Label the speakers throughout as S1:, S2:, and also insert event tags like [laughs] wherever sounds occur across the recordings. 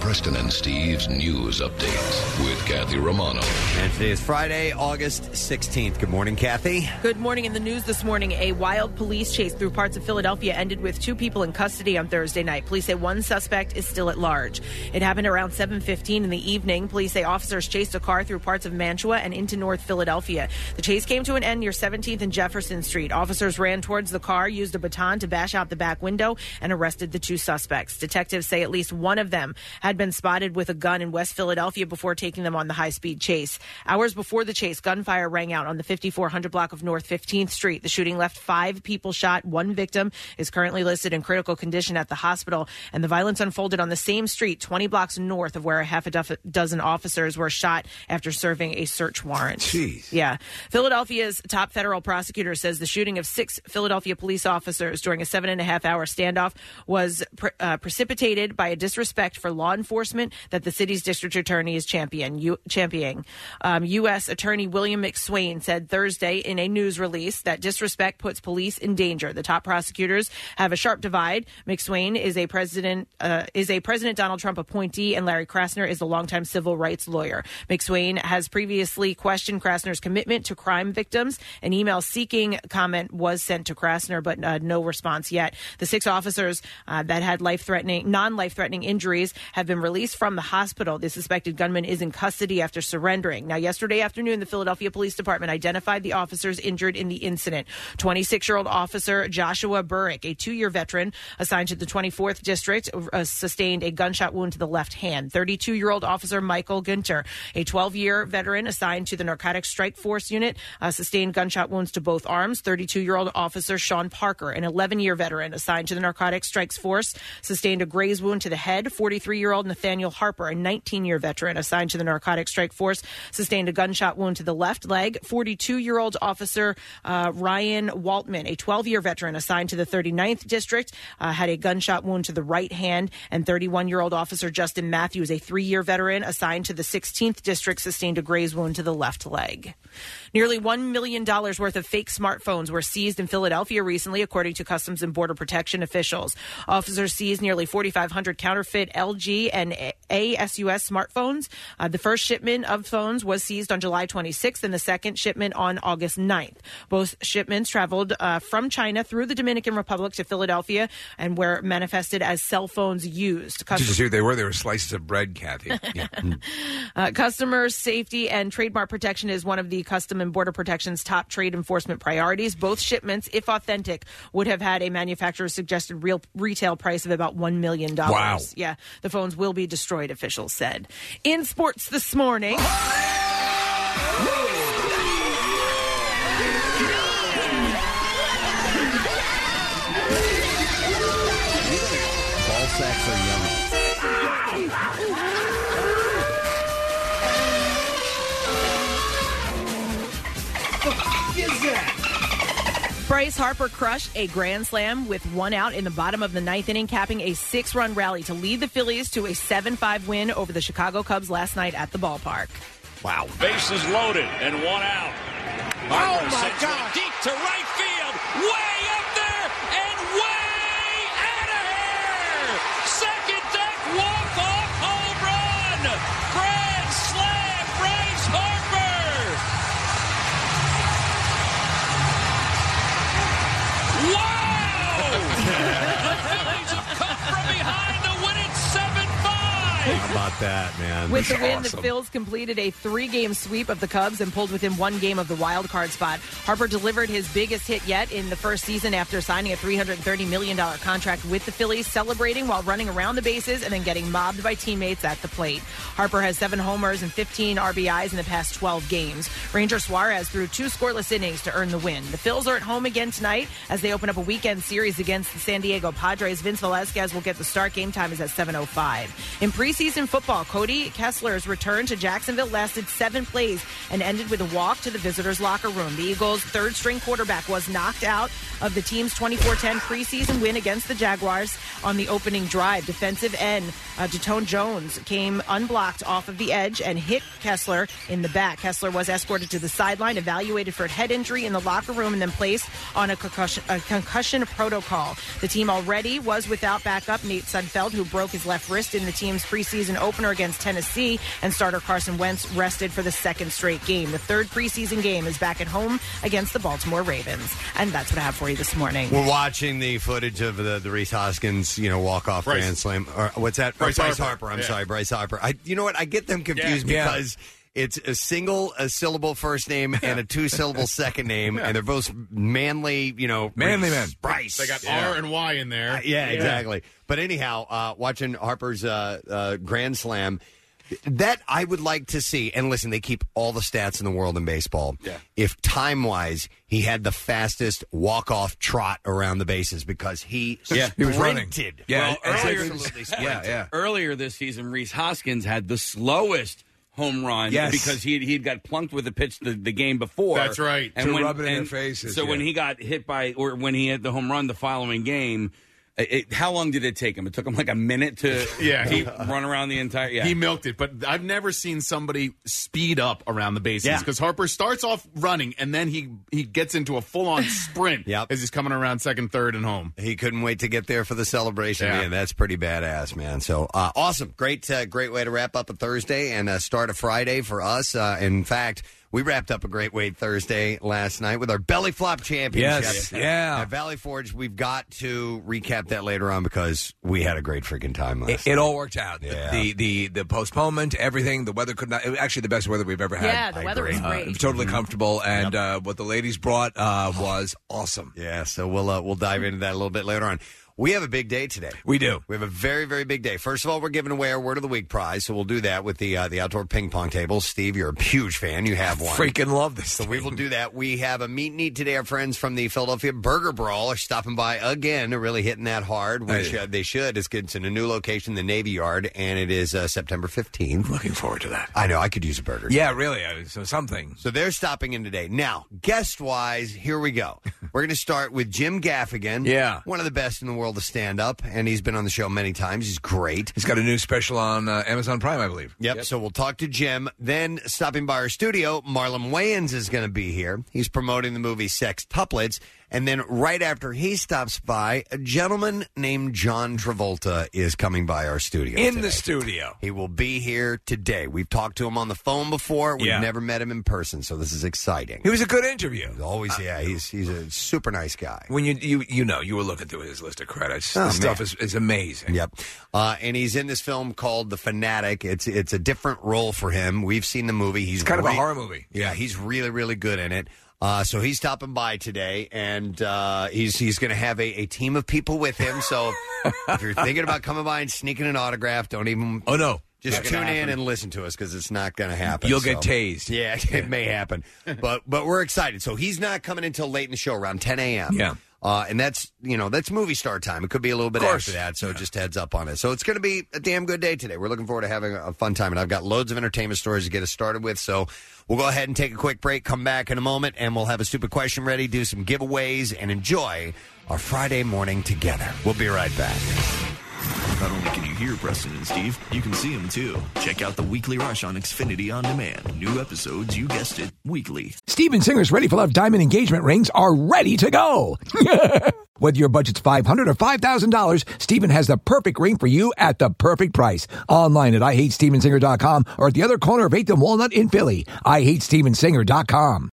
S1: Preston and Steve's news update with Kathy Romano.
S2: And today is Friday, August 16th. Good morning, Kathy.
S3: Good morning. In the news this morning, a wild police chase through parts of Philadelphia ended with two people in custody on Thursday night. Police say one suspect is still at large. It happened around 7:15 in the evening. Police say officers chased a car through parts of Mantua and into North Philadelphia. The chase came to an end near 17th and Jefferson Street. Officers ran towards the car, used a baton to bash out the back window, and arrested the two suspects. Detectives say at least one of them had been spotted with a gun in West Philadelphia before taking them on the high-speed chase. Hours before the chase, gunfire rang out on the 5400 block of North 15th Street. The shooting left five people shot. One victim is currently listed in critical condition at the hospital. And the violence unfolded on the same street, 20 blocks north of where a half a dof- dozen officers were shot after serving a search warrant.
S4: Jeez.
S3: Yeah. Philadelphia's top federal prosecutor says the shooting of six Philadelphia police officers during a seven and a half hour standoff was pre- uh, precipitated by a disrespect for law enforcement that the city's district attorney is champion, u- championing. Um, U.S. Attorney William McSwain said Thursday in a news release that disrespect puts police in danger. The top prosecutors have a sharp divide. McSwain is a president uh, is a President Donald Trump appointee, and Larry Krasner is a longtime civil rights lawyer. McSwain has previously questioned Krasner's commitment to crime victims. An email seeking comment was sent to Krasner, but uh, no response yet. The six officers uh, that had life threatening non life threatening injuries have been released from the hospital. The suspected gunman is in custody after surrendering. Now, yesterday afternoon, the Philadelphia Police Department identified the officers injured in the incident. 26 year old officer Joshua Burrick, a two year veteran assigned to the 24th District, uh, sustained a gunshot wound to the left hand. 32 year old officer Michael Gunter, a 12 year veteran assigned to the Narcotics Strike Force Unit, uh, sustained gunshot wounds to both arms. 32 year old officer Sean Parker, an 11 year veteran assigned to the Narcotics Strikes Force, sustained a graze wound to the head. 43 year old Nathaniel Harper, a 19 year veteran assigned to the Narcotics Strike Force, sustained a gunshot wound to the left leg. 42 year old officer uh, Ryan Waltman, a 12 year veteran assigned to the 39th District, uh, had a gunshot wound to the right hand. And 31 year old officer Justin Matthews, a three year veteran assigned to the 16th District, sustained a graze wound to the left leg. Nearly $1 million worth of fake smartphones were seized in Philadelphia recently, according to Customs and Border Protection officials. Officers seized nearly 4,500 counterfeit LG and ASUS smartphones. Uh, the first shipment of phones was seized on July 26th and the second shipment on August 9th. Both shipments traveled uh, from China through the Dominican Republic to Philadelphia and were manifested as cell phones used.
S4: Did you
S3: Customs-
S4: see what they were? They were slices of bread,
S3: [laughs]
S4: Kathy.
S3: uh, customer safety and trademark protection is one of the Custom and Border Protection's top trade enforcement priorities. Both shipments, if authentic, would have had a manufacturer's suggested real retail price of about $1 million.
S5: Wow.
S3: Yeah, the phones will be destroyed, officials said. In sports this morning.
S2: Ball sacks are yummy.
S3: Bryce Harper crushed a grand slam with one out in the bottom of the ninth inning, capping a six run rally to lead the Phillies to a 7 5 win over the Chicago Cubs last night at the ballpark.
S2: Wow.
S6: Bases loaded and one out.
S3: Oh, my
S6: sends one
S3: God.
S6: Deep to right field. Way up there and way out of here. Second deck walk off home run. Grand slam, Bryce Harper. Wow! [laughs] the Phillies have come from behind to win it 7 5.
S2: How about that, man?
S3: With the win, the Phils completed a three-game sweep of the Cubs and pulled within one game of the wild card spot. Harper delivered his biggest hit yet in the first season after signing a $330 million contract with the Phillies, celebrating while running around the bases and then getting mobbed by teammates at the plate. Harper has seven homers and 15 RBIs in the past 12 games. Ranger Suarez threw two scoreless innings to earn the win. The Phils are at home again tonight as they open up a weekend series against the San Diego Padres. Vince Velasquez will get the start. Game time is at 7:05. In preseason football, Cody Kessler's return to Jacksonville lasted seven plays and ended with a walk to the visitors' locker room. The Eagles' third string quarterback was knocked out of the team's 24 10 preseason win against the Jaguars on the opening drive. Defensive end uh, Detone Jones came unblocked off of the edge and hit Kessler in the back. Kessler was escorted to the sideline, evaluated for a head injury in the locker room, and then placed on a concussion, a concussion protocol. The team already was without backup Nate Sudfeld, who broke his left wrist in the team's preseason opener against Tennessee, and starter Carson Wentz rested for the second straight game. The third preseason game is back at home against the Baltimore Ravens. And that's what I have for you this morning.
S2: We're watching the footage of the, the Reese Hoskins, you know, walk off
S5: Bryce.
S2: grand slam. Or, what's that?
S5: Bryce
S2: Oh,
S5: Harper.
S2: I'm
S5: Yeah.
S2: sorry, Bryce Harper. I, you know what? I get them confused
S5: Yeah.
S2: because it's a single a syllable
S5: [laughs]
S2: first name and a two syllable second name, and they're both manly, you know,
S4: Manly
S2: Reese
S4: men.
S2: Bryce.
S5: They got
S2: Yeah.
S5: R and Y in there.
S2: Uh,
S4: [laughs]
S2: Yeah, exactly. But anyhow, uh, watching Harper's uh, uh, grand slam, that I would like to see. And listen, they keep all the stats in the world in baseball.
S5: Yeah.
S2: If time wise, he had the fastest walk off trot around the bases because
S4: [laughs]
S2: he
S7: Yeah.
S4: He was running.
S2: sprinted.
S4: Yeah,
S7: Well,
S4: it's-
S7: earlier-
S4: [laughs] it's- yeah, yeah.
S7: Earlier this season, Reese Hoskins had the slowest home run
S4: Yes.
S7: because he he got plunked with a pitch the, the game before.
S5: That's right.
S4: To rub it in their faces,
S7: So when
S4: yeah.
S7: he got hit by or when he had the home run the following game, it, it- how long did it take him? It took him like a minute to
S5: [laughs]
S7: [laughs]
S5: Yeah.
S7: he run around the entire yeah.
S5: He milked it, but I've never seen somebody speed up around the bases
S2: Yeah.
S5: because Harper starts off running and then he he gets into a full
S2: [laughs]
S5: on sprint
S2: Yep.
S5: as he's coming around second, third, and home.
S2: He couldn't wait to get there for the celebration.
S5: Yeah.
S2: Man, that's pretty badass, man. So uh, awesome,
S5: [laughs]
S2: great, uh, great way to wrap up a Thursday and uh, start a Friday for us. Uh, in fact, we wrapped up a great way Thursday last night with our belly flop championship.
S4: Yes, yeah.
S2: At Valley Forge, we've got to recap that later on because we had a great freaking time last. night.
S4: It, it all worked out. The-
S2: Yeah.
S4: The, the the postponement, everything. The weather could not. it was Actually, the best weather we've ever had.
S3: Yeah, the weather was
S4: Uh,
S3: great.
S4: totally comfortable, and uh, what the ladies brought uh, was awesome.
S2: Yeah, so we'll uh, we'll dive into that a little bit later on. We have a big day today.
S4: We do.
S2: We have a very, very big day. First of all, we're giving away our Word of the Week prize, so we'll do that with the uh, the outdoor ping pong table. Steve, you're a huge fan. You have one.
S4: Freaking love this.
S2: So we will do that. We have a meet and eat today. Our friends from the Philadelphia Burger Brawl are stopping by again. They're really hitting that hard, which uh, they should. It's, good. it's in a new location, the Navy Yard, and it is uh, September 15th.
S4: Looking forward to that.
S2: I know, I could use a burger.
S4: Yeah, really. uh, So something.
S2: So they're stopping in today. Now, guest wise, here we
S4: [laughs]
S2: go. We're going to start with Jim Gaffigan.
S4: Yeah.
S2: One of the best in the world to stand up, and he's been on the show many times. He's great.
S4: He's got a new special on uh, Amazon Prime, I believe.
S2: Yep. So we'll talk to Jim. Then, stopping by our studio, Marlon Wayans is going to be here. He's promoting the movie Sex Tuplets. And then, right after he stops by, a gentleman named John Travolta is coming by our studio.
S4: In
S2: today.
S4: the studio.
S2: He will be here today. We've talked to him on the phone before. We've
S4: Yeah.
S2: never met him in person, so this is exciting.
S4: It was a good interview. Uh,
S2: Always, yeah. He's he's a super nice guy.
S4: When you you you know you were looking through his list of credits,
S2: Oh,
S4: the stuff
S2: man.
S4: is, is amazing.
S2: Yep. Uh, and he's in this film called The Fanatic. It's it's a different role for him. We've seen the movie. He's
S4: It's kind of a
S2: re-
S4: horror movie.
S2: Yeah, he's really really good in it. Uh, so he's stopping by today, and uh, he's he's going to have a, a team of people with him. So if you're thinking about coming by and sneaking an autograph, don't even
S4: Oh no,
S2: just
S5: Not
S2: tune
S5: gonna
S2: in
S5: happen.
S2: and listen to us because it's not going to happen.
S4: you'll get
S2: so. [laughs]
S4: tased.
S2: Yeah, it may happen, but but we're excited. So he's not coming until late in the show, around 10 a.m.
S4: Yeah.
S2: uh, and that's you know that's movie star time. It could be a little bit
S4: course.
S2: after that, so just heads up on it. So it's going to be a damn good day today. We're looking forward to having a fun time, and I've got loads of entertainment stories to get us started with. So we'll go ahead and take a quick break. Come back in a moment, and we'll have a stupid question ready, do some giveaways, and enjoy our Friday morning together. We'll be right back.
S8: Not only can you hear Preston and Steve, you can see them too. Check out the Weekly Rush on Xfinity On Demand. New episodes, you guessed it, weekly.
S9: Steven Singer's Ready for Love diamond engagement rings are ready to go. [laughs] Whether your budget's $500 or $5,000, Steven has the perfect ring for you at the perfect price. Online at IHateStevenSinger.com or at the other corner of 8th and Walnut in Philly. IHateStevenSinger.com.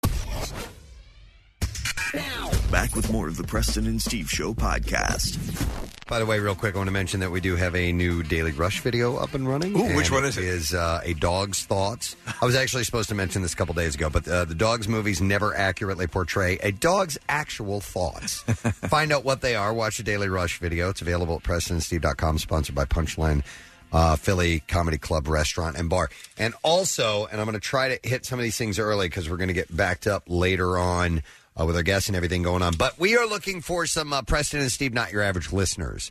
S8: Back with more of the Preston and Steve Show podcast.
S2: By the way, real quick, I want to mention that we do have a new Daily Rush video up and running.
S4: Ooh, which
S2: And
S4: one is it?
S2: Is uh, a dog's thoughts. I was actually supposed to mention this a couple days ago, but uh, the dog's movies never accurately portray a dog's actual thoughts.
S4: [laughs]
S2: Find out what they are. Watch the Daily Rush video. It's available at PrestonandSteve.com, sponsored by Punchline. Uh, Philly Comedy Club restaurant and bar. And also, and I'm going to try to hit some of these things early because we're going to get backed up later on uh, with our guests and everything going on. But we are looking for some uh, Preston and Steve, not your average listeners.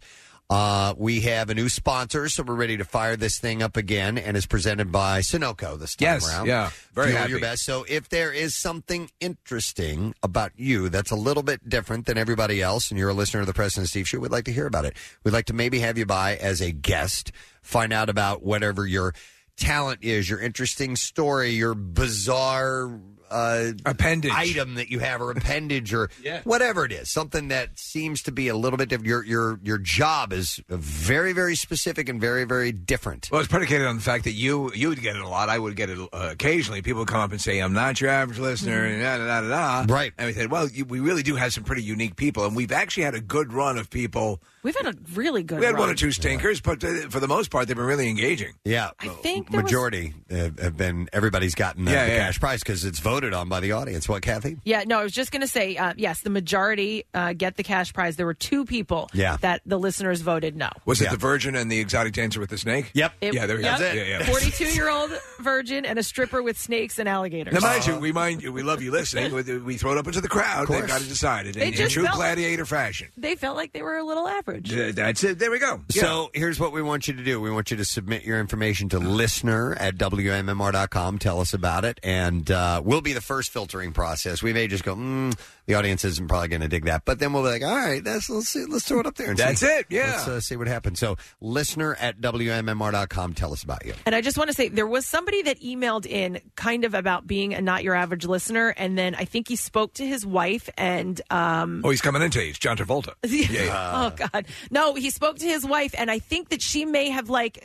S2: Uh, we have a new sponsor, so we're ready to fire this thing up again, and it's presented by Sunoco this time
S4: Yes,
S2: around.
S4: yeah, very
S2: Fuel
S4: happy.
S2: your best. Uh, So if there is something interesting about you that's a little bit different than everybody else, and you're a listener to the President Steve Show, we'd like to hear about it. We'd like to maybe have you by as a guest, find out about whatever your talent is, your interesting story, your bizarre uh, appendage item that you have, or appendage, or whatever it is, something that seems to be a little bit different. Your your your job is very very specific and very very different.
S4: Well, it's predicated on the fact that you you would get it a lot. I would get it uh, occasionally. People would come up and say, "I'm not your average listener," and
S3: Mm-hmm.
S4: da da da da. da. Right. And we said, "Well, you, we really do have some pretty unique people, and we've actually had a good run of people.
S3: We've had a really good.
S4: we had one
S3: run.
S4: or two stinkers, but uh, for the most part, they've been really engaging."
S2: Yeah,
S3: I think there was-
S2: majority have have been. Everybody's gotten uh,
S4: Yeah,
S2: the
S4: yeah.
S2: cash prize because it's voted on by the audience. What, Kathy?
S3: Yeah, no, I was just going to say, uh, yes, the majority uh, get the cash prize. There were two people
S4: Yeah.
S3: that the listeners voted no.
S4: Was it the Virgin and the exotic dancer with the snake?
S2: Yep.
S3: It-
S4: yeah, there we
S3: yep.
S4: go. Yeah, yeah.
S3: 42-year-old virgin and a stripper with snakes and alligators.
S4: Now, mind you, we mind you, we love you
S3: [laughs]
S4: listening. We- We throw it up into the crowd. They've got to decide it
S3: They
S4: in, in
S3: just
S4: true
S3: felt-
S4: gladiator fashion.
S3: They felt like they were a little average.
S4: Uh, That's it. There we go.
S2: So here's what we want you to do. We want you to submit your information to listener at WMMR.com. Tell us about it, and uh, we'll be the first filtering process. We may just go, mm, the audience isn't probably going to dig that, but then we'll be like, all right, that's, let's, see, let's throw it up there. And
S4: That's
S2: see-
S4: it, yeah.
S2: Let's uh, see what happens. So listener at WMMR.com. Tell us about you.
S3: And I just want to say there was somebody that emailed in kind of about being a not your average listener, and then I think he spoke to his wife and um
S4: Oh, he's coming into you. It's John
S3: [laughs]
S4: Travolta.
S2: Uh,
S3: oh God, no, he spoke to his wife, and I think that she may have like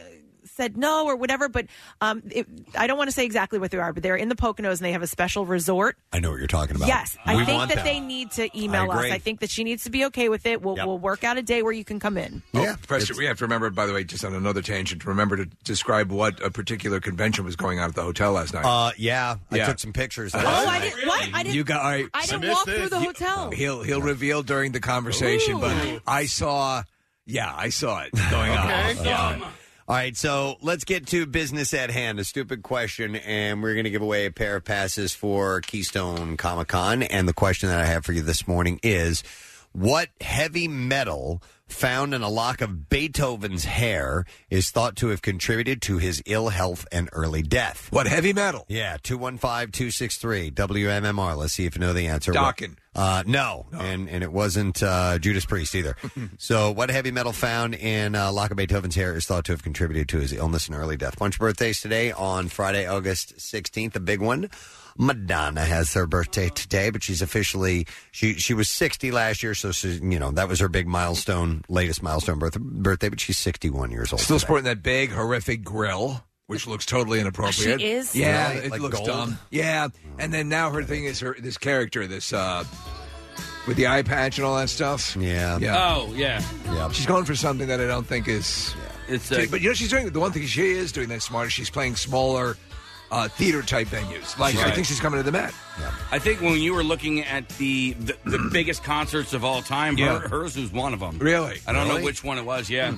S3: said no or whatever. But um, it, I don't want to say exactly what they are, but they're in the Poconos and they have a special resort.
S2: I know what you're talking about.
S3: Yes, I
S2: We
S3: think
S2: want
S3: that,
S2: that.
S3: they need to email
S4: I
S3: us.
S4: agree.
S3: I think that she needs to be okay with it. We'll, we'll work out a day where you can come in.
S4: Oh, Preston, we have to remember, by the way, just on another tangent, to remember to describe what a particular convention was going on at the hotel last night.
S2: Uh, yeah, I
S4: Yeah.
S2: took some pictures.
S4: Oh,
S3: I didn't. What? I didn't.
S4: You got- I-
S3: I didn't
S4: I missed
S3: walk
S4: this.
S3: through the
S4: You- [laughs]
S3: hotel.
S4: He'll he'll reveal during the conversation, but I saw, yeah, I saw it
S2: [laughs]
S4: going on. Yeah.
S2: All right, so let's get to business at hand. A stupid question, and we're going to give away a pair of passes for Keystone Comic Con. And the question that I have for you this morning is what heavy metal found in a lock of Beethoven's hair is thought to have contributed to his ill health and early death?
S4: What heavy metal?
S2: Yeah, 215 263 WMMR. Let's see if you know the answer.
S4: Dokken.
S2: Uh, no, and and it wasn't uh, Judas Priest either. so, what heavy metal found in uh, Lock of Beethoven's hair is thought to have contributed to his illness and early death. Bunch of birthdays today on Friday, August sixteenth. A big one. Madonna has her birthday today, but she's officially she she was sixty last year, so she, you know that was her big milestone, latest milestone birth, birthday. But she's sixty one years old.
S4: Still
S2: today.
S4: sporting that big, horrific grill, which looks totally inappropriate.
S2: She is?
S4: Yeah,
S2: Really?
S4: it
S2: Like
S4: looks
S2: gold?
S4: dumb. Yeah, and then now her thing is her this character, this uh, with the eye patch and all that stuff.
S2: Yeah.
S7: Oh yeah.
S2: Yeah.
S4: She's going for something that I don't think is.
S7: It's
S4: She- but you know she's doing the one thing she is doing that's smart. is She's playing smaller uh, theater type venues. Like I
S7: Right.
S4: think she's coming to the Met.
S7: I think when you were looking at the the,
S2: [clears throat]
S7: the biggest concerts of all time,
S4: Yeah.
S7: her, hers was one of them.
S4: Really?
S7: I don't
S2: Really? Hmm,
S7: know which one it was. Yeah,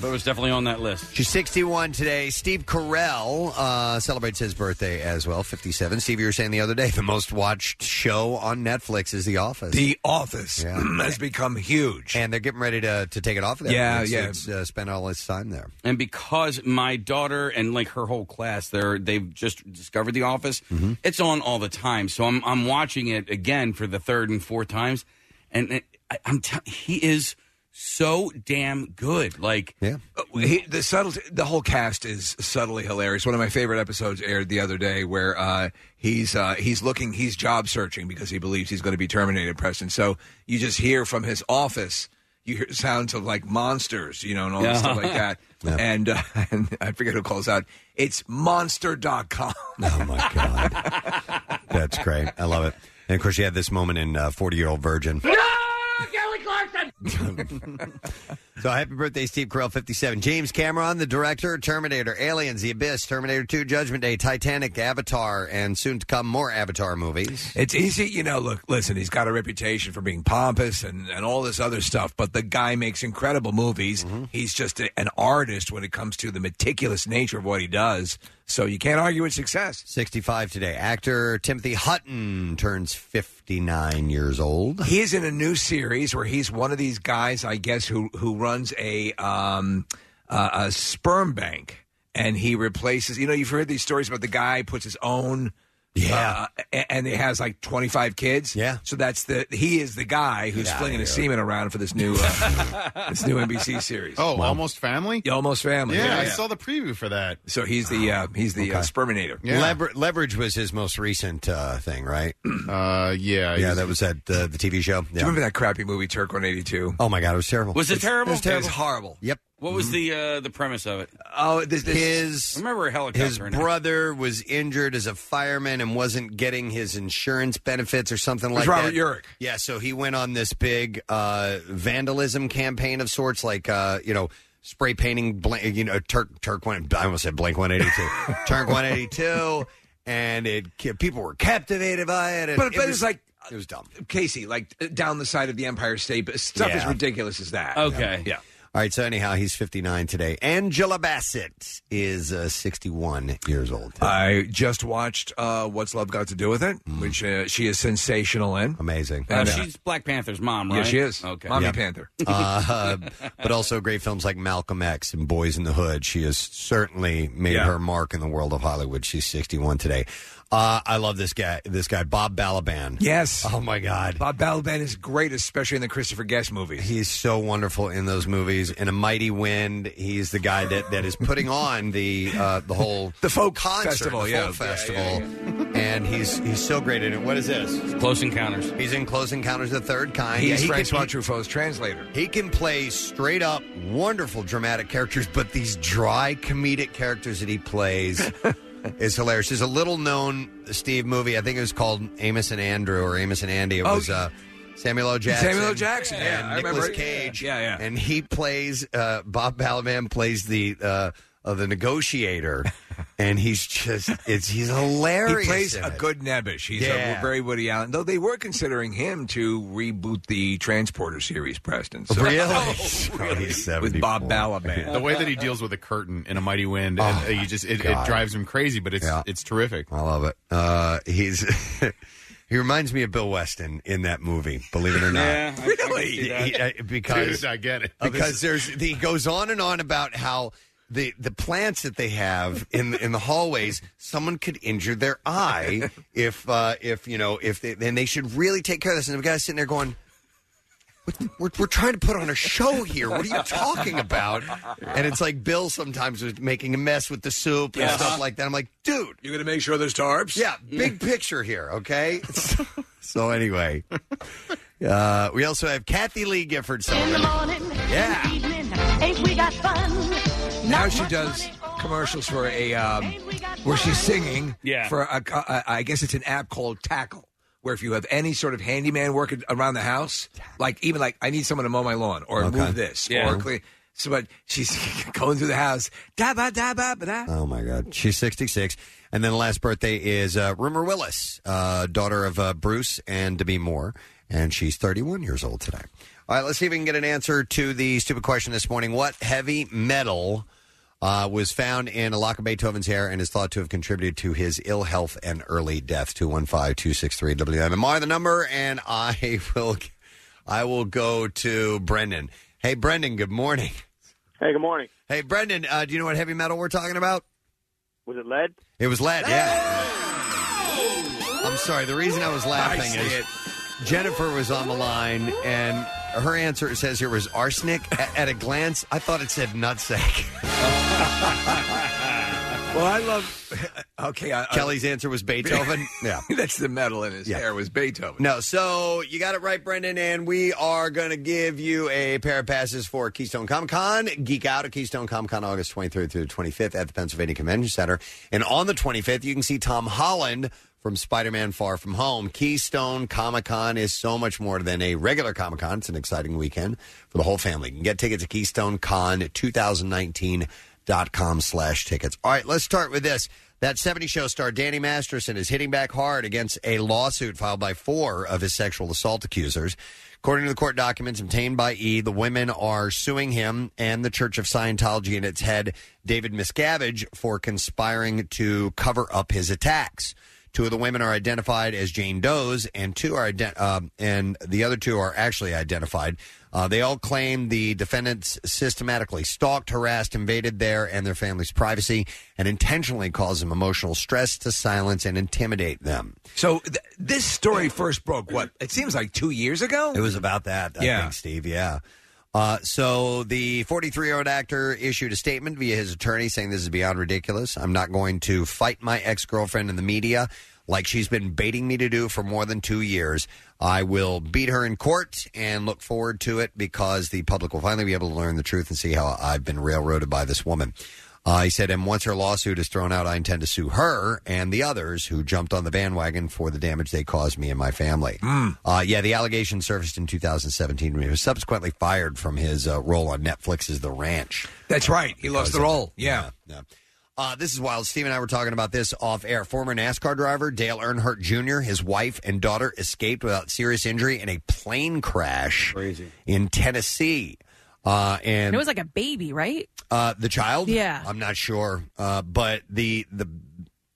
S7: but it was definitely on that list.
S2: She's 61 today. Steve Carell uh, celebrates his birthday as well, 57. Steve, you were saying the other day, the most watched show on Netflix is The Office.
S4: The Office
S2: Yeah.
S4: [clears throat] has become huge.
S2: and they're getting ready to, to take it off of there.
S4: Yeah,
S2: It's-
S4: yeah.
S2: it's, uh, spent all its time
S4: [laughs]
S2: there.
S7: and because my daughter and like her whole class they're they've just discovered the office
S2: Mm-hmm.
S7: it's on all the time so i'm i'm watching it again for the third and fourth times and it, I, i'm t- he is so damn good like
S2: yeah
S4: Uh, he- the subtlety, the whole cast is subtly hilarious. One of my favorite episodes aired the other day where uh, he's uh, he's looking, he's job searching because he believes he's going to be terminated, Preston. So you just hear from his office, you hear sounds of like monsters, you know, and all
S7: [laughs]
S4: that
S7: Yeah.
S4: stuff like that. And, uh, [laughs] and I forget who calls out. It's monster.com.
S2: [laughs] That's great. I love it. And of course, you had this moment in uh, 40 year old virgin.
S10: Oh,
S6: Kelly Clarkson!
S4: [laughs]
S2: So happy birthday, Steve Carell, 57. James Cameron, the director, Terminator, Aliens, The Abyss, Terminator 2, Judgment Day, Titanic, Avatar, and soon to come more Avatar movies.
S4: It's easy, you know. Look, listen, he's got a reputation for being pompous and, and all this other stuff, but the guy makes incredible movies.
S2: Mm-hmm.
S4: He's just a, an artist when it comes to the meticulous nature of what he does. So you can't argue with success.
S2: 65 today. Actor Timothy Hutton Hmm, turns 59 years old.
S4: He is in a new series where he's one of these guys, I guess, who who runs a um, uh, a sperm bank, and he replaces. You know, you've heard these stories about the guy puts his own. Yeah, and he has like twenty five kids. Yeah, so that's the he is the guy who's
S5: outta here.
S4: flinging his semen around for this new uh, [laughs] this new NBC series.
S5: Oh,
S2: um,
S4: Wow.
S5: almost family.
S4: Yeah, almost family.
S5: Yeah,
S4: Yeah,
S5: I
S4: yeah.
S5: saw the preview for that.
S4: So he's the uh, he's the uh, sperminator.
S2: Lever- Leverage was his most recent uh, thing,
S7: [clears throat]
S2: right?
S5: Uh, yeah,
S2: yeah, that was at uh, the TV show.
S4: Do you remember that crappy movie Turk on eighty two?
S2: Oh my god, it was terrible.
S7: Was it terrible?
S2: It was terrible.
S4: horrible.
S2: Yep. Mm-hmm.
S7: What was the uh, the premise of it?
S4: Oh, this,
S2: his
S7: remember a helicopter.
S2: his
S7: in it.
S2: brother was injured as a fireman and wasn't getting his insurance benefits or something
S4: It
S2: like
S4: was Robert
S2: that.
S4: Urich.
S2: Yeah, so he went on this big uh, vandalism campaign of sorts, like uh, you know, spray painting. Blank, you know, Turk Turk one. I almost said blank one eighty
S4: [laughs]
S2: two. Turk one eighty two, and it ki- people were captivated by it. And
S4: But- but
S2: was-
S4: it's like-
S2: it was dumb.
S4: Casey, like uh, down the side of the Empire State, but stuff
S2: Yeah.
S4: as ridiculous as that.
S7: Okay.
S4: yeah.
S2: All right, so anyhow, he's 59 today. Angela Bassett is uh, 61 years old.
S4: I just watched uh, What's Love Got to Do with It, which uh, she is sensational in.
S2: Amazing.
S7: Uh, she's Black Panther's mom, right?
S4: Yeah, she is.
S7: Okay.
S4: Mommy
S2: Yep.
S7: [laughs]
S4: Panther.
S2: [laughs] Uh,
S4: [laughs]
S2: but also great films like Malcolm X and Boys in the Hood. She has certainly made her mark in the world of Hollywood. She's 61 today. Uh, I love this guy. This guy, Bob Balaban.
S4: Yes.
S2: Oh my God.
S4: Bob Balaban is great, especially in the Christopher Guest movies.
S2: He's so wonderful in those movies. In A Mighty Wind, he's the guy that, that is putting on the uh, the whole
S4: [laughs] The folk
S2: concert,
S4: festival,
S2: the
S4: yeah.
S2: folk
S4: Yeah, yeah,
S2: festival, and he's he's so great in it. What is this?
S7: Close Encounters.
S2: He's in Close Encounters of the Third Kind.
S4: He's
S2: Yeah, he can-
S4: Francois Truffaut's translator.
S2: He can play straight up wonderful dramatic characters, but these dry comedic characters that he
S4: [laughs]
S2: plays is hilarious. There's a little known Steve movie. I think it was called Amos and Andrew or Amos and Andy. It
S4: Oh.
S2: was uh, Samuel L. Jackson.
S4: Samuel L. Jackson. Yeah, I
S2: and Nicolas
S4: remember it.
S2: Cage.
S4: Yeah, yeah.
S2: And he plays uh, Bob Balaban plays the uh, uh, the
S4: [laughs]
S2: negotiator, and he's just it's he's hilarious.
S4: He plays
S2: in
S4: a
S2: it.
S4: good nebbish. He's
S2: Yeah.
S4: a very Woody Allen. Though they were considering him to reboot the Transporter series, Preston.
S2: [laughs]
S4: So-
S2: Really?
S4: [laughs] Oh, really? With Bob Balaban.
S5: The way that he deals with a curtain in a mighty wind, and, uh, you just it, it
S2: Oh, God.
S5: drives him crazy, but it's
S2: Yeah.
S5: it's terrific.
S2: I love it. Uh, he's [laughs] he reminds me of Bill Weston in that movie. Believe it or not,
S7: Yeah, I- I can
S4: Really?
S7: see that.
S2: He- uh, because
S5: Dude, I get it.
S2: because there's he goes on and on about how. The, the plants that they have in in the hallways, someone could injure their eye if uh, if you know if they, then they should really take care of this. And the guy's sitting there going, we're, we're trying to put on a show here. What are you talking about? And it's like Bill sometimes was making a mess with the soup and
S4: Yeah.
S2: stuff like that. I'm like, dude,
S4: You're going to make sure there's tarps?
S2: yeah, big picture here,
S4: [laughs]
S2: okay? so, so anyway, uh, we also have Kathy Lee Gifford celebrating.
S10: morning,
S2: Yeah.
S10: evening, ain't we got fun?
S4: Now she does commercials for a um, where she's singing.
S7: Yeah.
S4: For a, a, I guess it's an app called Tackle, where if you have any sort of handyman work around the house, like even like I need someone to mow my lawn or
S2: Okay.
S4: move this
S7: Yeah.
S4: or clean. So, but she's [laughs] going through the house. Da ba da ba ba da.
S2: Oh my God, she's 66. And then last birthday is uh, Rumor Willis, uh, daughter of uh, Bruce and Demi Moore, and she's 31 years old today. All right, let's see if we can get an answer to the stupid question this morning. What heavy metal uh, was found in Alaka Beethoven's hair and is thought to have contributed to his ill health and early death? 215 263 WMMR, the number, and I [laughs] will, I will go to Brendan. Hey, Brendan, good morning.
S11: Hey, good morning.
S2: Hey, Brendan, uh, do you know what heavy metal we're talking about?
S11: Was it lead?
S2: It was lead, yeah. I'm sorry. The reason I was
S4: I
S2: laughing
S4: see
S2: is
S4: it.
S2: Jennifer was on the line, and her answer it says here was arsenic. A- At a glance, I thought it said nutsack.
S4: [laughs] Well, I love. Okay, I, I-
S2: Kelly's answer was
S4: [laughs]
S2: Beethoven. yeah.
S4: that's the metal in his
S2: Yeah.
S4: hair was Beethoven.
S2: No, so you got it right, Brendan, and we are going to give you a pair of passes for Keystone Comic Con. Geek out at Keystone Comic Con August 23rd through the 25th at the Pennsylvania Convention Center. And on the 25th, you can see Tom Holland from Spider Man Far From Home. Keystone Comic Con is so much more than a regular Comic Con. It's an exciting weekend for the whole family. You can get tickets at KeystoneCon2019.com slash tickets. All right, let's start with this. That 70 show star Danny Masterson is hitting back hard against a lawsuit filed by four of his sexual assault accusers. According to the court documents obtained by E, the women are suing him and the Church of Scientology and its head, David Miscavige, for conspiring to cover up his attacks. Two of the women are identified as Jane Doe's, and two are ident- um, and the other two are actually identified. Uh, they all claim the defendants systematically stalked, harassed, invaded their and their family's privacy, and intentionally caused them emotional stress to silence and intimidate them.
S4: So th- this story first broke what? It seems like two years ago.
S2: It was about that, I
S4: Yeah.
S2: think, Steve. Yeah. Uh, so the 43 year old actor issued a statement via his attorney saying this is beyond ridiculous. I'm not going to fight my ex girlfriend in the media like she's been baiting me to do for more than two years. I will beat her in court and look forward to it because the public will finally be able to learn the truth and see how I've been railroaded by this woman. Uh, he said, and once her lawsuit is thrown out, I intend to sue her and the others who jumped on the bandwagon for the damage they caused me and my family.
S4: Mm.
S2: Uh, yeah, the allegation surfaced in 2017 when he was subsequently fired from his uh, role on Netflix's The Ranch.
S4: That's right. He lost the role. Yeah.
S2: Uh, this is wild. Steve and I were talking about this off air. Former NASCAR driver Dale Earnhardt Jr., his wife and daughter escaped without serious injury in a plane crash in Tennessee. Uh, and
S3: it was like a baby, right?
S2: uh, the child.
S3: Yeah.
S2: I'm not sure, uh, but the the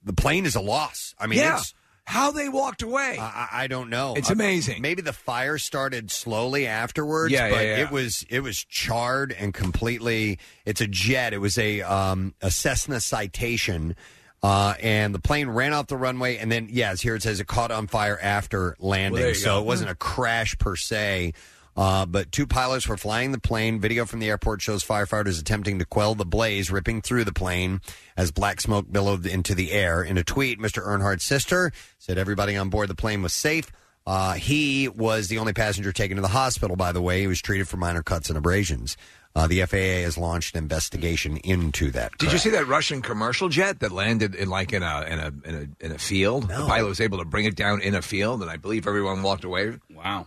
S2: the plane is a loss. I mean,
S4: Yeah.
S2: it's,
S4: How they walked away?
S2: I, I don't know.
S4: It's
S2: Uh,
S4: amazing.
S2: maybe the fire started slowly afterwards.
S4: Yeah, yeah,
S2: but
S4: yeah.
S2: it was it was charred and completely. It's a jet. It was a um, a Cessna Citation. Uh, and the plane ran off the runway, and then yes, here it says it caught on fire after landing.
S12: there you
S2: so
S12: go.
S2: it wasn't a crash per se. Uh, but two pilots were flying the plane. Video from the airport shows firefighters attempting to quell the blaze ripping through the plane as black smoke billowed into the air. In a tweet, Mr. Earnhardt's sister said everybody on board the plane was safe. Uh, he was the only passenger taken to the hospital, by the way. He was treated for minor cuts and abrasions. Uh, the FAA has launched an investigation into that.
S4: Did you
S2: crash.
S4: see that Russian commercial jet that landed in like in a in a in a, in a field? The pilot was able to bring it down in a field, and I believe everyone walked away.
S7: Wow.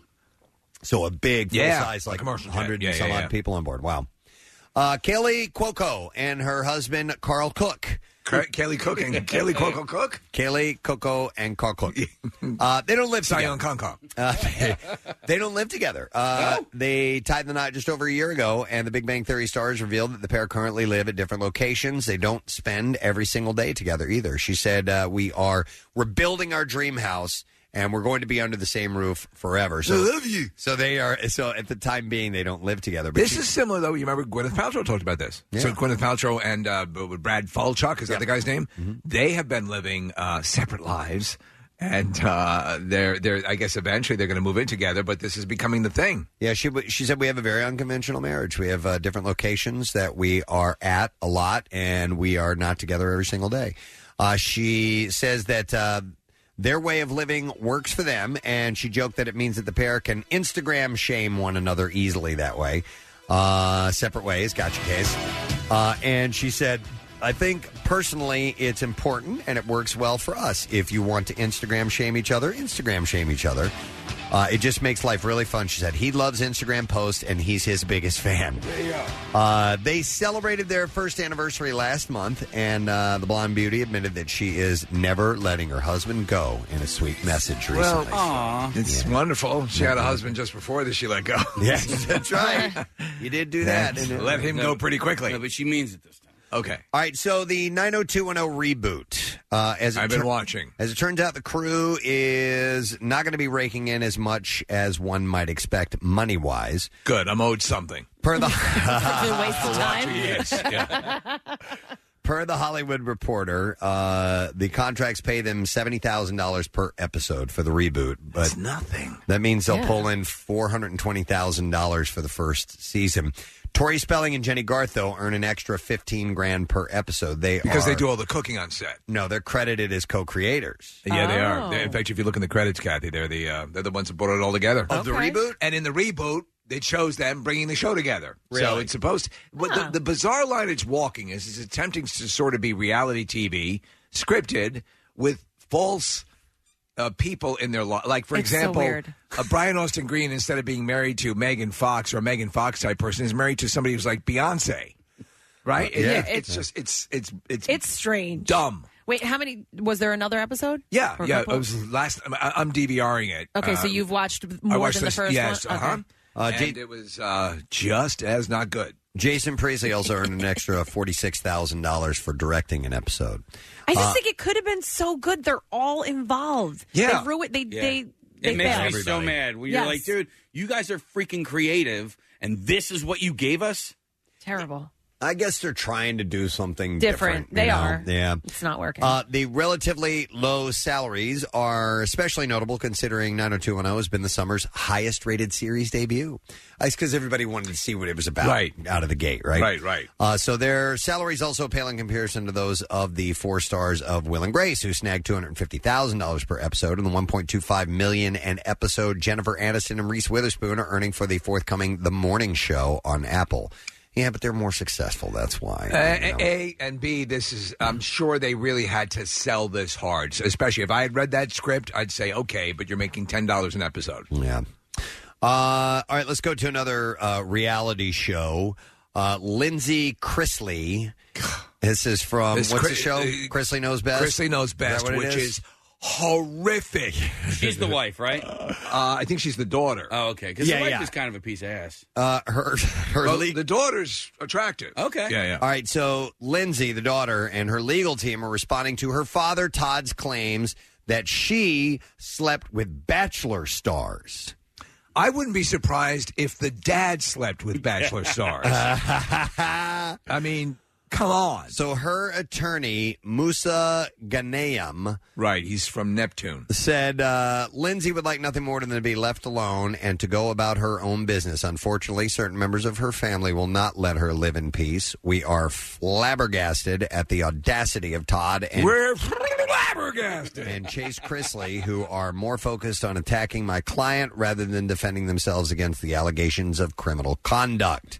S2: So a big, full
S4: yeah,
S2: size, like
S4: commercial jet.
S2: 100
S4: Yeah,
S2: and some
S4: yeah,
S2: odd
S4: yeah.
S2: people on board. Wow. Uh, Kelly Cuoco and her husband, Carl Cook.
S4: Ke- Kelly Cook and Kelly Cuoco Cook?
S2: Kelly Coco and Carl
S4: [laughs]
S2: Cook. Uh, they don't live together.
S4: Zion Kong Kong.
S2: Uh, [laughs] they, they don't live together. Uh, They tied the knot just over a year ago, and the Big Bang Theory stars revealed that the pair currently live at different locations. They don't spend every single day together either. She said, uh, "We are we're building our dream house, and we're going to be under the same roof forever." So
S4: I love you.
S2: So they are. So at the time being, they don't live together. But
S4: This
S2: she-
S4: is similar though. You remember Gwyneth Paltrow talked about this. So Gwyneth Paltrow and uh, b- with Brad Falchuk is that the guy's name?
S2: Mm-hmm.
S4: They have been living uh, separate lives, and uh, they're they're I guess eventually they're going to move in together. But this is becoming the thing.
S2: Yeah, she she said we have a very unconventional marriage. We have uh, different locations that we are at a lot, and we are not together every single day. Uh, she says that uh, their way of living works for them, and she joked that it means that the pair can Instagram shame one another easily that way. Uh, separate ways, gotcha case. Uh, and she said, I think personally it's important and it works well for us. If you want to Instagram shame each other, Instagram shame each other. Uh, it just makes life really fun, she said. He loves Instagram posts and he's his biggest fan. Uh, they celebrated their first anniversary last month, and uh, the blonde beauty admitted that she is never letting her husband go in a sweet message recently.
S4: Well, aw. it's wonderful. She had a
S2: Yeah.
S4: husband just before this. She
S2: [laughs]
S4: let go. [laughs]
S2: Yes, that's right. [laughs] You did do that. didn't it?
S4: Let him go
S2: [laughs]
S4: pretty quickly. No,
S7: but she means it this time.
S4: Okay.
S2: All right, so the 90210 reboot. Uh, as it
S4: I've been
S2: tur-
S4: watching.
S2: As it turns out, the crew is not going to be raking in as much as one might expect money wise.
S4: Good. I'm owed something.
S2: Per the
S4: [laughs]
S6: waste of time.
S2: [laughs] Per the Hollywood Reporter, uh, the contracts pay them seventy thousand dollars per episode for the reboot, but
S4: nothing.
S2: That means they'll
S4: Yeah.
S2: pull in four hundred and twenty thousand dollars for the first season. Tori Spelling and Jenny Garth though earn an extra fifteen grand per episode. They
S4: Because
S2: are,
S4: they do all the cooking on set.
S2: no, they're credited as co-creators.
S4: Yeah, they
S2: Oh.
S4: are. They- in fact, if you look in the credits, Kathy, they're the uh, they're the ones that brought it all together
S2: Of the Okay. reboot?
S4: And in the reboot, it shows them bringing the show together. So
S2: Really?
S4: it's supposed. To, but the, the bizarre line it's walking is it's attempting to sort of be reality TV scripted with false. Uh, people in their life, like for
S6: It's so
S4: example,
S6: weird.
S4: uh, Brian Austin Green, instead of being married to Megan Fox or a Megan Fox type person, is married to somebody who's like Beyonce, right?
S3: Yeah.
S4: It- it's
S3: Yeah.
S4: just it's it's it's
S3: It's strange.
S4: dumb.
S3: Wait, how many? Was there another episode?
S4: Yeah,
S3: Or a
S4: yeah.
S3: couple?
S4: It was last. I'm, I'm DVRing it.
S3: okay, so
S4: Um,
S3: you've watched
S4: I
S3: more
S4: watched uh-huh.
S3: than the
S4: this-
S3: first
S4: yes,
S3: one.
S4: uh-huh.
S3: Okay.
S4: and it was uh, just as not good.
S2: Jason Priestley also earned an
S4: [laughs]
S2: extra forty-six thousand dollars for directing an episode.
S3: I just
S2: Uh,
S3: think it could have been so good. They're all involved.
S2: Yeah.
S3: They ruined. They
S7: Yeah.
S3: they. they
S7: it makes
S3: failed.
S7: me so mad when you're
S3: Yes.
S7: like, dude, you guys are freaking creative, and this is what you gave us.
S3: terrible.
S2: I
S4: [laughs]
S2: guess they're trying to do something different.
S3: Different. They
S2: you know?
S3: are.
S2: Yeah.
S3: It's not working.
S2: Uh, the relatively low salaries are especially notable considering 90210 has been the summer's highest rated series debut. Uh, It's because everybody wanted to see what it was about
S4: Right.
S2: out of the gate, right?
S4: Right, right.
S2: Uh, so their salaries also pale in comparison to those of the four stars of Will and Grace, who snagged two hundred fifty thousand dollars per episode, and the one point two five million an episode Jennifer Aniston and Reese Witherspoon are earning for the forthcoming The Morning Show on Apple. Yeah, but they're more successful. That's why.
S4: Uh, A, A- and B, this is, I'm sure they really had to sell this hard. So especially if I had read that script, I'd say, okay, but you're making $10 an episode.
S2: Yeah. Uh, all right, let's go to another uh, reality show. Uh, Lindsay
S4: [sighs]
S2: Chrisley. This is from
S4: This
S2: what's
S4: Chris-
S2: the show?
S4: uh,
S2: Chrisley knows best.
S4: Chrisley Knows
S2: Is that
S4: Best,
S2: what it
S4: which is horrific.
S7: [laughs] She's the wife, right? Uh,
S4: I think she's the daughter.
S7: Oh, okay. Because
S2: Yeah,
S7: the wife
S2: yeah.
S7: is kind of a piece of ass.
S2: Uh, her her
S4: Well,
S2: le-
S4: the daughter's attractive.
S7: Okay.
S2: All right, so Lindsay, the daughter, and her legal team are responding to her father Todd's claims that she slept with bachelor stars.
S4: I wouldn't be surprised if the dad slept
S2: [laughs]
S4: with Bachelor stars. I mean, come on.
S2: So her attorney, Musa Ghanayem,
S4: right, he's from Neptune,
S2: said uh, Lindsay would like nothing more than to be left alone and to go about her own business. Unfortunately, certain members of her family will not let her live in peace. We are flabbergasted at the audacity of Todd and
S4: We're flabbergasted.
S2: and Chase Chrisley, who are more focused on attacking my client rather than defending themselves against the allegations of criminal conduct.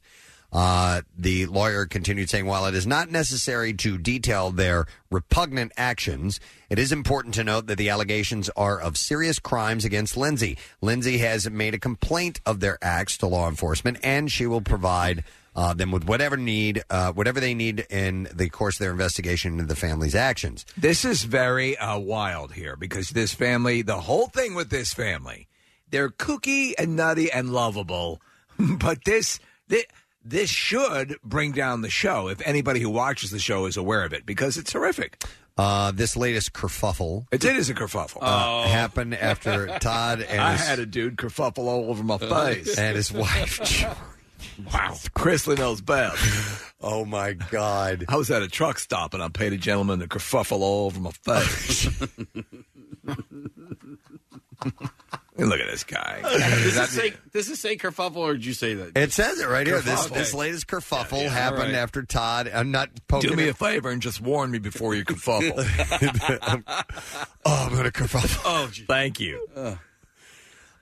S2: Uh, the lawyer continued saying, while it is not necessary to detail their repugnant actions, it is important to note that the allegations are of serious crimes against Lindsay. Lindsay has made a complaint of their acts to law enforcement, and she will provide uh, them with whatever need, uh, whatever they need in the course of their investigation into the family's actions.
S4: This is very uh, wild here because this family, the whole thing with this family, they're kooky and nutty and lovable, [laughs] but this this, this should bring down the show if anybody who watches the show is aware of it because it's horrific.
S2: Uh, this latest kerfuffle.
S4: It, it is a kerfuffle.
S2: Uh, happened after
S4: [laughs]
S2: Todd and
S4: Oh. I
S2: his- Uh,
S4: had a dude kerfuffle all over my
S2: [laughs]
S4: face
S2: and his
S3: [laughs]
S2: wife.
S4: wow, Chrisley knows [laughs] best.
S2: Oh my God!
S4: I was at a truck stop and I paid a gentleman to kerfuffle all over my face.
S2: [laughs]
S4: And Look at this guy.
S7: does, it say, does it say kerfuffle, or did you say that?
S2: It says it right here. This
S7: Kerfuffle.
S2: this latest kerfuffle
S7: Yeah, yeah,
S2: happened
S7: all right.
S2: after Todd. I'm not poking.
S4: Do me
S2: it.
S4: a favor and just warn me before you kerfuffle.
S2: [laughs] oh, I'm gonna
S4: [laughs]
S2: kerfuffle.
S7: Oh,
S4: thank you.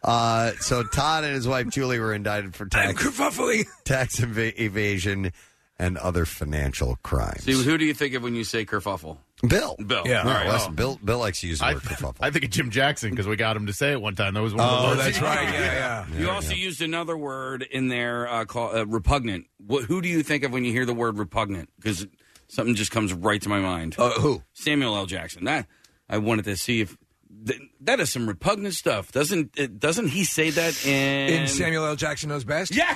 S2: Uh, so Todd and his wife Julie were indicted for tax
S4: kerfuffling.
S2: tax eva- evasion and other financial crimes.
S7: See, who do you think of when you say kerfuffle?
S2: Bill.
S7: Bill.
S2: Yeah.
S7: All right.
S2: Well, that's-
S7: Oh.
S2: Bill. Bill likes to use the word kerfuffle.
S5: [laughs] I think of Jim Jackson because we got him to say it one time. That was one
S2: Oh,
S5: of the words. [laughs]
S2: that's right. Yeah, yeah.
S7: You also used another word in there uh, called uh, repugnant. What, who do you think of when you hear the word repugnant? Because something just comes right to my mind.
S4: Uh, who?
S7: Samuel L. Jackson. That I wanted to see if th- that is some repugnant stuff. Doesn't it, doesn't he say that in?
S4: And Samuel L. Jackson knows best?
S7: Yeah.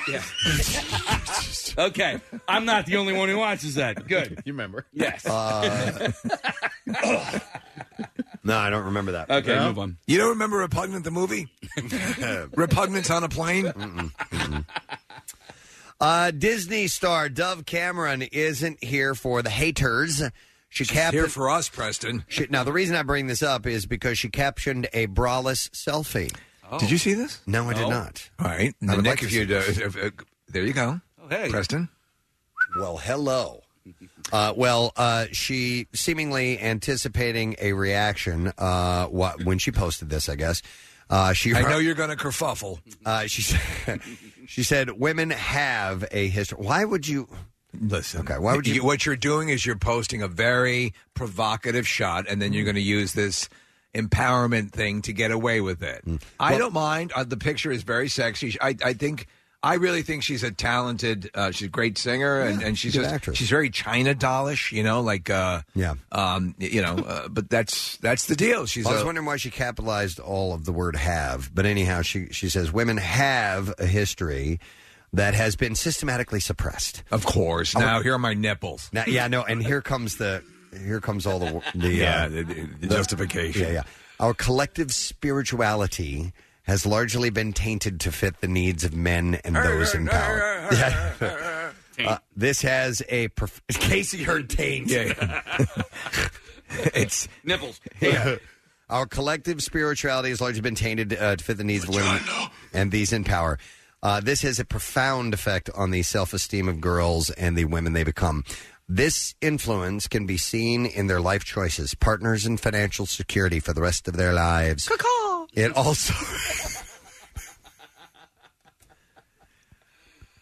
S7: okay, I'm not the only one who watches that. Good.
S5: You remember?
S7: Yes.
S2: No, I don't remember that.
S7: okay, move on.
S4: You don't remember Repugnant
S2: [laughs]
S4: the movie? Repugnance on a plane?
S2: Uh, Disney star Dove Cameron isn't here for the haters. She
S4: Here
S2: captioned.
S4: for us, Preston.
S2: she- now, the reason I bring this up is because she captioned a braless selfie.
S4: Oh. Did you see this?
S2: Oh.
S4: Oh.
S2: No, I did not.
S4: All right.
S2: I
S4: Now,
S2: would
S4: Nick,
S2: like to
S4: if
S2: see
S4: you'd, uh, if, uh, there you go.
S7: Oh, hey.
S4: Preston.
S2: Well, hello. Uh, well, uh, she seemingly anticipating a reaction uh, wh- when she posted this, I guess. Uh, she
S4: I know you're going to kerfuffle.
S2: uh, she, said, [laughs] she said, women have a history. Why would you?
S4: Listen.
S2: Okay, why would you?
S4: What you're doing is you're posting a very provocative shot, and then you're
S2: Mm.
S4: going to use this empowerment thing to get away with it.
S2: Mm.
S4: I don't mind. Uh, the picture is very sexy. I, I think. I really think she's a talented. Uh, she's a great singer, and, and she's
S2: good
S4: just
S2: actress.
S4: she's very China dollish, you know, like uh,
S2: Yeah.
S4: um, y- you know. Uh, but that's that's the deal. She's
S2: I was
S4: a-
S2: wondering why she capitalized all of the word have, but anyhow, she she says women have a history that has been systematically suppressed.
S4: Of course. Now here are my nipples.
S2: Now, yeah, no, and here comes the here comes all the
S4: [laughs]
S2: the
S4: Yeah,
S2: uh,
S4: the- the- the justification.
S2: Yeah, yeah. Our collective spirituality has largely been tainted to fit the needs of men and those in power. Yeah. [laughs] Uh, this has a prof- Casey heard taint. [laughs]
S4: [laughs]
S2: it's
S7: [laughs] nipples.
S2: Yeah. [laughs] Our collective spirituality has largely been tainted uh, to fit the needs of women and these in power. Uh, this has a profound effect on the self esteem of girls and the women they become. This influence can be seen in their life choices, partners, and financial security for the rest of their lives. It also.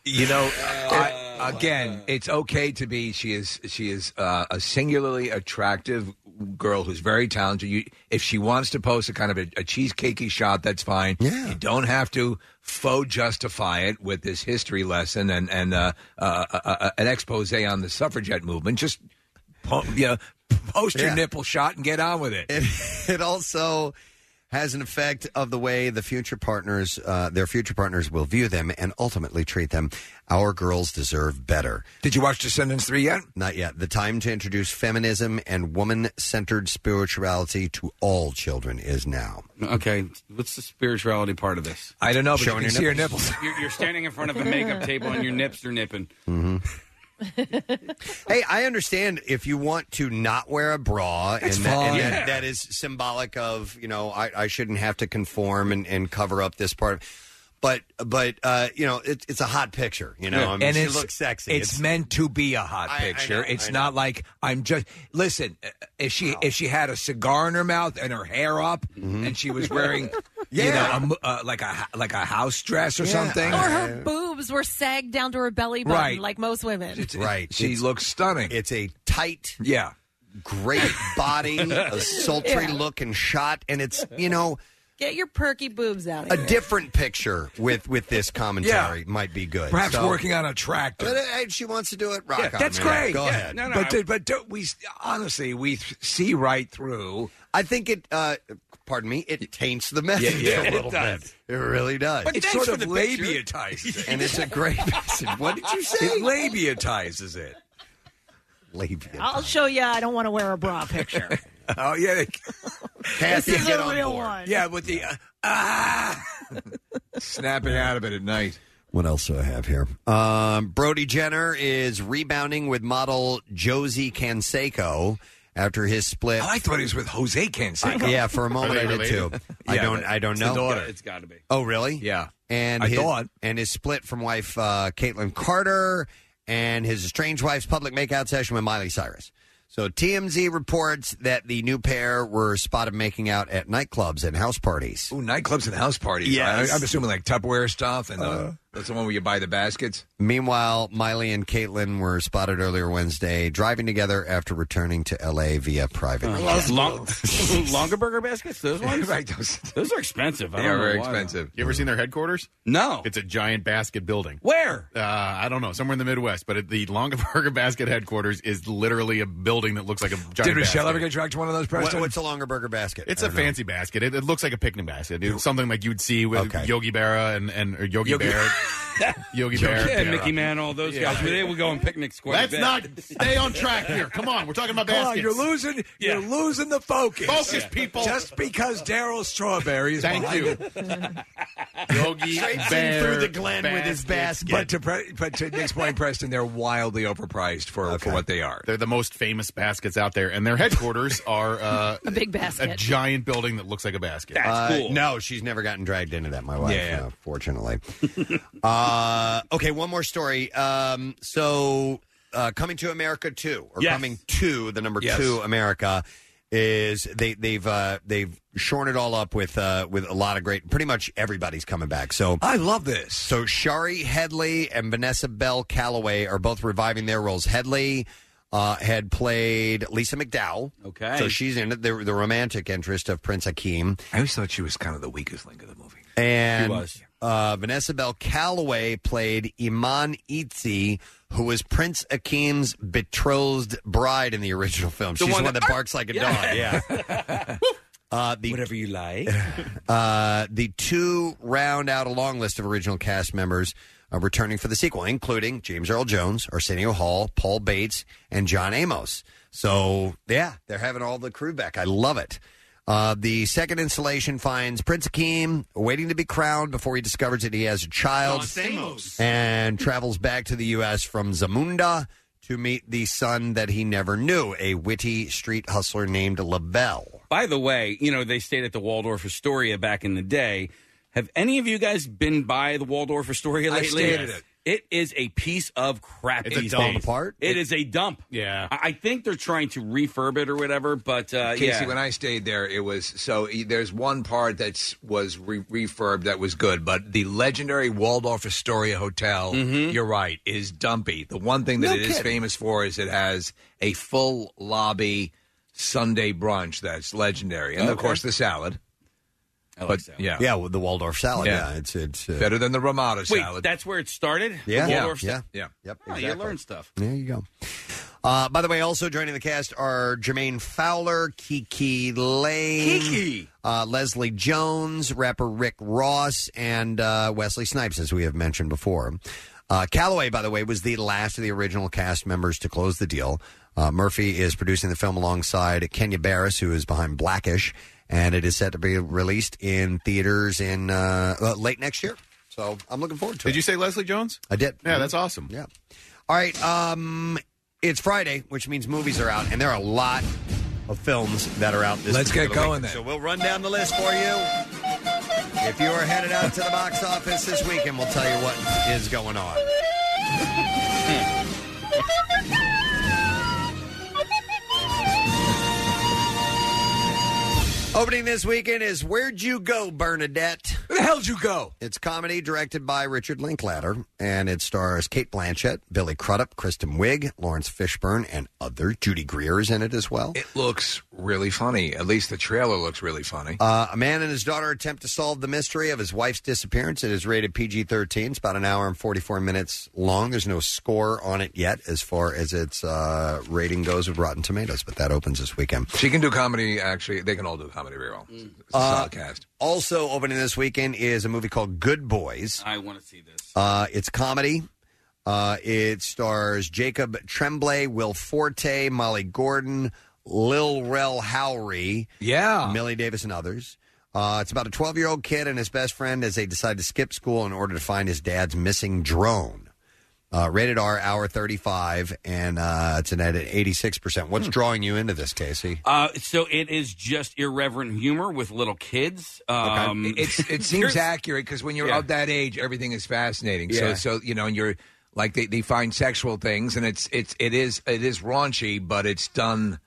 S4: You know, I, again, it's okay to be. She is. She is uh, a singularly attractive girl who's very talented. You, if she wants to post a kind of a, a cheesecakey shot, that's fine. Yeah. You don't have to faux justify it with this history lesson and and uh, uh, uh, uh, an expose on the suffragette movement. Just, po- you know, post your
S2: Yeah.
S4: nipple shot and get on with it.
S2: [laughs] it also has an effect of the way the future partners, uh, their future partners, will view them and ultimately treat them. Our girls deserve better.
S4: Did you watch Descendants three yet?
S2: Not yet. The time to introduce feminism and woman-centered spirituality to all children is now.
S7: Okay, what's the spirituality part of this?
S4: I don't know, but
S2: Showing
S4: you can
S2: your
S4: see
S2: nipples.
S4: your nipples.
S7: You're, you're standing in front of a makeup table and your nips are nipping.
S2: hey, I understand if you want to not wear a bra,
S7: That's
S2: and, that, and
S7: fine.
S2: that- that is symbolic of you know I, I shouldn't have to conform and, and cover up this part. But but uh, you know it, it's a hot picture. You know, I mean,
S4: and
S2: she
S4: it's,
S2: looks sexy.
S4: It's, meant to be a hot picture. it's not like I'm just listen. uh, If she if she had a cigar in her mouth and her hair up,
S2: Mm-hmm.
S4: and she
S2: [laughs]
S4: was wearing, you know, a, mo- uh, like a h- like a house dress or something, uh,
S12: Or her boobs were sagged down to her belly button,
S4: Right.
S12: like most women.
S2: [laughs] right.
S4: She looks stunning.
S2: It's a tight,
S4: yeah,
S2: great
S4: [laughs]
S2: body, a sultry
S12: Yeah.
S2: look and shot, and it's you know
S12: Get your perky boobs out of
S2: a
S12: here.
S2: different picture with with this commentary might be good.
S4: Perhaps
S2: So-
S4: working on a tractor.
S2: But, uh, hey, she wants to do it. Rock
S4: Yeah,
S2: on,
S4: that's
S2: man.
S4: great.
S2: Go
S4: Yeah.
S2: ahead.
S4: No, no, but do- but do, we honestly we th- see right through.
S2: I think it. Uh, pardon me. It taints the message
S4: Yeah,
S2: [laughs]
S4: yeah.
S2: a little
S4: It does.
S2: bit. It really does.
S4: But It's thanks sort for of the picture. [laughs] labiatized.
S2: and it's a great [laughs] message. What did you say?
S4: It labiatizes it.
S2: Labia.
S12: I'll show you. I don't want to wear a bra picture.
S4: [laughs] Oh yeah,
S12: This is a real one.
S4: Yeah, with the uh, ah, snapping out of it at night.
S2: What else do I have here? Um, Brody Jenner is rebounding with model Josie Canseco after his split.
S4: I thought he was with Jose Canseco.
S2: Uh, yeah, for a moment I did too. I
S4: [laughs] Yeah,
S2: don't.
S4: but
S2: I don't
S4: it's the
S2: know.
S4: daughter.
S7: It's got to be.
S2: Oh, really?
S4: Yeah.
S2: And
S4: I
S2: his,
S4: thought.
S2: and his split from wife uh, Caitlin Carter and his estranged wife's public makeout session with Miley Cyrus. So TMZ reports that the new pair were spotted making out at nightclubs and house parties.
S4: Ooh, nightclubs and house parties.
S2: Yes.
S4: I, am assuming like Tupperware stuff, and uh, that's the one where you buy the baskets.
S2: Meanwhile, Miley and Caitlin were spotted earlier Wednesday driving together after returning to LA via private. jet.
S7: Long, [laughs] longer burger
S4: [laughs]
S2: [laughs]
S7: baskets? Those ones?
S4: Right, those,
S7: those are expensive. I
S5: They
S7: don't
S5: are
S7: know
S5: very
S7: why, though.
S5: expensive. You ever seen their headquarters?
S7: No.
S5: It's a giant basket building.
S7: Where?
S5: Uh, I don't know. Somewhere in the Midwest. But at the Longaberger [laughs] Basket headquarters is literally a building that looks like a giant
S4: Did Michelle
S5: basket.
S4: ever get dragged to one of those? Preston?
S2: What- what's a longer burger basket?
S5: It's
S2: I
S5: a
S2: don't know.
S5: fancy basket. It, it looks like a picnic basket. It's something like you'd see with
S2: Okay.
S5: Yogi Berra and, and or Yogi,
S7: Yogi-
S5: Bear. Yogi Bear.
S7: Yeah, Mickey Man, all those guys. They would go on picnics quite
S5: Let's
S7: a bit.
S5: not stay
S4: [laughs]
S5: on track here. Come on, we're talking about
S4: Come on,
S5: baskets.
S4: you're losing. You're
S5: Yeah.
S4: losing the focus.
S5: Focus, people.
S4: Just because Daryl Strawberry is
S5: Thank
S4: behind
S5: you.
S2: [laughs]
S4: it.
S5: Yogi Bear
S2: through the Glen with his basket.
S4: But to pre- but to Nick's [laughs] point, Preston, they're wildly overpriced for, for what they are.
S5: They're the most famous baskets out there, and their headquarters are uh,
S12: A big basket.
S5: a giant building that looks like a basket.
S2: Uh, No, she's never gotten dragged into that. My wife,
S4: Yeah.
S2: uh, fortunately. [laughs] uh, okay, one more story. Um, so, uh, coming to America two or
S7: Yes.
S2: coming to the number
S4: Yes.
S2: two America is they they've uh, they've shorn it all up with uh, with a lot of great. Pretty much everybody's coming back. So
S4: I love this.
S2: so Shari Headley and Vanessa Bell Calloway are both reviving their roles. Headley uh, had played Lisa McDowell.
S7: Okay.
S2: So she's in it, the, the romantic interest of Prince Hakeem.
S4: I always thought she was kind of the weakest link of the movie.
S2: And
S7: She was.
S2: Uh, Vanessa Bell Calloway played Iman Itzi, who was Prince Akeem's betrothed bride in the original
S4: Um,
S2: film. She's the one, that, barks like a dog. [laughs] Yeah. Uh, the
S7: Whatever
S2: [laughs]
S7: you like.
S2: uh, the two round out a long list of original cast members. uh, returning for the sequel, including James Earl Jones, Arsenio Hall, Paul Bates, and John Amos. So, yeah, they're having all the crew back. I love it. Uh, the second installation finds Prince Akeem waiting to be crowned before he discovers that he has a child and travels back to the U.S. from Zamunda to meet the son that he never knew, a witty street hustler named Lavelle.
S7: [laughs] By the way, you know, they stayed at the Waldorf Astoria back in the day. Have any of you guys been by the Waldorf Astoria
S4: I've
S7: lately?
S4: stayed at it.
S7: It is a piece of crap.
S4: It's a
S7: these
S4: dump.
S7: days.
S4: Falling apart?
S7: It is a dump. Yeah. I I think they're trying to refurb it or whatever, but uh,
S4: Casey,
S7: yeah.
S4: when I stayed there, it was so. e- There's one part that's was re- refurbed that was good, but the legendary Waldorf Astoria Hotel,
S7: Mm-hmm.
S4: you're right, is dumpy. The one thing that
S13: No
S4: it is
S13: kidding.
S4: famous for is it has a full lobby Sunday brunch that's legendary, and of
S2: Okay.
S4: course the salad.
S7: I like
S4: but,
S7: salad.
S4: Yeah,
S2: yeah, with the Waldorf salad.
S4: Yeah.
S2: Yeah, it's it's uh,
S4: better than the Ramada
S7: Wait,
S4: salad.
S7: that's where it started?
S2: Yeah.
S7: The
S2: Yeah.
S7: Waldorf
S2: Yeah.
S7: sta-
S4: Yeah.
S2: Yep,
S7: Oh, you
S2: exactly.
S7: learn stuff.
S2: There you go. Uh, by the way, also joining the cast are Jermaine Fowler, Kiki Lane,
S7: Kiki.
S2: Uh, Leslie Jones, rapper Rick Ross, and uh, Wesley Snipes, as we have mentioned before. Uh, Calloway, by the way, was the last of the original cast members to close the deal. Uh, Murphy is producing the film alongside Kenya Barris, who is behind Blackish, and it is set to be released in theaters in uh, uh, late next year. So I'm looking forward to it.
S5: Did you say Leslie Jones?
S2: I did.
S5: Yeah, that's awesome.
S2: Yeah. All right. Um, it's Friday, which means movies are out, and there are a lot of films that are out this
S4: Let's get
S2: particular
S4: going
S2: weekend.
S4: then.
S2: So we'll run down the list for you. If you are headed out to the box office this weekend, we'll tell you what is going on. Opening this weekend is Where'd You Go, Bernadette?
S4: Where the hell'd you go?
S2: It's comedy directed by Richard Linklater, and it stars Kate Blanchett, Billy Crudup, Kristen Wiig, Lawrence Fishburne, and other. Judy Greer is in it as well.
S4: It looks really funny. At least the trailer looks really funny.
S2: Uh, a man and his daughter attempt to solve the mystery of his wife's disappearance. It is rated PG 13. It's about an hour and 44 minutes long. There's no score on it yet as far as its uh, rating goes with Rotten Tomatoes, but that opens this weekend.
S4: She can do comedy. Actually, they can all do comedy very well. It's a
S7: Uh,
S4: solid cast.
S2: Also opening this weekend is a movie called Good Boys.
S7: I want to see this.
S2: Uh, it's comedy. Uh, it stars Jacob Tremblay, Will Forte, Molly Gordon, Lil Rel Howery,
S4: yeah,
S2: Millie Davis, and others. Uh, it's about a 12 year old kid and his best friend as they decide to skip school in order to find his dad's missing drone. Uh, rated R, hour 35, and uh, it's an edit 86%. What's drawing you into this, Casey?
S7: Uh, so it is just irreverent humor with little kids. Um,
S4: It's
S7: [laughs]
S4: it seems accurate because when you're
S7: Yeah.
S4: of that age, everything is fascinating.
S7: Yeah.
S4: So so you know, and you're like they, they find sexual things, and it's it's it is it is raunchy, but it's done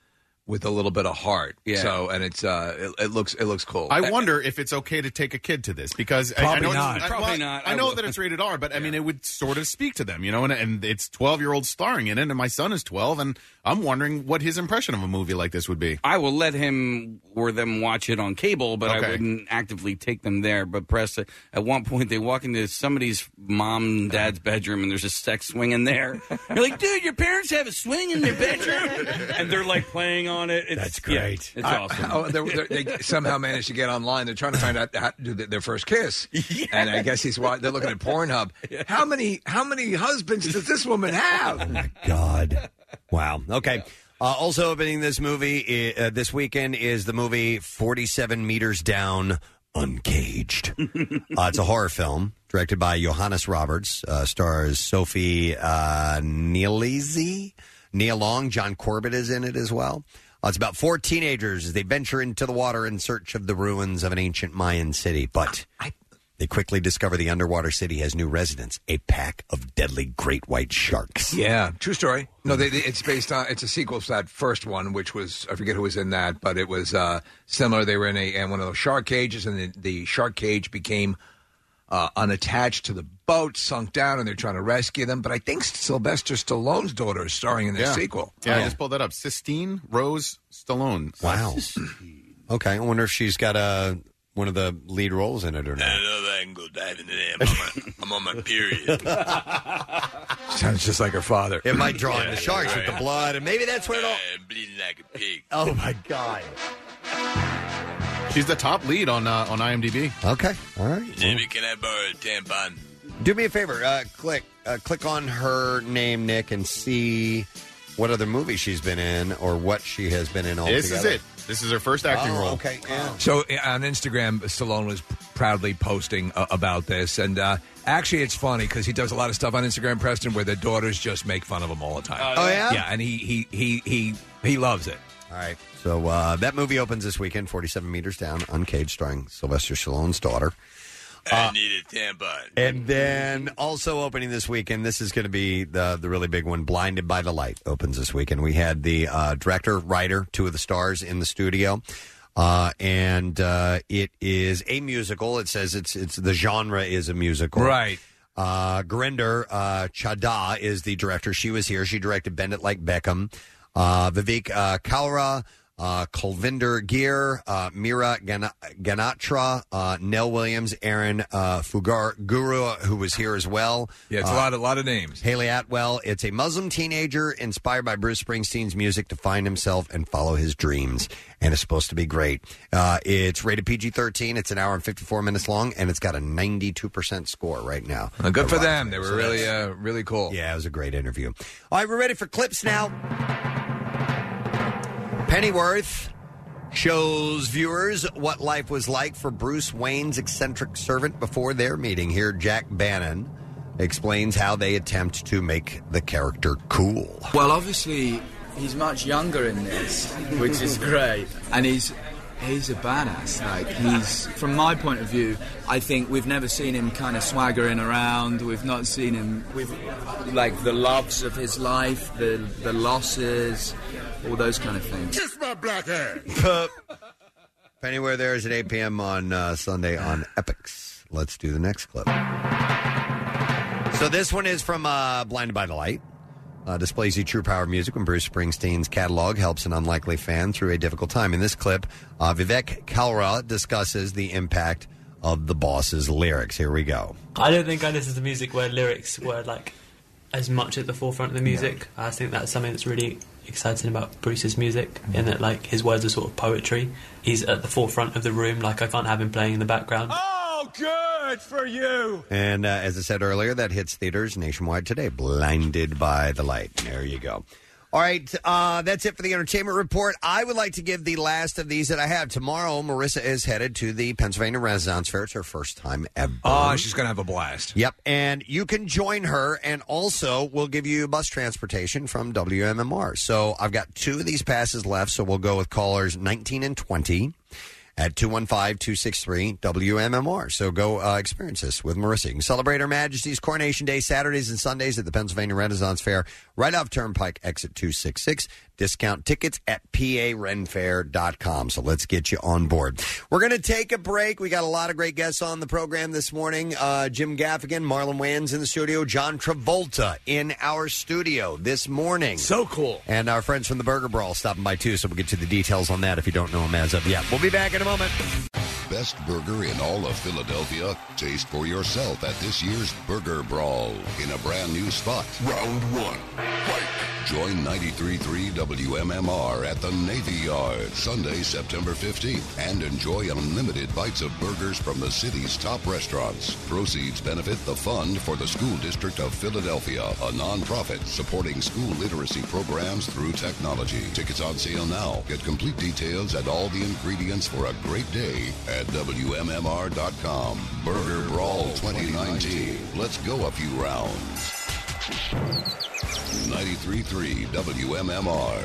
S4: with a little bit of heart.
S5: Yeah.
S4: So and it's uh it, it looks it looks cool.
S5: I wonder if it's okay to take a kid to this because I- I,
S4: Eh, Probably
S5: know it's-
S4: not.
S5: I,
S4: Probably
S5: well,
S4: not.
S5: I
S4: I
S5: know
S4: will.
S5: that it's rated R, but I mean, it would sort of speak to them, you know. And, and it's twelve year olds starring in it, and my son is twelve, and I'm wondering what his impression of a movie like this would be.
S7: I will let him or them watch it on cable, but I
S5: Okay.
S7: wouldn't actively take them there. But press it. At one point, they walk into somebody's mom and dad's bedroom, and there's a sex swing in there. [laughs] You're like, dude, your parents have a swing in their bedroom, and they're like playing on it. It's, That's great. it's
S4: I-
S7: awesome.
S4: oh, they're- they're- they somehow managed to get online. They're trying to find out how to do th- their first
S7: [laughs]
S4: kiss, and I guess he's wa- they're looking at Pornhub. How many how many husbands does this woman have?
S2: God. Wow. Okay. Uh, also opening this movie i- uh, this weekend is the movie 47 Meters Down
S6: [laughs]
S2: Uncaged. uh, it's a horror film directed by Johannes Roberts, uh, stars Sophie uh, Nielese, Nia Long, John Corbett is in it as well. Uh, it's about four teenagers as they venture into the water in search of the ruins of an ancient Mayan city, but they quickly discover the underwater city has new residents, a pack of deadly great white sharks.
S4: Yeah, true story. No, they, they, it's based on it's a sequel to that first one, which was I forget who was in that, but it was uh, similar. They were in a in one of those shark cages, and the, the shark cage became uh, unattached to the boat, sunk down, and they're trying to rescue them. But I think Sylvester Stallone's daughter is starring in this
S5: yeah.
S4: sequel. Oh.
S5: Yeah, I just pulled that up. Sistine Rose Stallone.
S2: Wow. okay, I wonder if she's got a one of the lead roles in it or not.
S4: I can go diving in there. I'm on my period. [laughs]
S2: [laughs]
S4: Sounds just like her father.
S2: It might draw in the sharks with the blood, and maybe that's where it all.
S4: bleeding like a pig.
S2: Oh my God.
S5: She's the top lead on uh, on IMDb.
S2: Okay. All right.
S14: can I borrow a tampon?
S2: Do me a favor. Uh, click uh, click on her name, Nick, and see what other movie she's been in or what she has been in. Altogether.
S5: This is it. This is her first acting
S2: Oh,
S5: role.
S2: Okay. Yeah.
S4: So uh, on Instagram, Stallone was proudly posting uh, about this, and uh, actually, it's funny because he does a lot of stuff on Instagram, Preston, where the daughters just make fun of him all the time.
S2: Oh, yeah?
S4: yeah, and he he he he he loves it.
S2: All right. So uh, that movie opens this weekend, 47 Meters Down, Uncaged, starring Sylvester Stallone's daughter. Uh,
S4: need a damn bud.
S2: and then also opening this weekend, this is going to be the the really big one. Blinded by the Light opens this weekend. We had the uh, director, writer, two of the stars in the studio, uh, and uh, it is a musical. It says it's it's the genre is a musical,
S4: Right.
S2: Uh, Grinder uh, Chadha is the director. She was here. She directed Bend It Like Beckham. Uh, Vivek uh, Kalra, uh, Kulvinder Gear, uh, Mira Gan- Ganatra, uh, Nell Williams, Aaron uh, Fugar Guru, uh, who was here as well.
S4: Yeah, it's
S2: Uh,
S4: a lot a lot of names.
S2: Haley Atwell. It's a Muslim teenager inspired by Bruce Springsteen's music to find himself and follow his dreams. And it's supposed to be great. Uh, it's rated PG 13. It's an hour and 54 minutes long, and it's got a 92% score right now.
S4: Uh, good for
S2: At Rotten
S4: them. They
S2: Tomatoes.
S4: were
S2: So
S4: really
S2: that's-
S4: uh, really cool.
S2: Yeah, it was a great interview. All right, we're ready for clips now. Pennyworth shows viewers what life was like for Bruce Wayne's eccentric servant before their meeting. Here, Jack Bannon explains how they attempt to make the character cool.
S13: Well, obviously, he's much younger in this, which is great. And he's he's a badass. Like he's from my point of view, I think we've never seen him kind of swaggering around. We've not seen him with like the loves of his life, the the losses, all those kind of things.
S2: Kiss my black hair. Pennyworth there is at 8 p.m. on uh, Sunday on Epics. Let's do the next clip. So this one is from uh, Blinded by the Light. Uh, displays the true power of music when Bruce Springsteen's catalog helps an unlikely fan through a difficult time. In this clip, uh, Vivek Kalra discusses the impact of the boss's lyrics. Here we go.
S14: I don't think I listened to music where lyrics were like as much at the forefront of the music. I think that's something that's really exciting about Bruce's music in that like his words are sort of poetry. He's at the forefront of the room, like I can't have him playing in the background.
S6: Oh, good for you.
S2: And uh, as I said earlier, that hits theaters nationwide today. Blinded by the light. There you go. All right, uh, that's it for the entertainment report. I would like to give the last of these that I have. Tomorrow, Marissa is headed to the Pennsylvania Renaissance Fair. It's her first time ever.
S4: Oh, she's gonna have a blast.
S2: Yep, and you can join her, and also we'll give you bus transportation from WMMR. So I've got two of these passes left, so we'll go with callers 19 and 20 at 215-263-WMMR. So go uh, experience this with Marissa. You can celebrate Her Majesty's Coronation Day Saturdays and Sundays at the Pennsylvania Renaissance Fair right off Turnpike exit 266. Discount tickets at parenfair.com. So let's get you on board. We're going to take a break. We got a lot of great guests on the program this morning. Uh, Jim Gaffigan, Marlon Wayans in the studio, John Travolta uh, in our studio this morning. So cool. And our friends from the Burger Brawl stopping by too, so we'll get to the details on that if you don't know them as of yet. We'll be back in a moment.
S1: Best burger in all of Philadelphia. Taste for yourself at this year's Burger Brawl in a brand new spot. Round one. Join 93.3 WMMR at the Navy Yard Sunday, September 15th, and enjoy unlimited bites of burgers from the city's top restaurants. Proceeds benefit the Fund for the School District of Philadelphia, a nonprofit supporting school literacy programs through technology. Tickets on sale now. Get complete details and all the ingredients for a great day at WMMR.com. Burger Brawl 2019. Let's go a few rounds. 93.3 WMMR.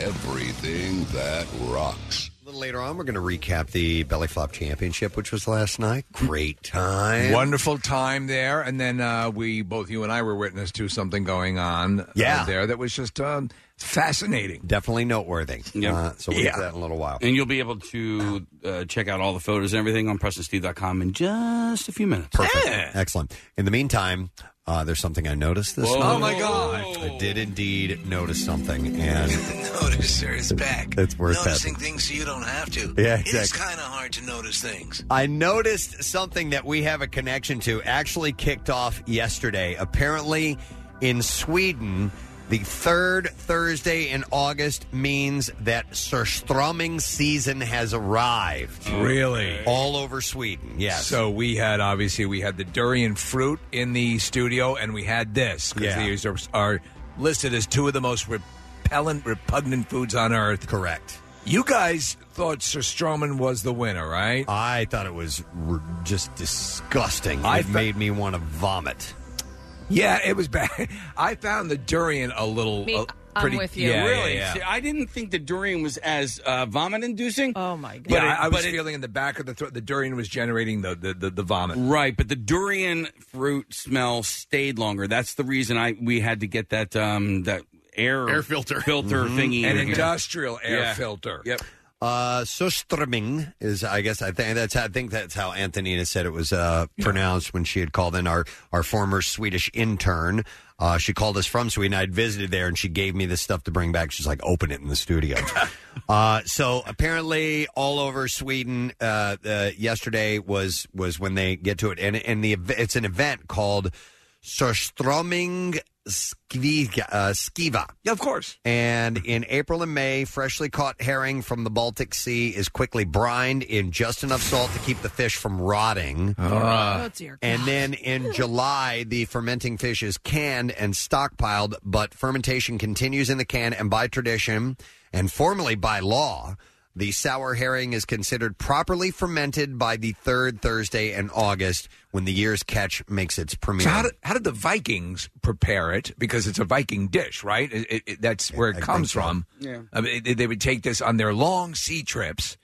S1: Everything that rocks.
S2: A little later on, we're going to recap the Belly Flop Championship, which was last night. Great time.
S4: Wonderful time there, and then uh, we both you and I were witness to something going on uh,
S2: Yeah.
S4: there that was just um, fascinating.
S2: Definitely noteworthy.
S7: Yep.
S2: Uh, so we'll get to
S7: Yeah.
S2: that in
S4: [laughs]
S2: a little while.
S7: And you'll be able to uh, check out all the photos and everything on PrestonSteve.com in just a few minutes.
S2: Perfect. Excellent. In the meantime, uh, there's something I noticed this
S7: Whoa.
S2: morning.
S7: Oh, my
S4: God.
S2: I did indeed notice something,
S4: [laughs]
S2: and
S4: Noticer is back.
S2: It's worth
S4: noticing
S2: having.
S4: things so you don't have to.
S2: Yeah,
S4: It is
S2: exactly.
S4: kind of hard to notice things.
S2: I noticed something that we have a connection to actually kicked off yesterday. Apparently, in Sweden, The third Thursday in August means that Surströmming season has arrived.
S4: Really?
S2: All over Sweden, yes.
S4: So we had obviously we had the durian fruit in the studio, and we had this because
S2: Yeah.
S4: these are, are listed as two of the most repellent, repugnant foods on earth.
S2: Correct.
S4: You guys thought Sir Stroman was the winner, right?
S2: I thought it was just disgusting.
S4: I
S2: it
S4: fe-
S2: made me want to vomit.
S4: Yeah, it was bad. [laughs] I found the durian a little.
S7: Me-
S4: uh,
S7: I'm
S4: pretty,
S7: with you.
S4: Yeah,
S7: Really?
S4: yeah,
S7: See,
S4: yeah.
S7: I didn't think the durian was as uh, vomit inducing.
S3: Oh my god!
S4: But I, I was feeling in the back of the throat. The durian was generating the the, the, the vomit.
S7: Right, but the durian fruit smell stayed longer. That's the reason I we had to get that um that air
S4: Air filter.
S7: filter
S4: Mhm.
S7: thingy,
S4: An
S7: in here.
S4: industrial air
S7: Mm-hmm. Yeah.
S4: filter.
S7: Yep.
S2: Uh, Surströmming is, I guess, I think that's, I think that's how Antonina said it was uh, pronounced when she had called in our our former Swedish intern. Uh, she called us from Sweden. I'd visited there, and she gave me this stuff to bring back. She's like, "Open it in the studio." uh, so apparently, all over Sweden, uh, uh, yesterday was was when they get to it, and and the ev- it's an event called Surströmming Skiva. Uh, Skiva.
S4: Yeah, of course.
S2: And in April and May, freshly caught herring from the Baltic Sea is quickly brined in just enough salt to keep the fish from rotting.
S6: Ah. Oh, dear
S2: and then
S6: [laughs]
S2: in July, the fermenting fish is canned and stockpiled, but fermentation continues in the can. And by tradition, and formally by law, the sour herring is considered properly fermented by the third Thursday in August when the year's catch makes its premiere.
S4: So how did, how did the Vikings prepare it? Because it's a Viking dish, right? It, it, it- that's where it comes from.
S7: Yeah.
S4: I mean, they- they would take this on their long sea trips.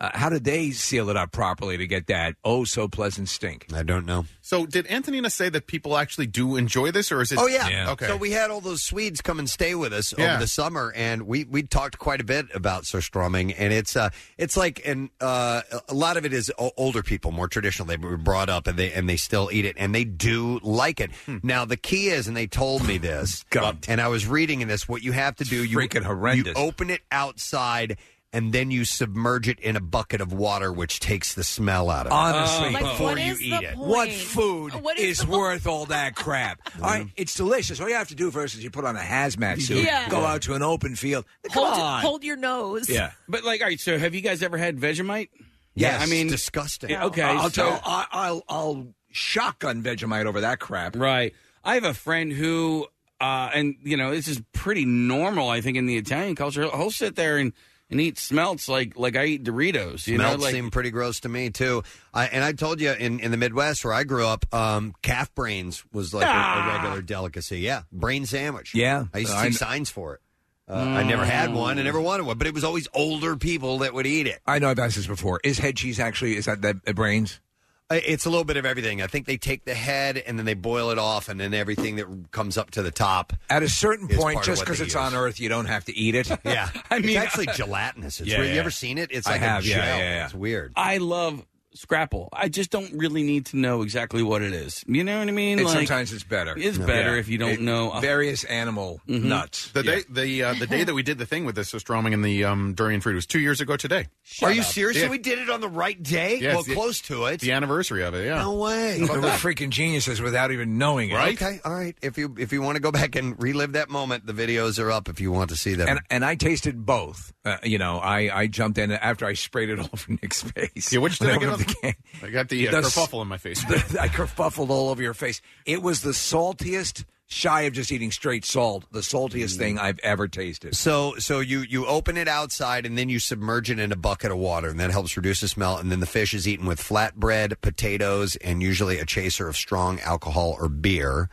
S4: Uh, how did they seal it up properly to get that oh so pleasant stink?
S2: I don't know.
S5: So did Antonina say that people actually do enjoy this, or is it?
S2: Oh yeah.
S5: Okay.
S2: So we had all those Swedes come and stay with us
S5: Yeah.
S2: over the summer, and we we talked quite a bit about surströmming, and it's uh it's like and uh, a lot of it is o- older people, more traditional. They were brought up, and they and they still eat it, and they do like it.
S5: Hmm.
S2: Now the key is, and they told
S5: [laughs]
S2: me this, and I was reading in this what you have to do. You
S4: freaking horrendous.
S2: You open it outside. And then you submerge it in a bucket of water, which takes the smell out of it.
S4: Honestly,
S2: before you eat it,
S4: Oh. What food
S6: What
S4: is, worth all
S2: [laughs]
S4: that crap? all right, it's delicious. All you have to do first is you put on a hazmat suit,
S3: Yeah.
S4: go out to an open field. Come
S3: Hold,
S4: on.
S3: hold your nose.
S7: But like, all right. So, have you guys ever had Vegemite?
S4: Yes,
S7: I mean,
S2: disgusting.
S7: Yeah, Okay,
S4: I'll
S7: so-
S4: tell. I, I'll I'll shotgun Vegemite over that crap.
S7: Right. I have a friend who, uh, and you know, this is pretty normal, I think, in the Italian culture. He'll, he'll sit there and, and eat smelts like like I eat Doritos. You
S2: Smelts
S7: know, like
S2: seem pretty gross to me too. I, and I told you in, in the Midwest where I grew up, um, calf brains was like a- a, regular delicacy. Yeah, brain sandwich.
S4: Ah. Yeah.
S2: I used to
S4: I
S2: see
S4: kn- Mm.
S2: signs for it. Uh, I never had one. I never wanted one, but it was always older people that would eat it.
S4: I know I've asked this before. Is head cheese actually is that the, the brains?
S2: I- It's a little bit of everything. I think they take the head and then they boil it off, and then everything that comes up to the top.
S4: At a certain
S2: is
S4: point,
S2: part of
S4: just
S2: what
S4: because
S2: they
S4: it's
S2: use.
S4: on Earth, you don't have to eat it.
S2: [laughs]
S4: [laughs]
S2: Yeah,
S7: I
S2: it's
S7: mean-
S2: actually gelatinous. It's
S4: Yeah,
S2: weird. You
S4: yeah.
S2: ever seen it? It's
S4: I
S2: like
S4: have,
S2: a
S4: yeah,
S2: gel.
S4: yeah, yeah.
S2: It's weird.
S7: I love Scrapple. I just don't really need to know exactly what it is. You know what I mean?
S4: And
S7: Like,
S4: sometimes it's better.
S7: It's better
S4: Yeah.
S7: if you don't
S4: It-
S7: know. Uh,
S4: various animal
S7: Mhm.
S4: nuts.
S5: Mm-hmm. The
S4: Yeah.
S5: day the uh, the day that we did the thing with the Surströmming and the um, durian fruit was two years ago today.
S2: Are you serious?
S5: Yeah.
S2: So we did it on the right day?
S5: Yeah,
S2: well,
S5: it's the-
S2: close to it.
S5: The anniversary of it. Yeah.
S2: No way.
S4: They were freaking geniuses without even knowing it.
S2: Okay. All right. If you if you want to go back and relive that moment, the videos are up. If you want to see them,
S4: And and I tasted both. Uh, you know, I, I jumped in after I sprayed it [laughs] all over Nick's face.
S5: Yeah, which did
S4: When
S5: I get
S4: opened
S5: up? I got the, uh,
S4: s-
S5: kerfuffle in my face.
S4: [laughs] the- I kerfuffled all over your face. It was the saltiest, shy of just eating straight salt, the saltiest thing I've ever tasted.
S2: so so you you open it outside and then you submerge it in a bucket of water, and that helps reduce the smell. And then the fish is eaten with flatbread, potatoes, and usually a chaser of strong alcohol or beer.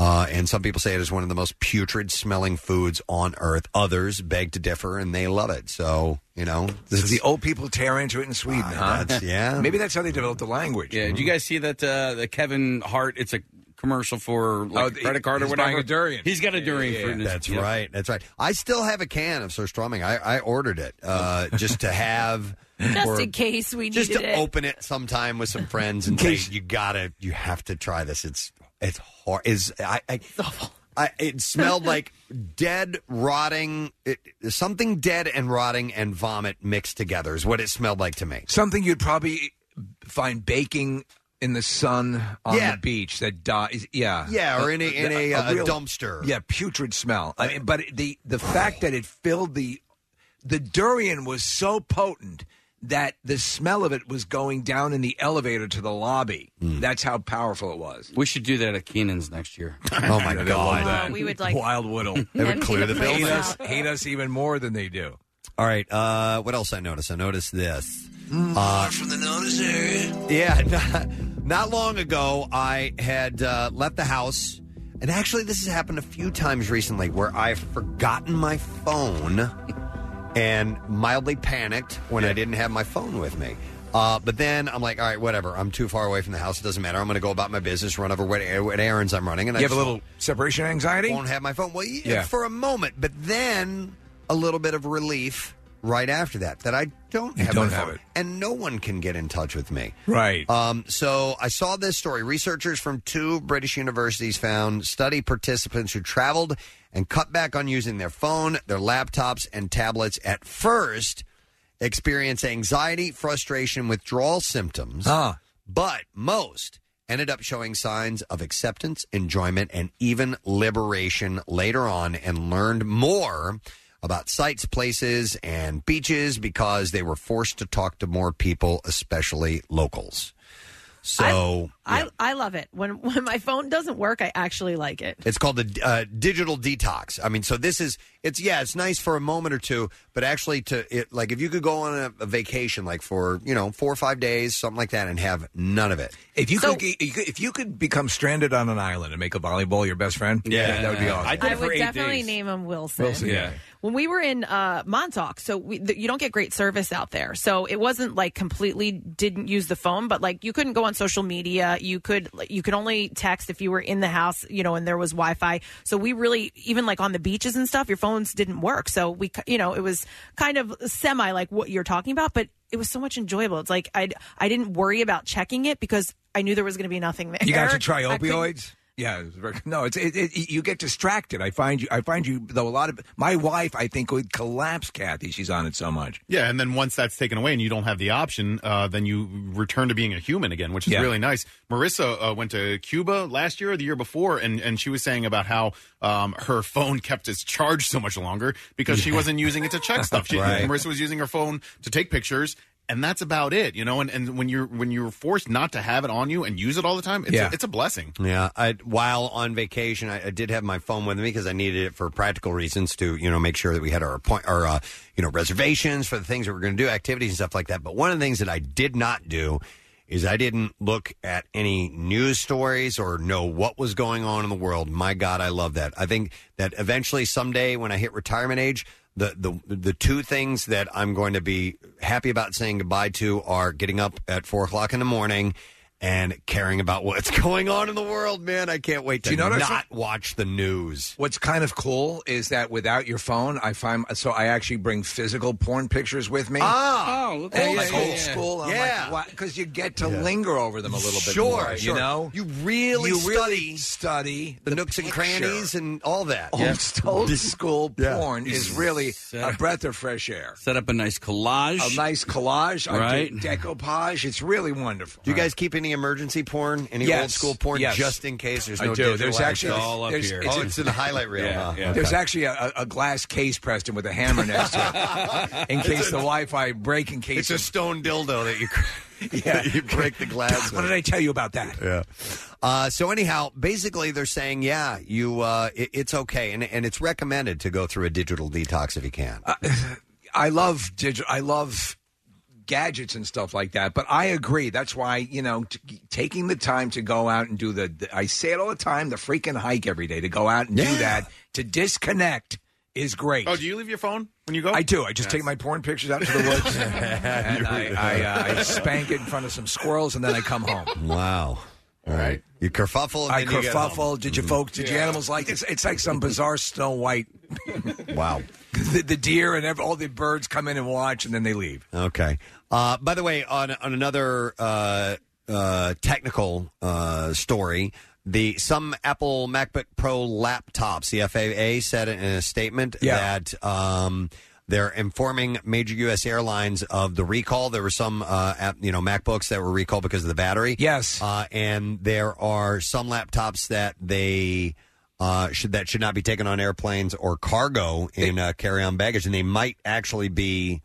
S2: Uh, and some people say it is one of the most putrid smelling foods on earth. Others beg to differ, and they love it. So you know,
S4: So the old people tear into it in Sweden, huh?
S2: that's- yeah.
S4: Maybe that's how they developed the language.
S7: yeah. Did you guys see that? Uh, the Kevin Hart. It's a commercial for like,
S4: Oh,
S7: a credit card or
S4: he's
S7: whatever.
S4: buying a durian.
S7: He's got a durian fruit. in his-
S2: That's
S7: yeah.
S2: right. That's right. I still have a can of Sir Strumming. I, I ordered it uh, just to have.
S3: [laughs] Just
S2: or-
S3: in case we
S2: just
S3: needed
S2: to
S3: it.
S2: open it sometime with some
S3: [laughs]
S2: friends and say you gotta you have to try this it's it's hard is I, I, I it
S3: [laughs]
S2: smelled like dead rotting it, something dead and rotting and vomit mixed together is what it smelled like to me
S4: Something you'd probably find baking in the sun on
S2: Yeah.
S4: the beach that dies. Yeah,
S2: Yeah, or in a- in a, uh,
S4: real-
S2: dumpster.
S4: Yeah, putrid smell. I mean, but the the fact that it filled the the durian was so potent that the smell of it was going down in the elevator to the lobby.
S2: Hmm.
S4: That's how powerful it was.
S7: We should do that at Keenan's next year.
S4: [laughs]
S2: Oh my God.
S3: Oh, we would, like,
S4: wild whittle.
S2: They would empty clear the the place
S4: hate
S2: building.
S4: us, hate us even more than they do.
S2: All right. Uh, what else I noticed? I noticed this.
S4: Hmm.
S2: Uh,
S4: from the notice area.
S2: Yeah, [laughs] not, not long ago, I had uh, left the house, and actually, this has happened a few times recently where I've forgotten my phone and mildly panicked when I didn't have my phone with me. Uh, but then I'm like, all right, whatever. I'm too far away from the house. It doesn't matter. I'm going to go about my business, run over what, what errands I'm running. And I
S4: You have a
S2: just-
S4: little separation anxiety.
S2: Won't have my phone. Well, yeah,
S4: Yeah.
S2: for a moment, but then a little bit of relief right after that that I don't
S4: You
S2: have
S4: don't
S2: my
S4: have
S2: phone,
S4: it.
S2: and no one can get in touch with me.
S4: Right.
S2: Um, so I saw this story. Researchers from two British universities found study participants who traveled and cut back on using their phone, their laptops, and tablets at first experience anxiety, frustration, withdrawal symptoms.
S4: Ah.
S2: But most ended up showing signs of acceptance, enjoyment, and even liberation later on and learned more about sites, places, and beaches because they were forced to talk to more people, especially locals. So
S3: I, I love it. When when my phone doesn't work, I actually like it.
S2: It's called the uh, digital detox. I mean, so this is it's yeah, it's nice for a moment or two, but actually, to it like if you could go on a, a vacation like for you know four or five days, something like that, and have none of it.
S4: If you could, you could- if you could become stranded on an island and make a volleyball your best friend,
S2: Yeah.
S4: that would be awesome.
S3: I would definitely name him Wilson.
S4: Wilson, yeah.
S3: When we were in uh, Montauk, so we, th- you don't get great service out there. So it wasn't like completely didn't use the phone, but like you couldn't go on social media. You could like, you could only text if you were in the house, you know, and there was Wi-Fi. So we really even like on the beaches and stuff, your phones didn't work. So we, c- you know, it was kind of semi like what you're talking about, but it was so much enjoyable. It's like I I didn't worry about checking it because I knew there was going to be nothing there.
S4: You got to try
S3: I couldn't-
S4: opioids. Yeah, it's very- no, it's it, it, you get distracted. I find you. I find you though. A lot of my wife, I think, would collapse. Kathy, she's on it so much.
S5: Yeah, and then once that's taken away and you don't have the option, uh, then you return to being a human again, which is
S4: Yeah.
S5: really nice. Marissa uh, went to Cuba last year or the year before, and, and she was saying about how um, her phone kept its charge so much longer because she
S15: Yeah.
S5: wasn't using it to check stuff. She,
S15: Right.
S5: Marissa was using her phone to take pictures. And that's about it, you know. And, and when you're when you're forced not to have it on you and use it all the time, it's,
S2: Yeah.
S5: a, it's a blessing.
S2: Yeah, I, while on vacation, I, I did have my phone with me because I needed it for practical reasons to you know make sure that we had our appoint our uh, you know reservations for the things that we're going to do, activities and stuff like that. But one of the things that I did not do is I didn't look at any news stories or know what was going on in the world. My God, I love that. I think that eventually someday when I hit retirement age. The, the the two things that I'm going to be happy about saying goodbye to are getting up at four o'clock in the morning and caring about what's [laughs] going on in the world, man. I can't wait to
S4: Do you know what I
S2: not watch the news.
S4: What's kind of cool is that without your phone, I find so I actually bring physical porn pictures with me.
S2: Ah. Oh, look at
S4: And,
S2: that.
S4: like
S2: Yeah, yeah,
S4: old
S2: yeah.
S4: school. I'm
S2: Yeah.
S4: like, because you get to linger over them a little bit.
S2: Sure,
S4: more,
S2: sure.
S4: you know,
S2: You really
S4: you
S2: study
S4: really study
S2: the, nooks and crannies and all that.
S4: Old, old school porn is really
S7: Set
S4: a
S7: up-
S4: breath of fresh air.
S7: Set up a nice collage.
S4: A nice collage,
S7: Right.
S4: right? decoupage. It's really wonderful.
S2: Do you guys keep any emergency porn, any
S4: Yes.
S2: old school porn,
S4: Yes.
S2: just in case there's
S4: I
S2: no
S4: do.
S2: digital
S4: There's actually
S2: access?
S4: there's-
S2: oh, it's in the highlight reel.
S4: Yeah,
S2: huh?
S4: yeah.
S2: Okay.
S4: There's actually a, a glass case, Preston, with a hammer next to
S2: [laughs]
S4: it, in case the Wi-Fi break. In case
S2: It's a stone dildo that [laughs] you
S4: yeah
S2: you break the glass.
S4: What
S2: with.
S4: did I tell you about that?
S2: Yeah. Uh, so anyhow, basically they're saying, yeah, you, uh, it, it's okay, and and it's recommended to go through a digital detox if you can.
S4: Uh, [laughs] I love digital. I love gadgets and stuff like that. But I agree. That's why you know t- taking the time to go out and do the, the- I say it all the time. The freaking hike every day to go out and do that to disconnect is great.
S5: Oh, do you leave your phone when you go?
S4: I do. I just
S5: Yes.
S4: take my porn pictures out to
S5: [laughs]
S4: the woods and I, I, uh, I spank it in front of some squirrels and then I come home.
S2: Wow. All right. You kerfuffle. And
S4: I
S2: then you get home. Mm-hmm.
S4: kerfuffle. Did you folks? Did you
S2: Yeah.
S4: animals like this? It's like some bizarre Snow White.
S2: wow.
S4: [laughs] The, the deer and ev all the birds come in and watch, and then they leave.
S2: Okay. Uh, by the way, on on another uh, uh, technical uh, story, the some Apple MacBook Pro laptops, the FAA said in a statement that um, They're informing major U.S. airlines of the recall. There were some, uh, app- you know, MacBooks that were recalled because of the battery. Yes, uh, and there are some laptops that they uh, should that should not be taken on airplanes or cargo in uh, carry-on baggage, and they might actually be,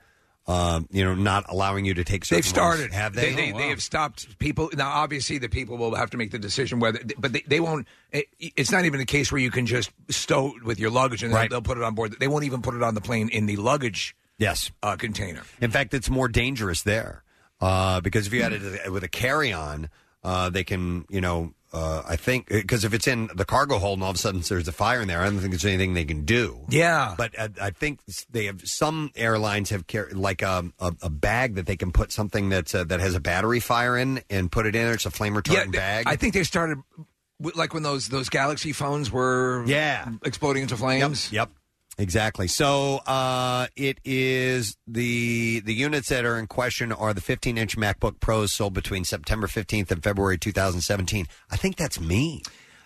S2: uh, you know, not allowing you to take. Certain
S4: They've started.
S2: Ones. Have they? Oh,
S4: They, they have stopped people. Now, obviously, the people will have to make the decision whether, but they, they won't. It, it's not even a case where you can just stow it with your luggage and
S2: Right.
S4: they'll, they'll put it on board. They won't even put it on the plane in the luggage
S2: yes
S4: uh, container.
S2: In fact, it's more dangerous there uh, because if you had
S4: Hmm.
S2: it with a carry-on, uh, they can, you know, uh, I think because if it's in the cargo hold and all of a sudden there's a fire in there, I don't think there's anything they can do.
S4: Yeah,
S2: but uh, I, I think they have some airlines have car- like um, a, a bag that they can put something that's uh, that has a battery fire in and put it in. It's a flame
S4: Yeah,
S2: retardant
S4: they-
S2: bag.
S4: I think they started with- like when those those Galaxy phones were
S2: yeah
S4: exploding into flames.
S2: Yep. Exactly. So uh, it is the the units that are in question are the 15 inch MacBook Pros sold between September 15th and February 2017. I think that's me.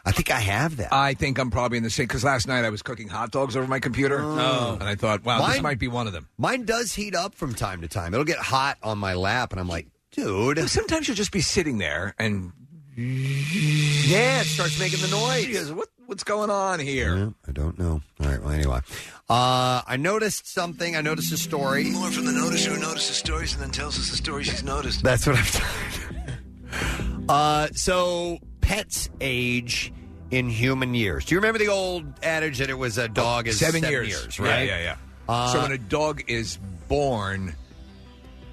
S2: I think I have that.
S4: I think I'm probably in the same because last night I was cooking hot dogs over my computer,
S2: Oh.
S4: and I thought, wow, this
S2: Mine-
S4: might be one of them.
S2: Mine does heat up from time to time. It'll get hot on my lap, and I'm like, dude.
S4: Sometimes you'll just be sitting there and
S2: yeah, it starts making the noise.
S4: what what's going on here?
S2: I don't know. All right. Well, anyway, uh, I noticed something. I noticed a story.
S4: More from the noticer who notices stories and then tells us the stories he's noticed.
S2: That's what I've done. uh, so pets age in human years. Do you remember the old adage that it was a dog is seven, years, right? Uh,
S4: Yeah, yeah. yeah. so when a dog is born,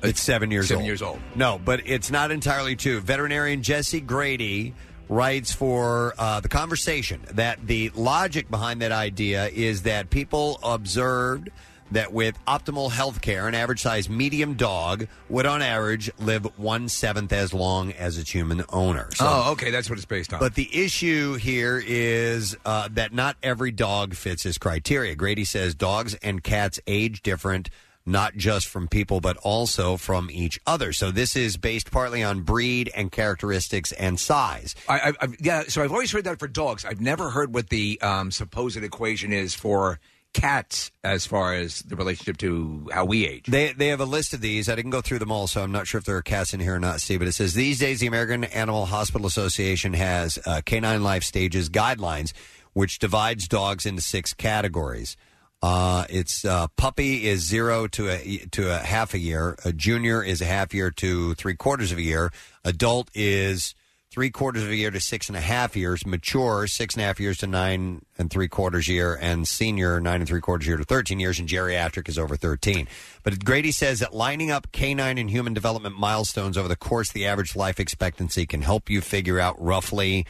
S2: it's seven years
S4: seven
S2: old.
S4: years old.
S2: No, but it's not entirely true. Veterinarian Jesse Grady writes for uh, The Conversation that the logic behind that idea is that people observed that with optimal health care, an average sized medium dog would on average live one seventh as long as its human owner. So-
S4: oh, okay, that's what it's based on.
S2: but the issue here is uh, that not every dog fits his criteria. Grady says dogs and cats age different, not just from people, but also from each other. So this is based partly on breed and characteristics and size.
S4: I, I, I've, yeah, so I've always heard that for dogs. I've never heard what the um, supposed equation is for cats as far as the relationship to how we age.
S2: They they have a list of these. I didn't go through them all, so I'm not sure if there are cats in here or not, Steve. But it says these days the American Animal Hospital Association has uh, canine life stages guidelines, which divides dogs into six categories. Uh, it's uh, puppy is zero to a to a half a year. A junior is a half year to three quarters of a year. Adult is three quarters of a year to six and a half years, mature six and a half years to nine and three quarters year, and senior nine and three quarters year to 13 years, and geriatric is over 13. But Grady says that lining up canine and human development milestones over the course of the average life expectancy can help you figure out roughly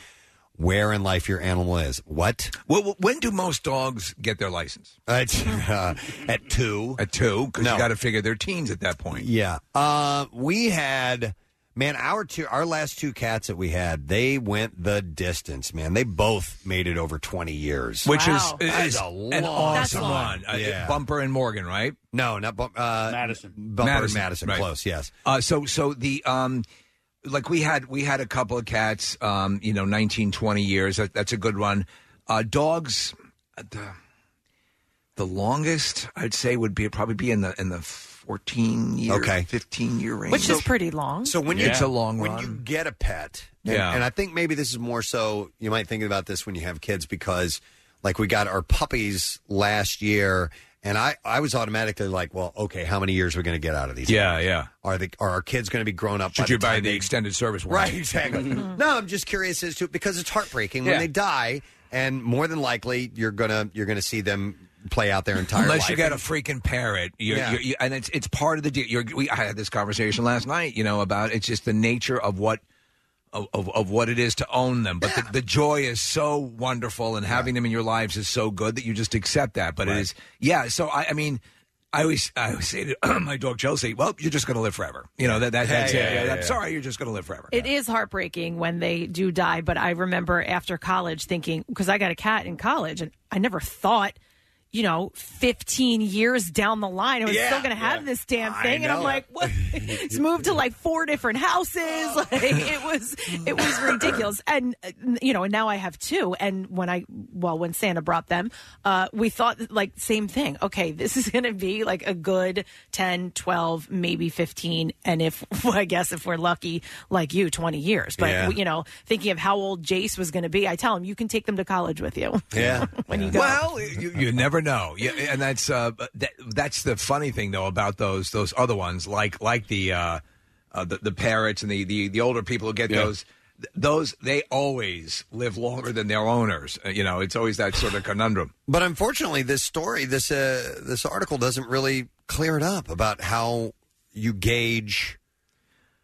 S2: where in life your animal is. What?
S4: Well, when do most dogs get their license?
S2: uh, [laughs] at two.
S4: At two, because
S2: No.
S4: you got to figure they're teens at that point.
S2: Yeah. Uh, we had man our two our last two cats that we had they went the distance man they both made it over 20 years
S4: Which is,
S2: That
S4: is
S2: a
S4: an
S2: long
S4: awesome
S2: time.
S4: one. Uh,
S2: yeah.
S4: Bumper and Morgan, right?
S2: No, not Bump, uh, Madison. Bumper and Madison, close, yes.
S4: Uh, so, so the um, like we had we had a couple of cats, um, you know, 19, 20 years. That, that's a good one. Uh, dogs, uh, the, the longest I'd say would be probably be in the in the fourteen year,
S2: Okay.
S4: fifteen year range,
S3: Which
S4: So-
S3: is pretty long.
S2: so when you
S4: it's a long
S2: when
S4: run.
S2: you get a pet and,
S4: Yeah.
S2: and i think maybe this is more so you might think about this when you have kids because like we got our puppies last year and i i was automatically like well okay how many years are we going to get out of these
S4: Yeah,
S2: things?
S4: yeah.
S2: are the are our kids going to be grown up
S4: Should
S2: by
S4: you
S2: the
S4: buy
S2: time
S4: the
S2: they-
S4: extended service? one?
S2: Right,
S4: [laughs]
S2: exactly. no, I'm just curious as to because it's heartbreaking
S4: Yeah.
S2: when they die, and more than likely you're gonna you're gonna see them play out their entire
S4: Unless
S2: life.
S4: you got a freaking parrot, you're,
S2: Yeah.
S4: you're, you and it's it's part of the deal. You're, we, I had this conversation last night, you know, about it's just the nature of what of, of, of what it is to own them. But the, the joy is so wonderful, and having them in your lives is so good that you just accept that. But it is, yeah. So I, I mean. I always, I always say to [clears throat] my dog Chelsea, "Well, you're just going to live forever." You know that, that
S2: Yeah,
S4: that's
S2: yeah,
S4: it.
S2: yeah,
S4: I'm
S2: yeah.
S4: sorry, you're just going to live forever.
S3: It is heartbreaking when they do die, but I remember after college thinking because I got a cat in college and I never thought you know, 15 years down the line, I was
S6: Yeah,
S3: still going to have
S6: yeah.
S3: this damn
S6: I
S3: thing. And I'm
S6: know.
S3: like,
S6: [laughs]
S3: what? It's moved to like four different houses. [laughs] Like, it was, it was ridiculous. And, uh, you know, and now I have two. And when I, well, when Santa brought them, uh, we thought like same thing. Okay, this is going to be like a good 10, 12, maybe 15. And if, [laughs] I guess if we're lucky, like you, 20 years. But,
S6: Yeah.
S3: you know, thinking of how old Jace was going to be, I tell him, you can take them to college with you.
S4: Yeah.
S3: when you go.
S4: well, you, you never know. Yeah, and that's uh, that, that's the funny thing though about those those other ones, like like the uh, uh, the, the parrots and the, the the older people who get
S6: Yeah.
S4: those. th- Those they always live longer than their owners. Uh, You know, it's always that sort of conundrum.
S2: But unfortunately, this story, this uh, this article doesn't really clear it up about how you gauge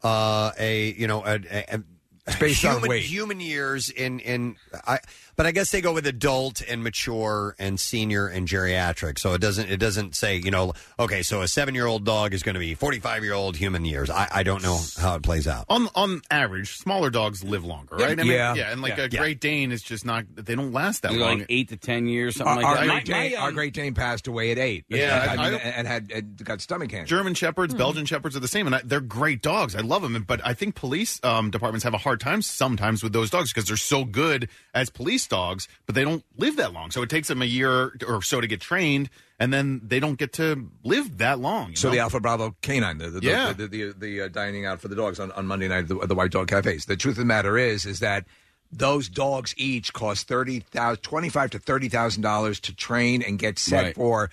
S2: uh, a you know a, a, a
S4: It's based on
S2: human,
S4: weight.
S2: human years in in I, but I guess they go with adult and mature and senior and geriatric. So it doesn't it doesn't say you know okay, so a seven year old dog is going to be forty five year old human years. I, I don't know how it plays out.
S5: On on average, smaller dogs live longer,
S2: Yeah.
S5: right?
S2: Yeah.
S5: yeah, and like
S2: Yeah.
S5: a Great Dane is just not. They don't last that
S7: They're
S5: long.
S7: like eight to ten years,
S5: Our-
S7: something like
S5: our
S7: that. um,
S5: Great Dane-
S4: Our Great Dane passed away at eight.
S5: Yeah,
S4: and,
S5: I- I
S4: and,
S5: don't-
S4: and had and got stomach cancer.
S5: German shepherds, Belgian shepherds are the same, and I, they're great dogs. I love them, but I think police um, departments have a hard time sometimes with those dogs because they're so good as police dogs, but they don't live that long. So it takes them a year or so to get trained, and then they don't get to live that long.
S4: So the Alpha Bravo canine, the, the,
S5: Yeah.
S4: the, the, the, the, uh, dining out for the dogs on, on Monday night at the, at the White Dog Cafes. The truth of the matter is, is that those dogs each cost thirty thousand, twenty-five to thirty thousand dollars to train and get set
S14: Right.
S4: for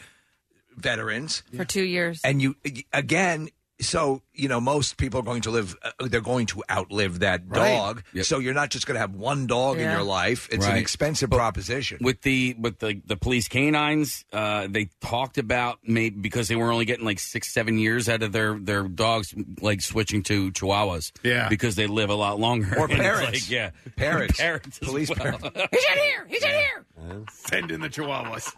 S4: veterans.
S3: For two years.
S4: And you again, so you know, most people are going to live. Uh, they're going to outlive that
S7: Right.
S4: dog. So you're not just going to have one dog in
S7: Yeah.
S4: your life. It's an
S7: Right.
S4: expensive proposition.
S7: With the with the the police canines, uh, they talked about maybe because they were only getting like six seven years out of their their dogs, like switching to Chihuahuas,
S4: Yeah.
S7: because they live a lot longer. [laughs] [laughs]
S4: Or
S7: And it's
S4: parrots.
S7: like, yeah, [laughs]
S4: Parrots.
S7: parrots, as
S4: Police
S7: well. [laughs]
S4: parrots.
S3: He's in here. He's in here.
S5: Send in the
S4: [laughs]
S5: Chihuahuas.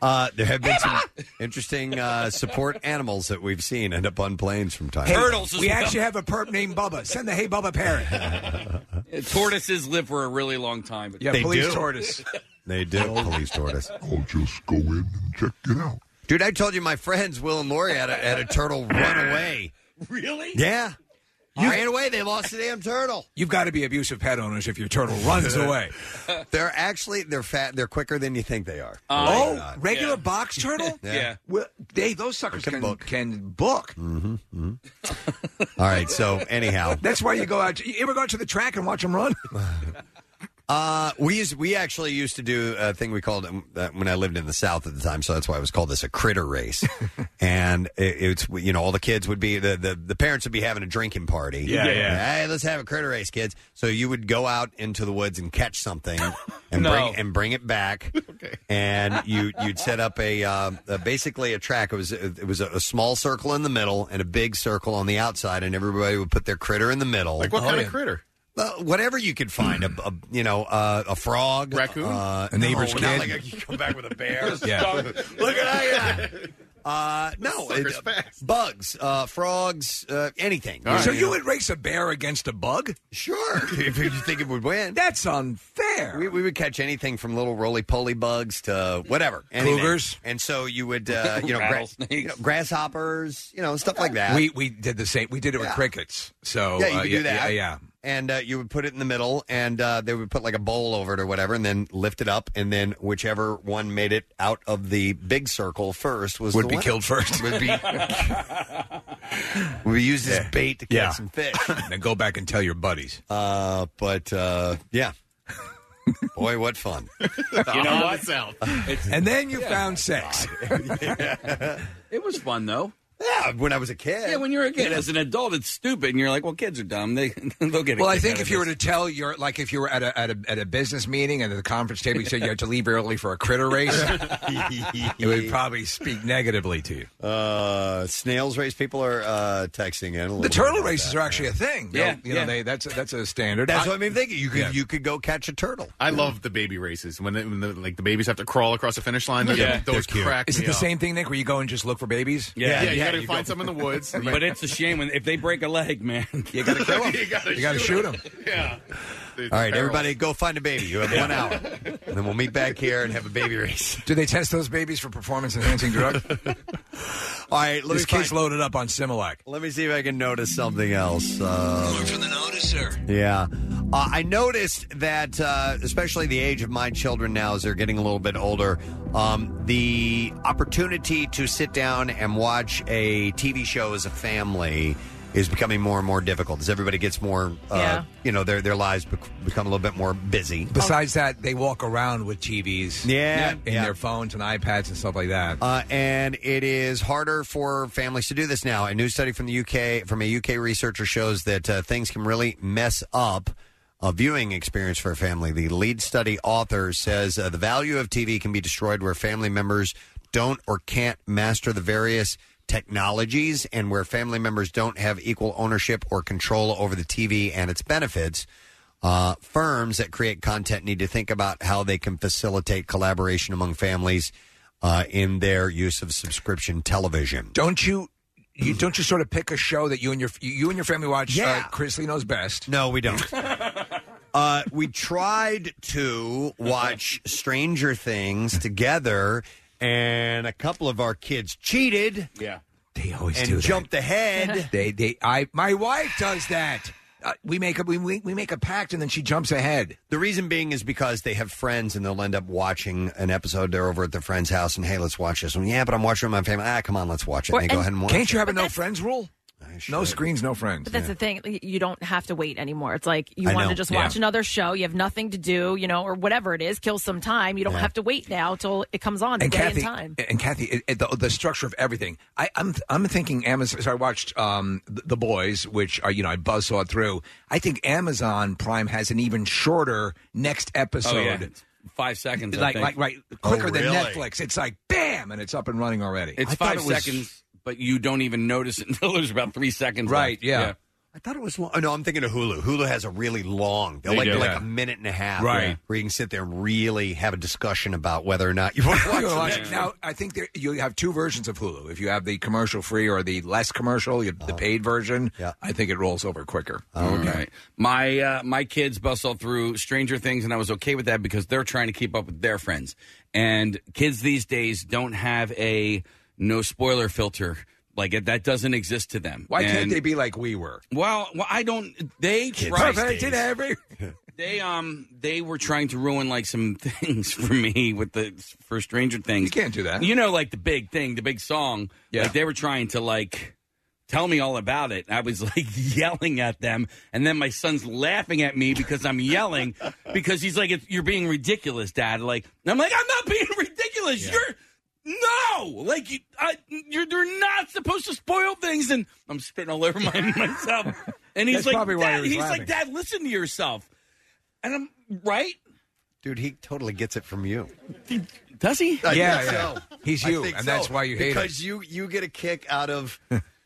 S2: Uh, there have been some interesting uh, support animals that we've seen end up on planes from time. to time.
S4: We actually have a perp named Bubba. Send the Hey Bubba parrot.
S7: Tortoises live for a really long time.
S4: Yeah, They police do. tortoise.
S2: [laughs] They do. Police tortoise. I'll just go in and check it out. Dude, I told you my friends Will and Lori had a, had a turtle run away.
S7: Really?
S2: Yeah. ran away. They lost the damn turtle.
S4: You've got to be abusive pet owners if your turtle
S2: [laughs]
S4: runs away.
S2: They're actually they're fat. They're quicker than you think they are.
S4: oh, regular box turtle?
S2: Yeah. Yeah.
S4: Well, they those suckers can, can book.
S2: Mm-hmm, All right. So anyhow,
S4: That's why you go out. You ever go out to the track and watch
S2: [laughs]
S4: them run?
S2: Uh, we used, we actually used to do a thing we called um, uh, when I lived in the South at the time, so that's why it was called this a critter race. and it, it's you know all the kids would be the, the the parents would be having a drinking party.
S6: Yeah, yeah.
S2: Hey, let's have a critter race, kids. So you would go out into the woods and catch something and
S6: No.
S2: bring and bring it back. And you you'd set up a, uh, uh basically a track. It was it was a, a small circle in the middle and a big circle on the outside, and everybody would put their critter in the middle.
S5: Like what kind of critter?
S2: Oh, Well, whatever you could find, a, a you know, uh, a frog,
S5: Raccoon?
S2: uh,
S5: A neighbor's
S2: no, not
S5: kid?
S2: Like a, you come back with a [laughs] bear.
S6: Yeah.
S2: Look at that. Uh, no,
S6: Sucker's
S2: it- bugs, uh, frogs, uh, anything.
S4: so you would race a bear against a bug?
S2: Sure. [laughs] if you think it would win,
S4: that's unfair.
S2: We, we would catch anything from little roly-poly bugs to whatever, anything.
S4: Cougars?
S2: and so you would, uh, you know, gra-
S4: Rattlesnakes.
S2: you know, grasshoppers, you know, stuff like that.
S4: We we did the same. We did it with
S2: Yeah.
S4: crickets. So
S2: yeah, you
S4: uh,
S2: could do that.
S4: Yeah, yeah.
S2: And uh, you would put it in the middle, and uh, they would put like a bowl over it or whatever, and then lift it up, and then whichever one made it out of the big circle first was
S4: Would
S2: the
S4: be
S2: winner.
S4: killed first.
S2: [laughs] Would
S4: [laughs]
S2: be would be used as bait to catch
S4: Yeah.
S2: some
S4: [laughs]
S2: fish.
S4: Then go back and tell your buddies.
S2: Uh, but uh,
S4: [laughs]
S2: yeah, boy, what fun!
S7: You know what?
S4: And then you
S2: [laughs]
S4: found sex.
S7: It was fun though.
S2: Yeah, when I was a kid.
S7: Yeah, when you're a kid. As an adult, it's stupid, and you're like, well, kids are dumb. They [laughs] they'll get. a
S4: Well, I
S7: kick
S4: think
S7: out
S4: if
S7: of
S4: you were
S7: this.
S4: to [laughs] tell your like if you were at a at a, at a business meeting and at the conference table you said you had to leave early for a
S2: [laughs]
S4: critter race, it would probably speak negatively to you.
S2: Uh, snails race. People are uh, texting in. A little
S4: The
S2: bit
S4: turtle
S2: about
S4: races
S2: that.
S4: are actually a thing. They'll-
S2: Yeah,
S4: you
S2: yeah.
S4: know they that's that's a standard.
S2: That's what I mean. Thinking you could
S5: Yeah.
S2: you could go catch a turtle.
S5: I love the baby races when, they, when the, like the babies have to crawl across the finish line. Yeah, those crack.
S4: Is it
S5: me
S4: the [laughs]
S5: up.
S4: same thing, Nick? Where you go and just look for babies?
S5: Yeah, you gotta
S2: [laughs]
S5: find some in the woods.
S7: but it's a shame when if they break a leg, man.
S4: You gotta kill 'em. You gotta shoot 'em.
S5: Yeah.
S2: All right, everybody, go find a baby. You have one hour, and then we'll meet back here and have a baby race.
S4: Do they test those babies for performance enhancing drugs?
S2: All right, let
S4: this
S2: me
S4: kid's
S2: find-
S4: loaded up on Similac.
S2: Let me see if I can notice something else. Uh,
S4: from the noticer.
S2: yeah, uh, I noticed that, uh, especially the age of my children now, as they're getting a little bit older, um, the opportunity to sit down and watch a TV show as a family is becoming more and more difficult as everybody gets more, uh,
S4: Yeah.
S2: you know, their their lives bec- become a little bit more busy.
S4: Besides that, they walk around with TVs,
S2: Yeah,
S4: in
S2: yeah.
S4: their phones and iPads and stuff like that.
S2: Uh, and it is harder for families to do this now. A new study from the UK, from a UK researcher, shows that uh, things can really mess up a viewing experience for a family. The lead study author says uh, the value of TV can be destroyed where family members don't or can't master the various technologies and where family members don't have equal ownership or control over the TV and its benefits. Uh, firms that create content need to think about how they can facilitate collaboration among families uh, in their use of subscription television.
S4: Don't you? You don't you sort of pick a show that you and your you and your family watch?
S2: Yeah.
S4: uh, Chris Lee knows best.
S2: No, we don't. [laughs] Uh, we tried to watch Stranger Things together, and a couple of our kids cheated.
S7: Yeah,
S4: they always
S2: and
S4: do that.
S2: jumped ahead.
S4: [laughs] they they I my wife does that. Uh, we make a we, we we make a pact and then she jumps ahead.
S2: The reason being is because they have friends and they'll end up watching an episode. They're over at their friend's house, and hey, let's watch this one. Yeah, but I'm watching with my family. Ah, come on, let's watch it.
S3: Or-
S2: and they go
S3: and
S2: ahead and watch
S4: Can't you
S2: it.
S4: have a no friends rule? No screens, no friends.
S3: But that's the thing. y- You don't have to wait anymore. It's like you
S4: I
S3: want
S4: know.
S3: to just
S4: Yeah.
S3: watch another show. You have nothing to do, you know, or whatever it is. Kill some time. You don't
S4: Yeah.
S3: have to wait now till it comes on. the
S4: and
S3: day
S4: Kathy,
S3: and
S4: [laughs]
S3: time.
S4: and Kathy, it, it- the, the structure of everything. I, I'm I'm thinking Amazon. So I watched um, the, the Boys, which are, you know I buzzsawed through. I think Amazon Prime has an even shorter next episode. Oh,
S7: Oh, yeah. It's Five seconds. I
S4: Like,
S7: think.
S4: like right
S2: Oh,
S4: quicker than Netflix. It's like bam, and it's up and running already.
S7: It's five seconds, but you don't even notice [laughs] it until there's about three seconds.
S4: Right,
S7: left.
S4: yeah.
S2: I thought it was long. Oh, no, I'm thinking of Hulu. Hulu has a really long, they're
S7: They
S2: like,
S7: do.
S2: they're like
S7: Yeah.
S2: a minute
S4: [laughs]
S2: and a half,
S7: Right.
S2: Where you can sit there and really have a discussion about whether or not you
S4: [laughs]
S2: want to watch
S4: You
S2: the
S4: know,
S2: next
S4: like, Now, I think there, you have two versions of Hulu. If you have the commercial free or the less commercial, you have
S2: Uh-huh.
S4: the paid version. I think it rolls over quicker.
S2: Oh,
S7: All right. My uh, my kids bustled through Stranger Things, and I was okay with that because they're trying to keep up with their friends. And kids these days don't have a no spoiler filter. Like it, that doesn't exist to them.
S4: Why can't
S7: And-
S4: they be like we were?
S7: Well, well I don't. They tried.
S4: Perfect in every.
S7: [laughs] They um they were trying to ruin like some [laughs] things for me with the for Stranger Things. You
S4: can't do that.
S7: You know, like the big thing, the big song. Yeah. Like they were trying to like tell me all about it. I was like [laughs] yelling at them, and then my son's laughing at me because I'm yelling because he's like, "It's- "You're being ridiculous, Dad." Like and I'm like, "I'm not being [laughs] ridiculous. You're." No, like you, I, you're, you're not supposed to spoil things, and I'm spitting all over my, [laughs] myself. And he's
S4: That's
S7: like,
S4: probably why he
S7: Dad,
S4: was
S7: he's
S4: laughing.
S7: like, Dad, listen to yourself. And I'm right.
S2: Dude, he totally gets it from you.
S7: Does he?
S2: I
S4: Yeah,
S2: think
S4: yeah.
S2: so.
S4: He's
S2: I
S4: you,
S2: think
S4: and that's why you hate him.
S2: Because you you get a kick out of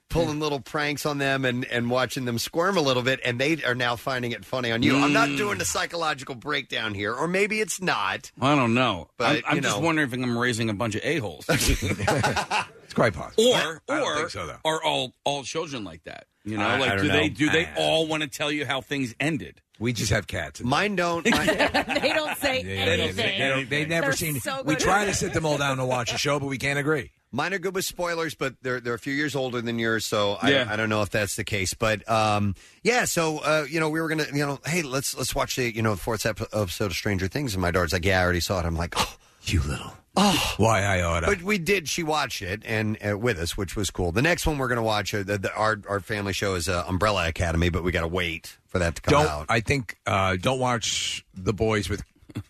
S2: pulling little pranks on them and and watching them squirm a little bit, and they are now finding it funny on you. I'm not
S7: Mm.
S2: doing a psychological breakdown here, or maybe it's not.
S7: I don't know.
S2: But,
S7: I'm, I'm
S2: you
S7: just
S2: know.
S7: wondering if I'm raising a bunch of a holes,
S4: [laughs] It's quite possible.
S7: or
S4: I don't
S7: or
S4: think so, though.
S7: are all all children like that? You know,
S4: I-
S7: like
S4: I don't
S7: do they
S4: know.
S7: do they
S4: I-
S7: all want to tell you how things ended?
S4: We just have cats.
S2: Mine
S4: [laughs]
S2: don't.
S3: [laughs] they don't say
S4: They, don't-
S3: anything.
S4: they, don't- they never
S3: They're
S4: seem.
S3: so
S4: we
S3: good.
S4: try to sit them all down to watch a show, but we can't agree.
S2: Mine are good with spoilers, but they're they're a few years older than yours, so I,
S4: Yeah.
S2: I don't know if that's the case. But um, yeah, so uh, you know, we were gonna, you know, hey, let's let's watch the you know fourth ep- episode of Stranger Things, and my daughter's like, yeah, I already saw it. I'm like, oh,
S4: you [sighs] little,
S2: oh,
S4: why I oughta.
S2: But we did. She watched it and uh, with us, which was cool. The next one we're gonna watch uh, the, the, our our family show is uh, Umbrella Academy, but we gotta wait for that to come
S4: Don't.
S2: out.
S4: I think uh, don't watch the boys with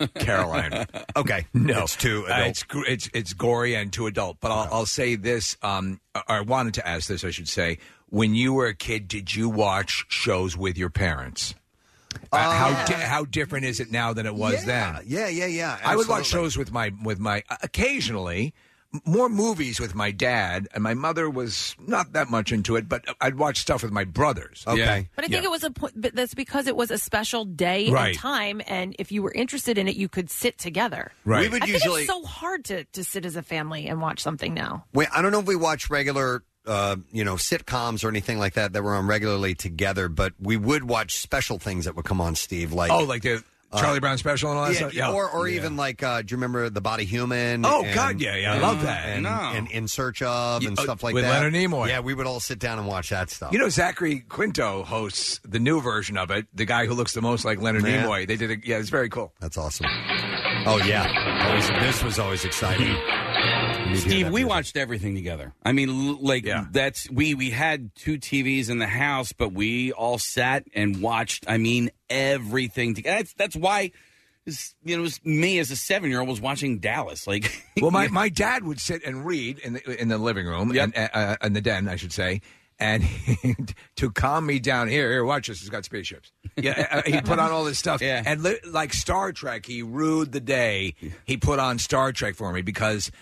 S2: [laughs]
S4: Caroline.
S2: okay,
S4: no,
S2: it's too
S4: Uh,
S2: adult.
S4: it's gr- it's it's gory and too adult. But I'll, I'll say this. Um, I, I wanted to ask this. I should say. When you were a kid, did you watch shows with your parents? Uh, how di- how different is it now than it was
S2: yeah,
S4: then?
S2: Yeah, yeah, yeah.
S4: I would watch
S2: absolutely.
S4: shows with my with my occasionally m- more movies with my dad and my mother was not that much into it but uh, I'd watch stuff with my brothers.
S2: Okay.
S3: [laughs] But I think it was a point. But that's because it was a special day
S4: Right.
S3: and time, and if you were interested in it, you could sit together.
S2: Right. We would
S3: I
S2: usually-
S3: think it's so hard to to sit as a family and watch something now.
S2: Wait, I don't know if we watch regular uh, you know sitcoms or anything like that that were on regularly together, but we would watch special things that would come on. Steve, like
S4: oh, like the
S2: uh,
S4: Charlie Brown special and all that
S2: yeah,
S4: stuff.
S2: or or even like uh, do you remember the Body Human?
S4: Oh,
S2: and-
S4: God, yeah, yeah, I love that.
S2: And,
S4: No.
S2: and In Search of and
S4: Yeah, uh,
S2: stuff like
S4: with
S2: that.
S4: Leonard Nimoy.
S2: Yeah, we would all sit down and watch that stuff.
S4: You know, Zachary Quinto hosts the new version of it. The guy who looks the most like Leonard
S2: Yeah.
S4: Nimoy. They did it. Yeah, it's very cool.
S2: That's awesome. Oh yeah, always, this was always
S7: [laughs]
S2: exciting.
S7: Steve, we watched everything together. I mean, l- like that's we we had two TVs in the house, but we all sat and watched. I mean, everything together. That's, that's why, s- you know, it was me as a seven year old was watching Dallas. Like,
S4: [laughs]
S7: [laughs]
S4: Well, my, my dad would sit and read in the, in the living room, and, uh, in the den, I should say, and [laughs] to calm me down. Here, here, watch this. It's
S7: [laughs]
S4: got spaceships. Yeah, uh, he put on all this stuff,
S7: Yeah.
S4: and li- like Star Trek, he rued the day he put on Star Trek for me because.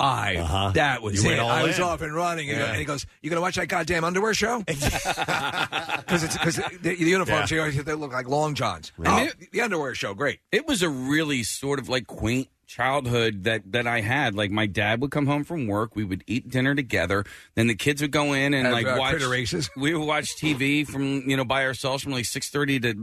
S4: I
S7: Uh-huh.
S4: that was
S6: Uh-huh. You
S4: it.
S6: went all
S4: I was
S6: in. [laughs]
S4: off and running, and,
S6: Yeah.
S4: and he goes, "You gonna watch that goddamn underwear show?" Because it's because the, the uniforms
S7: Yeah.
S4: they- they look like long johns. Oh, the underwear show, great.
S7: It was a really sort of like quaint childhood that that I had. Like my dad would come home from work, we would eat dinner together, then the kids would go in and
S4: Have,
S7: like
S4: uh,
S7: watch
S4: critter races.
S7: [laughs] We would watch TV from you know by ourselves from like six thirty to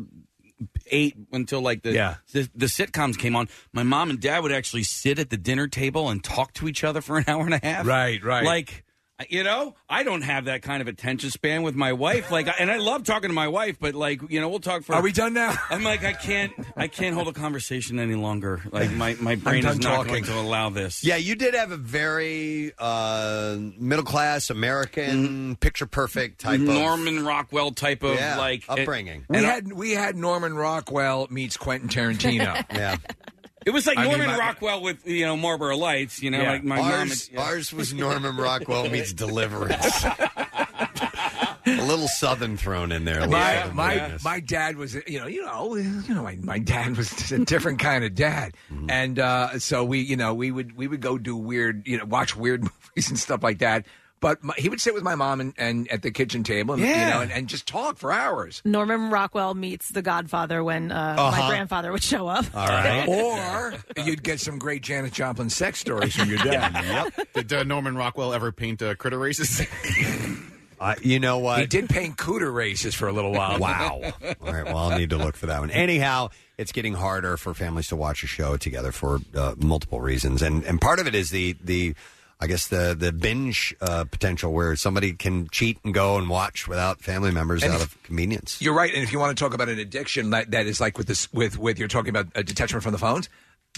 S7: eight until like the,
S4: Yeah.
S7: the the sitcoms came on. My mom and dad would actually sit at the dinner table and talk to each other for an hour and a half.
S4: Right, right.
S7: Like. You know, I don't have that kind of attention span with my wife. Like, and I love talking to my wife, but like, you know, we'll talk for.
S4: Are we done now?
S7: [laughs] I'm like, I can't, I can't hold a conversation any longer. Like, my, my brain is
S2: done
S7: not
S2: talking.
S7: going to allow this.
S2: Yeah, you did have a very uh, middle class American, picture perfect type of.
S7: Norman Rockwell type of
S2: Yeah,
S7: like it-
S2: upbringing.
S4: We
S7: Oh. and I-
S4: had we had Norman Rockwell meets Quentin Tarantino.
S2: yeah,
S7: it was like
S4: I mean,
S7: Norman
S4: my-
S7: Rockwell with you know Marlboro Lights. You know,
S4: Yeah.
S7: like my mom.
S2: ours, ours was Norman Rockwell meets Deliverance. a little Southern thrown in there. a little
S4: My
S2: Southern
S4: my
S2: weirdness.
S4: my dad was you know you know you know my, my dad was just a different kind of dad, and uh, so we you know we would we would go do weird you know watch weird [laughs] movies and stuff like that. But my, he would sit with my mom and, and at the kitchen table and you
S3: Yeah.
S4: know and, and just talk for hours.
S3: Norman Rockwell meets The Godfather when uh, my
S4: Uh-huh.
S3: grandfather would show up. [laughs]
S2: [laughs]
S4: or you'd get some great Janet Joplin sex stories from your dad.
S5: yep. Did uh, Norman Rockwell ever paint uh, critter
S2: [laughs]
S5: races?
S2: Uh, you know what?
S4: He did paint cooter races for a little while.
S2: Wow. All right, well, I'll need to look for that one. Anyhow, it's getting harder for families to watch a show together for uh, multiple reasons, and and part of it is the the. I guess the the binge uh, potential where somebody can cheat and go and watch without family members
S4: And
S2: out
S4: if-
S2: of convenience.
S4: [laughs] You're right, and if you want to talk about an addiction that, that is like with this, with with you're talking about a detachment from the phones,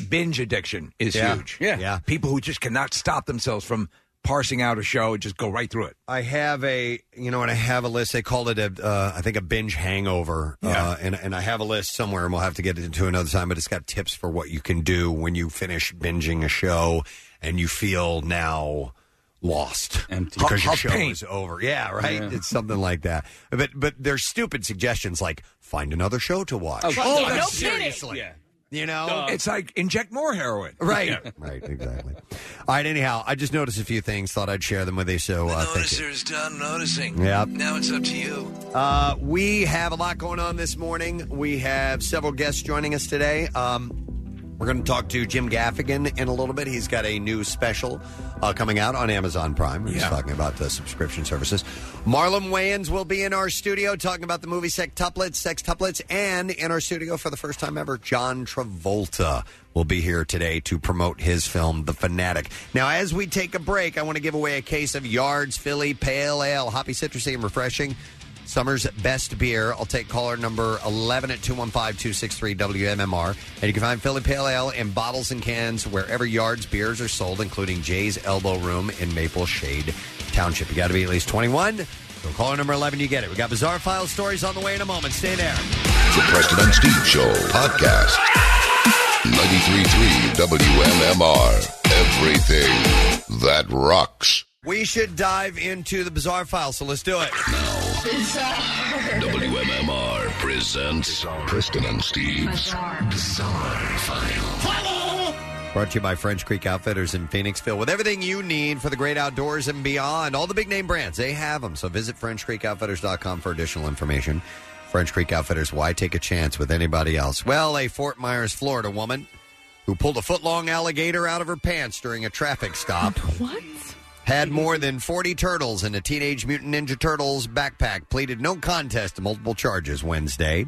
S4: binge addiction is
S2: Yeah.
S4: huge. Yeah, yeah. People who just cannot stop themselves from parsing out a show and just go right through it.
S2: I have a you know, and I have a list. They called it a uh, I think a binge hangover, uh, and and I have a list somewhere, and we'll have to get into another time. But it's got tips for what you can do when you finish binging a show and you feel now lost
S7: Empty.
S2: because
S7: Huff-
S2: your
S7: huff
S2: show
S7: paint.
S2: is over. Yeah, right.
S7: Yeah.
S2: It's something like that. But but there's stupid suggestions like find another show to watch.
S6: Oh,
S2: I'm
S6: no
S2: serious.
S6: seriously.
S2: You know,
S4: it's like inject more heroin.
S2: Right. Right. Exactly. All right. Anyhow, I just noticed a few things. Thought I'd share them with you. So uh, thank you.
S4: Noticer's done noticing.
S2: Yep.
S4: Now it's up to you.
S2: Uh, we have a lot going on this morning. We have several guests joining us today. Um, we're going to talk to Jim Gaffigan in a little bit. He's got a new special uh, coming out on Amazon Prime. We're just talking about the subscription services. Marlon Wayans will be in our studio talking about the movie Sextuplets, Sextuplets, and in our studio for the first time ever, John Travolta will be here today to promote his film, The Fanatic. Now, as we take a break, I want to give away a case of Yards Philly Pale Ale, hoppy, citrusy, and refreshing. Summer's best beer. I'll take caller number 11 at 215 263 WMMR. And you can find Philly Pale Ale in bottles and cans wherever Yards beers are sold, including Jay's Elbow Room in Maple Shade Township. You got to be at least 21. So caller number 11, you get it. We got Bizarre File stories on the way in a moment. Stay there.
S1: The Preston and Steve Show podcast. 93.3 WMMR. Everything that rocks.
S2: We should dive into the Bizarre File, so let's do it.
S1: WMMR presents Preston and Steve's Bizarre, File.
S2: Brought to you by French Creek Outfitters in Phoenixville. With everything you need for the great outdoors and beyond, all the big name brands, they have them. So visit FrenchCreekOutfitters.com for additional information. French Creek Outfitters, why take a chance with anybody else? Well, a Fort Myers, Florida woman who pulled a foot long alligator out of her pants during a traffic stop.
S3: What?
S2: had more than 40 turtles in a Teenage Mutant Ninja Turtles backpack, pleaded no contest to multiple charges Wednesday.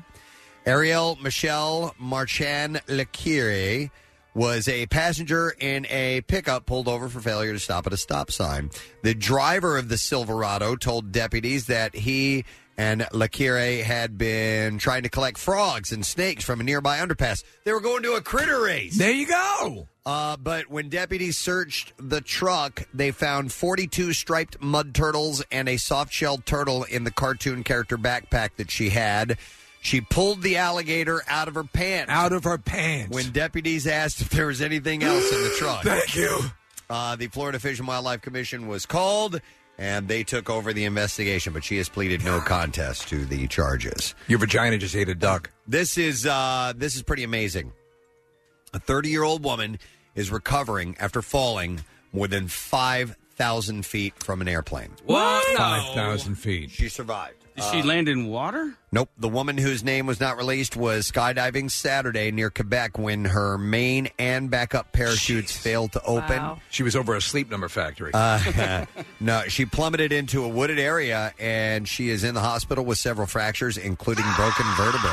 S2: Ariel Michelle Marchand Lecure was a passenger in a pickup pulled over for failure to stop at a stop sign. The driver of the Silverado told deputies that he and Lecure had been trying to collect frogs and snakes from a nearby underpass. They were going to a critter race.
S4: There you go.
S2: Uh, but when deputies searched the truck, they found 42 striped mud turtles and a soft shelled turtle in the cartoon character backpack that she had. She pulled the alligator out of her pants.
S4: Out of her pants.
S2: When deputies asked if there was anything else
S4: [gasps]
S2: in the truck.
S4: Thank you.
S2: Uh, the Florida Fish and Wildlife Commission was called and they took over the investigation, but she has pleaded no contest to the charges.
S4: Your vagina just ate a duck.
S2: This is uh, this is pretty amazing. A 30 year old woman is recovering after falling more than 5,000 feet from an airplane.
S7: [laughs] What? No.
S4: 5,000 feet.
S2: She survived.
S7: Did she
S2: Uh,
S7: land in water?
S2: Nope. The woman whose name was not released was skydiving Saturday near Quebec when her main and backup parachutes failed to open.
S4: Wow. She was over a sleep number factory. [laughs]
S2: Uh, [laughs] no, she plummeted into a wooded area and she is in the hospital with several fractures, including broken vertebrae.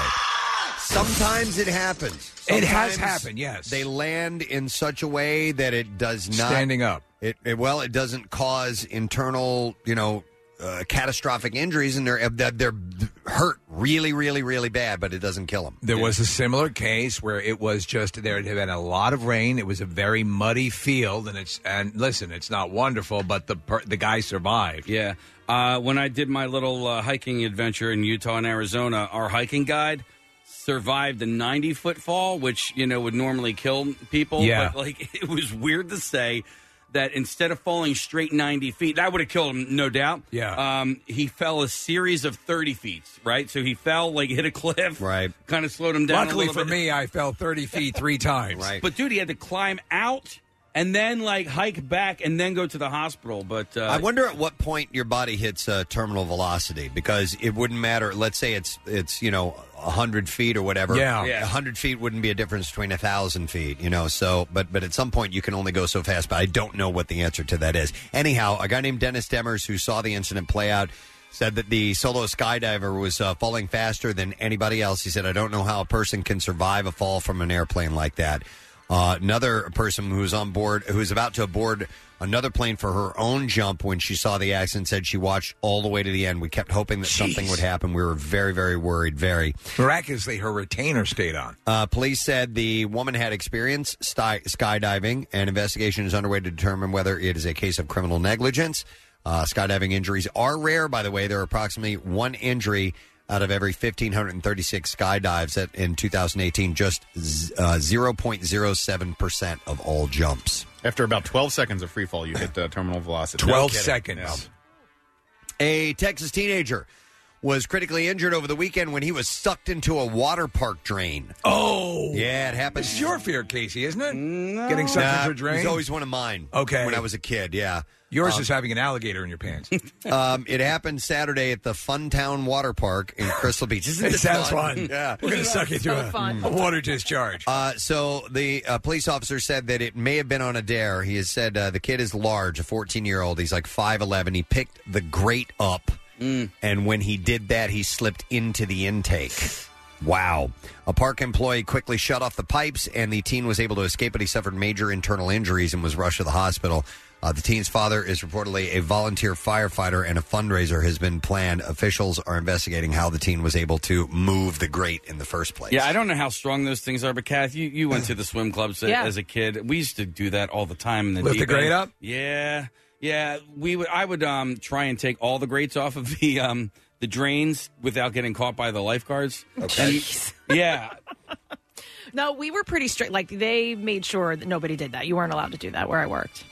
S2: Sometimes it happens.
S4: It has
S2: Sometimes
S4: happened, yes.
S2: They land in such a way that it does not
S4: Standing up.
S2: It, it- well, it doesn't cause internal, you know, uh, catastrophic injuries, and they're they're- they're hurt really, really, really bad, but it doesn't kill them.
S4: There was a similar case where it was just there had been a lot of rain. It was a very muddy field, and it's and listen, it's not wonderful, but the per, the guy survived.
S7: Yeah. Uh, when I did my little uh, hiking adventure in Utah and Arizona, our hiking guide survived the 90 foot fall, which, you know, would normally kill people.
S4: Yeah.
S7: But, like, [laughs] it was weird to say that instead of falling straight 90 feet, that would have killed him, no doubt.
S4: Yeah.
S7: Um, he fell a series of 30 feet, right? So he fell, like, hit a cliff.
S2: Right.
S7: Kind of slowed him down. a
S4: Luckily
S7: little
S4: for
S7: bit.
S4: me, I fell thirty feet [laughs] three times.
S7: But, dude, he had to climb out and then, like, hike back and then go to the hospital. But uh,
S2: I wonder at what point your body hits uh, terminal velocity because it wouldn't matter. Let's say it's it's you know hundred feet or whatever.
S4: Yeah. Yeah.
S2: hundred feet wouldn't be a difference between a thousand feet. You know, so but but at some point you can only go so fast. But I don't know what the answer to that is. Anyhow, a guy named Dennis Demers who saw the incident play out said that the solo skydiver was uh, falling faster than anybody else. He said, "I don't know how a person can survive a fall from an airplane like that." Uh, another person who was on board, who was about to board another plane for her own jump when she saw the accident, said she watched all the way to the end. We kept hoping that something would happen. We were very, very worried. Very.
S4: Miraculously, her retainer stayed on.
S2: Uh, police said the woman had experience sty- skydiving. An investigation is underway to determine whether it is a case of criminal negligence. Uh, skydiving injuries are rare, by the way. There are approximately one injury out of every 1,536 skydives that in 2018, just z- uh, 0.07% of all jumps.
S5: After about 12 seconds of free fall, you hit the terminal velocity.
S2: 12
S5: No kidding.
S4: seconds.
S2: A Texas teenager was critically injured over the weekend when he was sucked into a water park drain.
S4: Oh,
S2: yeah, it happens.
S4: It's your fear, Casey, isn't it? Getting sucked
S2: Nah,
S4: into a
S2: it
S4: drain.
S2: was always one of mine.
S4: Okay,
S2: when I was a kid, yeah.
S4: Yours
S2: Um,
S4: is having an alligator in your pants.
S2: [laughs] um, it happened Saturday at the Funtown Water Park in Crystal Beach. Isn't
S4: it
S2: this
S4: sounds
S2: fun?
S4: fun.
S2: [laughs] Yeah,
S4: we're gonna suck you through a, a water discharge.
S2: Uh, so the uh, police officer said that it may have been on a dare. He has said uh, the kid is large, a 14 year old. He's like 5'11. He picked the grate up, and when he did that, he slipped into the intake. Wow. A park employee quickly shut off the pipes, and the teen was able to escape, but he suffered major internal injuries and was rushed to the hospital. Uh, the teen's father is reportedly a volunteer firefighter, and a fundraiser has been planned. Officials are investigating how the teen was able to move the grate in the first place.
S7: Yeah, I don't know how strong those things are, but Kath, you, you went to the swim clubs a-
S2: Yeah.
S7: as a kid. We used to do that all the time. In the
S4: Lift the
S7: deep
S4: grate
S7: end.
S4: up?
S7: Yeah, yeah. We would. I would um try and take all the grates off of the um the drains without getting caught by the lifeguards. Okay. yeah,
S3: No, we were pretty strict. Like they made sure that nobody did that. You weren't allowed to do that where I worked.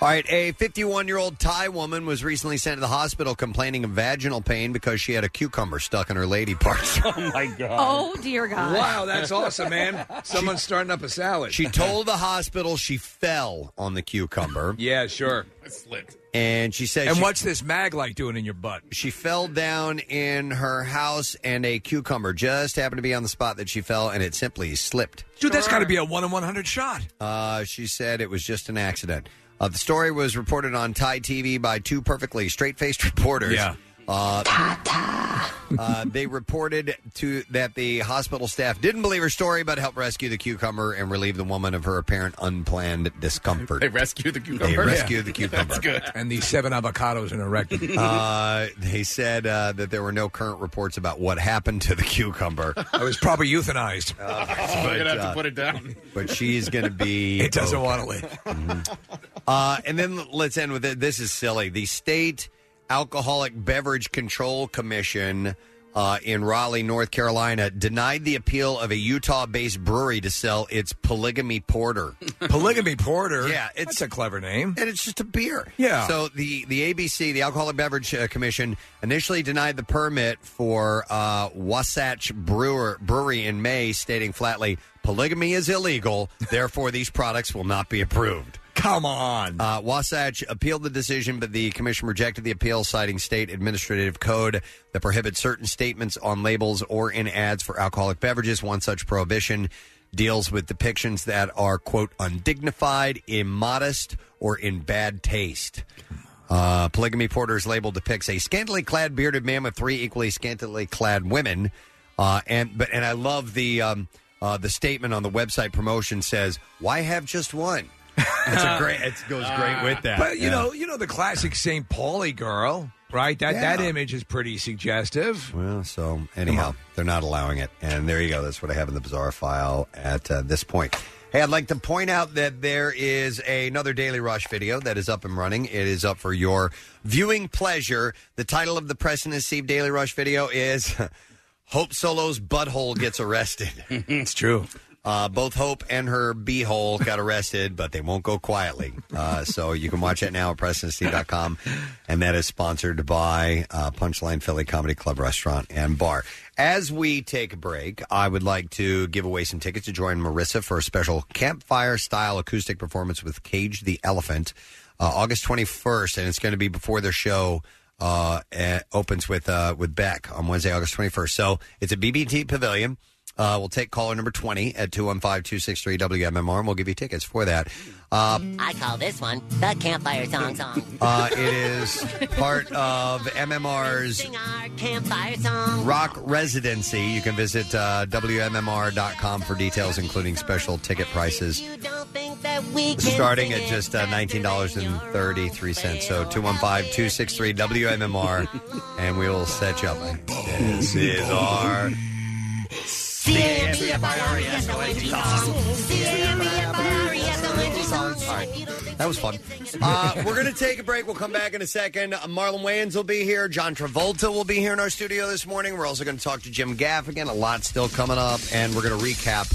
S2: All right, a 51 year old Thai woman was recently sent to the hospital complaining of vaginal pain because she had a cucumber stuck in her
S5: [laughs]
S2: lady parts. [laughs]
S7: Oh my god!
S3: Oh dear God!
S4: Wow, that's awesome, man. Someone's starting up a salad. [laughs]
S2: She told the hospital she fell on the cucumber,
S4: [laughs] Yeah, sure.
S2: and she said,
S4: And
S2: she,
S4: what's this mag light doing in your butt?
S2: She fell down in her house, and a cucumber just happened to be on the spot that she fell, and it simply slipped.
S4: Dude, that's got to be a one in 100 shot.
S2: Uh, she said it was just an accident. Uh, the story was reported on Thai TV by two perfectly straight faced [laughs] reporters.
S4: Yeah.
S2: Uh, uh, they reported to that the hospital staff didn't believe her story, but helped rescue the cucumber and relieve the woman of her apparent unplanned discomfort.
S5: They
S4: [laughs]
S5: rescued the cucumber.
S2: They rescued the cucumber.
S4: That's good. And the seven avocados in a rectum.
S2: [laughs] Uh, they said uh, that there were no current reports about what happened to the cucumber.
S4: I was probably euthanized.
S5: [laughs] Oh, we're gonna have to
S2: uh,
S5: put it down.
S2: But she's going to be.
S4: [laughs] It doesn't
S2: okay.
S4: want to live.
S2: Uh, and then let's end with it. This is silly. The state alcoholic beverage control commission uh, in Raleigh, North Carolina, denied the appeal of a Utah-based brewery to sell its polygamy porter.
S4: Polygamy porter.
S2: Yeah, it's
S4: a clever name,
S2: and it's just a beer.
S4: Yeah.
S2: So the the ABC, the Alcoholic Beverage uh, Commission, initially denied the permit for uh, Wasatch Brewer Brewery in May, stating flatly, "Polygamy is illegal. Therefore, these products will not be approved."
S4: Come on.
S2: Uh, Wasatch appealed the decision, but the commission rejected the appeal, citing state administrative code that prohibits certain statements on labels or in ads for alcoholic beverages. One such prohibition deals with depictions that are, quote, undignified, immodest, or in bad taste. Uh, Polygamy Porter's label depicts a scantily clad bearded man with three equally scantily clad women. Uh, and but and I love the um, uh, the statement on the website promotion says, "Why have just one?" It's a great. It goes great with that.
S4: But you
S2: Yeah.
S4: know, you know the classic St. Pauli girl, right? That that
S2: Yeah.
S4: image is pretty suggestive.
S2: Well, so anyhow, they're not allowing it. And there you go. That's what I have in the bizarre file at uh, this point. Hey, I'd like to point out that there is another Daily Rush video that is up and running. It is up for your viewing pleasure. The title of the President Steve Daily Rush video is [laughs] Hope Solo's Butthole Gets Arrested.
S4: [laughs] it's true.
S2: Uh, both Hope and her beehole got arrested, but they won't go quietly. Uh, so you can watch that now at PresidentSteve.com. And that is sponsored by uh, Punchline Philly Comedy Club Restaurant and Bar. As we take a break, I would like to give away some tickets to join Marissa for a special campfire style acoustic performance with Cage the Elephant uh, August 21st. And it's going to be before their show uh, eh, opens with, uh, with Beck on Wednesday, August 21st. So it's at BBT Pavilion. Uh, we'll take caller number 20 at 215 263 WMMR, and we'll give you tickets for that. Uh,
S15: I call this one the campfire song song.
S2: uh, it is part of
S15: [laughs]
S2: MMR's
S15: Our campfire song.
S2: Rock Residency. You can visit uh, WMMR.com for details, including special ticket prices,
S15: We can
S2: starting at just uh, $19.33. So 215 263 WMMR, and we will set you up. This is our. That was fun. Uh, we're going to take a break. We'll come back in a second. Uh, Marlon Wayans will be here. John Travolta will be here in our studio this morning. We're also going to talk to Jim Gaffigan. A lot still coming up. And we're going to recap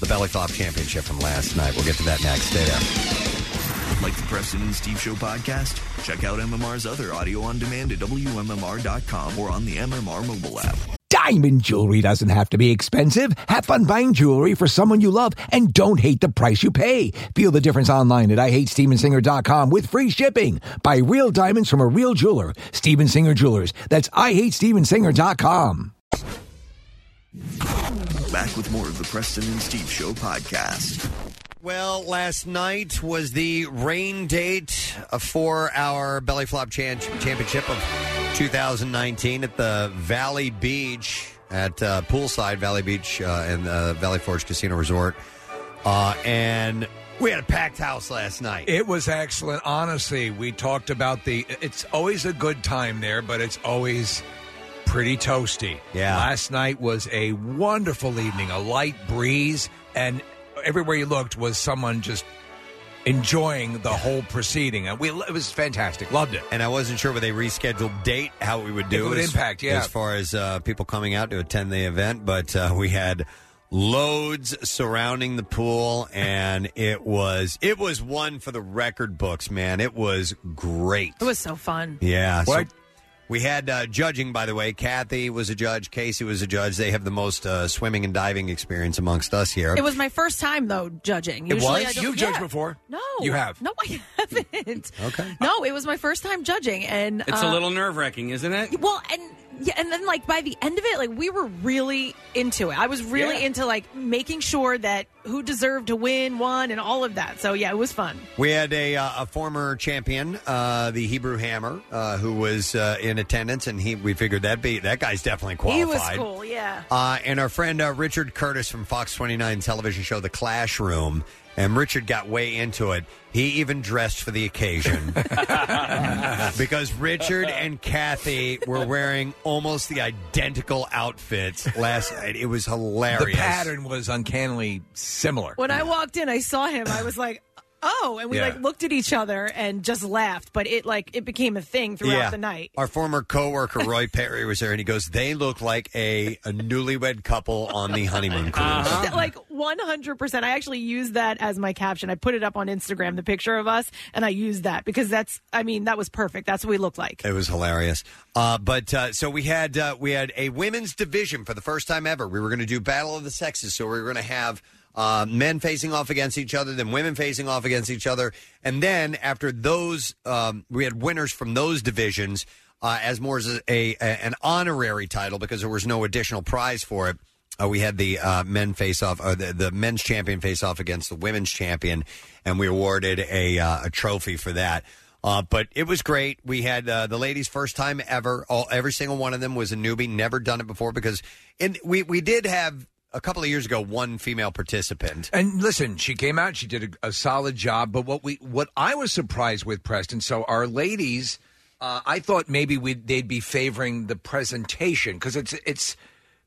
S2: the Bellyclop Championship from last night. We'll get to that next. Stay there.
S8: Like the Preston and Steve Show podcast? Check out MMR's other audio on demand at WMMR.com or on the MMR mobile app.
S9: Diamond jewelry doesn't have to be expensive. Have fun buying jewelry for someone you love and don't hate the price you pay. Feel the difference online at IHateStevensinger.com with free shipping. Buy real diamonds from a real jeweler. Steven Singer Jewelers. That's IHateStevensinger.com.
S8: Back with more of the Preston and Steve Show podcast.
S2: Well, last night was the rain date for our Belly Flop Chan- Championship of 2019 at the Valley Beach at uh, Poolside Valley Beach uh, and uh, Valley Forge Casino Resort, uh, and we had a packed house last night.
S4: It was excellent. Honestly, we talked about the. It's always a good time there, but it's always pretty toasty. Yeah. Last night was a wonderful evening, a light breeze, and everywhere you looked was someone just enjoying the whole proceeding. And we, it was fantastic. Loved it.
S2: And I wasn't sure with a rescheduled date how we would do
S4: It would
S2: as-
S4: impact, yeah.
S2: as far as uh, people coming out to attend the event, but uh, we had loads surrounding the pool,
S4: [laughs]
S2: and it was it was one for the record books, man. It was great.
S3: It was so fun.
S2: Yeah. so
S3: What?
S2: we had uh, judging, by the way. Kathy was a judge. Casey was a judge. They have the most uh, swimming and diving experience amongst us here.
S3: It was my first time though judging.
S2: It
S3: Usually
S2: was?
S3: I don't-
S2: You've judged
S3: Yeah.
S2: before?
S3: No,
S2: You have?
S3: No, I haven't.
S2: okay.
S3: No, it was my first time judging, and
S7: It's
S3: uh,
S7: a little nerve wracking, isn't it?
S3: Well, and Yeah, and then like by the end of it, like we were really into it. I was really
S2: Yeah.
S3: into like making sure that who deserved to win, won, and all of that. So yeah, it was fun.
S2: We had a, uh, a former champion, uh, the Hebrew Hammer, uh, who was uh, in attendance, and he we figured that be that guy's definitely
S3: He
S2: qualified.
S3: was cool, yeah.
S2: Uh, and our friend uh, Richard Curtis from Fox 29 television show The Clash Room. And Richard got way into it. He even dressed for the occasion because Richard and Kathy were wearing almost the identical outfits last night. It was hilarious.
S4: The pattern was uncannily similar.
S3: When I walked in, I saw him. I was like, oh, and we
S2: Yeah.
S3: like looked at each other and just laughed. But it like it became a thing throughout the night.
S2: Our former coworker
S3: [laughs]
S2: Roy Perry was there, and he goes, "They look like a, a newlywed couple on the honeymoon cruise."
S3: Uh-huh.
S4: Uh-huh.
S3: That, [laughs] Like 100%. I actually used that as my caption. I put it up on Instagram, the picture of us, and I used that because that's, I mean, that was perfect. That's what we look like.
S2: It was hilarious. Uh, but uh, so we had uh, we had a women's division for the first time ever. We were going to do Battle of the Sexes, so we were going to have uh, men facing off against each other, then women facing off against each other, and then after those, um, we had winners from those divisions uh, as more as a, a an honorary title because there was no additional prize for it. Uh, we had the uh, men face off, uh, the, the men's champion face off against the women's champion, and we awarded a, uh, a trophy for that. Uh, but it was great. We had uh, the ladies' first time ever. All, every single one of them was a newbie, never done it before because and we, we did have a couple of years ago one female participant.
S4: And listen, she came out. She did a, a solid job. But what we, what I was surprised with, Preston. So our ladies, uh, I thought maybe we they'd be favoring the presentation because it's it's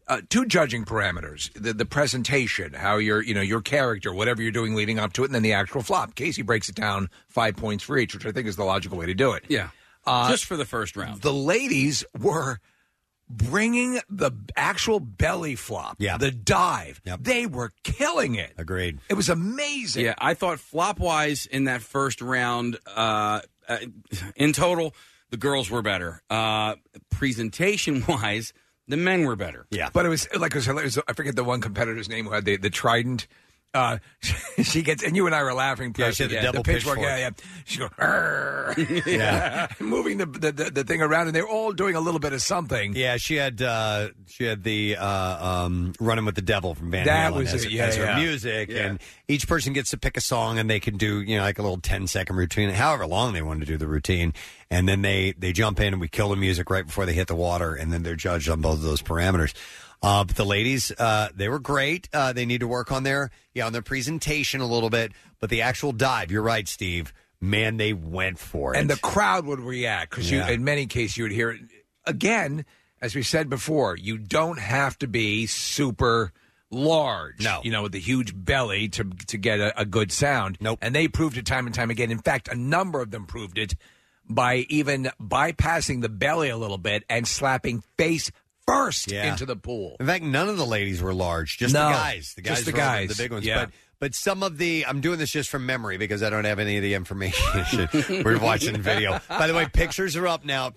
S4: uh, two judging parameters: the, the presentation, how your you know your character, whatever you're doing leading up to it, and then the actual flop. Casey breaks it down five points for each, which I think is the logical way to do it.
S7: Yeah.
S4: Uh,
S7: Just for the first round.
S4: The ladies were bringing the actual belly flop, yeah. the dive. They were killing it.
S2: Agreed.
S4: It was amazing.
S7: Yeah, I thought flop wise in that first round, uh, uh, in total, the girls were better. Uh, presentation wise, the men were better.
S2: Yeah.
S4: But it was like it was hilarious. I forget the one competitor's name who had the, the trident. Uh, [laughs] she gets and you and I were laughing.
S2: Yeah, she had
S4: Preston.
S2: the double pitchfork.
S4: Yeah, yeah. She go, "Arr."
S2: [laughs] Yeah.
S4: [laughs] moving the, the the the thing around, and they're all doing a little bit of something.
S2: Yeah, she had uh, she had the uh, um, running with the devil from Van
S4: That
S2: Halen
S4: was
S2: as,
S4: it, yeah,
S2: as her
S4: yeah.
S2: music, and each person gets to pick a song, and they can do you know like a little 10 second routine, however long they want to do the routine, and then they they jump in and we kill the music right before they hit the water, and then they're judged on both of those parameters. Uh, but the ladies, uh, they were great. Uh, they need to work on their yeah on their presentation a little bit, but the actual dive, you're right, Steve. Man, they went for it.
S4: and the crowd would react because
S2: Yeah.
S4: you, in many cases, you would hear it again. As we said before, you don't have to be super large, no. you know, with a huge belly to to get a, a good sound. Nope. And they proved it time and time again. In fact, a number of them proved it by even bypassing the belly a little bit and slapping face first
S2: Yeah.
S4: into the pool.
S2: In fact, none of the ladies were large. Just
S4: No,
S2: the guys. The guys.
S4: just the
S2: were all the-
S4: guys,
S2: The big ones.
S4: yeah.
S2: But but some of the I'm doing this just from memory because I don't have any of the information. [laughs] we're watching video. By the way, pictures are up now at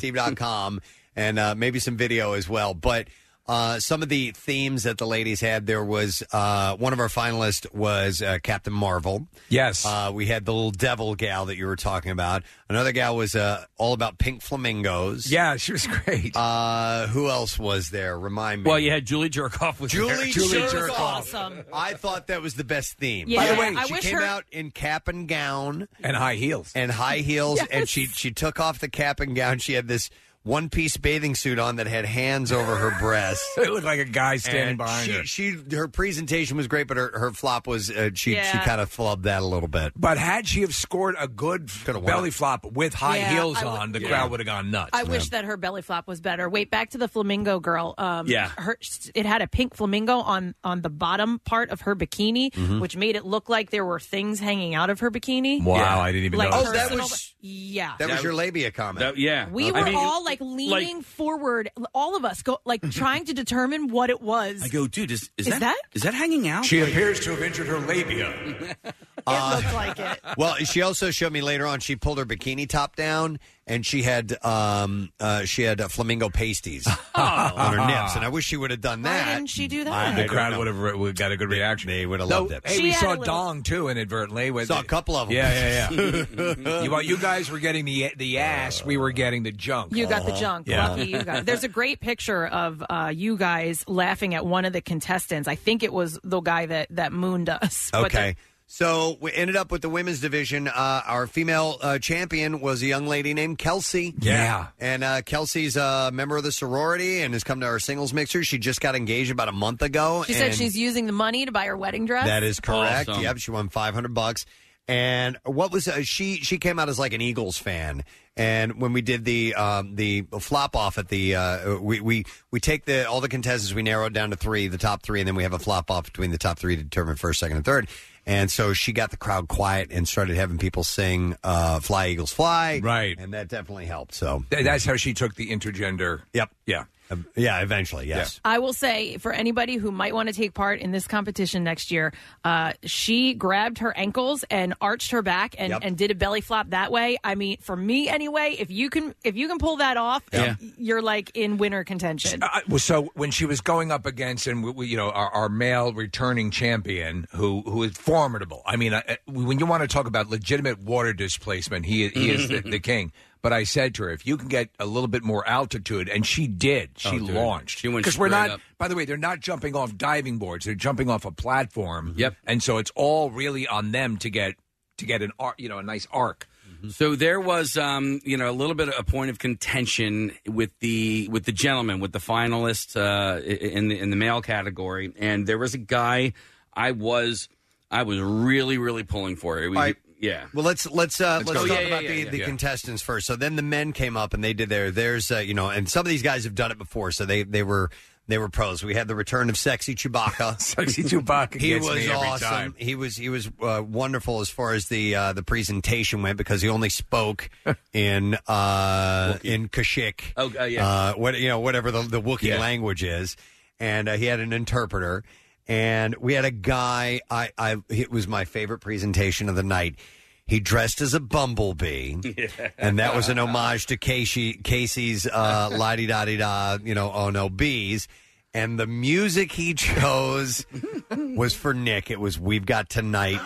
S2: PrestonandSteve.com and uh, maybe some video as well. But uh, some of the themes that the ladies had, there was uh, one of our finalists was uh, Captain Marvel.
S4: Yes.
S2: Uh, we had the little devil gal that you were talking about. Another gal was uh, all about pink flamingos.
S4: Yeah, she was great.
S2: Uh, who else was there? Remind me.
S7: Well, you had Julie Jerkoff with
S2: Julie, Jerkoff.
S3: Awesome.
S2: I thought that was the best theme.
S3: Yeah,
S2: By the way,
S3: I
S2: she
S3: wish
S2: came
S3: her-
S2: out in cap and gown
S4: and high heels
S2: and high heels,
S3: Yes.
S2: and she she took off the cap and gown. She had this one piece bathing suit on that had hands over her breasts.
S4: [laughs] it looked like a guy standing
S2: And
S4: behind
S2: she,
S4: her.
S2: She her presentation was great, but her, her flop was uh, she she
S4: Yeah.
S2: kind of flubbed that a little bit.
S4: But had she have scored a good
S2: won
S4: belly flop with high
S3: Yeah,
S4: heels
S3: I would-
S4: on, the
S3: Yeah.
S4: crowd would have gone nuts.
S3: I wish that her belly flop was better. Wait, back to the flamingo girl. Um,
S4: Yeah.
S3: her, it had a pink flamingo on on the bottom part of her bikini,
S4: Mhm.
S3: which made it look like there were things hanging out of her bikini.
S4: Wow, Yeah. I didn't even
S3: like
S4: notice
S3: Oh,
S4: that.
S3: that was
S4: was-
S3: yeah.
S2: That was your labia comment.
S7: That- yeah.
S3: We
S7: I
S3: were
S7: mean,
S3: all like leaning forward, all of us go like trying to determine what it was.
S7: I go, dude, is, is,
S3: Is
S7: that,
S3: that-
S7: is that hanging out?
S4: She appears to have injured her labia.
S2: Uh,
S3: looked like it.
S2: well, she also showed me later on. She pulled her bikini top down, and she had um, uh, she had uh, flamingo
S4: [laughs]
S2: pasties
S4: Oh.
S2: on her nips. And I wish she would have done that.
S3: Why didn't she do that?
S4: the crowd would have got a good reaction.
S2: They would have loved it.
S4: Hey,
S3: She
S4: we
S3: had
S4: saw
S3: a little-
S4: Dong too inadvertently. With
S2: Saw a couple of 'em.
S4: Yeah,
S2: [laughs]
S4: yeah, yeah. You- well, you guys were getting the the ass. We were getting the junk.
S3: You got the
S2: Uh-huh.
S3: junk. Lucky you
S4: [laughs]
S3: got. There's a great picture of uh, you guys laughing at one of the contestants. I think it was the guy that that mooned us. But
S2: Okay. So we ended up with the women's division. Uh, our female uh, champion was a young lady named Kelsey.
S4: Yeah.
S2: And uh, Kelsey's a member of the sorority and has come to our singles mixer. She just got engaged about a month ago.
S3: She said
S2: and
S3: she's using the money to buy her wedding dress.
S2: That is correct. Yep, she won five hundred bucks. And what was uh, she? She came out as like an Eagles fan. And when we did the um, the flop off at the uh, we we we take the all the contestants we narrow it down to three, the top three, and then we have a flop off between the top three to determine first, second, and third. And so she got the crowd quiet and started having people sing uh, "Fly Eagles Fly," right? And that definitely helped. So
S4: Th- that's how she took the intergender.
S2: Yep. Um,
S4: Yeah.
S2: yeah. Eventually, yes.
S3: I will say for anybody who might want to take part in this competition next year, uh, she grabbed her ankles and arched her back and,
S2: Yep.
S3: and did a belly flop that way. I mean, for me anyway, if you can if you can pull that off,
S4: Yeah.
S3: you're like in winner contention.
S4: I- well, so when she was going up against, and we, we- you know, our, our male returning champion, who who is formidable. I mean, I, I- when you want to talk about legitimate water displacement, he he is the, the king. But I said to her, if you can get a little bit more altitude, and she did. She
S7: Oh, dude.
S4: launched.
S7: She went
S4: because we're
S7: straight
S4: not.
S7: up.
S4: By the way, they're not jumping off diving boards. They're jumping off a
S6: Mm-hmm.
S4: platform.
S7: Yep.
S4: And so it's all really on them to get to get an arc, you know, a nice arc.
S7: Mm-hmm. So there was, um, you know, a little bit of a point of contention with the with the gentleman, with the finalists uh, i- in the in the male category, and there was a guy I was I was really really pulling for. It was,
S2: All right.
S7: Yeah.
S2: Well, let's let's uh,
S7: Let's
S2: let's,
S7: go.
S2: talk
S7: Yeah, yeah,
S2: about
S7: yeah,
S2: the,
S7: yeah,
S2: the
S7: yeah.
S2: contestants first. So then the men came up and they did their there's uh, you know, and some of these guys have done it before, so they they were they were pros. We had the return of sexy
S7: [laughs]
S2: Chewbacca.
S4: sexy Chewbacca
S2: he
S4: gets
S2: was
S4: me every
S2: awesome.
S4: time.
S2: He was he was uh, wonderful as far as the uh, the presentation went because he only
S7: [laughs]
S2: spoke in uh, in Kashik.
S7: Oh, uh, yeah.
S2: Uh, what you know, whatever the the Wookiee
S7: Yeah.
S2: language is, and uh, he had an interpreter, and we had a guy. I, I it was my favorite presentation of the night. He dressed as a bumblebee, [laughs] and that was an homage to Casey Casey's uh, "La Di Da Di Da," you know, "Oh No Bees." And the music he chose was for Nick. It was "We've Got Tonight"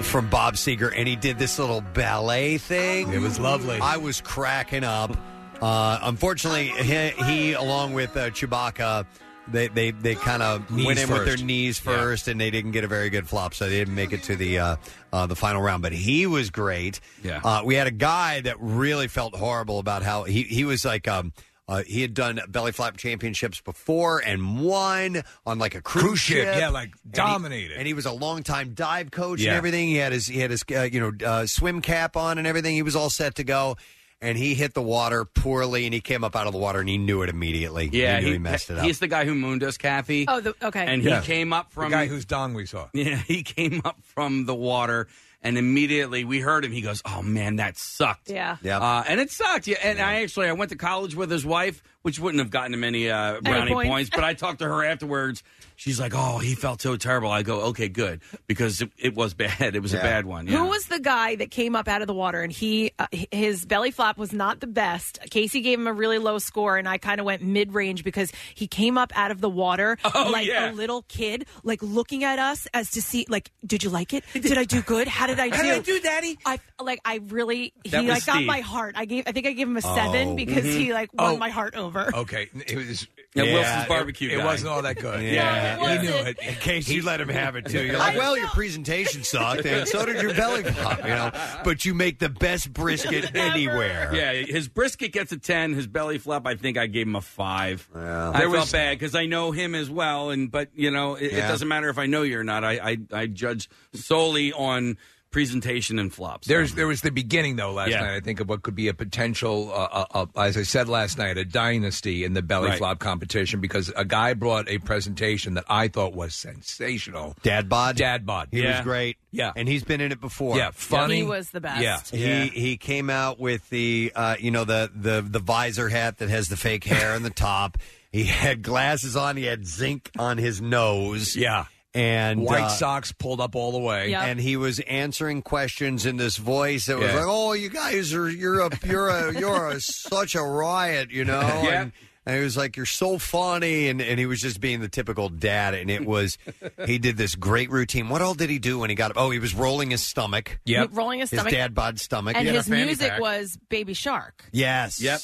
S2: from Bob Seger, and he did this little ballet thing. It was lovely. I was cracking up. Uh, unfortunately, he, he along with uh, Chewbacca. They they, they kind of
S4: Knees
S2: went in with their
S4: first.
S2: knees first, and they didn't get a very good flop, so they didn't make it to the uh, uh, the final round. But he was great.
S7: Yeah.
S2: Uh, we had a guy that really felt horrible about how he, he was like, um, uh, he had done belly flop championships before and won on like a cruise,
S4: Cruise ship, yeah, like
S2: And he-
S4: dominated.
S2: And he was a longtime dive coach
S4: Yeah.
S2: and everything. He had his he had his uh, you know uh, swim cap on and everything. He was all set to go. And he hit the water poorly, and he came up out of the water, and he knew it immediately.
S7: Yeah,
S2: he, knew he messed it up.
S7: He's the guy who mooned us, Kathy.
S3: Oh, the, okay.
S7: And he came up from
S4: the guy whose dong we saw.
S7: Yeah, [laughs] he came up from the water, and immediately we heard him. He goes, "Oh man, that sucked."
S3: Yeah.
S2: Yeah.
S7: Uh, and it sucked. Yeah, and I actually I went to college with his wife, which wouldn't have gotten him any uh, brownie
S3: points.
S7: points. But I talked to her afterwards. She's like, "Oh, he felt so terrible." I go, "Okay, good," because it, it was bad. It was a bad one. Yeah.
S3: Who was the guy that came up out of the water and he uh, h- his belly flop was not the best. Casey gave him a really low score and I kind of went mid range because he came up out of the water
S12: Oh,
S3: like
S12: yeah.
S3: a little kid, like looking at us as to see like did you like it? Did I do good? How did I do?
S12: How did I
S3: do, Daddy? I like I really he
S4: That was
S3: like got
S4: Steve.
S3: my heart. I gave I think I gave him a 7
S4: Oh.
S3: because
S4: Mhm.
S3: he like won
S4: Oh.
S3: my heart over.
S4: Okay, it was
S7: Yeah, Wilson's barbecue
S4: It, it
S7: guy.
S4: wasn't all that good.
S7: No,
S2: it
S4: you knew
S2: wasn't.
S4: it.
S2: In case you let him have it too, you're
S4: I
S2: like, well, your presentation sucked, and so did your belly
S4: [laughs]
S2: flop, you know. But you make the best brisket anywhere.
S7: Yeah, his brisket gets a ten. His belly flop, I think I gave him a five. I
S2: There
S7: felt
S2: was-
S7: bad because I know him as well, and but you know it,
S4: Yeah.
S7: it doesn't matter if I know you or not. I I, I judge solely on presentation and flops.
S4: There's there was the beginning though last
S7: Yeah.
S4: night. I think of what could be a potential, uh, uh, uh, as I said last night, a dynasty in the belly
S7: Right.
S4: flop competition because a guy brought a presentation that I thought was sensational.
S2: Dad bod,
S4: dad bod.
S2: He was great.
S4: Yeah,
S2: and he's been in it before.
S4: Yeah, funny.
S3: He was the best.
S2: Yeah, he he came out with the uh, you know the the the visor hat that has the fake hair on the top. He had glasses on. He had zinc on his nose.
S4: Yeah.
S2: and
S4: White
S2: uh,
S4: Sox pulled up all the way.
S2: and he was answering questions in this voice that was
S4: Yeah.
S2: like, "Oh, you guys are you're a you're a you're a, such a riot," you [laughs] know.
S4: Yeah.
S2: And, and he was like, "You're so funny," and and he was just being the typical dad. And it [laughs] was, he did this great routine. What all did he do when he got up? Oh, he was rolling his stomach.
S3: Yep. Rolling his stomach.
S2: His dad bod stomach.
S3: and
S2: He had a
S3: his
S2: fanny
S3: music
S2: pack.
S3: was Baby Shark.
S2: Yes. Yep.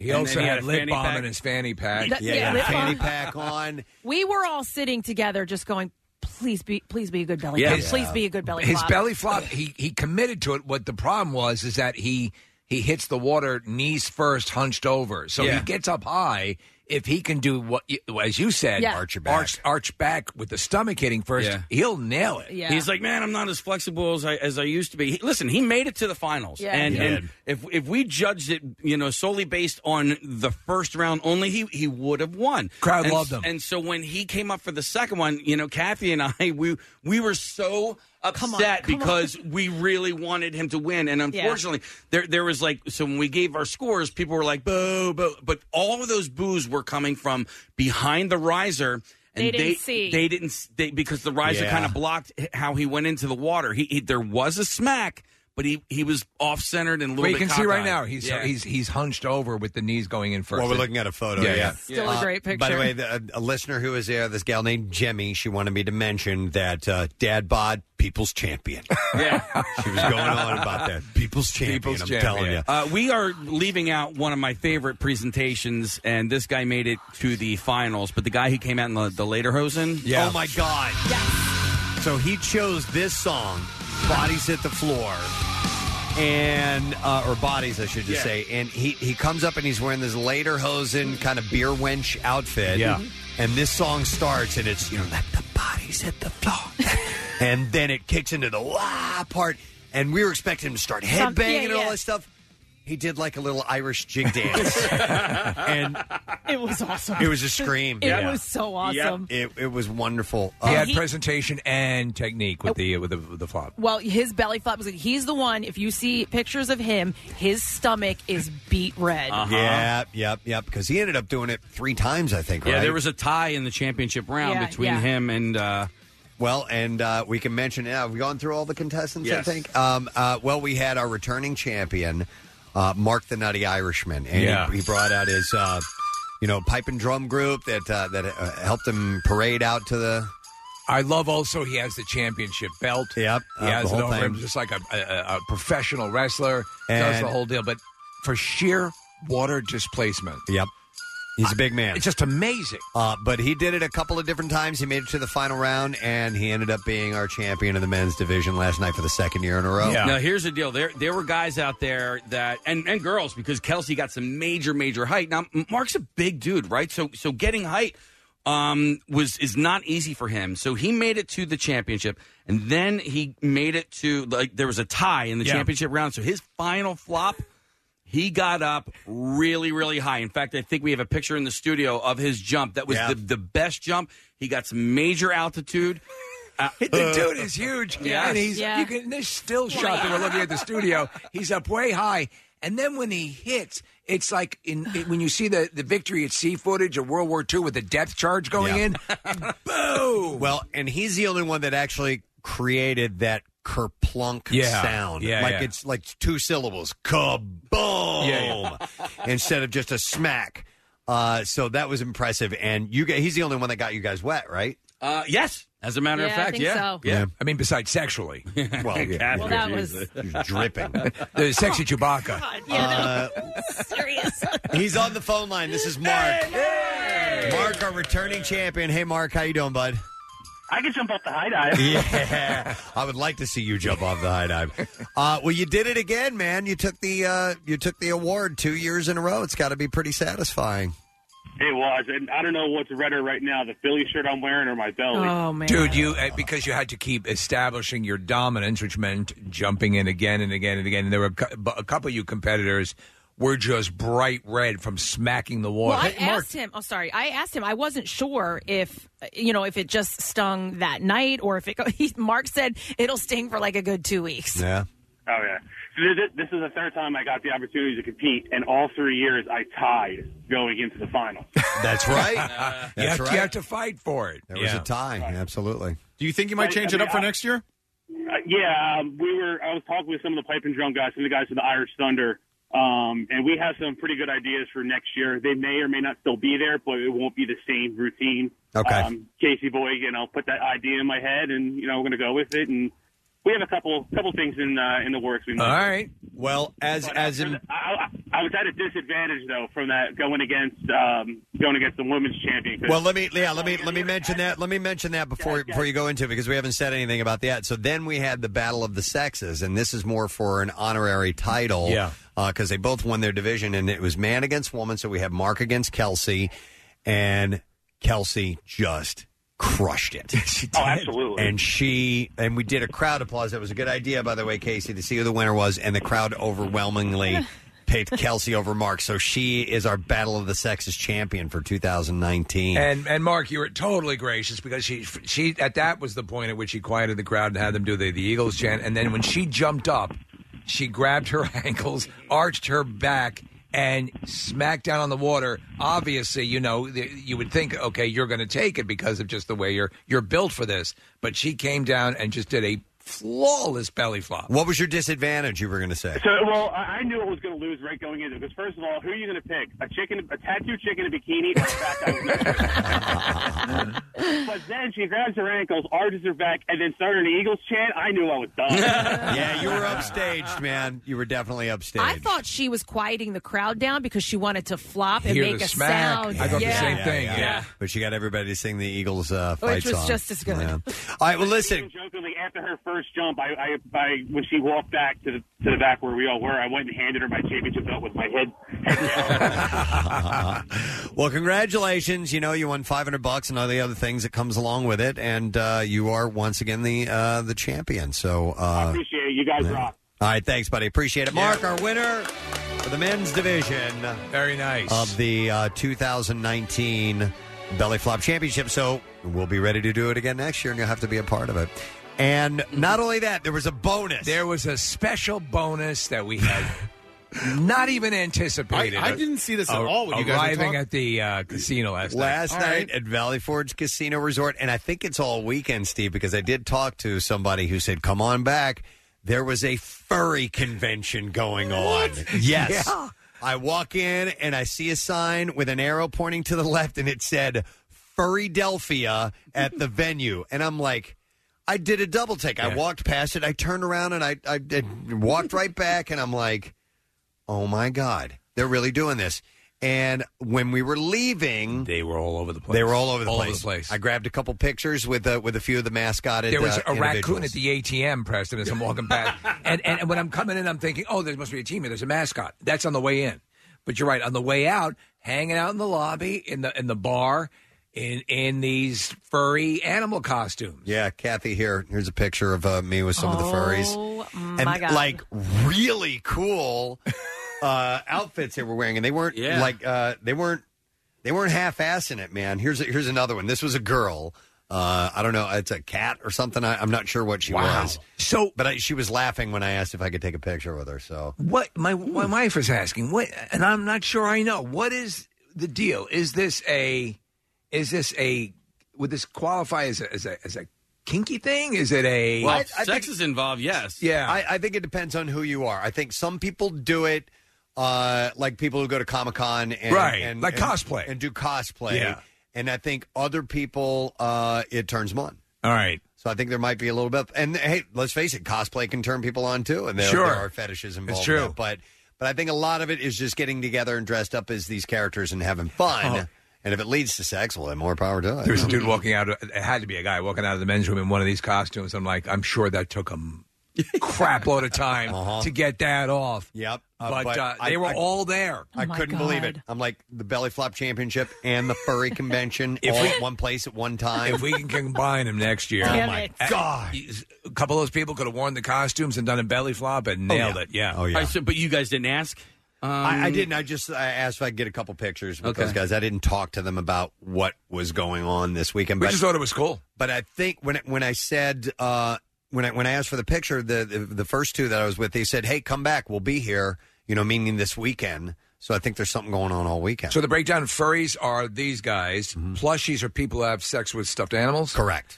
S4: He also had, lip balm in his fanny pack.
S3: That- Yeah, yeah, lip
S2: fanny
S3: balm.
S2: pack on.
S3: We were all sitting together, just going, "Please be, please be a good belly
S4: Yeah.
S3: flop.
S4: Yeah.
S3: Please be a good belly
S4: His
S3: flop." [laughs]
S4: belly flop. He he committed to it. What the problem was is that he he hits the water knees first, hunched over. So
S6: Yeah.
S4: he gets up high. If he can do what, you- as you said,
S6: Yeah.
S4: arch
S6: Arch your back.
S4: arch arch back with the stomach hitting first,
S7: Yeah.
S4: he'll nail it.
S7: He's like, man, I'm not as flexible as I as I used to be. He, listen, he made it to the finals,
S6: Yeah.
S7: and,
S6: He
S7: and
S6: did.
S7: if if we judged it, you know, solely based on the first round only, he he would have won.
S4: Crowd
S7: and,
S4: loved him.
S7: and so when he came up for the second one, you know, Kathy and I, [laughs] we we were so
S6: Come on,
S7: upset
S6: come on.
S7: because we really wanted him to win, and unfortunately, there there was like so when we gave our scores, people were like boo boo, but all of those boos were coming from behind the riser. And
S3: They didn't see.
S7: They didn't. s- They, because the riser
S6: Yeah.
S7: kind of blocked h- how he went into the water. He, he there was a smack, but he he was off centered and a little
S4: Well, you
S7: bit.
S4: can see right
S7: cockeyed.
S4: now he's
S7: Yeah.
S4: he's he's hunched over with the knees going in first.
S2: Well, we're looking at a photo. Yeah, Uh, By the way, the, a, a listener who was there, this gal named Jemmy, she wanted me to mention that uh, Dad Bod, people's champion.
S7: Yeah,
S2: she was going on about
S7: [laughs]
S2: that people's champion.
S7: People's
S2: I'm
S7: champion.
S2: telling you.
S7: Uh, we are leaving out one of my favorite presentations, and this guy made it to the finals. But the guy who came out in the, the later hosen,
S2: Oh my God. Yes. So he chose this song, "Bodies Hit the Floor," and uh, or bodies, I should just
S6: Yeah.
S2: say. And he he comes up and he's wearing this later hosen kind of beer wench outfit. Mm-hmm.
S6: Yeah.
S2: And this song starts, and it's you know let the bodies hit the floor, and then it kicks into the wah part, and we were expecting him to start headbanging
S6: Some- yeah,
S2: and
S6: yeah.
S2: all this stuff. He did like a little Irish jig
S6: [laughs]
S2: dance, and
S3: [laughs] it was awesome.
S2: It was a scream.
S3: It was so awesome.
S2: It, it was wonderful.
S4: He had
S3: he-
S4: presentation and technique with the with the, with the flop.
S3: Well, his belly flop was like, he's the one. If you see pictures of him, his stomach is beat red.
S2: Uh-huh.
S7: Uh-huh.
S2: Yep, yep, yep. Because he ended up doing it three times, I think.
S7: yeah,
S2: right?
S7: there was a tie in the championship round
S3: Yeah,
S7: between
S3: yeah.
S7: him and. Uh,
S2: Well, and uh, we can mention. Yeah, we've gone through all the contestants.
S7: Yes.
S2: I think. Um, uh, well, we had our returning champion, uh, Mark the Nutty Irishman, and he-
S6: Yeah.
S2: he, brought out his, uh, you know, pipe and drum group that uh, that uh, helped him parade out to the.
S4: I love also he has the championship belt.
S2: Yep,
S4: He
S2: uh,
S4: has
S2: the
S4: it
S2: whole
S4: over him
S2: thing.
S4: just like a, a, a- a professional wrestler, does
S2: And-
S4: the whole deal. But for sheer water displacement.
S2: Yep. He's a big man.
S4: It's just amazing.
S2: Uh, but he did it a couple of different times. He made it to the final round, and he ended up being our champion of the men's division last night for the second year in a row.
S7: Now here's the deal: there there were guys out there that and and girls because Kelsey got some major major height. Now M- Mark's a big dude, right? So so getting height um was is not easy for him. So he made it to the championship and then he made it to like there was a tie in the
S6: Yeah.
S7: championship round. So his final flop he got up really, really high. In fact, I think we have a picture in the studio of his jump. That was
S6: Yeah.
S7: the, the best jump. He got some major altitude. Uh,
S4: [laughs] [laughs]
S2: [laughs]
S4: The dude is huge,
S7: Yes.
S4: and he's
S7: Yeah.
S4: you can. This still shot that we're looking at the studio. He's up way high, and then when he hits, it's like in it, when you see the the victory at sea footage of World War II with the depth charge going in.
S2: [laughs]
S4: Boom.
S2: Well, and he's the only one that actually created that kerplunk
S4: Yeah.
S2: sound.
S4: Yeah,
S2: like
S4: yeah.
S2: it's like two syllables, kaboom,
S6: Yeah,
S2: [laughs] instead of just a smack. Uh, so that was impressive. And you, guys, he's the only one that got you guys wet, right?
S7: Uh, yes, as a matter
S6: of Yeah, I fact, think yeah. so.
S4: yeah. I mean,
S7: [laughs]
S4: besides sexually.
S2: Well,
S4: yeah.
S6: Well, that was-
S2: You're dripping.
S4: [laughs] The sexy
S2: oh,
S4: Chewbacca.
S2: Uh,
S3: Serious.
S2: [laughs] he's on the phone line. This is Mark. Mark, our returning champion. Hey, Mark, how you doing, bud?
S16: I can jump off the high dive.
S2: yeah, I would like to see you jump off the high dive. Uh, well, you did it again, man. You took the uh, you took the award two years in a row. It's got to be pretty satisfying.
S16: It was, and I don't know what's redder right now: the Philly shirt I'm wearing or my belly.
S3: Oh,
S4: Dude, you uh, because you had to keep establishing your dominance, which meant jumping in again and again and again. And there were a cou- bu- a couple of you competitors were just bright red from smacking the wall.
S3: Well, I asked him. Oh, sorry. I asked him. I wasn't sure if uh, you know if it just stung [laughs] that night or if it. Go, he, Mark said it'll sting for like a good two weeks.
S2: Yeah.
S16: Oh yeah. Th- th- This is the third time I got the opportunity to compete, and all three years I tied going into the final.
S5: [laughs]
S2: That's right.
S4: you,
S2: That's
S4: have,
S2: right.
S4: you have to fight for it.
S2: There was a tie, absolutely.
S5: Do you think you
S16: I-
S5: might change
S16: I
S5: it up
S16: mean,
S5: for
S16: I-
S5: next year?
S16: Uh, yeah, um, we were. I was talking with some of the pipe and drum guys, some of the guys from the Irish Thunder, um, and we have some pretty good ideas for next year. They may or may not still be there, but it won't be the same routine.
S2: Okay.
S16: Um, Casey Boy, you know, put that idea in my head, and you know, we're gonna go with it. And we have a couple couple things in uh, in the works. We might do.
S17: Well, as as in,
S16: I, I I was at a disadvantage though from that going against um, going against the women's champion. 'cause-
S17: well, let me yeah, let me let me mention that.
S2: Let me mention that before before you go into it because we haven't said anything about that. So then we had the battle of the sexes, and this is more for an honorary title.
S17: Yeah.
S2: because they both won their division, and it was man against woman. So we have Mark against Kelsey, and Kelsey just crushed it.
S16: Oh, absolutely.
S2: And she and we did a crowd applause. That was a good idea, by the way, Casey, to see who the winner was, and the crowd overwhelmingly picked Kelsey over Mark. So she is our Battle of the Sexes champion for 2019.
S4: And and Mark, you were totally gracious because she she at that was the point at which she quieted the crowd and had them do the, the Eagles chant, and then when she jumped up, she grabbed her [laughs] ankles, arched her back, and smacked down on the water. Obviously, you know the- you would think, okay, you're going to take it because of just the way you're you're built for this, but she came down and just did a flawless belly flop.
S2: what was your disadvantage? You were [laughs] going to say.
S16: So, well, I I knew it was going to lose right going into because first of all, who are you going to pick? A chicken, a tattooed chicken in a bikini, or a fat guy with no shirt? But then she grabs her ankles, arches her back, and then started an Eagles chant. I knew I was
S2: [laughs]
S16: done.
S2: yeah, you were upstaged, man. You were definitely upstaged.
S3: I thought she was quieting the crowd down because she wanted to flop and
S2: Hear
S3: make
S2: the
S3: a
S2: smack.
S3: sound.
S2: I thought the
S3: yeah.
S2: same thing, Yeah, yeah. yeah. But she got everybody to sing the Eagles uh, fight
S3: Which was
S2: song.
S3: just as good.
S2: Yeah. All right, well, listen. [laughs]
S16: Even jokingly, after her first jump, I, I, I, when she walked back to the to the back where we all were, I went and handed her my championship belt with my head.
S2: well, congratulations. You know, you won 500 bucks and all the other things that comes along with it, and uh, you are once again the uh, the champion. So, uh,
S16: Appreciate it. You guys
S2: yeah.
S16: rock.
S2: All right, thanks, buddy. Appreciate it, Mark. Our winner for the men's division.
S4: Very nice.
S2: of the uh, 2019 Belly Flop Championship. So we'll be ready to do it again next year, and you'll have to be a part of it. And not only that, there was a bonus.
S4: There was a special bonus that
S2: [laughs]
S4: we had not even anticipated.
S5: I- I didn't see this at
S4: Ar-
S5: all when you guys were
S4: arriving
S5: talking.
S4: at the uh, casino last,
S2: last
S4: night.
S2: night at Valley Forge Casino Resort, and I think it's all weekend, Steve, because I did talk to somebody who said, "Come on back." There was a furry convention going on. Yes.
S6: Yeah.
S2: I walk in and I see a sign with an arrow pointing to the left, and it said "Furry Delphia" at the venue, and I'm like. I did a double take. I walked past it. I turned around and I, I, I walked right back, and I'm like, oh my god they're really doing this and when we were leaving
S4: they were all over the place
S2: they were all over the,
S4: All over
S2: place.
S4: the place.
S2: i grabbed a couple pictures with uh, with a few of the mascotted
S4: There was
S2: uh,
S4: a raccoon
S2: individuals.
S4: at the ATM, Preston, as I'm
S5: [laughs]
S4: walking back. and, and and when I'm coming in, I'm thinking, oh, there must be a team here. There's a mascot. That's on the way in. But you're right. On the way out, hanging out in the lobby, in the in the bar, in in these furry animal costumes.
S2: yeah kathy here here's a picture of uh, me with some of the furries
S3: Oh,
S2: and
S3: my God.
S2: like really cool uh, outfits they were wearing and they weren't
S17: Yeah.
S2: like uh, they weren't they weren't half-assing it man here's a, here's another one this was a girl uh, I don't know. It's a cat or something. I, I'm not sure what she
S4: Wow.
S2: was.
S4: So,
S2: but I, she was laughing when I asked if I could take a picture with her. So
S4: What my my wife was asking, what, and I'm not sure I know. What is the deal? Is this a, is this a, would this qualify as a as a, as a kinky thing? Is it a?
S7: Well, if sex is involved, yes.
S4: Yeah.
S2: I, I think it depends on who you are. I think some people do it, uh, like people who go to Comic Con and,
S4: Right,
S2: and-
S4: like
S2: and-
S4: cosplay.
S2: and do cosplay.
S4: Yeah.
S2: And I think other people, uh, it turns them on.
S4: All right.
S2: So I think there might be a little bit. And hey, let's face it, cosplay can turn people on too, and there,
S4: Sure.
S2: there are fetishes involved.
S4: It's true.
S2: in that. but but I think a lot of it is just getting together and dressed up as these characters and having
S4: Oh.
S2: fun. And if it leads to sex, well, then more power to it.
S4: There was a dude walking out. It had to be a guy walking out of the men's room in one of these costumes. I'm like, I'm sure that took him crap load of time
S2: Uh-huh.
S4: to get that off.
S2: Yep.
S4: but, uh,
S2: I-
S4: they were
S2: I-
S4: all there.
S2: I couldn't believe it. I'm like the belly flop championship and the furry convention
S4: If
S2: all
S4: we-
S2: at one place at one time.
S4: If we can combine them next year,
S2: Damn Oh, my it.
S4: God! A couple of those people could have worn the costumes and done a belly flop and nailed it. Yeah.
S2: Oh, yeah. All right,
S7: but you guys didn't ask. Um,
S2: I, I didn't. I just I asked if I could get a couple pictures with
S7: Okay.
S2: those guys. I didn't talk to them about what was going on this weekend.
S4: We
S2: but,
S4: just thought it was cool.
S2: But I think when it, when I said uh, when I when I asked for the picture, the, the the first two that I was with, they said, "Hey, come back. We'll be here." You know, meaning this weekend. So I think there's something going on all weekend. Mm-hmm.
S4: So the breakdown of furries are these guys. Plushies are people who have sex with stuffed animals.
S2: Correct.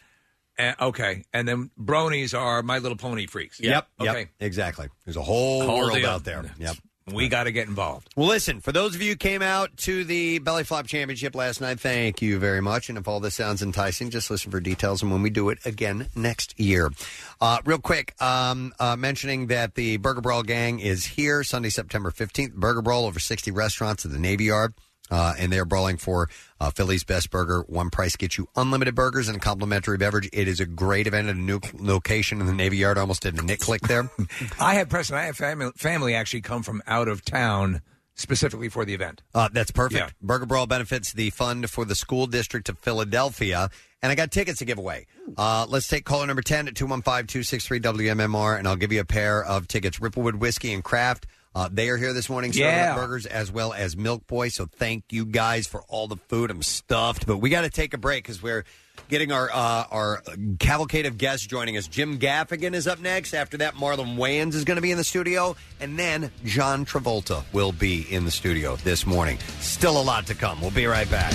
S4: And, okay, and then bronies are My Little Pony freaks.
S2: Yep.
S4: Okay.
S2: Yep. Exactly. There's a whole world
S4: deal.
S2: out there. Yep.
S4: We got to get involved.
S2: Well, listen, for those of you who came out to the Belly Flop Championship last night, thank you very much. And if all this sounds enticing, just listen for details and when we do it again next year. Uh, real quick, um, uh, mentioning that the Burger Brawl gang is here Sunday, September 15th. Burger Brawl, over 60 restaurants at the Navy Yard. Uh, and they're brawling for uh, Philly's best burger. One price gets you unlimited burgers and a complimentary beverage. It is a great event at a new location in the Navy Yard. I almost did a nick click there.
S4: [laughs] I have Preston. I have family, family actually come from out of town specifically for the event.
S2: Uh, that's perfect.
S4: Yeah.
S2: Burger Brawl benefits the fund for the school district of Philadelphia. And I got tickets to give away. Uh, let's take caller number 10 at 215 263 WMMR, and I'll give you a pair of tickets. Ripplewood Whiskey and Craft. Uh, they are here this morning serving
S4: Yeah.
S2: up burgers as well as Milk Boy. So thank you guys for all the food. I'm stuffed, but we got to take a break because we're getting our uh, our cavalcade of guests joining us. Jim Gaffigan is up next. After that, Marlon Wayans is going to be in the studio, and then John Travolta will be in the studio this morning. Still a lot to come. We'll be right back.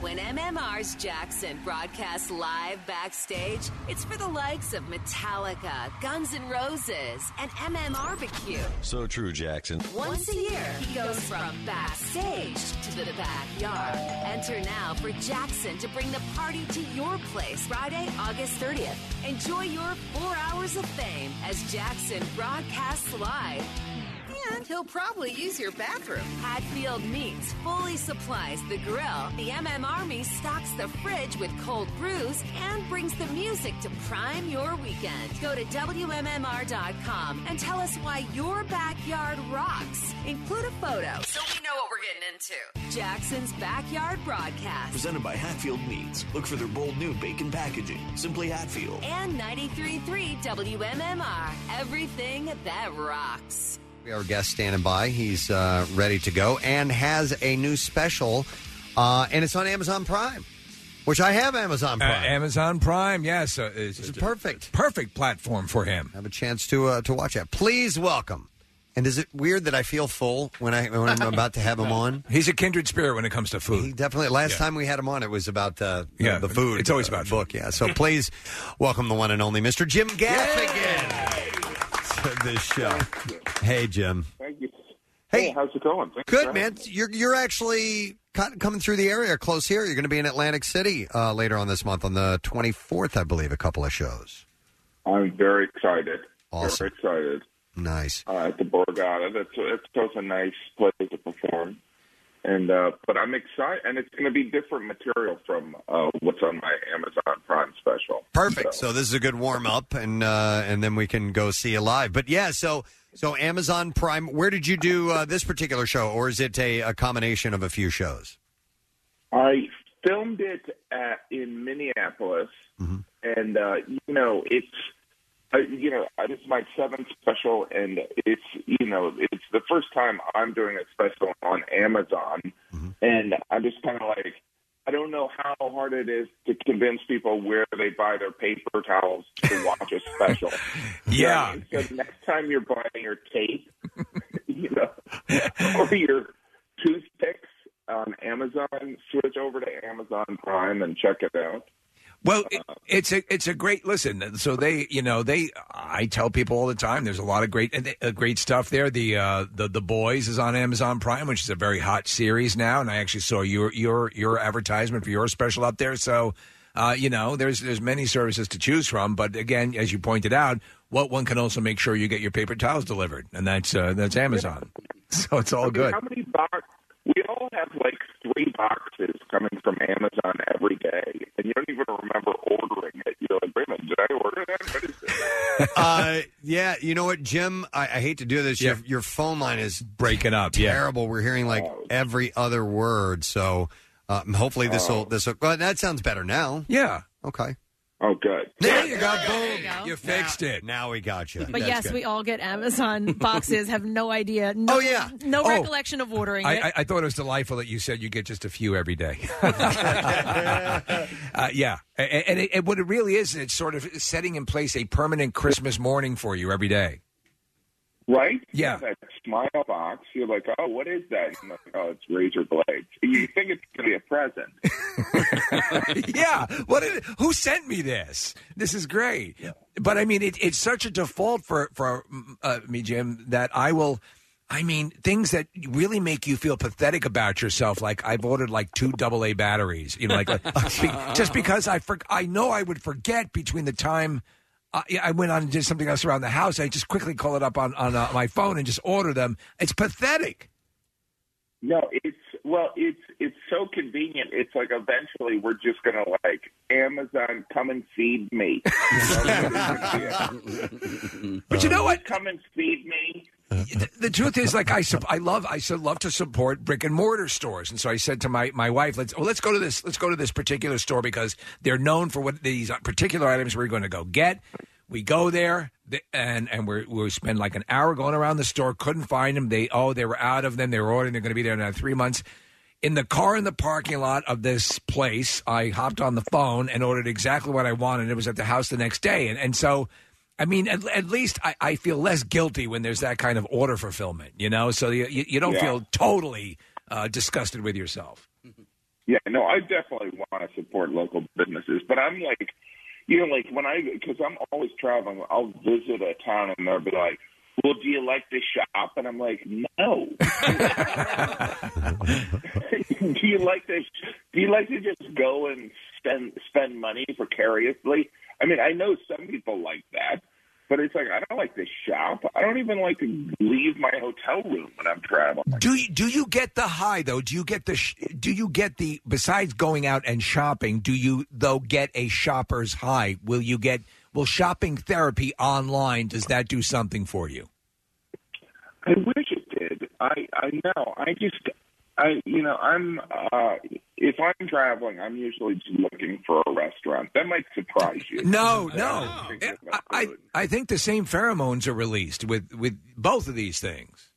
S18: When MMR's Jackson broadcasts live backstage, it's for the likes of Metallica, Guns N' Roses, and MMR BBQ.
S19: So true, Jackson.
S2: [laughs]
S18: Once a year, he goes from backstage to the backyard. Enter now for Jackson to bring the party to your place Friday, August 30th. Enjoy your four hours of fame as Jackson broadcasts live. And he'll probably use your bathroom. Hatfield Meats fully supplies the grill. The MM Army stocks the fridge with cold brews and brings the music to prime your weekend. Go to WMMR.com and tell us why your backyard rocks. Include a photo so we know what we're getting into. Jackson's Backyard Broadcast
S8: Presented by Hatfield Meats. Look for their bold new bacon packaging. Simply Hatfield.
S18: and 93.3 WMMR. Everything that rocks.
S2: We have our guest standing by. He's uh, ready to go and has a new special, uh, and it's on Amazon Prime, which I have Amazon
S4: Uh,
S2: Prime.
S4: Amazon Prime, yes, uh, it's, it's
S2: perfect,
S4: perfect platform for him.
S2: Have a chance to uh, to watch that. Please welcome. And is it weird that I feel full when I when I'm about to have him on?
S4: He's a kindred spirit when it comes to food.
S2: He definitely. Last time we had him on, it was about uh, the,
S4: Yeah,
S2: the food.
S4: it's always
S2: about book. Yeah. So please welcome the one and only Mr. Jim Gaffigan to this show. Hey, Jim.
S20: Thank you.
S2: Hey,
S20: how's it going? Thanks for
S2: Good
S20: having
S2: man.
S20: me.
S2: You're you're
S20: [laughs]
S2: actually kind of coming through the area close here. You're going to be in Atlantic City uh, later on this month on the 24th, I believe. A couple of shows.
S20: I'm very excited.
S2: Awesome.
S20: Very excited.
S2: Nice.
S20: Uh, at the Borgata, that's it's such a nice place to perform. And uh, but I'm excited, and it's going to be different material from uh, what's on my Amazon Prime special.
S2: Perfect. So this is a good warm up, and uh, and then we can go see you live. But yeah, so so Amazon Prime. Where did you do uh, this particular show, or is it a, a combination of a few shows?
S20: I filmed it at, in Minneapolis, and uh, you know it's uh, you know I- this is my seventh special, and it's you know it's the first time I'm doing a special on Amazon, and I'm just kind of like I don't know how hard it is to convince people where they buy their paper towels to watch a special.
S4: Yeah.
S20: So next time you're buying your tape, [laughs] you know, or your toothpicks on Amazon, switch over to Amazon Prime and check it out.
S4: Well, it, it's a it's a great listen. So they, you know, they. I tell people all the time. There's a lot of great and, uh, great stuff there. The uh, the the boys is on Amazon Prime, which is a very hot series now. And I actually saw your your your advertisement for your special up there. So, uh, you know, there's there's many services to choose from. But again, as you pointed out, what one can also make sure you get your paper towels delivered, and that's uh, that's Amazon. [laughs] So it's all Oh, good.
S20: How many box? We all have like three boxes coming from Amazon every day, and you don't even remember ordering it. You're like, wait a minute, did I order that? What is
S2: [laughs] uh, yeah, you know what, Jim? I, I hate to do this. Your, your phone line is
S4: breaking up. yeah.
S2: Terrible. We're hearing like
S20: Oh.
S2: every other word. So um, hopefully this will this will. Well, that sounds better now.
S4: Yeah.
S2: Okay.
S20: Oh, good.
S2: There you go.
S4: Boom.
S2: You,
S4: fixed it.
S2: Now we got you.
S3: But yes, we all get Amazon boxes. Have no idea. No,
S4: Oh, yeah.
S3: No
S4: Oh.
S3: recollection of ordering
S4: I,
S3: it.
S4: I, I thought it was delightful that you said you get just a few every day. [laughs] uh, yeah, and, and, it, and what it really is, it's sort of setting in place a permanent Christmas morning for you every day.
S20: Right?
S4: Yeah.
S20: That smile box. You're like, oh, what is that? And I'm like, oh, it's razor blades. You think it's going to be a present.
S4: [laughs] yeah. What? Did, who sent me this? This is great. But I mean, it, it's such a default for for uh, me, Jim, that I will. I mean, things that really make you feel pathetic about yourself. Like I've ordered like two double A batteries. You know, like like, [laughs] be- just because I for, I know I would forget between the time. I, I went on and did something else around the house. I just quickly call it up on on uh, my phone and just order them. It's pathetic.
S20: No, it's well, it's it's so convenient. It's like eventually we're just gonna like Amazon come and feed me.
S4: But you know what?
S20: Come and feed me.
S4: [laughs] the truth is, like I, sup- I love, I so love to support brick and mortar stores, and so I said to my, my wife, let's, oh, let's go to this, let's go to this particular store because they're known for what these particular items we're going to go get. We go there, th- and and we're, we spend like an hour going around the store, couldn't find them. They oh, they were out of them. They were ordering. They're going to be there in another three months. In the car in the parking lot of this place, I hopped on the phone and ordered exactly what I wanted. It was at the house the next day, and and so. I mean, at, at least I, I feel less guilty when there's that kind of order fulfillment, you know? So you, you, you don't
S20: Yeah.
S4: feel totally uh, disgusted with yourself.
S20: Yeah, no, I definitely want to support local businesses, but I'm like, you know, like when I because I'm always traveling, I'll visit a town and they'll be like, "Well, do you like this shop?" And I'm like, "No." [laughs] do you like to? Do you like to just go and spend spend money precariously? I mean, I know some people like that, but it's like I don't like this shop. I don't even like to leave my hotel room when I'm traveling.
S4: Do you, do you get the high though? Do you get the sh- do you get the besides going out and shopping, do you though get a shopper's high? Will you get will shopping therapy online does that do something for you?
S20: I wish it did. I I know. I just I you know I'm uh if I'm traveling, I'm usually just looking for a restaurant. That might surprise you.
S4: No, no. I, I, I think the same pheromones are released with with both of these things.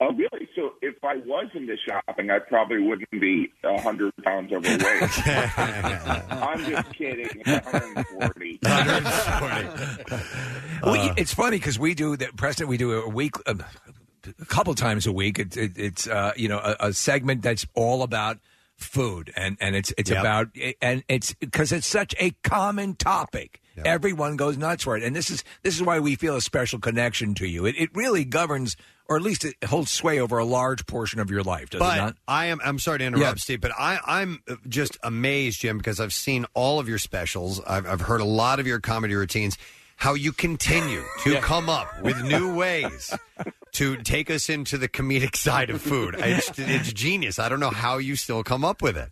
S20: Oh really? So if I was into shopping, I probably wouldn't be a hundred
S4: [laughs]
S20: pounds overweight. I'm just kidding.
S4: [laughs]
S20: 140.
S2: [laughs]
S4: Well, you- it's funny because we do that, Preston. We do a week, um, a couple times a week. It, it, it's uh, you know a, a segment that's all about food, and and it's it's
S6: Yep.
S4: about and it's because it's such a common topic. Everyone goes nuts for it, and this is this is why we feel a special connection to you. It, it really governs, or at least it holds sway over a large portion of your life, does
S2: but
S4: it
S2: [laughs]
S4: not?
S2: I am. I'm sorry to interrupt,
S4: Yeah.
S2: Steve, but I, I'm uh, just amazed, Jim, because I've seen all of your specials. I've, I've heard a lot of your comedy routines. How you
S4: [laughs]
S2: continue to come up with new ways to take us into the comedic side of food. It's, it's genius. I don't know how you still come up with it.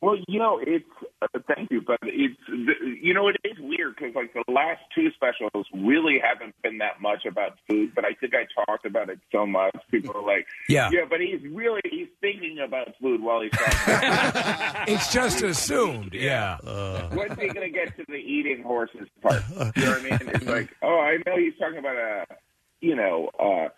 S20: Well, you know, it's uh, thank you, but it's th- you know it is weird because like the last two specials really haven't been that much about food, but I think I talked about it so much. People are like,
S6: Yeah.
S20: yeah, but he's really he's thinking about food while he's talking.
S4: It's just assumed, yeah.
S20: When's he gonna get to the eating horses part? You know what I mean? It's like, oh, I know he's talking about a, you know, uh,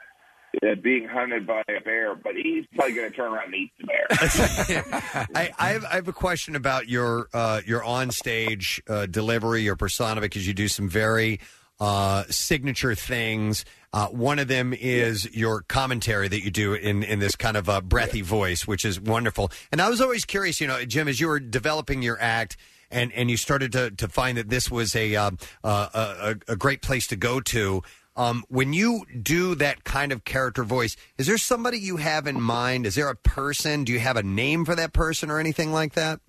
S20: uh, being hunted by a bear, but he's probably gonna turn around and eat the bear.
S2: I, I, have, I have a question about your uh, your onstage uh, delivery, your persona, because you do some very uh, signature things. Uh, one of them is your commentary that you do in, in this kind of uh, breathy voice, which is wonderful. And I was always curious, you know, Jim, as you were developing your act. And, and you started to, to find that this was a, uh, uh, a a great place to go to. Um, when you do that kind of character voice, is there somebody you have in mind? Is there a person? Do you have a name for that person or anything like that?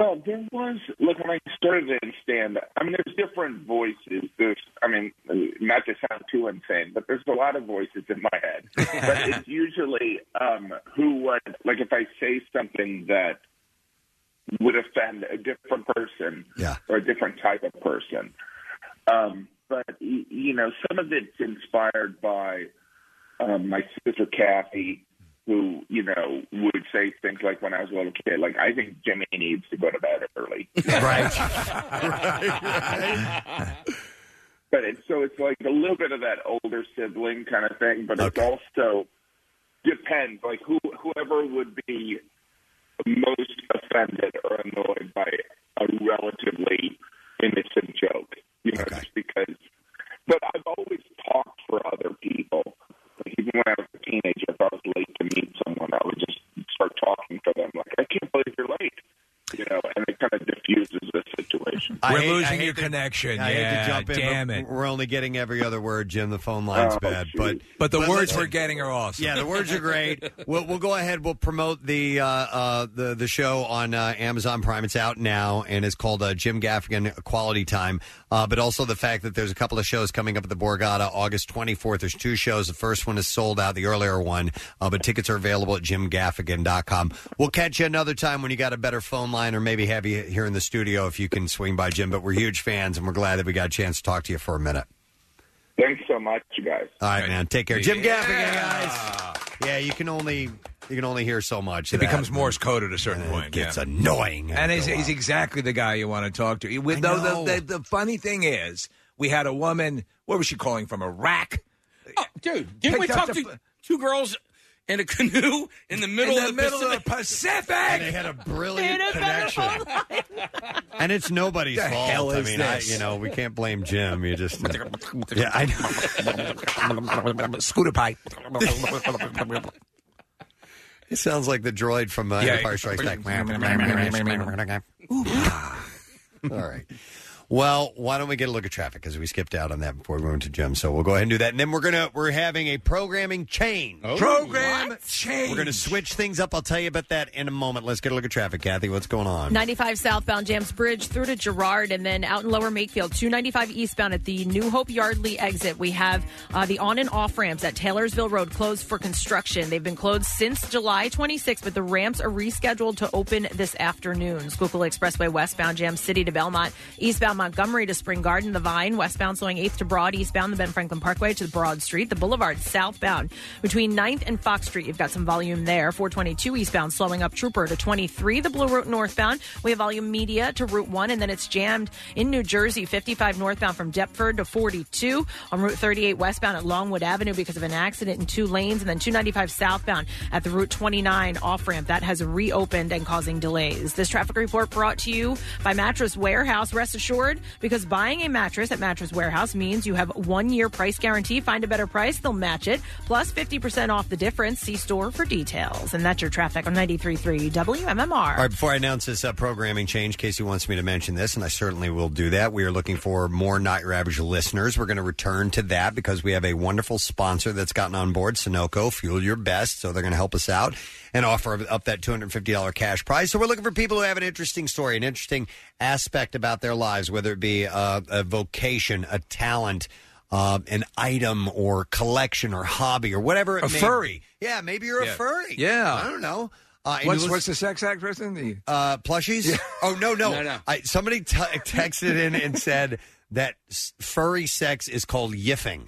S20: Well, there was look when I started in stand up. I mean, there's different voices. There's, I mean, uh, not to sound too insane, but there's a lot of voices in my head. but it's usually um, who would like if I say something that would offend a different person or a different type of person. Um, but y- you know, some of it's inspired by um, my sister Kathy who you know would say things like when I was a little kid, like I think Jimmy needs to go to bed early.
S6: [laughs]
S2: Right.
S20: [laughs] But it's so it's like a little bit of that older sibling kind of thing, but it's also depends like who whoever would be most offended or annoyed by a relatively innocent joke, you know, just because. But I've always talked for other people. Like even when I was a teenager, if I was late to meet someone, I would just start talking to them like, "I can't believe you're late," you know, and it kind of diffuses the situation.
S9: I
S4: We're
S9: hate- I
S4: losing
S9: hate
S4: your
S9: to-
S4: connection.
S2: I
S4: yeah,
S2: hate to jump in.
S4: damn
S2: but
S4: it.
S2: We're only getting every other word, Jim. The phone line's bad, but
S4: But the words
S2: listen-
S4: we're getting are awesome.
S2: Yeah, the words are
S4: [laughs]
S2: great. We'll, we'll go ahead. We'll promote the uh, uh, the the show on uh, Amazon Prime. It's out now, and it's called uh, Jim Gaffigan Quality Time. Uh, but also the fact that there's a couple of shows coming up at the Borgata August 24th. There's two shows. The first one is sold out, the earlier one, uh, but tickets are available at jimgaffigan.com. We'll catch you another time when you got a better phone line, or maybe have you here in the studio if you can swing by, Jim. But we're huge fans, and we're glad that we got a chance to talk to you for a minute.
S20: Thanks so much, you guys.
S2: All right, man. Take care, Jim Gaffigan. Yeah, you can only you can only hear so much.
S4: It becomes Morse code at a certain point.
S2: gets annoying
S4: And he's,
S2: after a
S4: he's exactly the guy you want to talk to. With, though,
S2: know.
S4: the, the, the funny thing is, we had a woman. What was she calling from Iraq?
S7: Oh, dude, didn't we
S4: Picked up
S7: talk
S4: the-
S7: to two girls in a canoe in the middle,
S4: In the
S7: of, the
S4: middle of
S7: Pacific?
S4: the Pacific? And they
S2: had a brilliant Dude, And it's nobody's
S6: The
S2: fault.
S6: hell
S2: I
S6: is
S2: mean, I,
S6: this?
S2: you know, we can't blame Jim. You just uh, yeah, I know.
S4: [laughs] Scooter pie.
S2: [laughs] It sounds like the droid from uh,
S6: Yeah.
S2: Empire Strikes
S6: [laughs]
S2: Back. All right. Well, why don't we get a look at traffic because we skipped out on that before we went to Jim. So we'll go ahead and do that. And then we're gonna we're having a programming change.
S6: Oh.
S4: Program change.
S2: We're gonna switch things up. I'll tell you about that in a moment. Let's get a look at traffic, Kathy. What's going on?
S3: 95 southbound Jams Bridge through to Girard and then out in Lower Makefield. 295 eastbound at the New Hope Yardley exit. We have uh, the on and off ramps at Taylorsville Road closed for construction. They've been closed since July 26, but the ramps are rescheduled to open this afternoon. Schuylkill Expressway westbound Jam City to Belmont, eastbound Montgomery to Spring Garden, the Vine, westbound slowing 8th to Broad, eastbound the Ben Franklin Parkway to the Broad Street, the Boulevard southbound. Between 9th and Fox Street, you've got some volume there. 422 eastbound slowing up Trooper to 23, the Blue Route northbound. We have volume media to Route 1, and then it's jammed in New Jersey, 55 northbound from Deptford to 42 on Route 38 westbound at Longwood Avenue because of an accident in two lanes, and then 295 southbound at the Route 29 off ramp. That has reopened and causing delays. This traffic report brought to you by Mattress Warehouse. Rest assured, because buying a mattress at Mattress Warehouse means you have one year price guarantee. Find a better price, they'll match it, plus 50% off the difference. See store for details. And that's your traffic on 93.3 WMMR.
S2: All right, before I announce this uh, programming change, Casey wants me to mention this, and I certainly will do that. We are looking for more Not Your Average listeners. We're going to return to that because we have a wonderful sponsor that's gotten on board, Sunoco, Fuel Your Best. So they're going to help us out and offer up that $250 cash prize. So we're looking for people who have an interesting story, an interesting aspect about their lives, whether it be uh, a vocation, a talent, uh, an item or collection or hobby or whatever it
S4: A
S2: may
S4: furry.
S2: be. Yeah, maybe you're
S4: Yeah.
S2: a furry.
S4: Yeah.
S2: I don't know. Uh, and
S4: what's,
S2: it was-
S4: what's the sex actress in the?
S2: uh, plushies? Oh no, no.
S4: No, no.
S2: I, somebody t- texted in and said that s- furry sex is called
S4: [laughs]
S2: yiffing,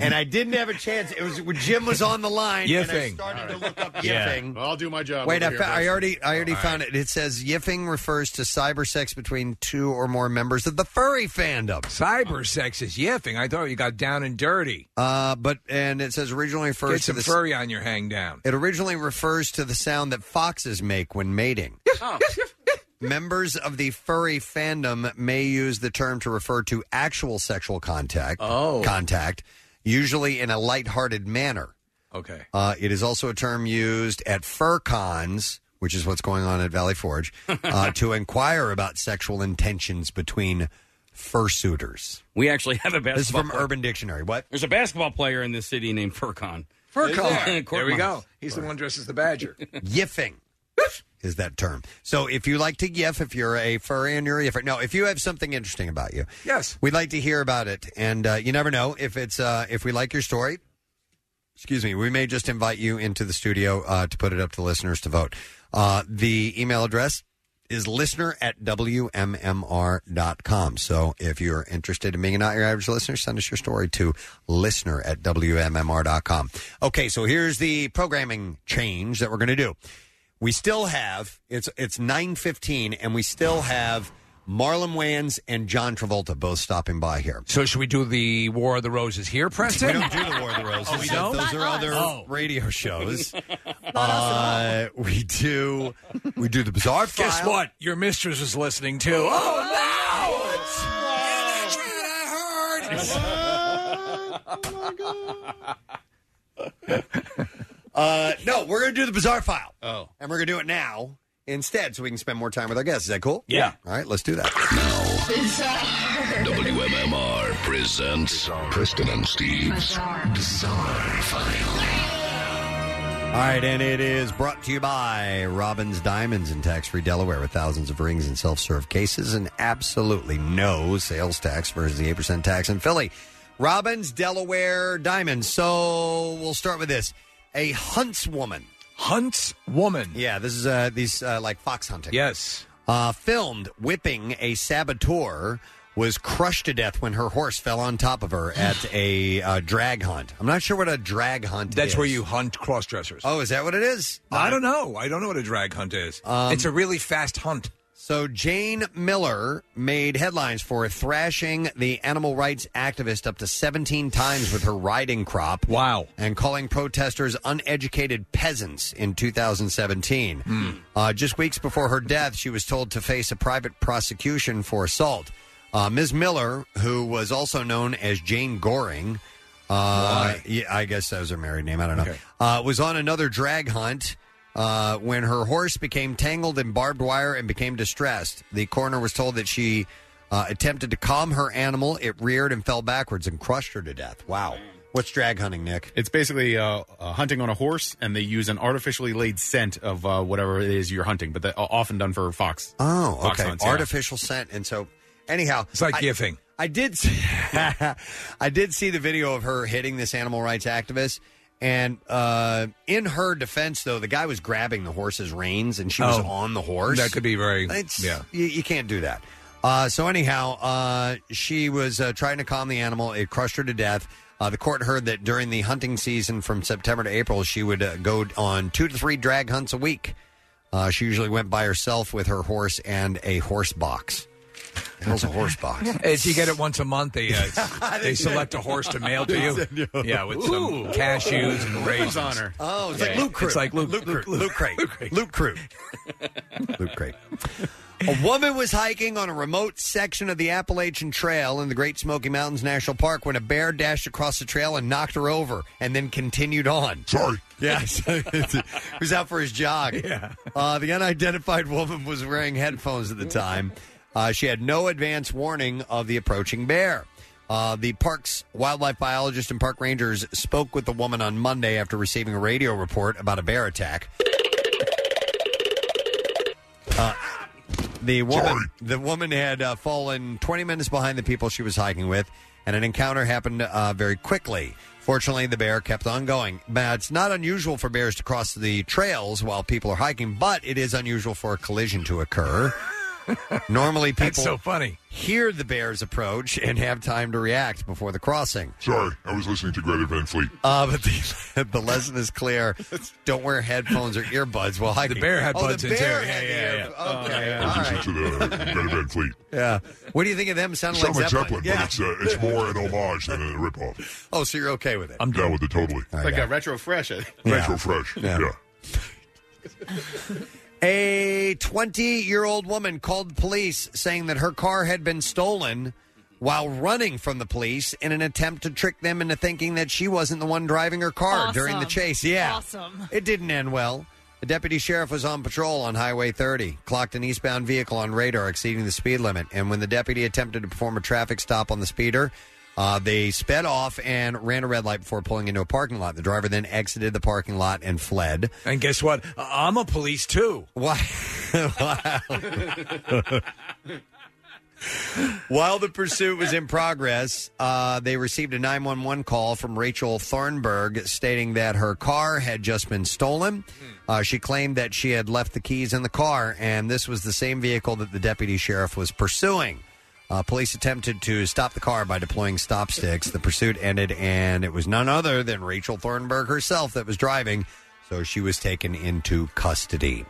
S2: and I didn't have a chance. It was when Jim was on the line. and I
S5: Yiffing.
S2: started to look up
S5: Yeah.
S2: yiffing.
S5: Well, I'll do my job.
S2: Wait, I,
S5: over
S2: fa-
S5: here,
S2: I
S5: Preston.
S2: already, I already found it. It says yiffing refers to cyber sex between two or more members of the furry fandom.
S4: Cyber sex is yiffing. I thought you got down and dirty.
S2: Uh, but and it says originally refers
S4: Get
S2: to
S4: some
S2: the s-
S4: furry on your hang down.
S2: It originally refers to the sound that foxes make when
S4: [laughs]
S2: mating.
S4: Oh.
S2: Members of the furry fandom may use the term to refer to actual sexual contact.
S4: Oh.
S2: Contact, usually in a lighthearted manner.
S4: Okay.
S2: Uh, it is also a term used at fur cons, which is what's going on at Valley
S4: [laughs]
S2: Forge, uh, to inquire about sexual intentions between fursuiters.
S7: We actually have a basketball.
S2: This is from Urban Dictionary. What?
S7: There's a basketball player in this city named Furcon.
S2: [laughs]
S4: Furcon.
S7: Court
S4: There we
S7: Miles.
S4: go. He's the one dressed as the badger. [laughs]
S2: Yiffing is that term. So if you like to yiff, if you're a furry and you're a yiffer, no, if you have something interesting about you,
S4: yes,
S2: we'd like to hear about it. And uh, you never know if it's uh, if we like your story. Excuse me, we may just invite you into the studio uh, to put it up to listeners to vote. Uh, the email address is listener at WMMR.com. So if you're interested in being a Not Your Average listener, send us your story to listener at WMMR.com. Okay, so here's the programming change that we're going to do. We still have, it's, it's 9.15, and we still have Marlon Wayans and John Travolta both stopping by here.
S4: So should we do the War of the Roses here, Preston?
S2: We don't do the War of the Roses.
S4: Oh, we don't?
S2: Those are
S4: Not
S2: other
S4: us. Oh.
S19: [laughs]
S2: radio shows. uh, we do. We do the bizarre file.
S4: Guess what? Your mistress is listening too.
S6: Oh,
S2: Uh, Uh, no, we're going to do the bizarre file. Oh, and we're going to do it now instead, so we can spend more time with our guests. Is that cool?
S1: Yeah.
S2: All right, let's do that.
S1: WMMR presents Preston and Steve's Bizarre File.
S2: All right, and it is brought to you by Robbins Diamonds in Tax Free Delaware with thousands of rings and self serve cases and absolutely no sales tax versus the 8% tax in Philly. Robbins Delaware Diamonds. So we'll start with this a huntswoman.
S4: Huntswoman.
S2: Yeah, this is uh, these uh, like fox hunting.
S4: Yes.
S2: Uh, filmed whipping a saboteur was crushed to death when her horse fell on top of her at a uh, drag hunt. I'm not sure what a drag hunt is.
S4: That's where you hunt cross dressers.
S2: Oh, is that what it is?
S4: I don't know. I don't know what a drag hunt is.
S2: Um,
S4: it's a really fast hunt.
S2: So Jane Miller made headlines for thrashing the animal rights activist up to 17 times with her riding crop.
S4: Wow.
S2: And calling protesters uneducated peasants in
S4: Hmm.
S2: 2017.
S19: Hmm.
S2: Uh, just weeks before her death, she was told to face a private prosecution for assault. Uh, Ms. Miller, who was also known as Jane Goring, uh, yeah, I guess that was her married name. I don't know. Uh, was on another drag hunt uh, when her horse became tangled in barbed wire and became distressed. The coroner was told that she uh, attempted to calm her animal. It reared and fell backwards and crushed her to death. Wow. What's drag hunting, Nick?
S5: It's basically uh, uh, hunting on a horse, and they use an artificially laid scent of uh, whatever it is you're hunting, but that uh, often done for fox.
S2: Oh,
S5: fox
S2: okay.
S5: hunts, yeah.
S2: Artificial scent. And so, anyhow,
S5: It's like
S2: I-
S5: giffing.
S2: I did, see, [laughs] I did see the video of her hitting this animal rights activist. And uh, in her defense, though, the guy was grabbing the horse's reins, and she was
S4: Oh.
S2: on the horse.
S4: That could be very-
S2: It's,
S4: yeah.
S2: you, you can't do that. Uh, so anyhow, uh, she was uh, trying to calm the animal. It crushed her to death. Uh, the court heard that during the hunting season from September to April, she would uh, go on two to three drag hunts a week. Uh, she usually went by herself with her horse and a horse box. The hell's a horse box?
S4: If you get it once a month, they
S2: [laughs]
S4: uh, they select a horse to mail to you. Yeah, with some
S2: Ooh.
S4: cashews and
S2: Who's
S4: raisins.
S2: on her? Oh, it's like Loot Crate.
S4: It's like Loot,
S2: Loot
S4: Loot,
S2: Crate. Loot Crate. Loot Crate. Loot Crate. A woman was hiking on a remote section of the Appalachian Trail in the Great Smoky Mountains National Park when a bear dashed across the trail and knocked her over and then continued on. Sorry. Yes. [laughs] he was out for his jog. Yeah. Uh, the unidentified woman was wearing headphones at the time. Uh, she had no advance warning of the approaching bear. Uh, the park's wildlife biologist and park rangers spoke with the woman on Monday after receiving a radio report about a bear attack. Uh, the woman, the woman had uh, fallen 20 minutes behind the people she was hiking with, and an encounter happened uh, very quickly. Fortunately, the bear kept on going. Now, it's not unusual for bears to cross the trails while people are hiking, but it is unusual for a collision
S19: [laughs]
S2: to occur. Normally, people
S4: That's so funny.
S2: hear the bear's approach and have time to react before the crossing.
S19: Sorry, I was listening to Greta Van Fleet.
S2: Uh, but the, [laughs] the lesson is clear: don't wear headphones or earbuds while hiking.
S19: The bear had
S2: oh,
S19: buds
S2: the
S19: in, too.
S2: bear
S19: Yeah,
S2: had the
S19: yeah,
S2: ear- Okay,
S19: I
S2: all
S19: was
S2: right.
S19: listening to the Greta Van Fleet.
S2: Yeah. What do you think of them?
S19: It
S2: Sound
S19: sounds
S2: like
S19: like Zeppelin,
S2: Zeppelin? Yeah.
S19: but it's, uh, it's more an homage than a ripoff.
S2: Oh, so you're okay with it?
S19: I'm down with it totally.
S5: It's like a retro fresh. I think.
S19: Retro fresh. Yeah.
S2: A 20 year old woman called police saying that her car had been stolen while running from the police in an attempt to trick them into thinking that she wasn't the one driving her car during the
S3: Awesome.
S2: chase. Yeah.
S3: Awesome.
S2: It didn't end well. The deputy sheriff was on patrol on Highway 30, clocked an eastbound vehicle on radar exceeding the speed limit. And when the deputy attempted to perform a traffic stop on the speeder, uh, they sped off and ran a red light before pulling into a parking lot. The driver then exited the parking lot and fled.
S4: And guess what?
S2: [laughs]
S4: I- I'm a police too. [laughs]
S2: Why? wow. While the pursuit was in progress, uh, they received a 911 call from Rachel Thornburg stating that her car had just been stolen. Uh, she claimed that she had left the keys in the car, and this was the same vehicle that the deputy sheriff was pursuing. Uh, police attempted to stop the car by deploying stop sticks. The pursuit ended, and it was none other than Rachel Thornburg herself that was driving, so she was taken into custody.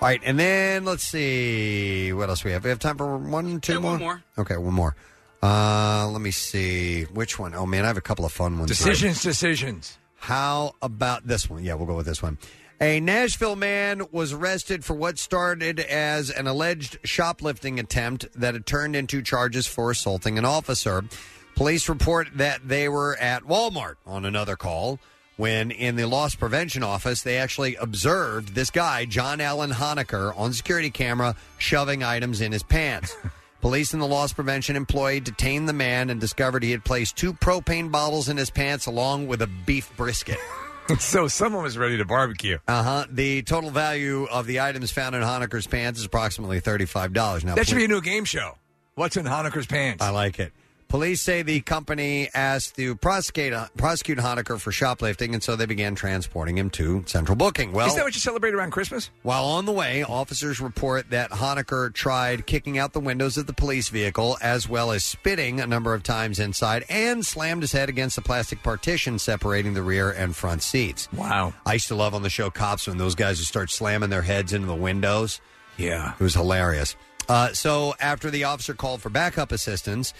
S2: All right, and then let's see what else we have. We have time for one, two more.
S7: one more.
S2: Okay, one more. Uh, let me see which one. Oh man, I have a couple of fun ones. here.
S4: Decisions, decisions.
S2: How about this one? Yeah, we'll go with this one. A Nashville man was arrested for what started as an alleged shoplifting attempt that had turned into charges for assaulting an officer. Police report that they were at Walmart on another call when, in the loss prevention office, they actually observed this guy, John Allen Honecker, on security camera shoving items in his pants. Police and the loss prevention employee detained the man and discovered he had placed two propane bottles in his pants along with a beef brisket. [laughs]
S4: so someone was ready to barbecue.
S2: Uh huh. The total value of the items found in Honecker's pants is approximately thirty-five dollars. Now
S4: that should be a new game show. What's in Honecker's pants?
S2: I like it. Police say the company asked to prosecute uh, prosecute Honecker for shoplifting, and so they began transporting him to central booking. Well,
S4: Isn't that what you celebrate around Christmas?
S2: while on the way, officers report that Honecker tried kicking out the windows of the police vehicle as well as spitting a number of times inside and slammed his head against the plastic partition separating the rear and front seats.
S4: Wow.
S2: I used to love on the show Cops when those guys would start slamming their heads into the windows.
S4: Yeah.
S2: It was hilarious. Uh, so after the officer called for backup assistance,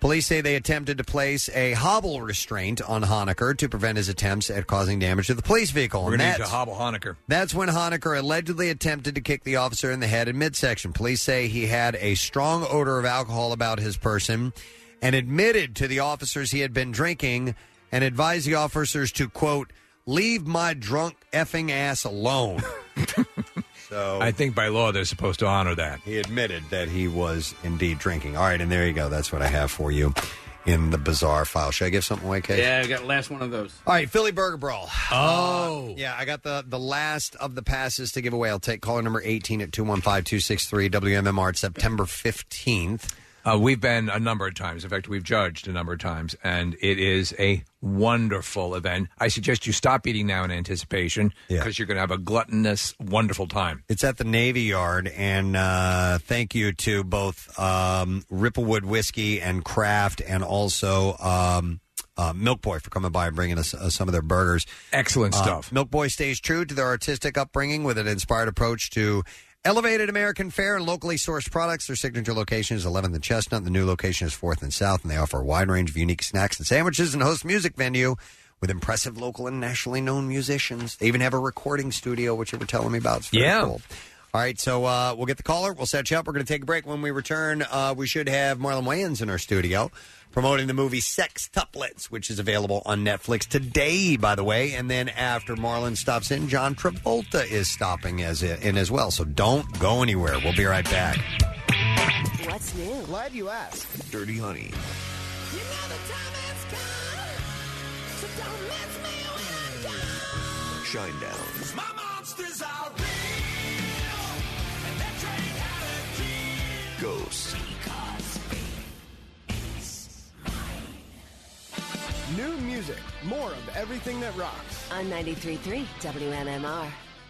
S2: police say they attempted to place a hobble restraint on Honecker to prevent his attempts at causing damage to the police vehicle.
S4: We're
S2: And
S4: going to need to
S2: that's-
S4: hobble Honecker.
S2: that's when Honecker allegedly attempted to kick the officer in the head and midsection. Police say he had a strong odor of alcohol about his person and admitted to the officers he had been drinking and advised the officers to, quote, leave my drunk effing ass alone. so
S4: I think by law they're supposed to honor that.
S2: [laughs] He admitted that he was indeed drinking. All right, and there you go. That's what I have for you in the bizarre file. Should I give something away, Case?
S7: Yeah, I got last one of those.
S2: All right, Philly Burger Brawl.
S4: Oh.
S2: Uh, yeah, I got the the last of the passes to give away. I'll take caller number 18 at 215-263 WMMR. It's September 15th.
S4: Uh, we've been a number of times. In fact, we've judged a number of times, and it is a wonderful event. I suggest you stop eating now in anticipation
S2: Yeah.
S4: because you're going to have a gluttonous, wonderful time.
S2: It's at the Navy Yard, and uh, thank you to both um, Ripplewood Whiskey and Kraft and also um, uh, Milk Boy for coming by and bringing us uh, some of their burgers.
S4: Excellent
S2: Uh,
S4: stuff.
S2: Milk Boy stays true to their artistic upbringing with an inspired approach to elevated American fare and locally sourced products. Their signature location is 11th and Chestnut. The new location is 4th and South, and they offer a wide range of unique snacks and sandwiches and host music venue with impressive local and nationally known musicians. They even have a recording studio, which you were telling me about. It's very
S4: Yeah.
S2: cool. All right, so uh, we'll get the caller. We'll set you up. We're going to take a break. When we return, uh, we should have Marlon Wayans in our studio promoting the movie Sex Tuplets, which is available on Netflix today, by the way. And then after Marlon stops in, John Travolta is stopping as in as well. So don't go anywhere. We'll be right back.
S18: What's new? Glad you asked.
S8: Dirty Honey. Shine Down. Ghost.
S21: New music, more of everything that rocks.
S18: On 93.3 WMMR.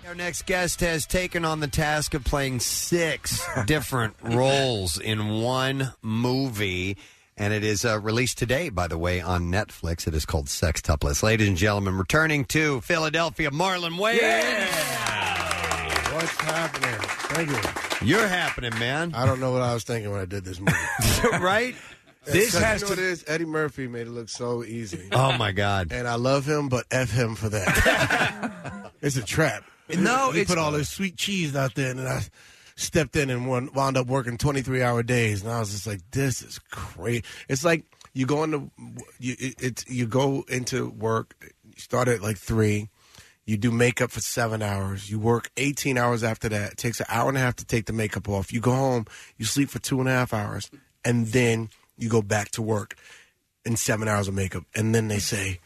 S2: Our next guest has taken on the task of playing six different roles in one movie. And it is uh, released today, by the way, on Netflix. It is called Sextuplets. Ladies and gentlemen, returning to Philadelphia, Marlon Wayans.
S22: What's happening? Thank you.
S2: You're happening, man.
S22: I don't know what I was thinking when I did this movie. [laughs]
S2: right?
S22: This has to. What it is? Eddie Murphy made it look so easy.
S2: Oh, my God.
S22: And I love him, but f him for that. it's a trap.
S4: No,
S22: he
S4: it's-
S22: put all this sweet cheese out there, and then I stepped in and won, wound up working twenty three hour days, and I was just like, this is crazy. It's like you go into you it, it's you go into work, you start at like three. You do makeup for seven hours. You work 18 hours after that. It takes an hour and a half to take the makeup off. You go home, you sleep for two and a half hours, and then you go back to work in seven hours of makeup. And then they say,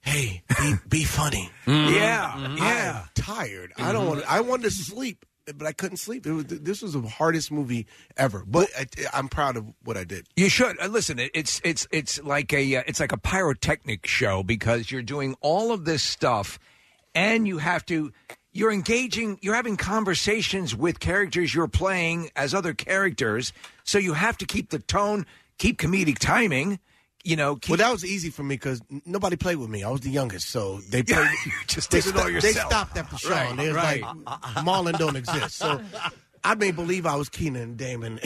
S22: hey, be, be funny.
S4: [laughs] Yeah,
S22: Mm-hmm. yeah. I'm tired. I don't want. I want to sleep. but I couldn't sleep. It was, this was the hardest movie ever. But I, I'm proud of what I did.
S4: You should uh, listen. it- It's it's it's like a uh, it's like a pyrotechnic show because you're doing all of this stuff, and you have to. You're engaging. You're having conversations with characters you're playing as other characters. So you have to keep the tone, keep comedic timing. You know. Keep,
S22: Well, that was easy for me because nobody played with me. I was the youngest, so they played.
S4: [laughs] you just
S22: they,
S4: did it all
S22: sto- they
S4: yourself.
S22: stopped after Sean.
S4: Right,
S22: they was
S4: right.
S22: like, Marlon don't exist. So I may believe I was Keenan and
S4: [laughs]
S22: Damon.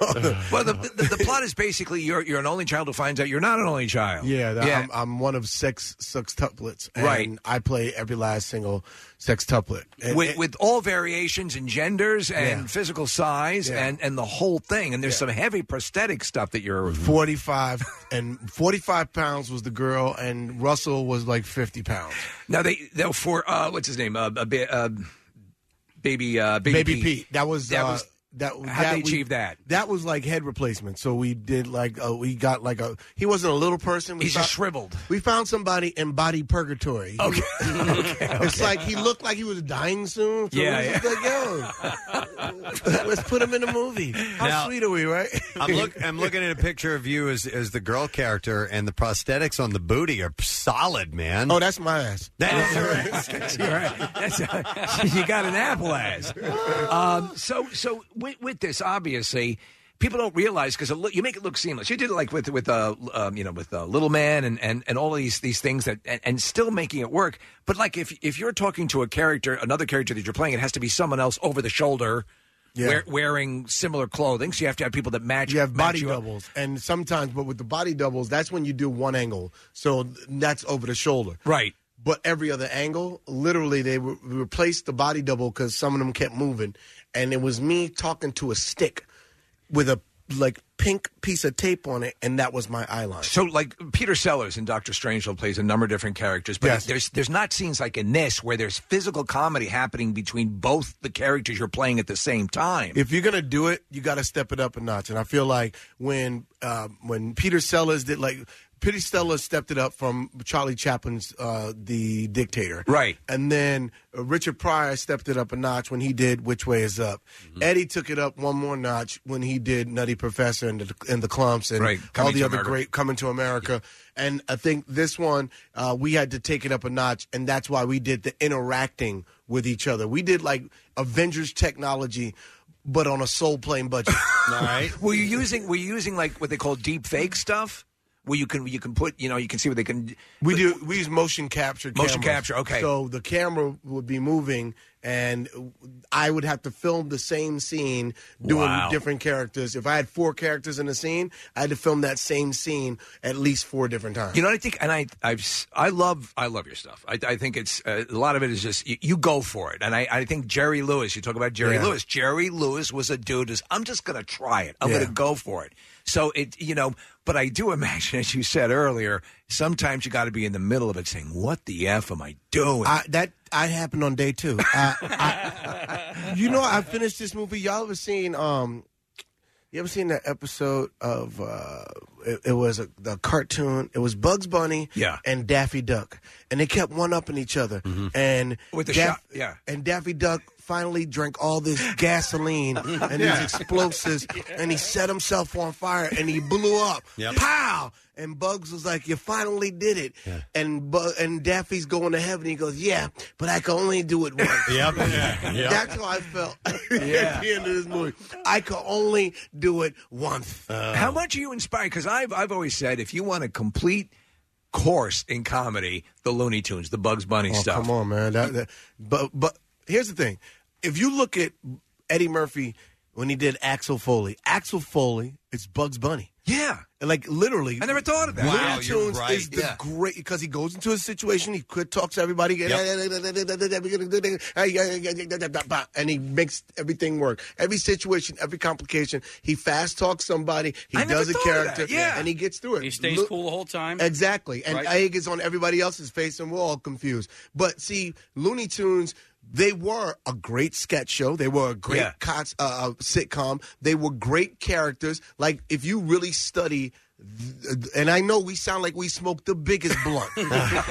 S4: well, the, the, the plot is basically you're you're an only child who finds out you're not an only child.
S22: Yeah, that, I'm, I'm one of six sextuplets, and
S4: Right.
S22: I play every last single sextuplet. And,
S4: with, with all variations in genders and
S22: Yeah.
S4: physical size
S22: Yeah.
S4: and, and the whole thing. And there's some heavy prosthetic stuff that you're.
S22: 45 and 45 pounds was the girl and russell was like 50 pounds
S4: Now they they for uh, what's his name uh, a ba- uh, baby uh, baby,
S22: baby pete. that was
S4: that
S22: uh,
S4: was
S22: that
S4: how'd they achieve that?
S22: that was like head replacement so we did like uh, we got like a he wasn't a little person we
S4: He's just shriveled
S22: we found somebody in body
S4: [laughs]
S22: purgatory okay, [laughs] it's
S4: okay.
S22: like he looked like he was dying soon so
S6: Yeah,
S22: we was just like yo [laughs] let's put him in a movie how
S2: Now-
S22: sweet are we right
S2: [laughs] I'm,
S22: [laughs]
S2: look, I'm looking at a picture of you as, as the girl character, and the prosthetics on the booty are solid, man.
S22: Oh, that's my ass.
S2: That is
S4: You're right. That's [laughs] you got an apple ass. Um, so so with, with this, obviously, people don't realize because you make it look seamless. You did it like with with uh, um, you know with uh, Little Man and, and and all of these these things that and, and still making it work. But like if if you're talking to a character, another character that you're playing, it has to be someone else over the shoulder.
S22: Yeah.
S4: wear- wearing similar clothing, so you have to have people that match. You have
S22: body doubles and sometimes but with the body doubles that's when you do one angle so th- that's over the shoulder
S4: right
S22: but every other angle literally they re- replaced the body double because some of them kept moving and it was me talking to a stick with a like pink piece of tape on it and that was my eye line
S4: So, like Peter Sellers in Doctor Strangelove plays a number of different characters, but there's there's not scenes like in this where there's physical comedy happening between both the characters you're playing at the same time.
S22: If you're gonna do it, you got to step it up a notch. And I feel like when um, when Peter Sellers did like Peter Sellers stepped it up from Charlie Chaplin's uh, The Dictator,
S4: Right.
S22: And then uh, Richard Pryor stepped it up a notch when he did Which Way Is Up.
S4: Mm-hmm.
S22: Eddie took it up one more notch when he did Nutty Professor and the, and the Clumps and
S4: Right.
S22: all
S4: Coming
S22: the
S4: to
S22: other
S4: America.
S22: great Coming to America. And I think this one uh, we had to take it up a notch, and that's why we did the interacting with each other. We did like Avengers technology but on a soul plane
S4: [laughs]
S22: budget.
S4: All right. were you using were you using like what they call deep fake stuff, where you can you can put you know you can see what they can.
S22: We do we use motion capture.
S4: Motion
S22: cameras.
S4: capture, okay.
S22: So the camera would be moving, and I would have to film the same scene doing
S4: Wow.
S22: different characters. If I had four characters in a scene, I had to film that same scene at least four different times.
S4: You know, what I think, and I, I've, s- I love, I love your stuff. I, I think it's uh, a lot of it is just you, you go for it, and I, I think Jerry Lewis. You talk about Jerry
S22: Yeah.
S4: Lewis. Jerry Lewis was a dude who's I'm just gonna try it. I'm
S22: Yeah.
S4: gonna go for it. So it, you know, but I do [laughs] imagine, as you said earlier, sometimes you got to be in the middle of it, saying, "What the f am I doing?"
S22: I, that I happened on day two. I, I, [laughs] you know, I finished this movie. Y'all ever seen? Um, you ever seen that episode of? Uh, it, it was a the cartoon. It was Bugs Bunny,
S4: Yeah.
S22: and Daffy Duck, and they kept one upping each other. And
S4: Mm-hmm. With the shot, yeah.
S22: and Daffy Duck finally drank all this
S4: [laughs]
S22: gasoline and
S4: Yeah.
S22: these explosives, and he set himself on fire and he blew up.
S6: Yep.
S22: Pow! And Bugs was like, "You finally did it."
S6: Yeah.
S22: And Bu- and Daffy's going to heaven. He goes, "Yeah, but I can only do it once."
S2: [laughs]
S6: Yep, [laughs] yeah, yeah.
S22: That's how I felt
S6: [laughs] Yeah.
S22: [laughs] at the end of this movie. I could only do it once.
S4: How much are you inspired? Because I've I've always said if you want a complete course in comedy, the Looney Tunes, the Bugs Bunny
S22: Oh,
S4: stuff.
S22: Come on, man. That- that- but but here's the thing: if you look at Eddie Murphy when he did Axel Foley, Axel Foley is Bugs Bunny.
S4: Yeah,
S22: like literally.
S4: I never thought of that.
S22: Looney
S4: Wow, you're
S22: Tunes
S4: right,
S22: is the
S4: yeah.
S22: great because he goes into a situation, he quit talks to everybody, [laughs] and he makes everything work. Every situation, every complication, he fast talks somebody, he
S7: I never
S22: does a
S7: thought of
S22: character,
S7: that, yeah.
S22: and he gets through it.
S7: He stays
S22: Look-
S7: cool the whole time. [laughs]
S22: Exactly. And
S7: Right.
S22: egg is on everybody else's face, and we're all confused. But see, Looney Tunes. They were a great sketch show. They were a great
S6: Yeah.
S22: cots, uh, uh, sitcom. They were great characters. Like if you really study, th- and I know we sound like we smoked the biggest
S6: [laughs]
S22: blunt.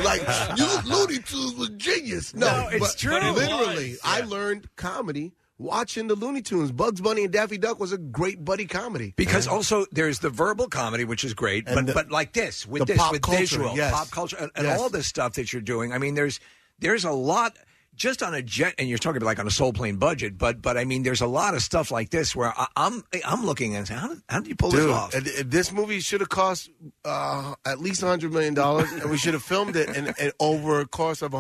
S22: like you, Looney Tunes was genius. No,
S6: No, it's
S22: but
S6: true. But it
S22: Literally,
S6: was,
S22: I learned comedy watching the Looney Tunes. Bugs Bunny and Daffy Duck was a great buddy comedy.
S4: Because also there's the verbal comedy, which is great,
S22: And
S4: but
S22: the-
S4: but like this with
S22: the
S4: this
S22: pop
S4: with
S22: culture,
S4: visual
S22: yes.
S4: pop culture and, and
S22: Yes.
S4: all this stuff that you're doing. I mean, there's there's a lot just on a jet, and you're talking about like on a soul plane budget, but but I mean, there's a lot of stuff like this where I, I'm I'm looking and saying, how, did- how do you pull
S22: Dude,
S4: this off?
S22: and- and this movie should have cost uh, at least $100 million, and we should have filmed it in, in over a course of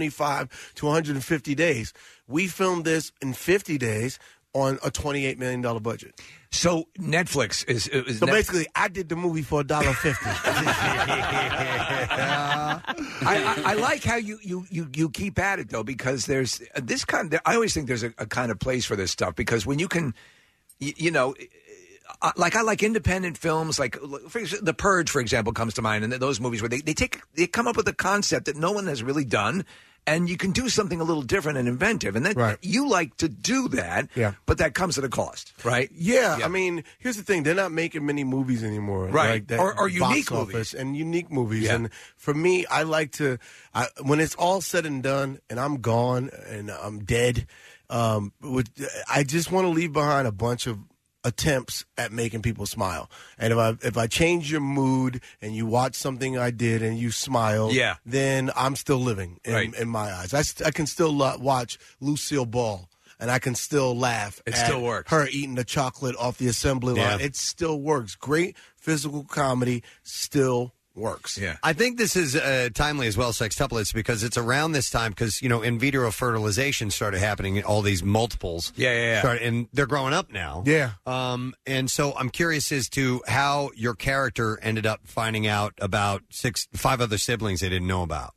S22: 125 to 150 days. We filmed this in 50 days on a $28 million budget.
S4: So Netflix is. is
S22: so
S4: Net-
S22: basically, I did the movie for $1.50.
S4: Uh, I, I, I like how you, you, you, you keep at it though because there's uh, this kind. I always think there's a, a kind of place for this stuff because when you can, you, you know. I, like I like independent films, like for ex- The Purge, for example, comes to mind, and th- those movies where they, they take they come up with a concept that no one has really done, and you can do something a little different and inventive, and then you like to do that,
S22: Yeah.
S4: but that comes at a cost, [laughs] right?
S22: Yeah, I mean, here's the thing: they're not making many movies anymore,
S4: Right.
S22: Like that
S4: Or- or
S22: box
S4: unique
S22: office
S4: movies.
S22: and unique movies.
S4: Yeah.
S22: And for me, I like to I, when it's all said and done, and I'm gone and I'm dead. Um, with, I just want to leave behind a bunch of attempts at making people smile. And if I if I change your mood and you watch something I did and you smile,
S4: Yeah.
S22: then I'm still living in,
S4: Right.
S22: in my eyes. I, st- I can still lo- watch Lucille Ball. And I can still laugh.
S4: It
S22: at
S4: still works.
S22: her eating the chocolate off the assembly line.
S2: Yeah.
S22: It still works. Great physical comedy still works.
S4: Yeah.
S2: I think this is uh, timely as well, sextuplets, because it's around this time because you know in vitro fertilization started happening. All these multiples,
S4: Yeah, yeah, yeah.
S2: started- and they're growing up now.
S22: Yeah.
S2: Um, and so I'm curious as to how your character ended up finding out about six, five other siblings they didn't know about.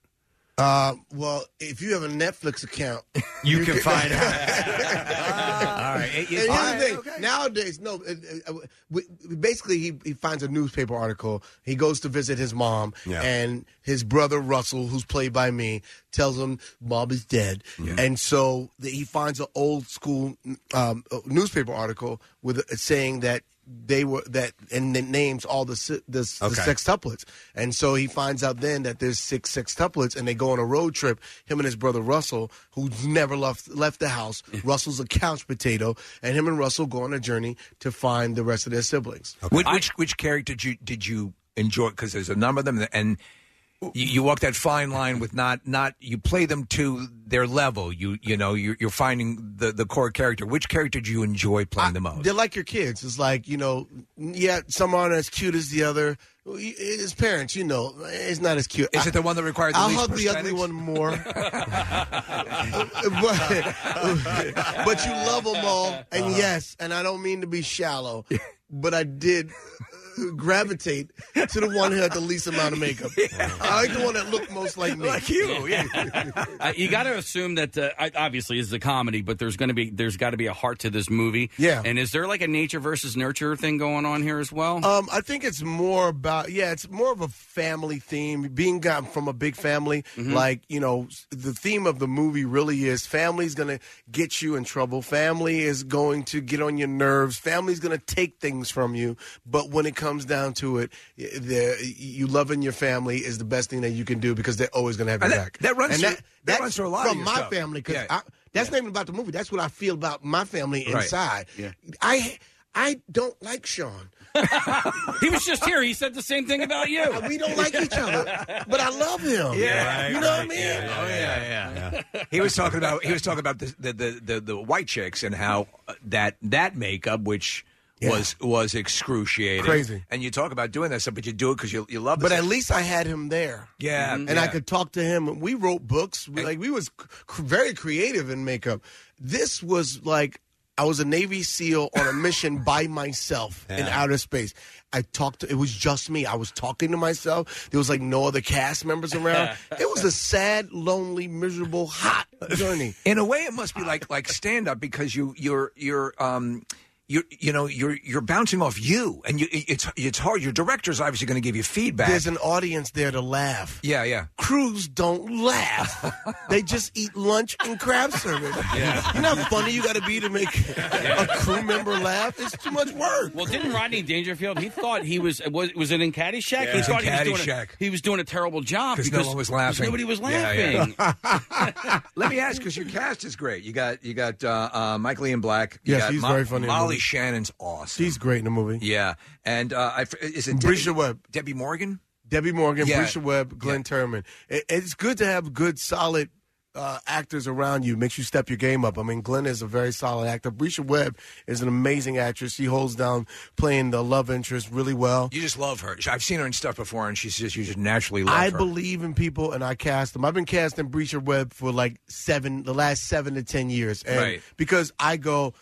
S22: Uh, well, if you have a Netflix account,
S2: You can find
S22: [laughs]
S2: out.
S22: all
S2: right.
S22: And here's the thing. Nowadays, no. uh, uh, we- we- Basically, he, he finds a newspaper article. He goes to visit his mom,
S10: Yeah.
S22: and his brother Russell, who's played by me, tells him mom is dead.
S10: Yeah.
S22: And so the, he finds an old school um, uh, newspaper article with uh, saying that they were that and it names all the si- the, the
S10: Okay.
S22: sextuplets. And so he finds out then that there's six sextuplets, and they go on a road trip. Him and his brother Russell, who's never left left the
S4: [laughs]
S22: house. Russell's a couch potato, and him and Russell go on a journey to find the rest of their siblings.
S4: Which, which which character did you did you enjoy? Because there's a number of them, and you, you walk that fine line with not not you play them to their level. You you know you're, you're finding the the core character. Which character do you enjoy playing the most?
S22: They're like your kids. It's like you know, yeah, some aren't as cute as the other. His parents, you know, it's not as cute.
S4: Is it the one that required the
S22: I'll
S4: least
S22: hug the ugly one more.
S4: [laughs]
S22: uh, but, [laughs] but you love them all, and
S10: Uh-huh.
S22: yes, and I don't mean to be shallow, but I did uh, gravitate to the one who had the least amount of makeup. I like the one that looked most like me, like
S4: you.
S7: Uh, you got to assume that uh, I- obviously this is a comedy, but there's going to be there's got to be a heart to this movie.
S22: Yeah.
S7: And is there like a nature versus nurture thing going on here as well?
S22: Um, I think it's more about yeah, it's more of a family theme. Being gotten from a big family,
S4: Mm-hmm.
S10: Mhm.
S22: like you know, s- the theme of the movie really is family's gonna get you in trouble. Family is going to get on your nerves. Family's gonna take things from you. But when it comes down to it, y- the you loving your family is the best thing that you can do because they're always gonna have your
S4: And that-
S22: back.
S4: that runs
S22: and
S4: through-
S22: that,
S4: that
S22: that's
S4: runs through a lot of
S22: from
S4: your
S22: my
S4: stuff.
S22: family because
S4: Yeah.
S22: that's not even about the movie. That's what I feel about my family
S7: Right.
S22: inside.
S7: Yeah.
S22: I I don't like Sean.
S7: he was just here. He said the same thing about you.
S22: [laughs] We don't like each other, but I love him.
S4: Yeah.
S22: you know what I
S4: Right,
S22: mean.
S4: Oh yeah, yeah. He was talking about he was talking about the the the, the, the white chicks and how uh, that that makeup which. Was was excruciating,
S22: Crazy.
S4: and you talk about doing that stuff, but you do it because you you love.
S22: Uh, But
S4: the
S22: at
S4: stuff.
S22: least I had him there.
S4: Yeah,
S22: and
S4: yeah.
S22: I could talk to him. We wrote books. We, like we was c- c- very creative in makeup. This was like I was a Navy SEAL on a
S4: [laughs]
S22: mission by myself in
S10: Yeah.
S22: outer space. I talked. To, it was just me. I was talking to myself. There was like no other cast members
S4: [laughs]
S22: around. it was a sad, lonely, miserable, hot journey.
S4: In a way, it must be like like stand up because you you're you're um you you know you're you're bouncing off you, and you it's it's hard. Your director's obviously going to give you feedback.
S22: There's an audience there to laugh.
S4: yeah, yeah.
S22: Crews don't
S4: [laughs]
S22: laugh. they just eat lunch and crab service.
S7: Yeah.
S22: You know how funny you got to be to make a crew member laugh? It's too much work.
S7: Well, didn't Rodney Dangerfield? He thought he was was was it in Caddyshack?
S4: Yeah.
S7: He
S4: It's in
S7: thought he was, doing a,
S4: Caddyshack.
S7: he was doing a terrible job
S4: Because
S7: because
S4: no one was
S7: because
S4: laughing.
S7: Nobody was
S4: Yeah,
S7: laughing.
S4: yeah. [laughs] [laughs] Let me ask because your cast is great. You got you got uh, uh, Michael Ian Black. You
S22: Yes,
S4: got
S22: he's
S4: Mo-
S22: very funny in the
S4: Molly
S22: movie.
S4: Shannon's [laughs] awesome.
S22: She's great in the movie.
S4: Yeah, and uh, I, f- is it
S22: Bridget
S4: Debbie-
S22: Webb.
S4: Debbie Morgan.
S22: Debbie Morgan,
S4: Yeah.
S22: Brisha Webb, Glenn Turman. It, it's good to have good, solid uh, actors around you. Makes you step your game up. I mean, Glenn is a very solid actor. Brisha Webb is an amazing actress. She holds down playing the love interest really well.
S4: You just love her. I've seen her in stuff before, and she's just you just naturally love
S22: I
S4: her.
S22: believe in people and I cast them. I've been casting Breacher Webb for like seven, the last seven to ten years, and
S4: Right.
S22: because I go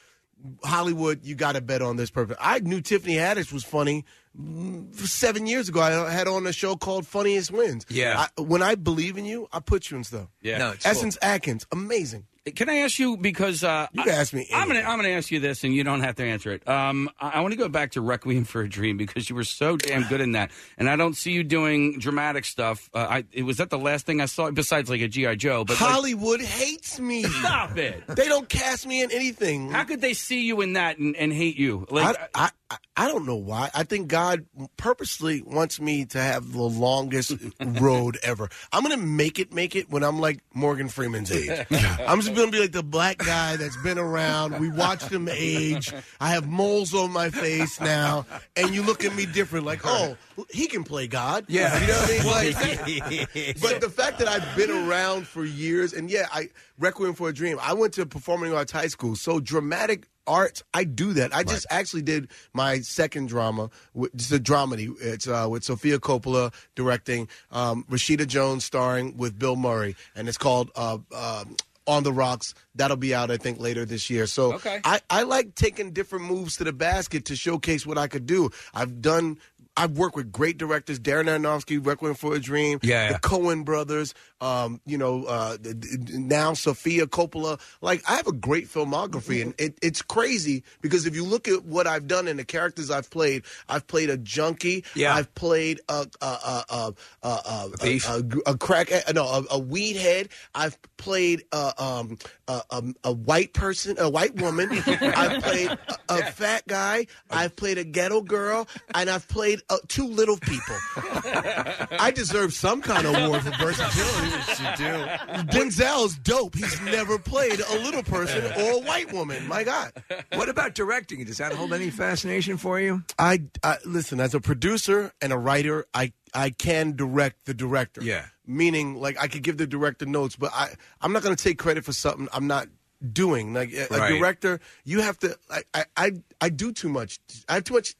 S22: Hollywood, you got to bet on this person. I knew Tiffany Haddish was funny mm, seven years ago. I had on a show called Funniest Wins.
S7: Yeah.
S22: I, when I believe in you, I put you in stuff.
S7: Yeah. No, it's cool.
S22: Essence Atkins, amazing.
S7: Can I ask you because uh,
S22: you can ask me?
S7: I'm gonna I'm gonna ask you this, and you don't have to answer it. Um, I, I want to go back to Requiem for a Dream because you were so damn good in that, and I don't see you doing dramatic stuff. Uh, I it was that the last thing I saw besides like a GI Joe, but like,
S22: Hollywood hates me.
S7: [laughs] Stop it.
S22: They don't cast me in anything.
S7: how could they see you in that and, and hate you? Like
S22: I, I I don't know why. I think God purposely wants me to have the longest road ever. I'm gonna make it, make it when I'm like Morgan Freeman's
S13: [laughs]
S22: age. I'm just gonna be like the black guy that's been around. We watched him age. I have moles on my face now, and you look at me different, like, oh, he can play God.
S6: Yeah.
S22: you know
S2: [laughs]
S22: what I mean. Like,
S4: [laughs]
S22: but the fact that I've been around for years, and yeah, I Requiem for a Dream. I went to performing arts high school, so dramatic arts. I do that. I just actually did my second drama. wh- It's a dramedy. It's uh, with Sophia Coppola directing, um, Rashida Jones starring with Bill Murray, and it's called. Uh, um on the rocks that'll be out i think later this year so
S6: Okay.
S22: I, I like taking different moves to the basket to showcase what i could do i've done i've worked with great directors darren aronofsky requiem for a dream
S4: Yeah.
S22: the cohen brothers um, you know uh, the, the- now sophia coppola like i have a great filmography and it, it's crazy because if you look at what i've done and the characters i've played i've played a junkie
S4: Yeah.
S22: i've played a, a, a, a, a, a,
S4: A thief?
S22: a, a, a crack, uh, no, a, a weed head. I've played uh, um, a, um, a white person, a white
S4: [laughs]
S22: woman. I've played a, a fat guy. I've played a ghetto girl, and I've played uh, two little
S4: [laughs]
S22: people. I deserve some kind of award for versatility. Denzel's dope. He's never played a little person or a white woman. My God.
S4: What about directing? Does that hold any fascination for you?
S22: I, I listen as a producer and a writer. I I can direct the director.
S4: Yeah.
S22: meaning like I could give the director notes, but I I'm not going to take credit for something I'm not doing. Like a, a
S4: Right.
S22: director, you have to. I, I I I do too much. I have too much.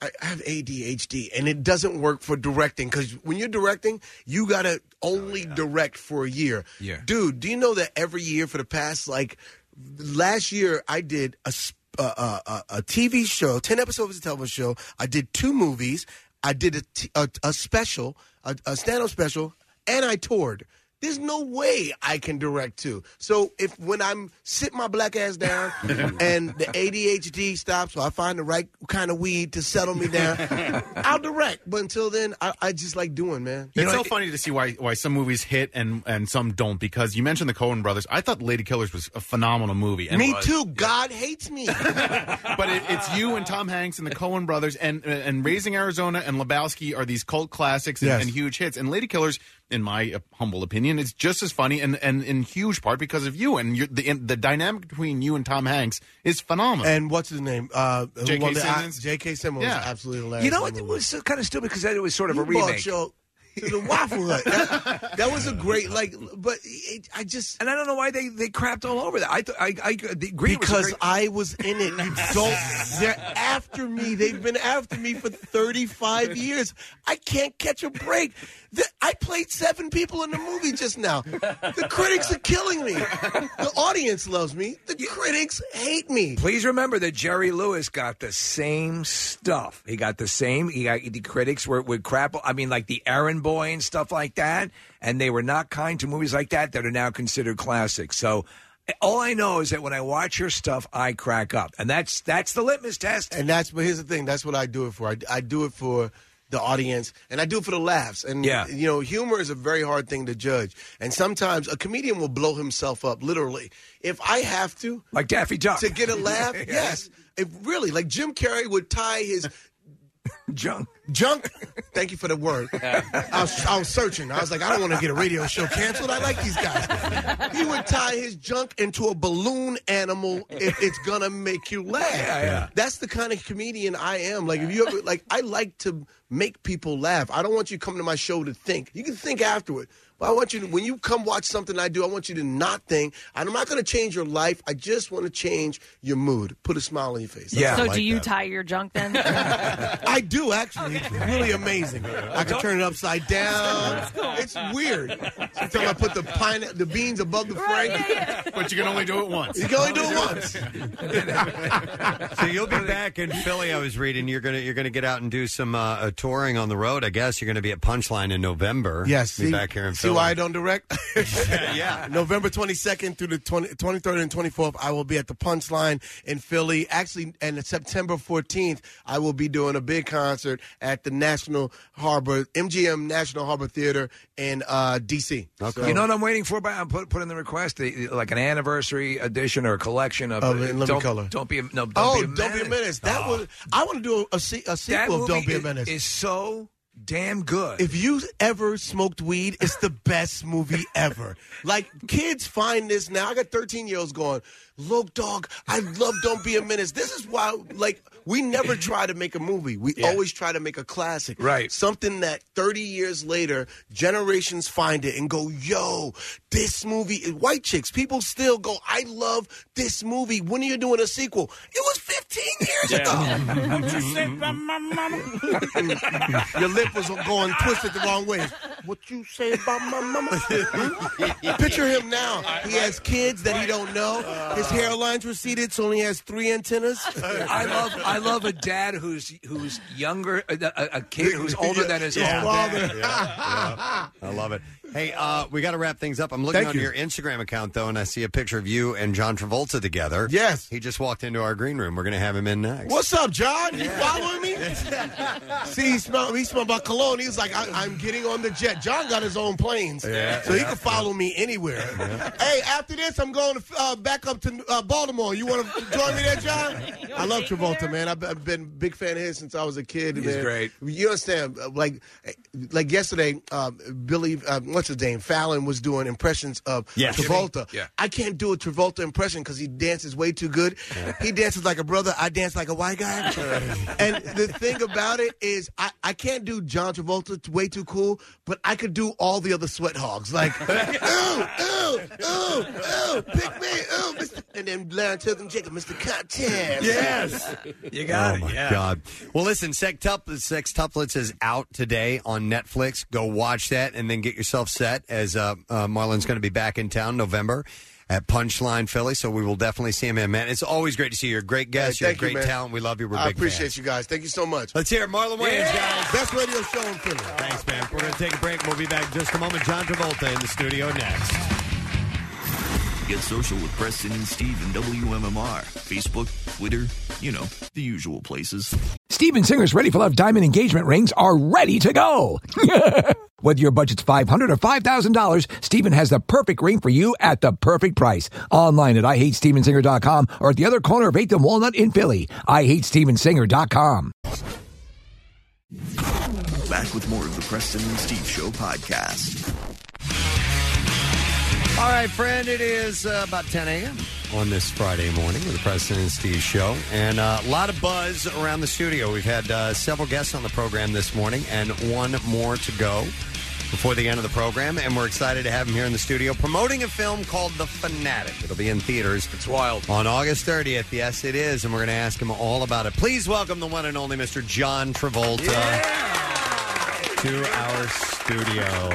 S22: I I have ADHD, and it doesn't work for directing because when you're directing, you gotta only direct for a year.
S4: Yeah.
S22: dude, do you know that every year for the past like last year I did a s- uh, uh, uh, a TV show, ten episodes of a television show. I did two movies. I did a t- a, a special, a, a stand-up special, and I toured. There's no way I can direct too. So if when I'm sit my black ass down [laughs] and the ADHD stops, or I find the right kind of weed to settle me down, I'll direct. But until then, I, I just like doing, man.
S5: it's so funny to see why why some movies hit and and some don't because you mentioned the Coen Brothers. I thought Lady Killers was a phenomenal movie. And
S22: me
S5: was.
S22: too. God hates
S5: [laughs]
S22: me.
S5: but it, it's you and Tom Hanks and the Coen Brothers and uh, and Raising Arizona and Lebowski are these cult classics and,
S22: Yes.
S5: and huge hits. And Lady Killers, in my uh, humble opinion, is just as funny and and in huge part because of you and your, the in, the dynamic between you and Tom Hanks is phenomenal.
S22: And what's his name? Uh, who
S5: J.K.
S22: won the- I-
S5: Simmons?
S22: J.K. Simmons
S5: Yeah.
S22: was absolutely hilarious.
S4: You know what? It was kind of stupid because it was sort of a
S22: You bought
S4: remake.
S22: your- to the Waffle Hut. That, that
S4: [laughs]
S22: was a great, like, but it, I just
S4: and I don't know why they they crapped all over that. I th- I, I the agree it was a
S22: because
S4: great-
S22: I was in it. You don't. They're after me. They've been after me for 35 years. I can't catch a break. The- I played seven people in the movie just now. The critics are killing me. The audience loves me. The critics hate me.
S4: Please remember that Jerry Lewis got the same stuff. He got the same. He got, the critics were would crap. I mean, like the Aaron Boy and stuff like that, and they were not kind to movies like that that are now considered classics. So All I know is that when I watch your stuff, I crack up, and that's that's the litmus test.
S22: And that's but here's the thing. That's what I do it for. I, I do it for the audience, and I do it for the laughs. And
S4: Yeah.
S22: you know, humor is a very hard thing to judge. And sometimes a comedian will blow himself up literally. If I have to,
S4: like Daffy Duck,
S22: to
S4: [laughs]
S22: get a laugh.
S4: Yeah.
S22: Yes, If really, like Jim Carrey would tie his.
S4: [laughs] Junk.
S22: Junk. Thank you for the word. I, was, I was searching. I was like, I don't want to get a radio show canceled. I like these guys. He would tie his junk into a balloon animal if it's gonna make you laugh.
S4: Yeah, yeah.
S22: That's the kind of comedian I am. Like if you ever like I like to make people laugh. I don't want you to come to my show to think. You can think afterward. But I want you to when you come watch something I do, I want you to not think. I'm not gonna change your life. I just wanna change your mood. Put a smile on your face. That's all
S3: So
S22: I
S3: do
S22: like
S3: you
S22: that.
S3: tie your junk
S22: [laughs]
S3: then?
S22: I do actually. It's really amazing. I can turn it upside down. It's weird. Sometimes I put the pine, the beans above the frame.
S5: But you can only do it once.
S22: You can only do it once.
S2: so you'll be back in Philly. I was reading you're gonna you're gonna get out and do some uh, uh, touring on the road. I guess you're gonna be at Punchline in November.
S22: Yes,
S2: be
S22: see-
S2: back here in
S22: See
S2: Philly.
S22: why I don't
S2: [laughs]
S22: direct? [laughs] yeah, November 22nd through the 20, 23rd and 24th, I will be at the Punchline in Philly. Actually, and September 14th, I will be doing a big concert at the National Harbor, MGM National Harbor Theater in uh, D.C. So-
S4: You know what I'm waiting for? But I'm put put in the request the, like an anniversary edition or a collection of
S22: Of In Living
S4: don't,
S22: Color.
S4: Don't be a, no. Don't
S22: oh,
S4: be a
S22: don't be a menace. That
S4: Oh.
S22: was I want to do a, se- a
S4: That
S22: sequel of Don't
S4: movie
S22: Be a
S4: is-
S22: Menace.
S4: is so damn good.
S22: If you ever smoked weed, it's the [laughs] best movie ever. like kids find this now. I got 13 year olds going, look, dog, I love Don't Be a Menace. This is why like we
S4: [laughs]
S22: never try to make a movie. We always try to make a classic. Right. Something that 30 years later, generations find it and go, yo, this movie white chicks, people still go, I love this movie. When are you doing a sequel? It was 15 years ago.
S6: [laughs]
S22: [laughs] Your lip was going twisted the wrong way. What you say about my
S4: [laughs]
S22: mama? Picture him now. He has kids that he don't know.
S4: Uh,
S22: His hairline's receded, so he has three antennas.
S4: I love I love a dad who's who's younger a, a, a kid who's older than
S2: [laughs]
S4: his
S2: Yeah.
S4: own
S2: Father.
S4: dad.
S22: [laughs]
S2: I love it. Hey, uh, we got to wrap things up. I'm looking
S4: Thank
S2: on
S4: you.
S2: your Instagram account though, and I see a picture of you and John Travolta together.
S22: Yes,
S2: he just walked into our green room. We're gonna have him in next. Oh,
S22: What's up, John? You following
S4: [laughs]
S22: me? See, he smelled, he smelled my cologne. He was like, I, I'm getting on the jet. John got his own planes,
S2: Yeah,
S22: so he
S2: yeah,
S22: could follow me anywhere. [laughs] Hey, after this, I'm going to, uh, back up to uh, Baltimore. You want to join me there, John? I love Travolta, man. I've, I've been a big fan of his since I was a kid.
S4: He's
S22: man.
S4: great.
S22: You understand? uh, Like, like yesterday, uh, Billy, uh, what's his name? Fallon was doing impressions of
S4: Yeah.
S22: Travolta.
S4: Yeah.
S22: I can't do a Travolta impression because he dances way too good. He dances like a brother. I dance like a white guy. and the thing about it is, I, I can't do John Travolta t- way too cool, but I could do all the other sweat hogs.
S2: [laughs]
S22: Like, ooh, ooh, ooh, ooh, pick me, oow, Mr. And then Larry Tilton Jacob, Mr. Cortez.
S2: Yes.
S4: You
S2: oh my god! Well, listen, Sextuplets, Sextuplets is out today on Netflix. Go watch that, and then get yourself set as uh, uh, Marlon's going to be back in town November at Punchline Philly. So we will definitely see him in. Man, it's always great to see you. You're a great guest.
S22: Hey,
S2: You're a
S22: thank you,
S2: great
S22: man.
S2: talent. We love you. We're
S22: I
S2: big
S22: appreciate
S2: fans.
S22: you guys. Thank you so much.
S2: Let's hear it, Marlon Wayans, guys.
S22: Best radio show in Philly.
S2: Thanks, man. We're going to take a break. We'll be back in just a moment. John Travolta in the studio next.
S8: Get social with Preston and Steve and WMMR. Facebook, Twitter, you know, the usual places.
S9: [laughs] Steven Singer's Ready for Love diamond engagement rings are ready to go. [laughs] Whether your budget's $500 or $5,000, Steven has the perfect ring for you at the perfect price. Online at IHateStevenSinger.com or at the other corner of 8th and Walnut in Philly. IHateStevenSinger.com.
S8: Back with more of the Preston and Steve Show podcast.
S2: All right, friend, it is uh, about 10 a.m. on this Friday morning with the President and Steve show. And uh, a lot of buzz around the studio. We've had uh, several guests on the program this morning and one more to go before the end of the program. And we're excited to have him here in the studio promoting a film called The Fanatic. It'll be in theaters. It's wild. On August 30th. Yes, it is. And we're going to ask him all about it. Please welcome the one and only Mr. John Travolta to our studio.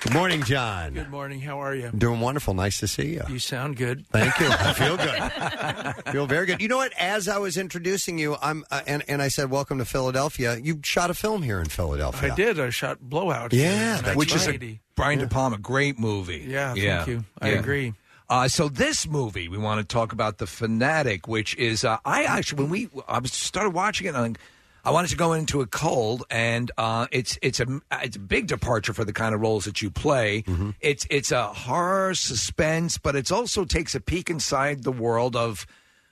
S2: Good morning, John.
S10: [laughs] Good morning. How are you?
S2: Doing wonderful. Nice to see you.
S10: You sound good.
S2: Thank you. I feel good. [laughs] feel very good. You know what? As I was introducing you, I'm uh, and and I said, "Welcome to Philadelphia." You shot a film here in Philadelphia.
S10: I did. I shot Blowout.
S2: Yeah, that's
S4: which is
S2: right.
S4: a Brian De Palma great movie.
S10: Yeah, thank you. I agree.
S4: Uh, so this movie, we want to talk about the fanatic, which is uh, I actually when we I was- started watching it, I think I wanted to go into a cold, and uh, it's it's a it's a big departure for the kind of roles that you play.
S2: Mm-hmm.
S4: It's it's a horror suspense, but it also takes a peek inside the world of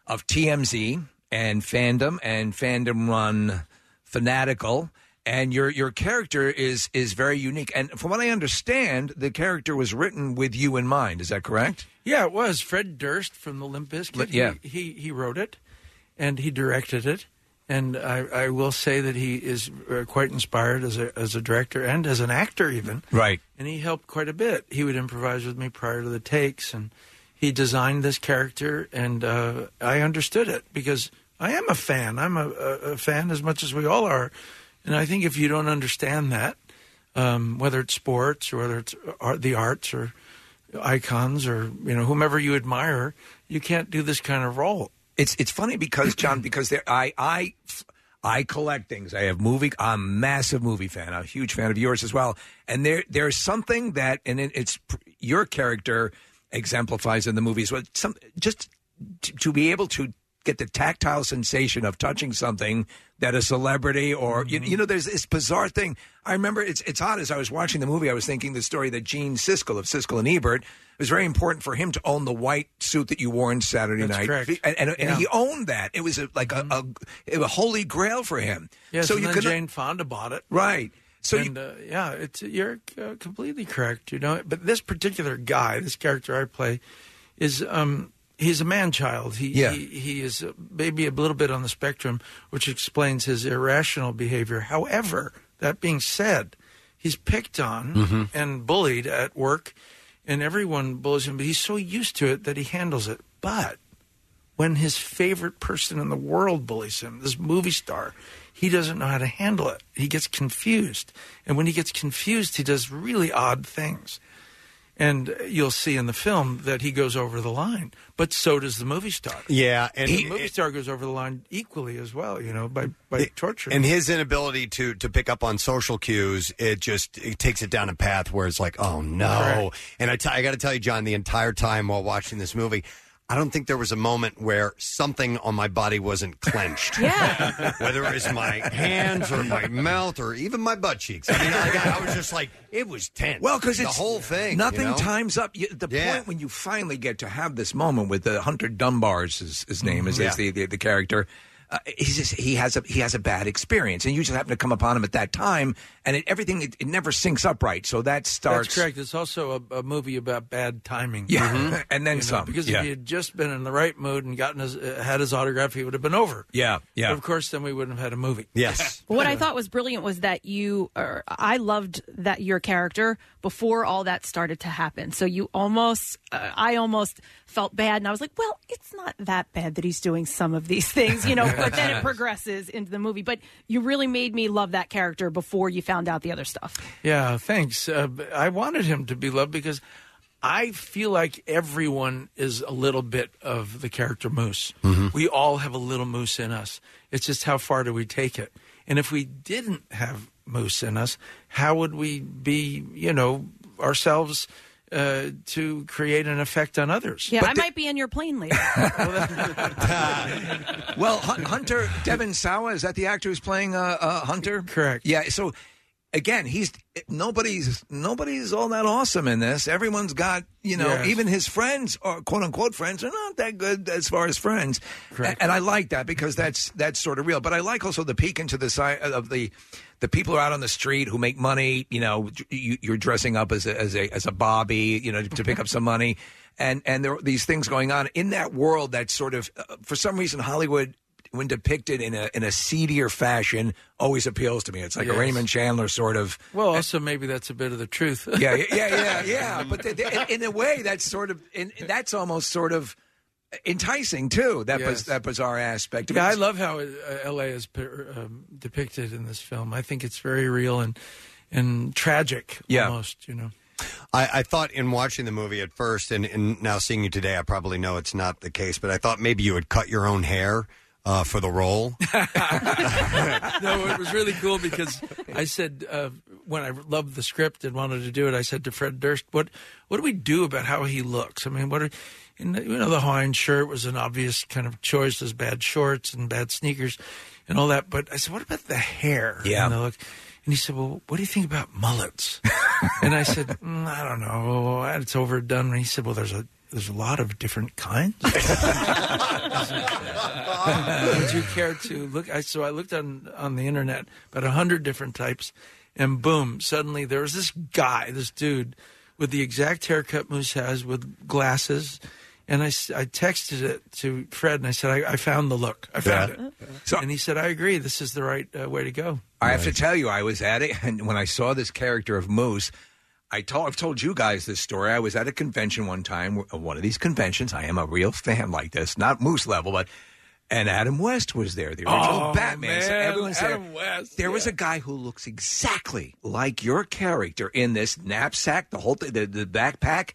S4: of TMZ and fandom and fandom run fanatical and your your character is is very unique and from what i understand the character was written with you in mind is that correct
S10: [laughs] Yeah, it was Fred Durst from the Limp Bizkit.
S4: Yeah.
S10: he, he he wrote it, and he directed it, and I, I will say that he is uh, quite inspired as a as a director and as an actor even.
S4: right
S10: And he helped quite a bit. He would improvise with me prior to the takes, and he designed this character, and uh, I understood it because I am a fan. I'm a, a, a fan as much as we all are, and I think if you don't understand that, um, whether it's sports or whether it's art, the arts or icons or you know whomever you admire, you can't do this kind of role.
S4: It's it's funny because John, because there, I I I collect things. I have movie. I'm a massive movie fan. I'm a huge fan of yours as well. And there there's something that and it, it's pr- your character exemplifies in the movies. What some just to, to be able to get the tactile sensation of touching something that a celebrity or you,
S10: Mm-hmm.
S4: you know there's this bizarre thing i remember it's it's odd as i was watching the movie i was thinking the story that gene siskel of siskel and ebert it was very important for him to own the white suit that you wore in saturday
S10: That's
S4: night
S10: correct.
S4: and, and, and
S10: Yeah.
S4: he owned that it was a, like a, a, a holy grail for him
S10: Mm-hmm. Yes,
S4: so
S10: and
S4: you
S10: then
S4: could
S10: Jane Fonda bought it,
S4: right so
S10: and,
S4: you,
S10: uh, yeah, it's you're uh, completely correct. You know, but this particular guy, this character I play, is um, he's a man child. He,
S4: Yeah.
S10: he he is uh, maybe a little bit on the spectrum, which explains his irrational behavior. However, that being said, he's picked on
S4: Mm-hmm.
S11: Mhm.
S10: and bullied at work, and everyone bullies him. But he's so used to it that he handles it. But when his favorite person in the world bullies him, this movie star, he doesn't know how to handle it. He gets confused. And when he gets confused, he does really odd things. And you'll see in the film that he goes over the line, but so does the movie star.
S2: Yeah, and
S10: and
S2: he-
S10: the movie star goes over the line equally as well, you know, by, by torture.
S2: And his inability to to pick up on social cues, it just it takes it down a path where it's like, oh no. And I t- I got to tell you, John, the entire time while watching this movie. I don't think there was a moment where something on my body wasn't clenched. Yeah. [laughs] Whether it was my hands or my mouth or even my butt cheeks. I mean, I, I was just like, it was tense.
S4: Well, because
S2: the
S4: it's
S2: whole thing.
S4: Nothing
S2: you know?
S4: times up. You, the
S2: Yeah.
S4: point when you finally get to have this moment with the Hunter Dunbar's his, his name is,
S2: Mhm. Yeah.
S4: is the, the the character. Uh, he's just, he has a he has a bad experience, and you just happen to come upon him at that time, and it, everything it, it never syncs up right. So that starts.
S10: That's correct. It's also a, a movie about bad timing. Mm-hmm.
S4: Yeah. Mhm. [laughs] And then
S10: You know,
S4: some.
S10: Because
S4: Yeah.
S10: if he had just been in the right mood and gotten his, uh, had his autograph, he would have been over.
S4: Yeah, yeah.
S10: But of course, then we wouldn't have had a movie.
S2: Yes.
S3: What I thought was brilliant was that you, or I loved that your character before all that started to happen. So you almost, uh, I almost felt bad, and I was like, well, it's not that bad that he's doing some of these things, you know. but then it progresses into the movie. But you really made me love that character before you found out the other stuff.
S10: Yeah, thanks. Uh, b- I wanted him to be loved because I feel like everyone is a little bit of the character Moose.
S4: Mm-hmm.
S23: Mhm.
S10: We all have a little Moose in us. It's just how far do we take it? And if we didn't have Moose in us, how would we be, you know, ourselves uh, to create an effect on others?
S3: Yeah, I might be in your plane later.
S4: uh, well, Hun- Hunter Devin Sawa is that the actor who's playing uh, uh, Hunter? Correct. Yeah. So again, he's nobody's nobody's all that awesome in this. Everyone's got you know,
S10: Yes.
S4: even his friends or quote unquote friends are not that good as far as friends. And, and I like that because that's that's sort of real. But I like also the peek into the side of the the people who are out on the street who make money. You know, you, you're dressing up as a, as a as a bobby. You know, to pick up some money. And and there are these things going on in that world that sort of, uh, for some reason, Hollywood, when depicted in a in a seedier fashion, always appeals to me. It's like a
S10: Yes.
S4: Raymond Chandler sort of
S10: Well, also maybe that's a bit of the truth.
S4: yeah, yeah,
S10: [laughs]
S4: yeah, yeah. But th th- in, in a way, that's sort of in, that's almost sort of enticing too. That biz-
S10: Yes.
S4: that bizarre aspect. of
S10: Yeah,
S4: it.
S10: I love how uh, LA is per- um, depicted in this film. I think it's very real and and tragic
S2: Yeah.
S10: almost,
S4: [laughs]
S10: you know.
S2: I, I thought in watching the movie at first, and, and now seeing you today, I probably know it's not the case, but I thought maybe you had cut your own hair uh, for the role.
S10: no, it was really cool because I said uh, when I loved the script and wanted to do it, I said to Fred Durst, "What what do we do about how he looks? I mean, what are and the, you know the Hawaiian shirt was an obvious kind of choice. There's bad shorts and bad sneakers and all that. But I said, what about the hair?
S6: Yeah.
S10: And the look. And he said, well, what do you think about mullets? and I said, mm, I don't know. It's overdone. And he said, well, there's a there's a lot of different kinds. [laughs] Would you care to look? I, so I looked on on the internet about a hundred different types, and boom! Suddenly there was this guy, this dude, with the exact haircut Moose has, with glasses. And I, s- I texted it to Fred, and I said, I, I found the look. I found
S4: Yeah.
S10: it. and he said, I agree. This is the right uh, way to go.
S4: I have to tell you, I was at it, [laughs] and when I saw this character of Moose, I told, I've told you guys this story. I was at a convention one time, uh, one of these conventions. I am a real fan like this, not Moose level, but. And Adam West was there, the original
S6: Oh,
S4: Batman. so
S6: man,
S4: everyone's
S6: Adam
S4: there.
S6: West,
S4: There was a guy who looks exactly like your character in this knapsack, the whole thing, the, the backpack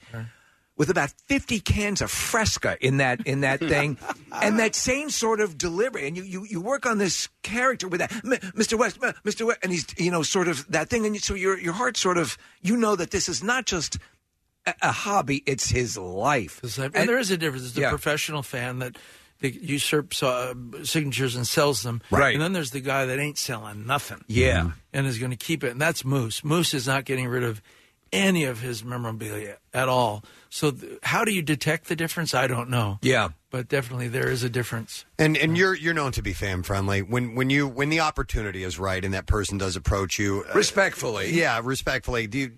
S4: with about 50 cans of fresca in that in
S10: [laughs]
S4: that thing and that same sort of delivery and you you, you work on this character with that "M- mr west m- mr west and he's you know sort of that thing and so your your heart sort of you know that this is not just a, a hobby it's his life
S10: And, there is a difference. There's the professional fan that that usurps uh, signatures and sells them.
S4: Right.
S10: And then there's the guy that ain't selling nothing.
S4: Yeah. Mhm.
S10: And is going to keep it. And that's Moose. Moose is not getting rid of any of his memorabilia at all. So th- how do you detect the difference? I don't know.
S4: [laughs] Yeah.
S10: But definitely there is a difference.
S2: And and you're you're known to be fan friendly. When when you when the opportunity is right and that person does approach you uh,
S4: Respectfully.
S2: yeah, respectfully. Do you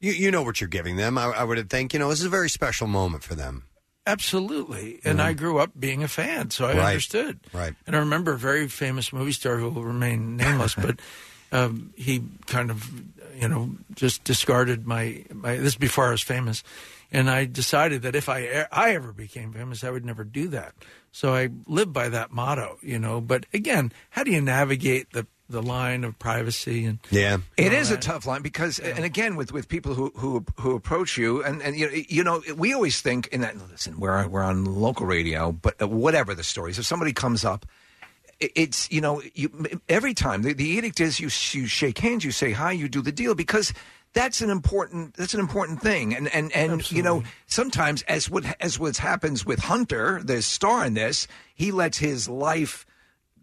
S2: you, you know what you're giving them? I, I would think you know this is a very special moment for them.
S10: Absolutely. And I grew up being a fan, so I
S2: Right.
S10: understood.
S2: Right.
S10: And I remember a very famous movie star who will remain nameless, but
S4: [laughs]
S10: um, he kind of, you know, just discarded my, my. This is before I was famous. And I decided that if I, e- I ever became famous, I would never do that. So I lived by that motto, you know. But again, how do you navigate the, the line of privacy and
S2: Yeah.
S4: It is a tough line because, and again, with, with people who, who who approach you, and, and you, know, you know, we always think, and that, listen, we're on, we're on local radio, but uh, whatever the stories, if somebody comes up, it- it's you know, you, every time the, the edict is you you shake hands, you say hi, you do the deal because that's an important that's an important thing, and and and you know, sometimes as what as what happens with Hunter, the star in this, he lets his life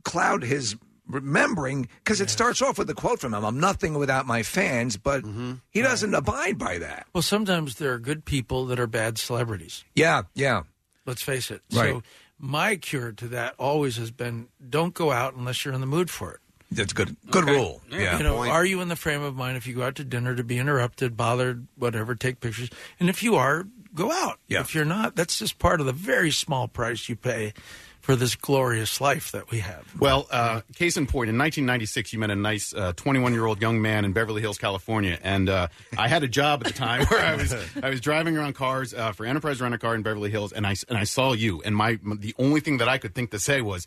S4: cloud his remembering because it starts off with a quote from him i'm nothing without my fans but he doesn't abide by that
S10: Well, sometimes there are good people that are bad celebrities.
S4: yeah yeah
S10: Let's face it.
S4: Right.
S10: So my cure to that always has been don't go out unless you're in the mood for it.
S4: that's good good rule yeah
S10: You know, are you in the frame of mind if you go out to dinner to be interrupted, bothered, whatever, take pictures? And if you are, go out.
S4: Yeah.
S10: If you're not, that's just part of the very small price you pay for this glorious life that we have.
S5: Well, uh, case in point, in 1996, you met a nice 21 year old young man in Beverly Hills, California, and uh, I had a job at the time where I was I was driving around cars uh, for Enterprise Rent a Car in Beverly Hills, and I and I saw you, and my the only thing that I could think to say was.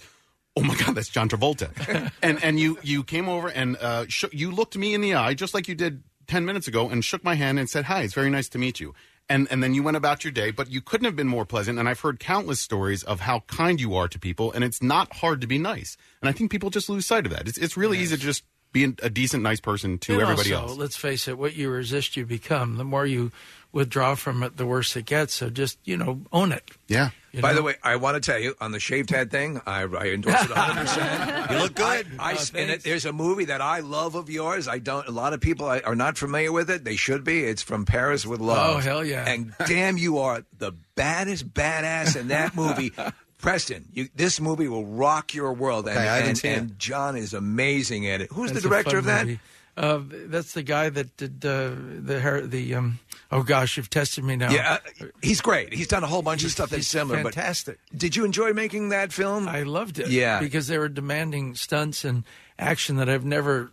S5: Oh my God, [laughs] that's John Travolta, and and you you came over and uh, shook, you looked me in the eye just like you did ten minutes ago and shook my hand and said hi. It's very nice to meet you, and and then you went about your day. But you couldn't have been more pleasant. And I've heard countless stories of how kind you are to people, and it's not hard to be nice. And I think people just lose sight of that. It's it's really easy to just be an- a decent, nice person to
S10: And
S5: everybody
S10: also,
S5: else.
S10: Let's face it, what you resist, you become. The more you withdraw from it, the worse it gets. So just, you know, own it.
S5: Yeah.
S10: You
S4: By
S10: know?
S4: the way, I want to tell you on the shaved head thing, I, I endorse it 100.
S10: [laughs]
S4: percent You look good.
S10: Oh,
S4: I, I- and it, there's a movie that I love of yours. I don't. A lot of people I, are not familiar with it. They should be. It's from Paris with Love.
S10: Oh, hell yeah.
S4: And damn, you are the baddest badass in that
S10: [laughs]
S4: movie. Preston, you, this movie will rock your world. and,
S10: Okay, I haven't
S4: and,
S10: seen
S4: and John is amazing at it. Who's
S10: That's
S4: the
S10: a
S4: director
S10: fun
S4: of that?
S10: movie. Uh, that's the guy that did uh, the hair- the um, oh gosh, you've tested me now.
S4: Yeah, uh, he's great. He's done a whole bunch of stuff that's similar. but-
S10: fantastic.
S4: did you enjoy making that film?
S10: I loved it.
S4: Yeah.
S10: because they were demanding stunts and action that I've never,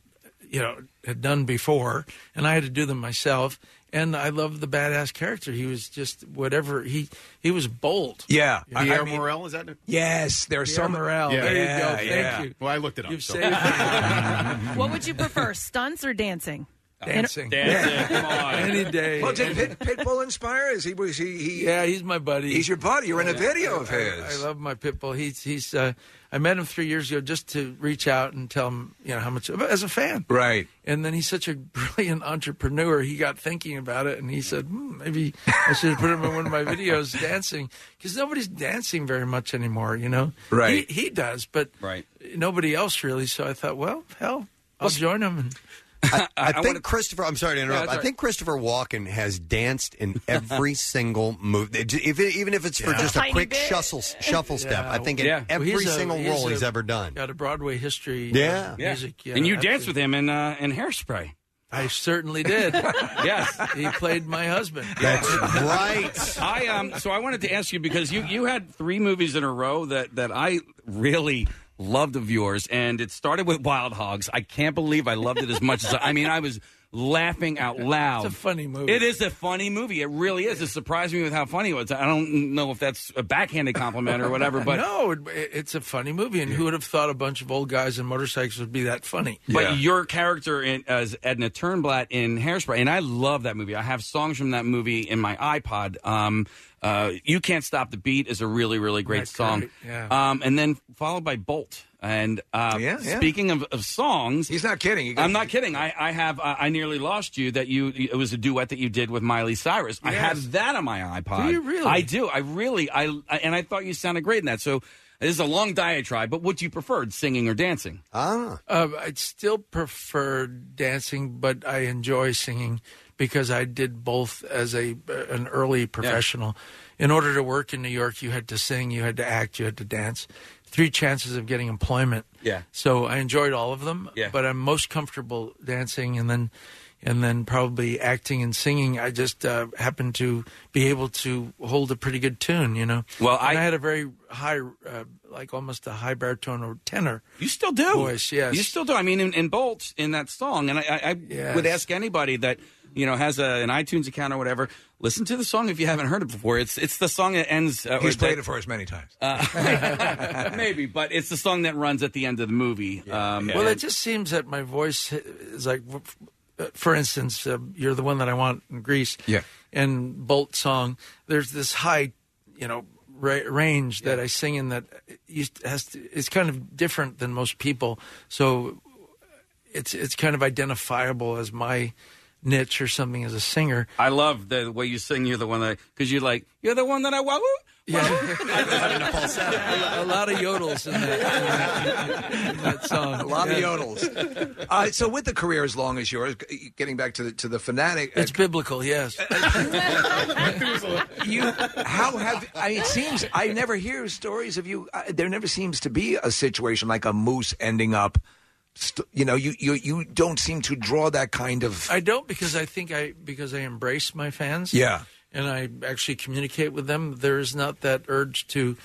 S10: you know, had done before, and I had to do them myself. And I loved the badass character. He was just whatever he he was bold.
S4: Yeah, I- I
S5: Pierre
S4: mean-
S5: Morel is that? it?
S4: Yes, there's
S10: Pierre
S4: some
S10: Morel.
S4: Yeah.
S10: There you go.
S4: Yeah,
S10: Thank
S4: yeah.
S10: you.
S5: Well, I looked it up.
S10: You've
S5: so-
S10: saved me.
S3: What would you prefer, stunts or dancing?
S10: Dancing.
S22: Dancing,
S10: Yeah.
S22: come on.
S10: Any day.
S4: Well, did Pit, Pitbull inspire? Is he was he, he?
S10: Yeah, he's my buddy.
S4: He's your buddy. You're in a
S10: Yeah,
S4: video
S10: I-
S4: of
S10: I-
S4: his.
S10: I, love my pit bull. He's he's. Uh, I met him three years ago just to reach out and tell him you know how much as a fan.
S4: Right.
S10: And then he's such a [laughs] brilliant entrepreneur. He got thinking about it and he said hmm, maybe I should put him in one of my
S4: [laughs]
S10: videos dancing because nobody's dancing very much anymore. You know.
S4: Right.
S10: He, he does, but right. Nobody else really. So I thought, well, hell, I'll join him. And
S2: I, I think
S10: wanna-
S2: Christopher. I'm sorry to
S10: Yeah,
S2: interrupt.
S10: that's all
S2: I think
S10: right.
S2: Christopher Walken has danced in
S10: [laughs]
S2: every single movie, if it- even if it's for
S10: Yeah.
S2: just a
S10: Tiny
S2: quick
S10: bit.
S2: shuffle,
S10: [laughs]
S2: shuffle step. I think in
S10: Yeah.
S2: every
S10: Well, he's a-
S2: single
S10: he's
S2: role
S10: a-
S2: he's ever done.
S10: Got a Broadway history.
S2: Yeah.
S10: uh,
S2: Yeah.
S10: music. Yeah,
S7: and you
S10: absolutely.
S7: danced with him in uh, in Hairspray.
S10: I
S7: [laughs]
S10: certainly did.
S7: yes,
S10: he played my husband.
S2: That's
S7: right. I um. So I wanted to ask you because you you had three movies in a row that that I really loved of yours, and it started with Wild Hogs. I can't believe I loved it as much as I, I mean I was laughing out loud.
S10: It's a funny movie.
S7: It is a funny movie. It really is. It surprised me with how funny it was. I don't know if that's a backhanded compliment or
S10: [laughs]
S7: whatever, but
S10: no, it, it's a funny movie, and who would have thought a bunch of old guys in motorcycles would be that funny?
S7: But your character in, as Edna Turnblatt in Hairspray, and I love that movie. I have songs from that movie in my iPod. Um, uh, you Can't Stop the Beat is a really, really great
S10: That's
S7: song.
S10: great, yeah.
S7: Um, and then followed by Bolt. And uh,
S4: Yeah, yeah.
S7: speaking of, of songs, he's
S4: not kidding.
S7: I'm not kidding. I, I have. Uh, I nearly lost you. That you. It was a duet that you did with Miley Cyrus. I
S10: Yes.
S7: have that on my iPod.
S10: Do you really?
S7: I do. I really. I, I and I thought you sounded great in that. So this is a long diatribe. But what you preferred, singing or dancing?
S2: Ah,
S10: Uh, I'd still prefer dancing, but I enjoy singing because I did both as a an early professional. In order to work in New York, you had to sing, you had to act, you had to dance. Three chances of getting employment.
S7: Yeah.
S10: So I enjoyed all of them.
S7: Yeah.
S10: But I'm most comfortable dancing and then and then probably acting and singing. I just uh, happen to be able to hold a pretty good tune, you know.
S7: Well,
S10: And
S7: I-
S10: had a very high, uh, like almost a high baritone or tenor.
S7: You still do.
S10: Voice, yes.
S7: You still do. I mean, in, in Bolt, in that song, and I, I, I
S10: Yes.
S7: would ask anybody that you know has a, an iTunes account or whatever, listen to the song if you haven't heard it before. It's it's the song that ends. Uh,
S4: He's
S7: or
S4: played
S7: that-
S4: it [laughs] for us many times.
S7: Uh, [laughs] maybe, but it's the song that runs at the end of the movie. Um,
S10: Well,
S7: and-
S10: it just seems that my voice is like, for instance, uh, "You're the One That I Want" in Greece,
S4: Yeah.
S10: and Bolt song. There's this high, you know, ra- range that I sing in that used has to, it's kind of different than most people. So it's it's kind of identifiable as my niche or something as a singer.
S7: I love the way you sing. You're the one that because you're like you're the one that I wow.
S10: [laughs] a lot of yodels in that, in that song.
S4: A [laughs] lot of
S10: Yeah.
S4: yodels.
S10: [laughs]
S4: Uh, so, with a career as long as yours, g- getting back to the to the fanatic, uh,
S10: It's biblical, yes.
S4: you how have I? It seems I never hear stories of you. I, there never seems to be a situation like a moose ending up. St- you know, you, you you don't seem to draw that kind of.
S10: I don't because I think I because I embrace my fans.
S4: Yeah.
S10: and I actually communicate with them. There is not that urge to.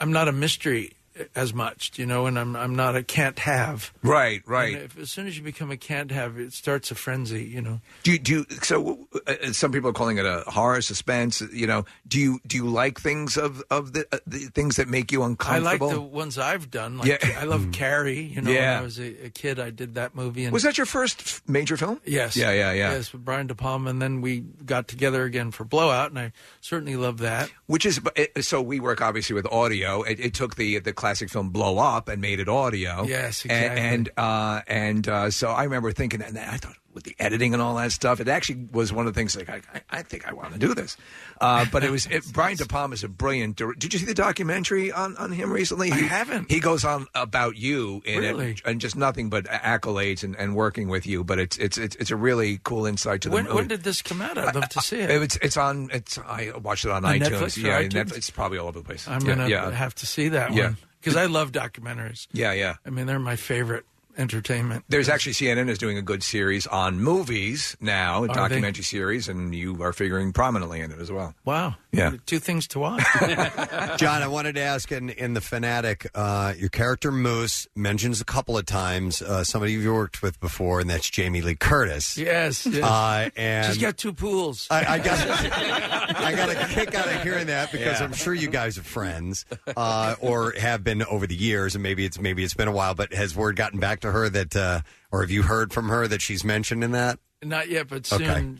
S10: I'm not a mystery as much, you know, and I'm I'm not a can't have.
S4: Right, right.
S10: And if, as soon as you become a can't have, it starts a frenzy, you know.
S4: Do you, do you, so? Uh, uh, some people are calling it a horror suspense. You know, do you do you like things of of the, uh, the things that make you
S10: I like
S4: uncomfortable?
S10: the ones I've done. Like,
S4: Yeah.
S10: I love Carrie. You know,
S4: Yeah.
S10: when I was a, a kid, I did that movie. And
S4: Was that your first f- major film?
S10: [laughs] Yes.
S4: Yeah, yeah, yeah.
S10: Yes, with Brian De Palma, and then we got together again for Blowout, and I certainly love that.
S4: Which is but it- so we work obviously with audio. It, it took the the classic film Blow Up and made it audio.
S10: Yes,
S4: A-
S10: exactly.
S4: And uh, and uh, so I remember thinking, and I thought with the editing and all that stuff, it actually was one of the things like I, I, I think I want to do this. Uh, but it was it, Brian De Palma is a brilliant. dir- Did you see the documentary on, on him recently? I haven't. He goes on about you in it,
S10: Really?
S4: and just nothing but accolades and, and working with you. But it's it's it's, it's a really cool insight to the
S10: When,
S4: movie.
S10: when did this come out? I'd love to see it.
S4: It's it's on. It's I watched it on,
S10: On
S4: iTunes.
S10: Netflix or
S4: yeah,
S10: iTunes?
S4: Netflix, it's probably all over the place.
S10: I'm
S4: yeah,
S10: gonna
S4: yeah.
S10: have to see that
S4: Yeah.
S10: one because I love documentaries.
S4: yeah, yeah.
S10: I mean, they're my favorite entertainment.
S4: There's actually CNN is doing a good series on movies now, a
S10: Are they?
S4: documentary series, and you are figuring prominently in it as well.
S10: Wow.
S4: Yeah.
S10: Two things to
S2: [laughs]
S10: watch. [laughs]
S2: John, I wanted to ask in, in The Fanatic, uh, your character Moose mentions a couple of times uh, somebody you've worked with before, and that's Jamie Lee Curtis.
S10: yes. yes.
S2: Uh, and
S10: She's got two pools.
S2: I, I got I got a kick out of hearing that because
S10: Yeah.
S2: I'm sure you guys are
S10: [laughs]
S2: friends uh, or have been over the years, and maybe it's maybe it's been a while. But has word gotten back to her that, uh, or have you heard from her that she's mentioned in that?
S10: Not yet, but soon.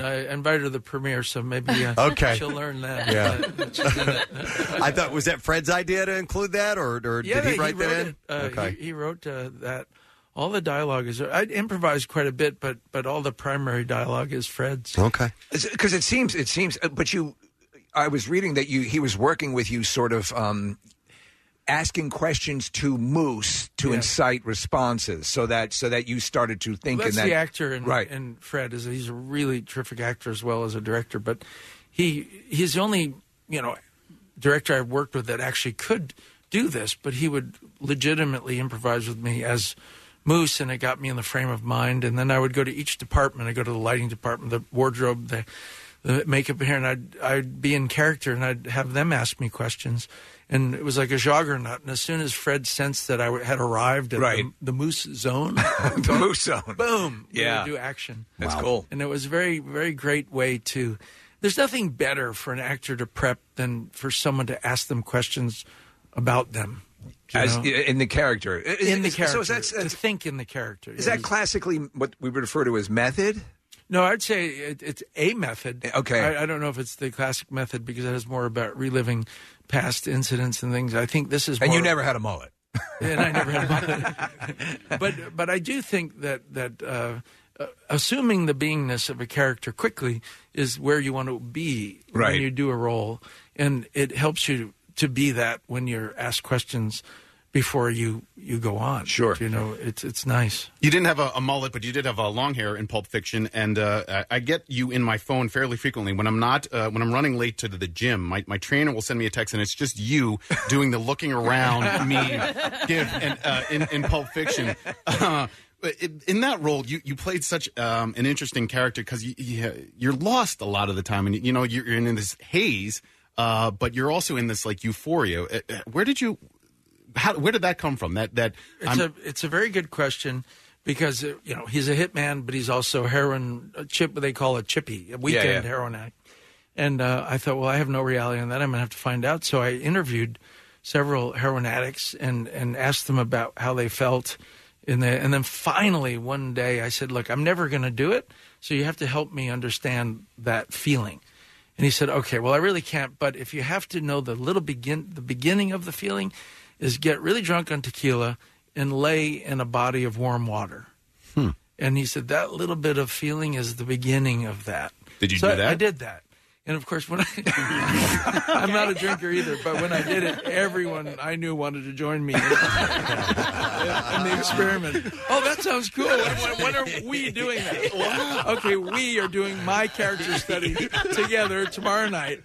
S2: [laughs]
S10: I invited her to the premiere, so maybe uh,
S2: Okay.
S10: she'll learn that.
S2: Yeah.
S10: uh, that she's in it.
S2: I thought was that Fred's idea to include that, or, or
S10: Yeah,
S2: did he write that
S10: wrote
S2: in?
S10: it. Uh, he, he wrote uh, that. All the dialogue is. I improvised quite a bit, but but all the primary dialogue is Fred's.
S2: Okay.
S4: Because it seems it seems, uh, but you, I was reading that you he was working with you, sort of um, asking questions to Moose to incite responses, so that so that you started to think.
S10: Well,
S4: in
S10: that's
S4: that,
S10: the actor and,
S4: right?
S10: and Fred is he's a really terrific actor as well as a director, but he he's the only you know director I've worked with that actually could do this, but he would legitimately improvise with me as Moose, and it got me in the frame of mind. And then I would go to each department. I go to the lighting department, the wardrobe, the the makeup here, and I'd I'd be in character, and I'd have them ask me questions. And it was like a juggernaut. And as soon as Fred sensed that I w- had arrived at
S4: Right.
S10: the, the moose
S4: [laughs]
S10: zone,
S4: the moose zone,
S10: boom, we would
S4: Yeah.
S10: do action.
S4: That's Wow. cool.
S10: And it was a very, very great way to. There's nothing better for an actor to prep than for someone to ask them questions about them. you
S4: As,
S10: know?
S4: in the character,
S10: in the character.
S4: So is that
S10: to think in the character.
S4: is that classically what we refer to as method?
S10: No, I'd say it, it's a method.
S4: Okay.
S10: I, I don't know if it's the classic method because that is more about reliving past incidents and things. I think this is.
S4: And you
S10: more-
S4: never had a
S10: [laughs]
S4: mullet.
S10: and I never had a mullet. but but I do think that that uh, uh, assuming the beingness of a character quickly is where you want to be
S4: Right.
S10: when you do a role, and it helps you to be that when you're asked questions before you you go on. Sure, you know it's it's nice.
S5: You didn't have a, a mullet, but you did have a long hair in Pulp Fiction, and uh, I, I get you in my phone fairly frequently when I'm not uh, when I'm running late to the gym. My, my trainer will send me a text, and it's just you doing the looking around me give and, uh, in in Pulp Fiction. Uh, but in- in that role, you, you played such um, an interesting character because you, you, you're lost a lot of the time, and you know you're in this haze, uh, but you're also in this like euphoria. Uh, uh, Where did you? How, where did that come from? That that
S10: It's a it's a very good question because uh, you know he's a hitman, but he's also a heroin a chip. They call it chippy, a weekend
S11: yeah.
S10: heroin act. And uh, I thought, well, I have no reality on that. I'm gonna have to find out. So I interviewed several heroin addicts and and asked them about how they felt. In the, and then finally, one day, I said, "Look, I'm never going to do it, so you have to help me understand that feeling." And he said, "Okay, well, I really can't, but if you have to know the little begin, the beginning of the feeling, is get really drunk on tequila and lay in a body of warm water."
S6: Hmm.
S10: And he said, "That little bit of feeling is the beginning of that."
S6: Did you
S10: So
S6: do
S10: I-
S6: that?
S2: [laughs]
S10: I did that. And of course, when I, [laughs] I'm not a drinker either, but when I did it, everyone I knew wanted to join me in, in the experiment. Oh, that sounds cool. When, when are we doing that? okay, we are doing my character study together tomorrow night.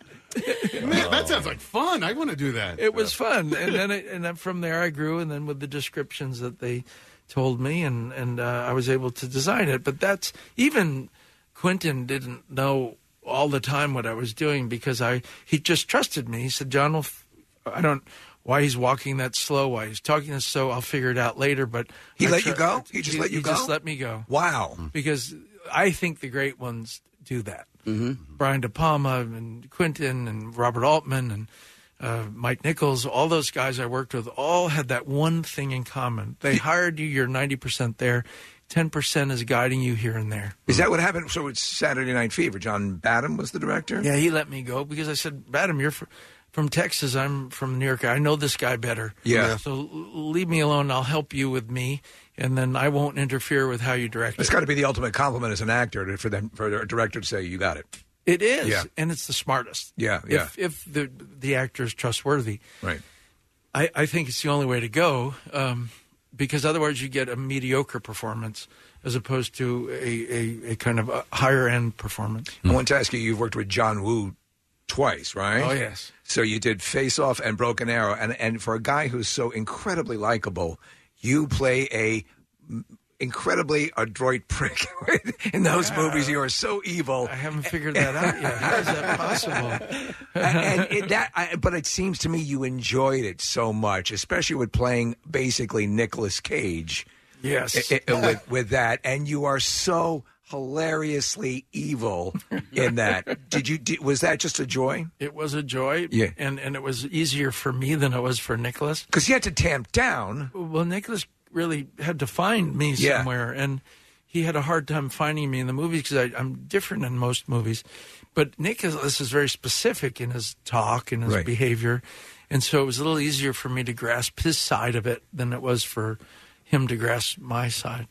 S5: Man, that sounds like fun. I want to do that.
S10: It was fun, and then it, and then from there I grew, and then with the descriptions that they told me, and and uh, I was able to design it. But that's even Quentin didn't know all the time what I was doing because I he just trusted me. He said, "John, will f- I don't." Why he's walking that slow, why he's talking that slow, I'll figure it out later. But
S4: He
S10: I
S4: let you go? He just let you
S10: he Just
S4: go?
S10: let me go.
S4: Wow!
S10: Because I think the great ones do that. Brian De Palma and Quentin and Robert Altman and uh, Mike Nichols, all those guys I worked with, all had that one thing in common. They hired you, you're 90% there, 10% is guiding you here and there.
S4: Is that what happened? So it's Saturday Night Fever. John Badham was the director.
S10: Yeah, he let me go because I said, Badham, you're fr- from Texas. I'm from New York. I know this guy better.
S4: Yeah.
S10: So l- leave me alone. I'll help you with me, and then I won't interfere with how you direct
S4: It's
S10: it.
S4: got to be the ultimate compliment as an actor to- for them for a director to say you got it.
S10: It is,
S4: Yeah.
S10: and it's the smartest.
S4: Yeah, yeah.
S10: If, if the the actor is trustworthy,
S4: Right.
S10: I, I think it's the only way to go, um, because otherwise you get a mediocre performance as opposed to a, a, a kind of a higher end performance.
S4: I want to ask you. You've worked with John Woo twice, right?
S10: Oh, yes.
S4: So you did Face Off and Broken Arrow, and and for a guy who's so incredibly likable, you play a m- incredibly adroit prick [laughs] in those movies. You are so
S10: [laughs]
S4: evil. I
S10: haven't figured that out yet. How is that possible?
S4: and it, that, I, but it seems to me you enjoyed it so much, especially with playing basically Nicolas Cage.
S10: Yes.
S4: i- i- uh, with with that, and you are so hilariously evil
S10: [laughs]
S4: in that. Did you? Did, was that just a joy?
S10: It was a joy,
S4: Yeah.
S10: and and it was easier for me than it was for Nicholas
S4: because he had to tamp down.
S10: Well, Nicholas really had to find me
S4: Yeah.
S10: somewhere, and he had a hard time finding me in the movies because I'm different in most movies. But Nick is, this is very specific in his talk and his
S11: Right.
S10: behavior, and so it was a little easier for me to grasp his side of it than it was for him to grasp my side.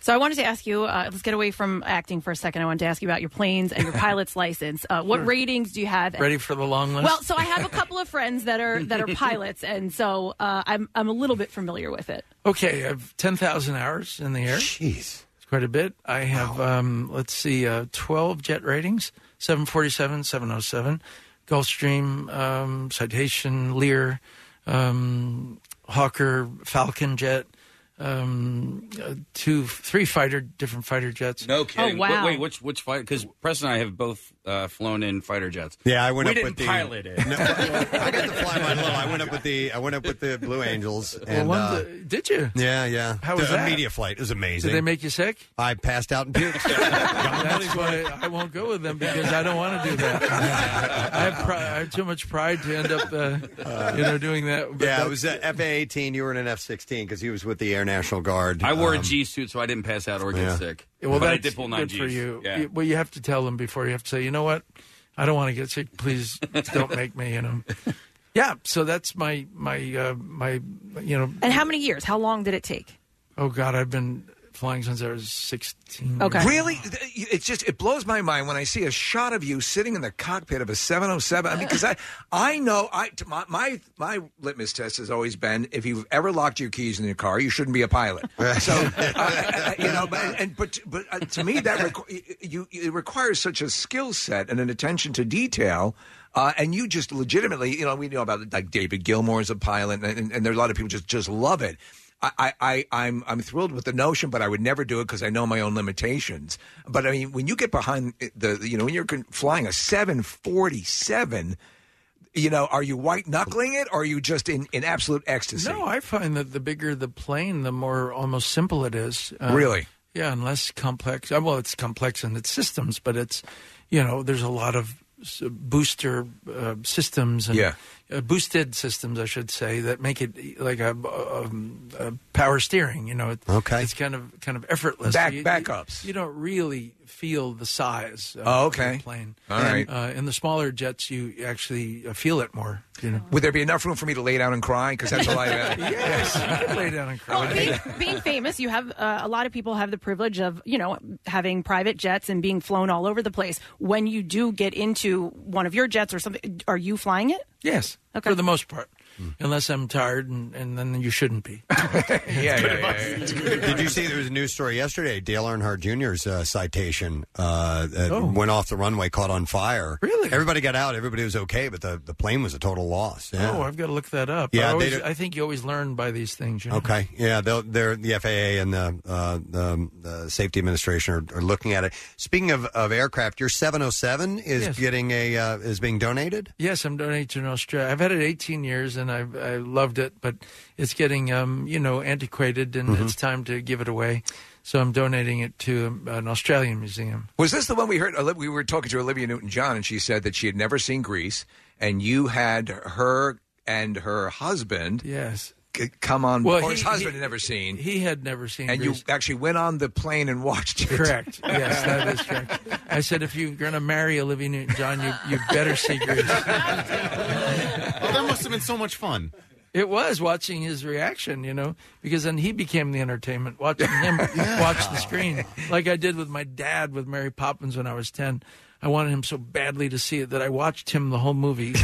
S3: So I wanted to ask you. Uh, let's get away from acting for a second. I wanted to ask you about your planes
S10: [laughs]
S3: and your pilot's license. Uh, what
S10: Sure.
S3: ratings do you have?
S10: Ready for the long list?
S3: Well, so I have a couple of friends that are that are pilots, and so uh, I'm I'm a little bit familiar with it.
S10: Okay, I've ten thousand hours in the air. Jeez, it's quite a bit. I have um, let's see, uh, twelve jet ratings: seven forty-seven, seven hundred seven, Gulfstream, um, Citation, Lear, um, Hawker, Falcon jet, um, uh, two, three fighter, different fighter jets.
S7: No kidding.
S10: wow.
S7: Wait, wait, which which fighter? Because Preston and I have both uh, flown in fighter jets.
S2: Yeah, I went
S7: we
S2: up
S7: didn't
S2: with the-
S7: pilot it.
S2: I went up with the I went up with the Blue Angels. And,
S10: one's
S2: uh,
S10: a- did you?
S2: Yeah, yeah.
S10: How was
S2: The- a
S10: that?
S2: media flight. It was amazing.
S10: Did they make
S2: [laughs]
S10: you sick?
S2: I passed out and puked.
S10: That's why I won't go with them because I don't want to
S2: [laughs]
S10: do that. I have, pri- I have too much pride to end up, uh, you know, doing that. But
S2: yeah,
S10: that-
S2: it was an FA eighteen. You were in an F sixteen because he was with the Air National Guard.
S7: I wore a
S2: Um,
S7: G suit, so I didn't pass out or get
S2: yeah.
S7: sick.
S10: Yeah, well,
S7: but I
S10: that's
S7: did pull nine
S10: good for
S7: Gs.
S10: you.
S7: Yeah.
S10: You- Well, you have to tell them before. You have to say, you know what, I don't want to get sick.
S7: [laughs]
S10: Please don't make me. You know. Yeah. So that's my my uh, my you know.
S3: And how many years? How long did it take?
S10: Oh God, I've been flying since I was sixteen.
S4: Really? Th- It's just it blows my mind when I see a shot of you sitting in the cockpit of a 707. I mean, because I I know I t- my, my my litmus test has always been if you've ever locked your keys in your car, you shouldn't be a pilot. So [laughs] uh, you know, but and but but uh, to me that requ- you it requires such a skill set and an attention to detail. Uh, and you just legitimately, you know, we know about like David Gilmour as a pilot, and, and, and there are a lot of people just just love it. I, I, I, I'm I'm thrilled with the notion, but I would never do it because I know my own limitations. But I mean, when you get behind eh, the, you know, when you're con- flying a 747, you know, are you white knuckling it, or are you just in, in absolute ecstasy?
S10: No, I find that the bigger the plane, the more almost simple it is. Uh,
S4: Really?
S10: Yeah, and less complex. uh, Well, it's complex in its systems, but it's you know there's a lot of s- booster uh, systems and
S4: Yeah.
S10: uh, boosted systems, I should say, that make it e, like a, um, a power steering. You know, it, okay, it's kind of kind of effortless.
S4: Back-
S10: you,
S4: backups.
S10: You, don't really feel the size. Of
S4: Oh, okay.
S10: The plane.
S4: All right.
S10: Uh, in the smaller jets, you actually uh, feel it more. You know.
S4: Would there be enough room for me to lay down and cry? Because that's
S10: [laughs]
S4: all I. Oh, Uh,
S10: yes, you can
S4: [laughs]
S10: lay down and cry.
S3: being, being famous, you have uh, a lot of people have the privilege of you know having private jets and being flown all over the place. When you do get into one of your jets or something, are you flying it? [laughs]
S10: Yes, for the most part, unless I'm tired, and, and then you shouldn't be.
S4: [laughs] yeah,
S2: Did you see there was a news story yesterday? Dale Earnhardt Jr.'s uh, citation uh, that
S10: Oh.
S2: went off the runway, caught on fire. Really? Everybody got out. Everybody was okay, but the, the plane was a total loss. Yeah.
S10: Oh, I've got to look that up.
S2: Yeah,
S10: I,
S2: they
S10: always-
S2: don't-
S10: I think you always learn by these things. You know?
S2: Okay. Yeah, they'll, they're the FAA and the uh, the, um, the safety administration are, are looking at it. Speaking of, of aircraft, your 707 is
S10: Yes.
S2: getting a uh, is being donated.
S10: Yes, I'm donating to an Australia. I've had it 18 years, and I've I loved it, but it's getting um, you know antiquated, and
S2: Mm-hmm.
S4: Mhm.
S10: it's time to give it away. So I'm donating it to um, an Australian museum.
S4: Was this the one we heard? Oli- We were talking to Olivia Newton John, and she said that she had never seen Greece, and you had her and her husband.
S10: Yes.
S4: c- Come on,
S10: Well,
S4: or
S10: he-
S4: his husband
S10: he-
S4: had never seen.
S10: He had never seen.
S4: and
S10: Greece.
S4: you actually went on the plane and watched it.
S10: Correct.
S4: [laughs]
S10: Yes, that is correct. I said if you're going to marry Olivia Newton-John, you you better see Greece.
S5: Oh, that must have been so much fun.
S10: It was watching his reaction, you know, because then he became the entertainment, watching
S5: [laughs]
S10: him watch the screen, like I did with my dad with Mary Poppins when I was 10. I wanted him so badly to see it that I watched him the
S5: [laughs]
S10: whole movie,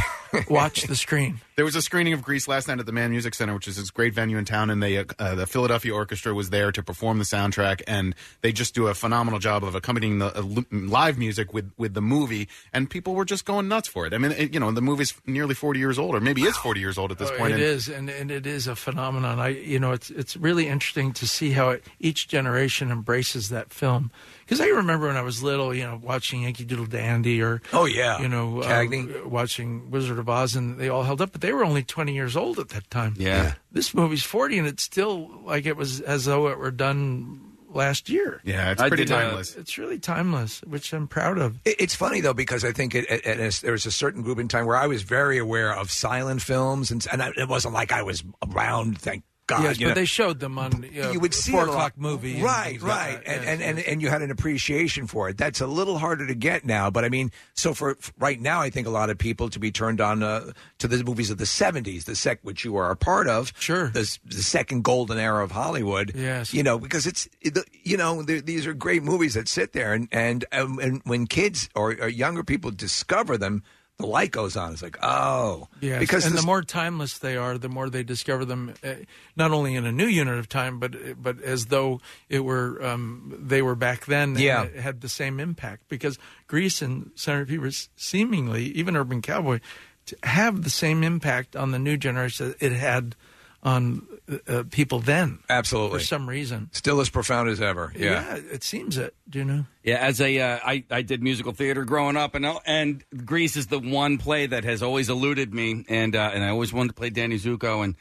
S10: watch the screen.
S5: There was a screening of Grease last night at the Man Music Center, which is this great venue in town, and they, uh, uh, the Philadelphia Orchestra was there to perform the soundtrack, and they just do a phenomenal job of accompanying the uh, lu- live music with, with the movie, and people were just going nuts for it. I mean, it, you know, the movie's nearly 40 years old, or maybe is 40 years old at this
S10: Oh,
S5: point.
S10: It
S5: and-
S10: is, and, and it is a phenomenon. I, you know, it's it's really interesting to see how it, each generation embraces that film. Because I remember when I was little, you know, watching Yankee Doodle Dandy or
S4: Oh, yeah.
S10: you know, uh,
S4: Cagney.
S10: watching Wizard of Oz, and they all held up. But they were only twenty years old at that time.
S7: Yeah.
S10: this movie's forty, and it's still like it was as though it were done last year.
S5: Yeah,
S4: it's I pretty did, uh, timeless.
S10: it's really timeless, which I'm proud of.
S4: It- It's funny though because I think it, it, it, there was a certain group in time where I was very aware of silent films, and and I, it wasn't like I was around. Thank God,
S10: yes,
S4: you
S10: but
S4: know.
S10: they showed them on uh,
S4: you would see
S10: four
S4: it a lot.
S10: o'clock movie, and
S4: right?
S10: things like
S4: Right,
S10: that.
S4: and,
S10: Yeah.
S4: and and and you had an appreciation for it. That's a little harder to get now, but I mean, so for f- right now, I think a lot of people to be turned on uh, to the movies of the '70s, the sec which you are a part of, sure, the, s- the second golden era of Hollywood.
S10: Yes.
S4: you know because it's it- the- you know there- these are great movies that sit there, and and um, and when kids or, or younger people discover them, the light goes on. It's like oh,
S10: Yes,
S4: because
S10: and
S4: this-
S10: the more timeless they are, the more they discover them, uh, not only in a new unit of time, but eh, but as though it were um, they were back then. and
S4: Yeah.
S10: it had the same impact because Grease and Senator Peebles, seemingly even Urban Cowboy, to have the same impact on the new generation that it had on uh, people then.
S4: Absolutely.
S10: for some reason.
S4: still as profound as ever. yeah.
S10: yeah, it seems it. Do you know?
S7: Yeah, as a uh, I I did musical theater growing up, and and Grease is the one play that has always eluded me, and uh, and I always wanted to play Danny Zuko,
S6: [laughs]
S7: and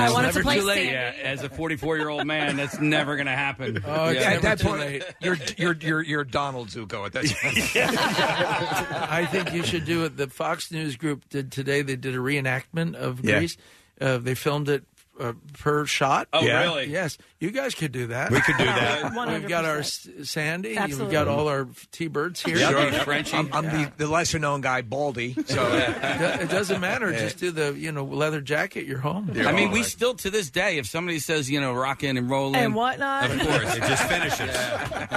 S6: I wanted to
S7: Never
S6: play
S7: too late.
S6: Sandy.
S7: Yeah, as a forty four year old man, that's never going to happen.
S4: Oh,
S7: yeah.
S4: yeah, at that point, you're you're you're you're Donald Zuko at
S2: [laughs]
S4: that point.
S10: I think you should do it. The Fox News Group did today. They did a reenactment of
S4: Yeah.
S10: Greece. Uh, they filmed it uh, per shot.
S6: Oh, Yeah. really?
S10: Yes. You guys could do that.
S6: We could do that.
S10: [laughs] We've got our S- Sandy. We've
S6: Absolutely.
S10: got all our T-birds here.
S4: Sure. Yep. I'm, I'm the, the lesser known guy, Baldy.
S10: [laughs]
S4: So
S10: Yeah. it doesn't matter. Just do the you know leather jacket. You're home.
S7: I mean, we still to this day, if somebody says you know rockin' and rollin'
S10: And whatnot.
S7: of course,
S10: It
S7: just finishes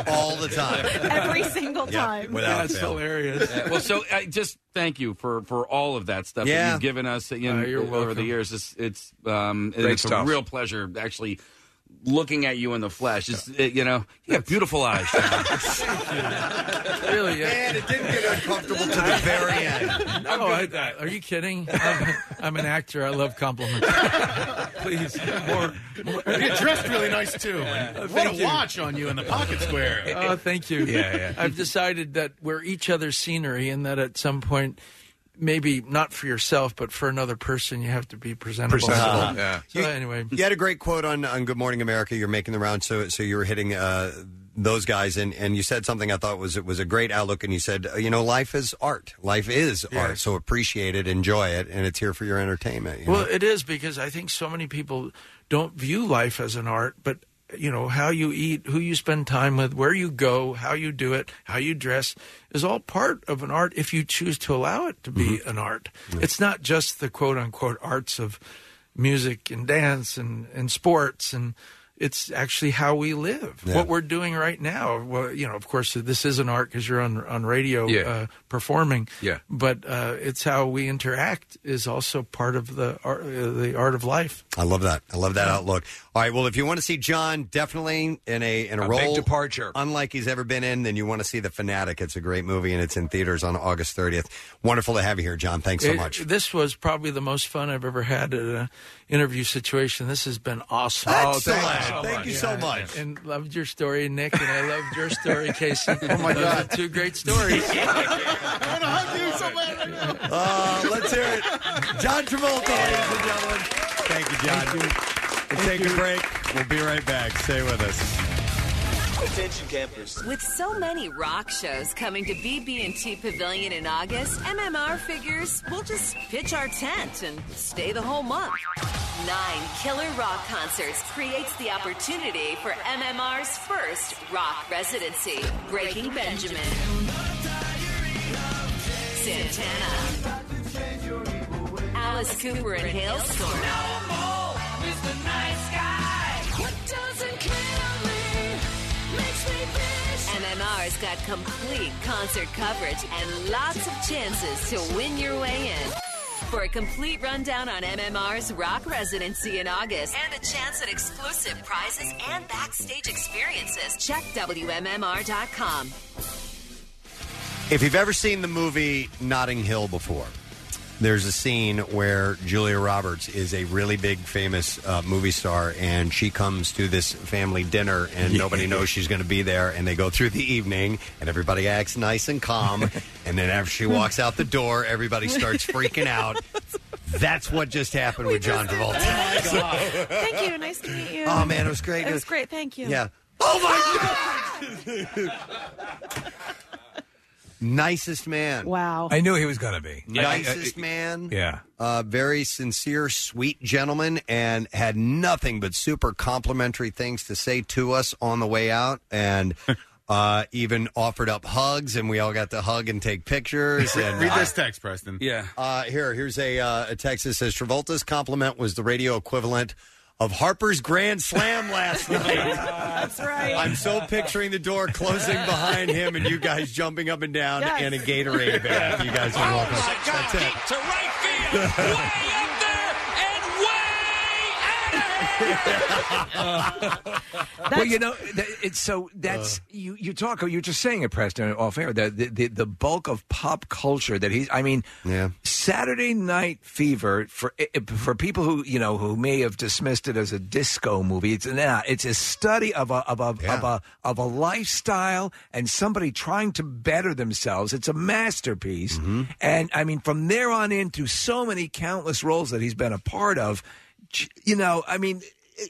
S2: all the time,
S12: Every single time.
S10: That's hilarious.
S7: well, so I just thank you for for all of that stuff that
S10: Yeah.
S7: you've given us you know,
S10: Uh, you're
S7: over the
S10: welcome.
S7: years. It's it's um,
S4: Great
S7: it's
S4: stuff.
S7: a real pleasure actually looking at you in the flesh. It's, it, you know, you got beautiful eyes.
S10: [laughs] really,
S2: man, it didn't get uncomfortable to the very end.
S10: [laughs] No, I, are you kidding? I'm, I'm an actor. I love compliments. [laughs] Please, more. more.
S5: You're dressed really nice too. what a watch on
S10: [laughs]
S5: you in the pocket square.
S10: Oh, thank you.
S5: Yeah, yeah.
S10: I've decided that we're each other's scenery, and that at some point, maybe not for yourself, but for another person, you have to be presentable.
S2: Presentable,
S10: So,
S2: yeah.
S10: Uh-huh. so anyway,
S2: You had a great quote on, on Good Morning America. You're making the round, so so you were hitting uh, those guys, and, and you said something I thought was it was a great outlook, and you said, uh, you know, life is art. Life is art, so appreciate it, enjoy it, and it's here for your entertainment. you know?
S10: well, it is because I think so many people don't view life as an art, but you know how you eat, who you spend time with, where you go, how you do it, how you dress is all part of an art if you choose to allow it to be an art. It's not just the quote unquote arts of music and dance and, and sports and it's actually how we live.
S6: Yeah.
S10: What we're doing right now, well, you know, of course, this is an art because you're on on radio
S6: Yeah.
S10: uh, performing.
S6: Yeah.
S10: but uh, it's how we interact is also part of the art, uh, the art of life.
S2: I love that. I love that outlook. All right. Well, if you want to see John definitely in a in a,
S10: A big
S2: role
S4: departure,
S2: unlike he's ever been in, then you want to see The Fanatic. It's a great movie, and it's in theaters on August 30th. Wonderful to have you here, John. Thanks so
S10: It-
S2: much.
S10: this was probably the most fun I've ever had at an interview situation. This has been awesome.
S4: Oh,
S2: Excellent. Oh, Thank you so much.
S10: And loved your story, Nick, and I loved
S2: [laughs]
S10: your story, Casey. oh my God, two great stories.
S2: Uh, let's hear it. John Travolta, ladies and gentlemen.
S17: Thank you, John. We'll take a break. We'll be right back. Stay with us.
S8: Attention campers.
S18: With so many rock shows coming to BB&T Pavilion in August, MMR figures we'll just pitch our tent and stay the whole month. Nine killer rock concerts creates the opportunity for MMR's first rock residency, Breaking Benjamin, Santana, Alice Cooper and Hailstorm. MMR's got complete concert coverage and lots of chances to win your way in. For a complete rundown on MMR's rock residency in August and a chance at exclusive prizes and backstage experiences, check WMMR.com.
S2: If you've ever seen the movie Notting Hill before, there's a scene where Julia Roberts is a really big famous uh, movie star, and she comes to this family dinner, and nobody knows she's going to be there. And they go through the evening, and everybody acts nice and calm. [laughs] and then after she walks out the door, everybody starts freaking [laughs] out. That's what just Oh happened with John [laughs] Travolta.
S12: Thank you. Nice to meet you.
S2: Oh, man, it was
S6: [laughs]
S2: great. Oh,
S12: It was
S6: Oh,
S12: great. Thank you.
S2: Yeah.
S12: Oh
S2: my god. Nicest man.
S3: Wow.
S4: I knew he was going to be.
S2: Nicest
S4: I- I-
S2: man.
S4: Yeah.
S2: Uh, very sincere, sweet gentleman, and had nothing but super complimentary things to say to us on the way out.
S4: [laughs]
S2: And. Uh, even offered up hugs, and we all got to hug and take pictures.
S4: [laughs]
S2: And
S5: Read
S2: I-
S5: this text, Preston.
S7: Yeah.
S2: Uh, here, here's a, uh, a text that says Travolta's compliment was the radio equivalent of Harper's Grand Slam
S4: [laughs]
S2: last
S6: [laughs]
S2: night.
S3: That's right.
S2: I'm so picturing the door closing behind him and you guys jumping up and down
S6: Yes. Oh,
S2: and a Gatorade
S6: [laughs]
S2: bath. You guys
S5: Oh
S2: are welcome. That's it.
S6: to right
S2: [laughs]
S6: field, way up there and way out of here.
S4: well, you know, that, it's so
S10: Uh.
S4: that's you. You talk. You're just saying it, Preston, off air. That the, the the bulk of pop culture that he's. I mean,
S2: yeah.
S4: Saturday Night Fever for it- for people who you know who may have dismissed it as a disco movie. It's nah, It's a study of a of a of a of a lifestyle and somebody trying to better themselves. It's a masterpiece.
S5: Mm-hmm.
S4: And I mean, from there on into so many countless roles that he's been a part of. j- You know, I mean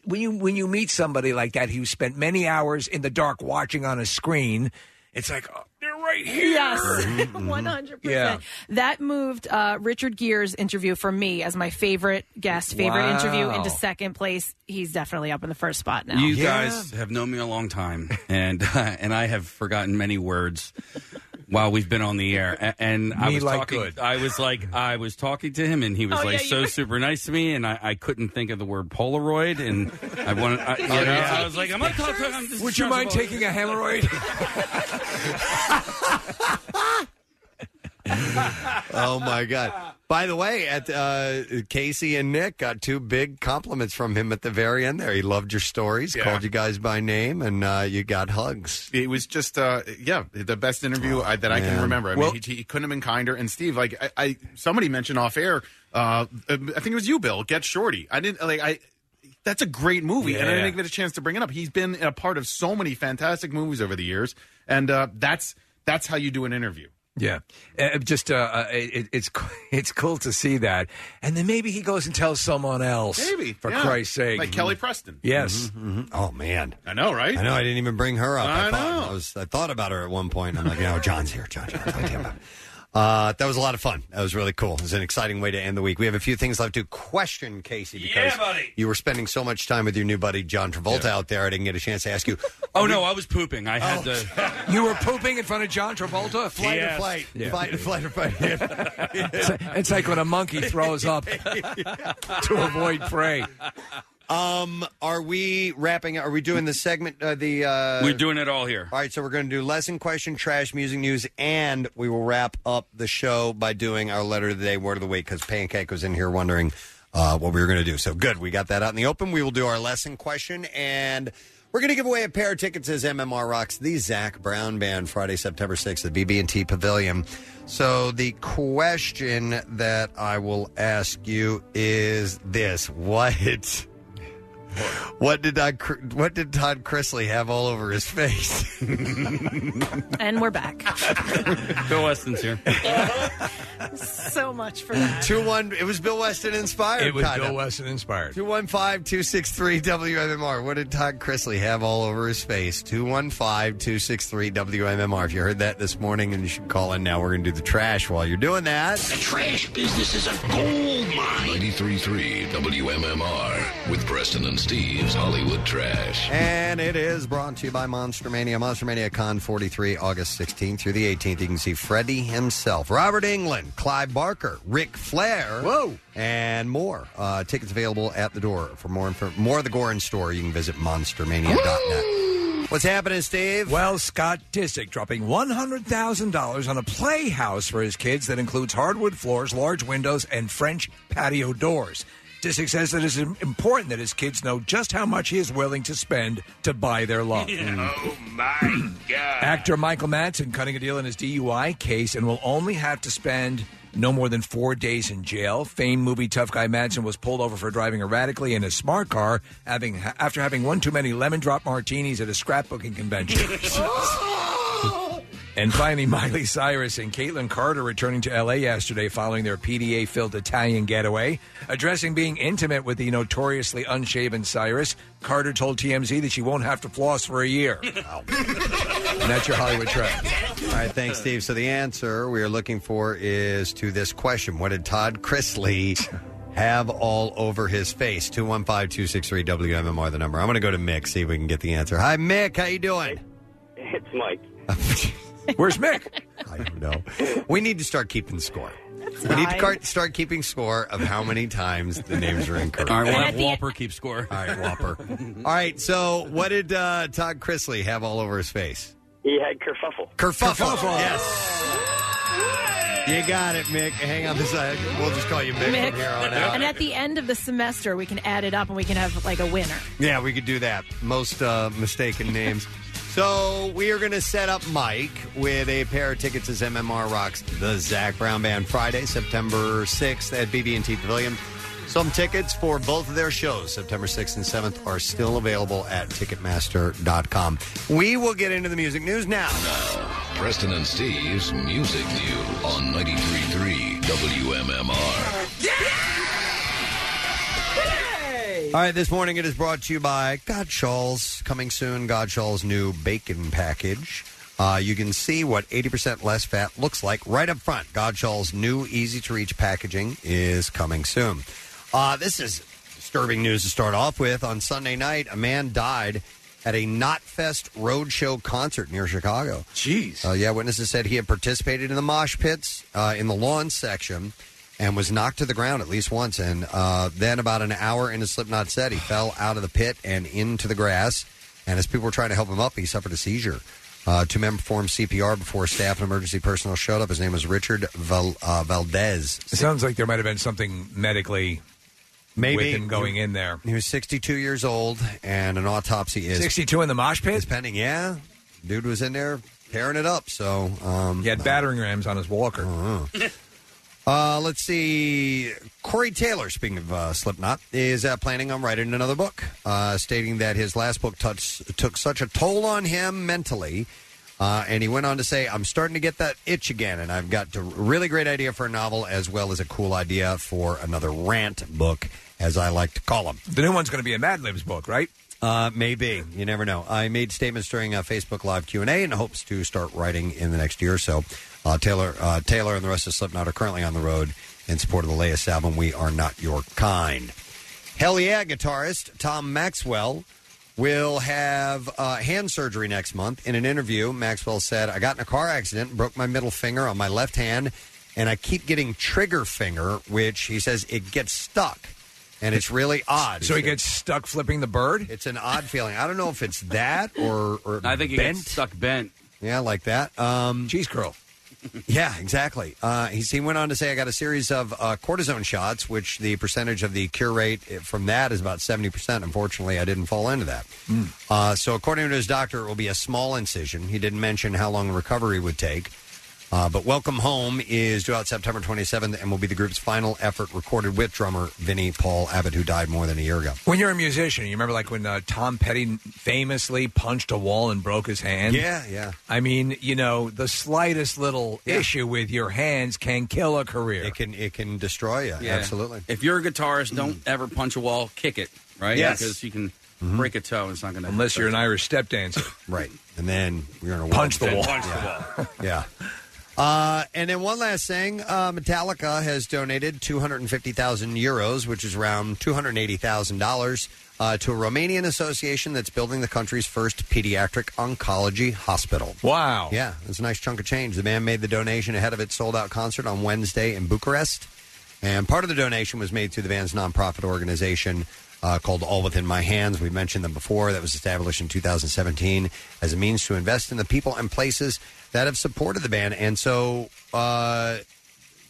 S4: when you when you meet somebody like that who spent many hours in the dark watching on a screen, it's like oh, They're right here.
S3: Yes, [laughs]
S2: Mm-hmm.
S4: Mhm.
S3: 100%.
S4: Yeah.
S3: That moved uh, Richard Gere's interview for me as my favorite guest, favorite
S7: Wow.
S3: interview into second place. He's definitely up in the first spot now.
S7: You guys have known me a long time, and [laughs] and I have forgotten many words while we've been on the air. A- And I
S4: Me
S7: was
S4: like
S7: talking,
S4: good.
S7: I was like, I was talking to him, and he was
S4: Oh,
S7: like
S4: yeah, you
S7: so
S4: were-
S7: super nice to me, and I, I couldn't think of the word Polaroid, and I wanted, I, you
S4: Oh,
S7: know,
S4: [laughs] yeah.
S7: I was like, I'm not talking. I'm just
S4: Would you mind taking a hemorrhoid?
S6: [laughs]
S2: Oh my god! By the way, at uh, Casey and Nick got two big compliments from him at the very end. There, he loved your stories, called you guys by name, and uh, you got hugs.
S5: It was just, uh, yeah, the best interview
S13: Oh,
S5: I, that I
S2: man.
S5: can remember. I
S2: Well-
S5: mean, he, he couldn't have been kinder. And Steve, like, I, I somebody mentioned off air, uh, I think it was you, Bill. Get Shorty. I didn't like I. That's a great movie, and I
S4: Yeah.
S5: didn't get a chance to bring it up. He's been a part of so many fantastic movies over the years, and uh, that's that's how you do an interview.
S4: Yeah, Uh, just uh, uh, it, it's it's cool to see that, and then maybe he goes and tells someone else.
S5: Maybe
S4: for
S5: yeah.
S4: Christ's sake,
S5: like Kelly Preston. Mm-hmm.
S4: Yes.
S2: Oh man,
S5: I know, right?
S2: I know. I didn't even bring her up.
S5: I
S2: thought,
S5: know.
S2: I, was, I thought about her at one point. and I'm like, no, John's here. John, John, John, John. Uh, that was a lot of fun. That was really cool. It was an exciting way to end the week. We have a few things left to [laughs] question, Casey, because you were spending so much time with your new buddy John Travolta out there. I didn't get a chance to ask you. [laughs]
S7: Oh no, I was pooping. I had to.
S4: You were pooping in front of John Travolta.
S2: Flight or flight, flight, flight or flight.
S4: [laughs] it's, it's like when a monkey throws up [laughs] to avoid prey.
S2: Um, are we wrapping? Are we doing the segment? Uh, the uh,
S7: We're doing it all here.
S2: All right, so we're going to do lesson question, trash, music news, and we will wrap up the show by doing our letter of the day, word of the week, because Pancake was in here wondering uh, what we were going to do. So good, we got that out in the open. We will do our lesson question, and we're going to give away a pair of tickets as MMR rocks the Zach Brown Band Friday, September sixth at BB&T Pavilion. So the question that I will ask you is this: [laughs] What? What did I? What did Todd Chrisley have all over his
S4: [laughs]
S2: face?
S3: and we're back.
S7: Bill Weston's here.
S3: so much for that.
S2: Two one. It was Bill Weston inspired.
S4: It was
S2: kinda.
S4: Bill Weston inspired.
S2: 215 263 WMMR. What did Todd Chrisley have all over his face? 215 263 WMMR. If you heard that this morning and you should call in now, we're going to do the trash while you're doing that.
S1: Trash
S6: [laughs]
S1: business is a gold mine. 93.3 WMMR with Preston and Steve's Hollywood Trash.
S2: And it is brought to you by Monster Mania. Monster Mania Con 43, August 16th through the 18th. You can see Freddie himself, Robert England, Clive Barker, Ric Flair, Whoa. and more. Uh, tickets available at the door. For more info- more of the Gorin store, you can visit monstermania.net. What's happening, Steve?
S4: Well, Scott Disick dropping $100,000 on a playhouse for his kids that includes hardwood floors, large windows, and French patio doors. Disick says that it's im- important that his kids know just how much he is willing to spend to buy their love.
S6: Oh my god!
S4: Actor Michael Madsen cutting a deal in his DUI case and will only have to spend no more than four days in jail. Famed movie tough guy Madsen was pulled over for driving erratically in his smart car having,
S6: [laughs]
S4: after having one too many lemon drop martinis at a scrapbooking convention. And finally, Miley Cyrus and Caitlyn Carter returning to LA yesterday following their PDA filled Italian getaway. Addressing being intimate with the notoriously unshaven Cyrus, Carter told TMZ that she won't have to floss for a year. And that's your Hollywood track.
S2: All right, thanks, Steve. So the answer we are looking for is to this question: What did Todd Chrisley have all over his face? Two one five two six three WMMR. The number. I'm going to go to Mick. See if we can get the answer. Hi, [laughs] Mick. How you doing?
S11: It's Mike.
S2: [laughs]
S4: Where's Mick?
S2: I don't know. We need to start keeping score. we need to
S6: fine.
S2: car- start keeping score of how many times the names are incorrect.
S7: All right, we'll have Whopper keep score.
S2: All right, Whopper. All right, so what did uh, Todd Chrisley have all over his face?
S11: [laughs] He had kerfuffle.
S2: Kerfuffle. Yes. You got it, Mick. Hang on this side. We'll just call you Mick,
S3: Mick.
S2: from here on out.
S3: And at the end of the semester, we can add it up and we can have like a winner.
S2: Yeah, we could do that. Most uh, mistaken names. so we are going to set up Mike with a pair of tickets as MMR rocks the Zach Brown Band Friday, September 6th at BB&T Pavilion. Some tickets for both of their shows, September 6th and 7th, are still available at Ticketmaster.com. We will get into the music news now.
S1: Preston and Steve's Music News on 93.3 WMMR.
S2: All right, this morning it is brought to you by Godshall's. Coming soon, Godshall's new bacon package. Uh, you can see what 80% less fat looks like right up front. Godshall's new easy to reach packaging is coming soon. Uh, this is disturbing news to start off with. On Sunday night, a man died at a Knotfest roadshow concert near Chicago.
S4: Jeez.
S2: Uh, yeah, witnesses said he had participated in the mosh pits uh, in the lawn section and was knocked to the ground at least once. And uh, then, about an hour into Slipknot set, he fell out of the pit and into the grass. And as people were trying to help him up, he suffered a seizure. Uh, two men performed CPR before staff and emergency personnel showed up. His name was Richard Val- uh, Valdez.
S4: It sounds like there might have been something medically
S2: Maybe.
S4: with him going in there.
S2: He was 62 years old, and an autopsy is
S4: 62 in the mosh pit.
S2: Is pending. Yeah, dude was in there tearing it up. So um, Uh-huh.
S4: he had battering rams on his walker.
S2: Uh, let's see. Corey Taylor, speaking of uh, Slipknot, is uh, planning on writing another book, uh, stating that his last book touch, took such a toll on him mentally. Uh, and he went on to say, I'm starting to get that itch again, and I've got a really great idea for a novel as well as a cool idea for another rant book, as I like to call them.
S4: The new one's going to be a Mad Libs book, right?
S2: Uh, maybe you never know. I made statements during a Facebook Live Q and A in hopes to start writing in the next year or so. Uh, Taylor, uh, Taylor, and the rest of Slipknot are currently on the road in support of the latest album. We are not your kind. Hell yeah, guitarist Tom Maxwell will have uh, hand surgery next month. In an interview, Maxwell said, "I got in a car accident, broke my middle finger on my left hand, and I keep getting trigger finger, which he says it gets stuck." And it's really odd.
S4: So he
S2: said-
S4: gets stuck flipping the bird.
S2: It's an odd feeling. I don't know if it's that or, or
S7: I think he
S2: bent.
S7: gets stuck bent.
S2: Yeah, like that. Um,
S4: Cheese curl.
S2: yeah, exactly. Uh, he, he went on to say, I got a series of uh, cortisone shots, which the percentage of the cure rate uh, from that is about 70%. Unfortunately, I didn't fall into that. Uh, so, according to his doctor, it will be a small incision. He didn't mention how long recovery would take. Uh, but Welcome Home is due out September 27th and will be the group's final effort recorded with drummer Vinnie Paul Abbott, who died more than a year ago.
S4: When you're a musician, you remember like when uh, Tom Petty famously punched a wall and broke his hand.
S2: Yeah, yeah.
S4: I mean, you know, the slightest little issue with your hands can kill a career. It
S2: can it can destroy you.
S7: [laughs] Yeah. If you're a guitarist, don't ever punch a wall. Kick it, right?
S4: Yes.
S7: Because you can break a toe. It's not going to.
S4: Unless you're an Irish step dancer,
S2: [laughs] right? And then you're gonna
S4: punch the wall.
S7: Punch
S2: Yeah.
S7: the wall.
S2: [laughs] yeah. Uh, and then one last thing, uh, Metallica has donated 250,000 euros, which is around $280,000, uh, to a Romanian association that's building the country's first pediatric oncology hospital.
S4: Wow.
S2: Yeah, it's a nice chunk of change. The band made the donation ahead of its sold-out concert on Wednesday in Bucharest, and part of the donation was made through the band's nonprofit organization uh, called All Within My Hands. We've mentioned them before. That was established in 2017 as a means to invest in the people and places that have supported the band. And so, uh,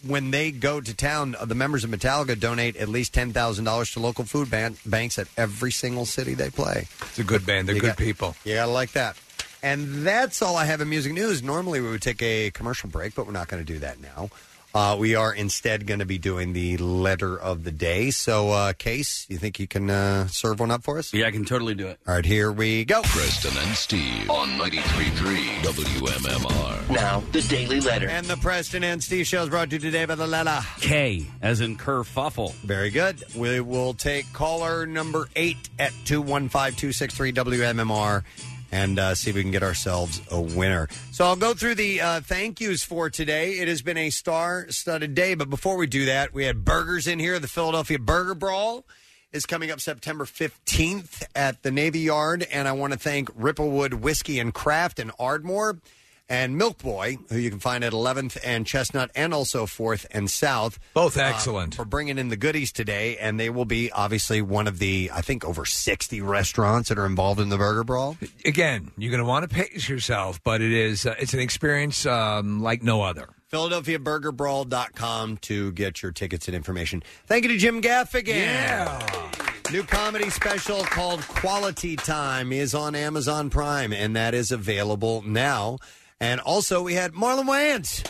S2: when they go to town, uh, the members of Metallica donate at least ten thousand dollars to local food ban- banks at every single city they play.
S4: It's a good band. They're
S2: You
S4: good
S2: got-
S4: people.
S2: You gotta like that. And that's all I have in music news. Normally we would take a commercial break, but we're not going to do that now. Uh, we are instead going to be doing the letter of the day. So, uh, Case, you think you can uh, serve one up for us?
S7: Yeah, I can totally do it.
S2: All right, here we go.
S1: Preston and Steve on 93.3 WMMR.
S2: Now, the Daily Letter. And the Preston and Steve show is brought to you today by the Lala.
S7: K, as in kerfuffle.
S2: Very good. We will take caller number eight at 215 263 WMMR and uh, see if we can get ourselves a winner. So I'll go through the uh, thank yous for today. It has been a star studded day, but before we do that, we had burgers in here. The Philadelphia Burger Brawl is coming up September 15th at the Navy Yard, and I want to thank Ripplewood Whiskey and Craft in Ardmore and Milk Boy, who you can find at 11th and Chestnut and also 4th and South.
S4: Both excellent.
S2: um, for bringing in the goodies today, and they will be obviously one of the, I think, over 60 restaurants that are involved in the Burger Brawl.
S4: Again, you're going to want to pace yourself, but it is uh, it's an experience um, like no other.
S2: PhiladelphiaBurgerBrawl.com to get your tickets and information. Thank you to Jim Gaffigan. Yeah. New comedy special called Quality Time is on Amazon Prime, and that is available now. And also, we had Marlon Wayans.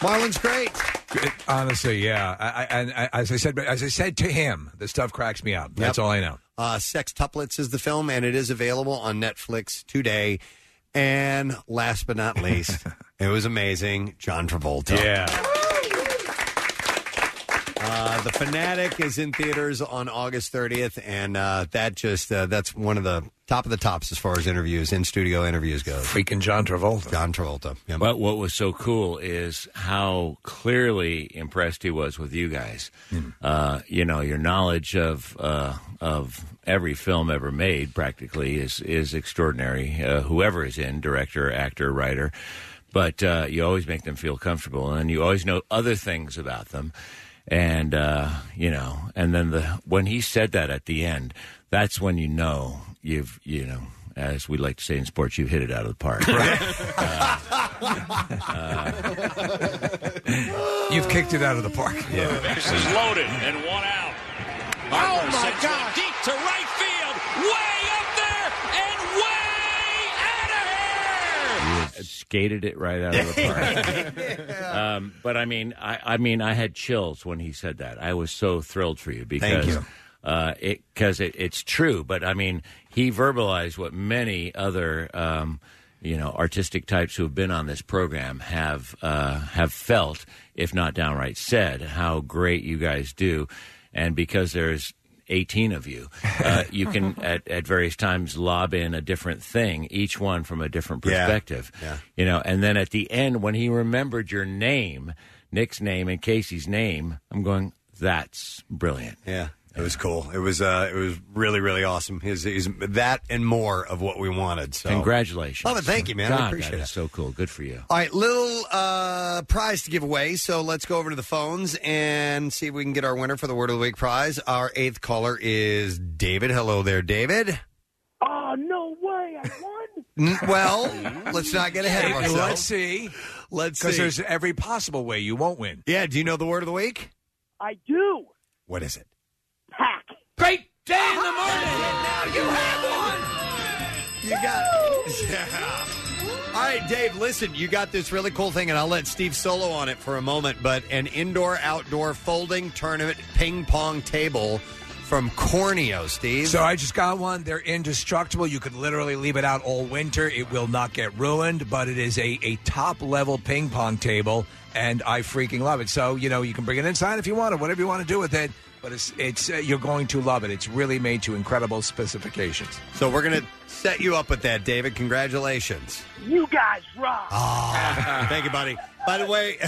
S2: Marlon's great.
S4: It- honestly, yeah. I, I, and I, as I said, as I said to him, the stuff cracks me up. That's
S2: Yep.
S4: all I know.
S2: Uh, Sex Tuplets is the film, and it is available on Netflix today. And last but not [laughs] least, it was amazing. John Travolta.
S6: [laughs]
S2: Yeah. Uh, the Fanatic is in theaters on August 30th, and uh, that just uh, that's one of the top of the tops as far as interviews, in studio interviews goes.
S4: Freaking John Travolta.
S2: John Travolta. Yeah.
S13: But what was so cool is how clearly impressed he was with you guys. Uh, you know, your knowledge of uh, of every film ever made practically is is extraordinary. Uh, whoever is in director, actor, writer, but uh, you always make them feel comfortable, and you always know other things about them. And uh, you know, and then the when he said that at the end, that's when you know you've you know. As we like to say in sports, you hit it out of the park. [laughs]
S6: Oh,
S4: You've kicked it out of the park.
S13: Yeah.
S6: Bases loaded and one out. Harper
S13: my
S6: sends one deep to right field, way up there and way out of
S13: You
S6: here.
S13: skated it right out of the park. um, but I mean, I, I mean, I had chills when he said that. I was so thrilled for you because
S6: you.
S13: Uh, it because it, it's true. But I mean, he verbalized what many other. Um, you know, artistic types who have been on this program have uh, have felt, if not downright said, how great you guys do, and because there's 18 of you, uh, you can at, at various times lob in a different thing, each one from a different
S6: Yeah.
S13: perspective.
S6: Yeah.
S13: You know, and then at the end, when he remembered your name, Nick's name and Casey's name, I'm going, that's brilliant.
S2: Yeah. It was cool. It was uh, it was really really awesome. His, his that and more of what we wanted. So
S13: Congratulations.
S2: Love it. Thank you, man.
S13: God,
S2: I appreciate
S13: that
S2: it.
S13: is so cool. Good for you.
S2: All right, little uh, prize to give away. So let's go over to the phones and see if we can get our winner for the Word of the Week prize. Our eighth caller is David. Hello there, David.
S6: Oh, no way. I won.
S2: N- Well, let's not get ahead of
S4: Well,
S2: ourselves.
S4: Let's see.
S2: Let's
S4: Because
S2: see.
S4: there's every possible way you won't win.
S2: Yeah. Do you know the word of the week?
S6: I do.
S2: What is it?
S6: Pack. Great day in the morning. Now you have
S2: You got it. Yeah. All right, Dave, listen, you got this really cool thing, and I'll let Steve solo on it for a moment, but an indoor outdoor folding tournament ping pong table from Corneo, Steve.
S4: So I just got one. They're indestructible. You could literally leave it out all winter. It will not get ruined, but it is a, a top level ping pong table, and I freaking love it. So, you know, you can bring it inside if you want or whatever you want to do with it, but it's, it's uh, you're going to love it. It's really made to incredible specifications.
S2: So we're going to set you up with that, David. Congratulations.
S6: one. You guys rock.
S2: Ah. [laughs] Thank you, buddy. By the way,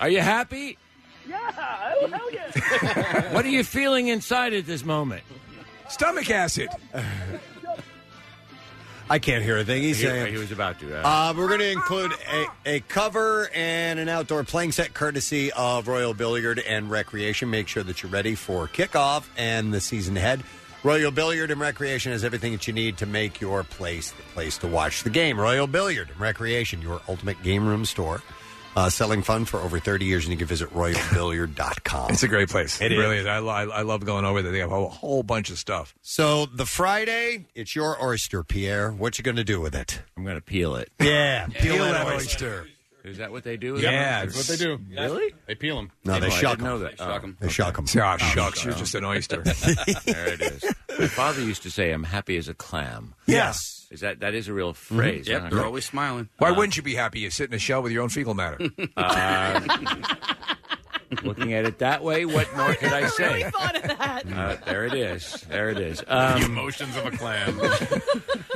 S13: are you happy?
S6: [laughs] Yeah. Oh, hell yeah.
S13: what are you feeling inside at this moment?
S4: Stomach acid.
S2: I can't hear a thing he's
S13: he,
S2: saying.
S13: He was about to. uh,
S2: Uh, we're going to include a, a cover and an outdoor playing set courtesy of Royal Billiard and Recreation. Make sure that you're ready for kickoff and the season ahead. Royal Billiard and Recreation has everything that you need to make your place the place to watch the game. Royal Billiard and Recreation, your ultimate game room store. Uh, selling fun for over 30 years, and you can visit royalbilliard.com.
S4: It's a great place.
S2: It is.
S4: really is. I, lo- I love going over there. They have a whole bunch of stuff.
S2: So the Friday, it's your oyster, Pierre. What you going to do with it?
S13: I'm going to peel it.
S2: Yeah, peel,
S4: Peel
S2: that
S4: that
S2: oyster.
S13: Is that what they do? with
S5: Yeah,
S13: them?
S5: that's what they do.
S13: Really?
S5: They peel them.
S13: No, they
S5: Oh, I
S13: shock
S5: didn't know
S13: 'em.
S5: that.
S13: They shock 'em.
S2: They shock them.
S4: Oh, shucks. You're just an oyster.
S13: [laughs] there it is. My father used to say, "I'm happy as a clam."
S4: Yes. Mm-hmm.
S13: Is that that is a real phrase?
S4: Yep,
S13: huh?
S4: they're always
S7: smiling.
S4: Why wouldn't you be happy? You sit in a shell with your own fecal matter.
S13: [laughs]
S4: [laughs]
S13: Uh, looking at it that way, what
S3: [laughs]
S13: more could I say? [laughs] Uh, there it is. There it is.
S5: the
S13: Um,
S5: emotions of a clam.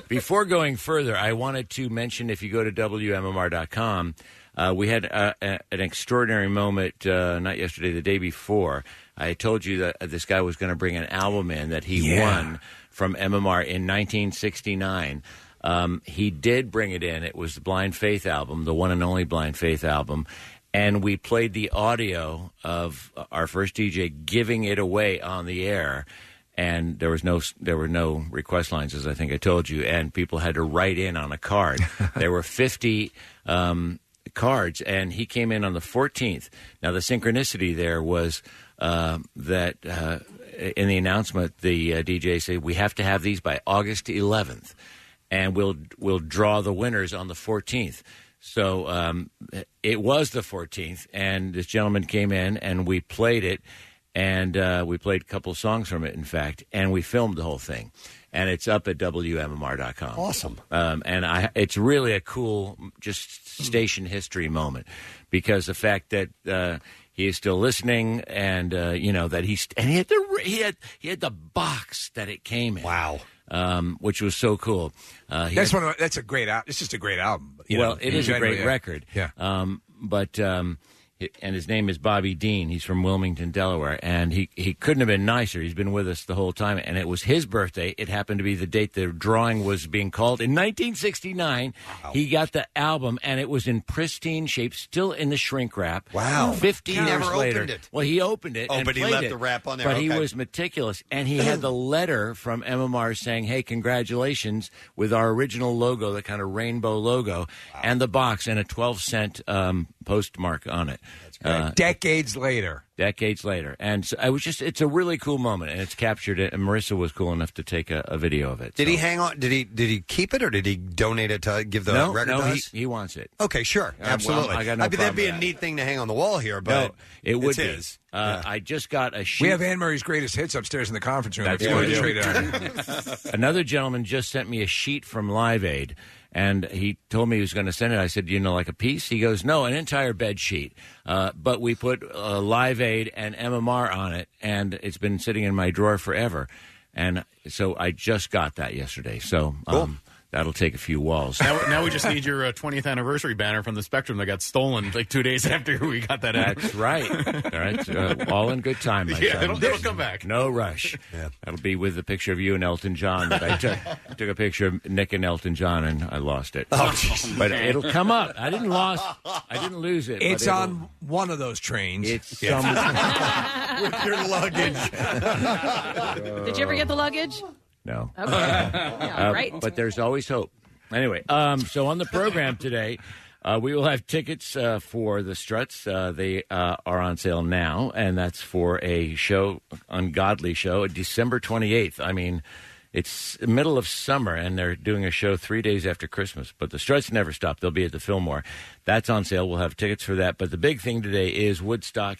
S13: before going further, I wanted to mention if you go to WMMR.com, uh, we had uh, a, an extraordinary moment, uh, not yesterday, the day before. I told you that uh, this guy was going to bring an album in that he
S14: Yeah.
S13: won from MMR in 1969. Um, he did bring it in. It was the Blind Faith album, the one and only Blind Faith album. And we played the audio of our first DJ giving it away on the air and there was no there were no request lines as I think I told you, and people had to write in on a card. there were fifty um, cards, and he came in on the fourteenth. Now the synchronicity there was uh, that uh, in the announcement the uh, DJ said we have to have these by August eleventh, and we'll we'll draw the winners on the fourteenth. So um, it was the 14th, and this gentleman came in, and we played it, and uh, we played a couple songs from it, in fact, and we filmed the whole thing, and it's up at wmmr.com.
S2: Awesome.
S13: Um, and I, it's really a cool, just station history moment, because the fact that uh, he is still listening, and uh, you know that he's and he had the he had he had the box that it came in. Wow. Um, which was so cool. Uh, he
S4: that's
S13: had-
S4: one. Of, that's a great album. It's just a great album. you
S13: well,
S4: know,
S13: it
S4: in
S13: is a
S4: general,
S13: great
S4: yeah.
S13: record.
S4: Yeah.
S13: Um, but um, hi- and his name is Bobby Dean. He's from Wilmington, Delaware, and he he couldn't have been nicer. He's been with us the whole time, and it was his birthday. It happened to be the date the drawing was being called in 1969. He got the album, and it was in pristine shape, still in the shrink wrap.
S2: Wow.
S13: fifteen
S2: He never
S13: years later.
S2: opened it.
S13: Well, he opened it.
S2: Oh,
S13: and
S2: but he
S13: played
S2: left
S13: it.
S2: the wrap on there.
S13: But he
S2: Okay.
S13: was meticulous, and he had the letter from MMR saying, "Hey, congratulations!" with our original logo, the kind of rainbow logo, and the box and a twelve cent um, postmark on it. Uh,
S4: Decades later.
S13: decades later, and so I was just—it's a really cool moment, and it's captured it. And Marissa was cool enough to take a, a video of it.
S2: Did he hang on? Did he did he keep it or did he donate it to give the
S13: no,
S2: record?
S13: no,
S2: to
S13: he,
S2: us?
S13: he wants it.
S2: Okay, sure,
S13: Uh, well,
S2: absolutely.
S13: I got no
S2: mean, that'd
S13: problem
S2: be
S13: with
S2: a
S13: that.
S2: neat thing to hang on the wall here, but
S13: No, it would
S2: it's
S13: be.
S2: his.
S13: Uh, I just got a sheet.
S4: We have Anne Murray's greatest hits upstairs in the conference room.
S13: That's
S4: if you
S13: what
S4: want
S13: we
S4: to
S13: do.
S4: trade it out.
S13: Another gentleman just sent me a sheet from Live Aid, and he told me he was going to send it. I said, "You know, like a piece?" He goes, "No, an entire bed sheet." Uh, but we put uh, Live Aid and MMR on it, and it's been sitting in my drawer forever. And so I just got that yesterday. So um, that'll take a few
S5: [laughs]
S13: walls.
S5: now, now we
S13: [laughs]
S5: just need your uh, 20th anniversary banner from the Spectrum that got stolen like two days [laughs] after we got that. out. [laughs]
S13: That's right. All right, uh, all in good time. My
S5: Yeah,
S13: son.
S5: it'll- it'll come back.
S13: No rush. That'll be with the picture of you and Elton John that
S4: [laughs]
S13: I took. I took a picture of Nick and Elton John, and I lost it.
S4: Oh, [laughs] jeez.
S13: but it'll come up. I didn't lost. [laughs] I didn't lose it. but
S4: It's
S13: it'll-
S4: on one of those trains. [laughs]
S13: It's
S4: with your
S13: Uh,
S3: Did you ever get the luggage?
S13: No.
S3: Okay.
S13: [laughs]
S3: Yeah,
S13: Uh,
S3: right.
S13: But there's always hope. Anyway, um, so on the program today, uh, we will have tickets uh, for the Struts. Uh, they uh, are on sale now, and that's for a show, ungodly show, December 28th. I mean, it's middle of summer, and they're doing a show three days after Christmas. But the Struts never stop. They'll be at the Fillmore. That's on sale. We'll have tickets for that. But the big thing today is Woodstock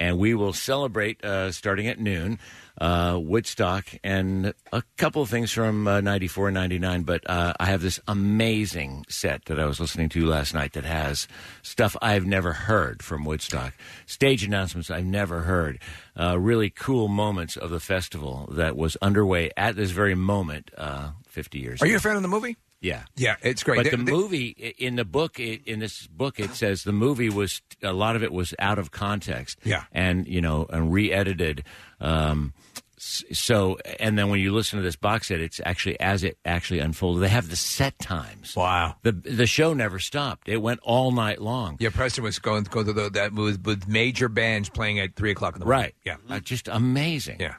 S13: and we will celebrate uh, starting at noon uh, Woodstock and a couple of things from uh, 94 and 99. But uh, I have this amazing set that I was listening to last night that has stuff I've never heard from Woodstock, stage announcements I've never heard, uh, really cool moments of the festival that was underway at this very moment uh, 50 years
S4: Are
S13: ago.
S4: you a fan of the movie?
S13: yeah.
S4: Yeah, it's great.
S13: But
S4: They-
S13: the
S4: they-
S13: movie i- in the book, i- in this book, it says the movie was a lot of it was out of context.
S4: Yeah.
S13: and you know, and re-edited. Um, s- so, and then when you listen to this box set, it's actually as it actually unfolded. They have the set times.
S4: Wow.
S13: The the show never stopped. It went all night long.
S4: Yeah, Preston was going going through the, that with, with major bands playing at three o'clock in the morning.
S13: Right.
S4: Yeah.
S13: Uh, just amazing.
S4: Yeah.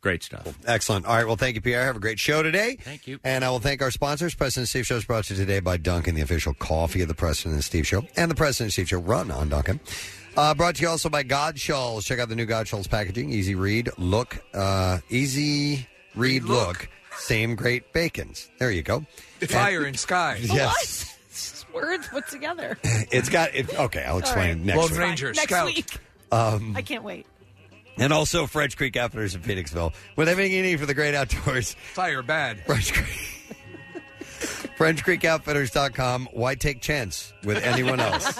S13: Great stuff.
S2: Excellent. All right. Well, thank you, Pierre. Have a great show today.
S13: Thank you.
S2: And I will thank our sponsors. President Steve Show is brought to you today by Duncan, the official coffee of the President and Steve Show, and the President and Steve Show run on Duncan. Uh, brought to you also by Godshalls. Check out the new Godshalls packaging. Easy read, look, uh, easy read, look. Same great bacons. There you go.
S4: Fire and sky.
S2: [laughs] Yes.
S3: words put together.
S2: It's got it. Okay, I'll explain
S3: All
S2: next
S3: Lone
S2: week.
S3: Ranger, Next Scout. week.
S2: Um,
S3: I can't wait.
S2: and also French Creek Outfitters in Phoenixville. With everything you need for the great outdoors,
S4: Fire bad.
S2: French Creek. [laughs] FrenchCreekOutfitters.com. Why take chance with anyone
S4: [laughs]
S2: else?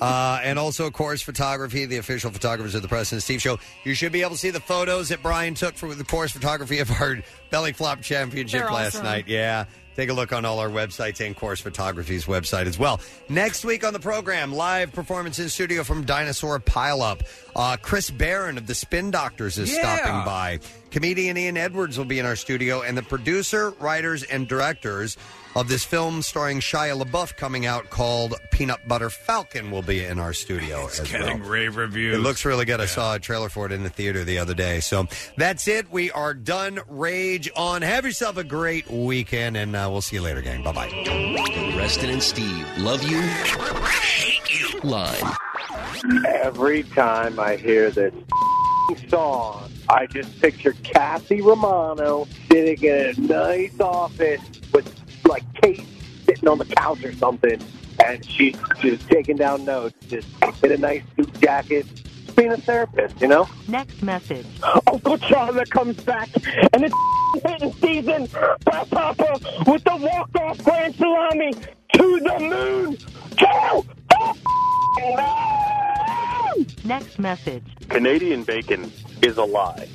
S2: uh, and also, of course, photography, the official photographers of the President Steve Show. You should be able to see the photos that Brian took for the course photography of our [laughs] Belly Flop Championship
S24: They're
S2: last
S24: awesome.
S2: night. Yeah. Take a look on all our websites and Course Photography's website as well. Next week on the program, live performance in studio from Dinosaur Pileup. Uh, Chris Barron of the Spin Doctors is
S25: Yeah.
S2: stopping by. Comedian Ian Edwards will be in our studio, and the producer, writers, and directors of this film starring Shia LaBeouf coming out called Peanut Butter Falcon will be in our studio as well.
S25: Getting rave reviews.
S2: It looks really good. I saw a trailer for it in the theater the other day. So that's it. We are done. Rage on. Have yourself a great weekend, and uh, we'll see you later, gang. Bye bye.
S7: Preston and Steve love you, hate you line.
S6: Every time I hear this song, I just picture Kathy Romano sitting in a nice office with like Kate sitting on the couch or something, and she's just taking down notes, just in a nice suit jacket, just being a therapist, you know.
S18: Next message.
S6: Uncle Charlie comes back, and it's [laughs] hitting season. Best Papa with the walk-off grand salami to the moon. Kill
S18: Next message.
S6: Canadian bacon is a lie.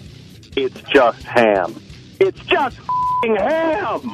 S6: It's just ham. It's just f***ing ham.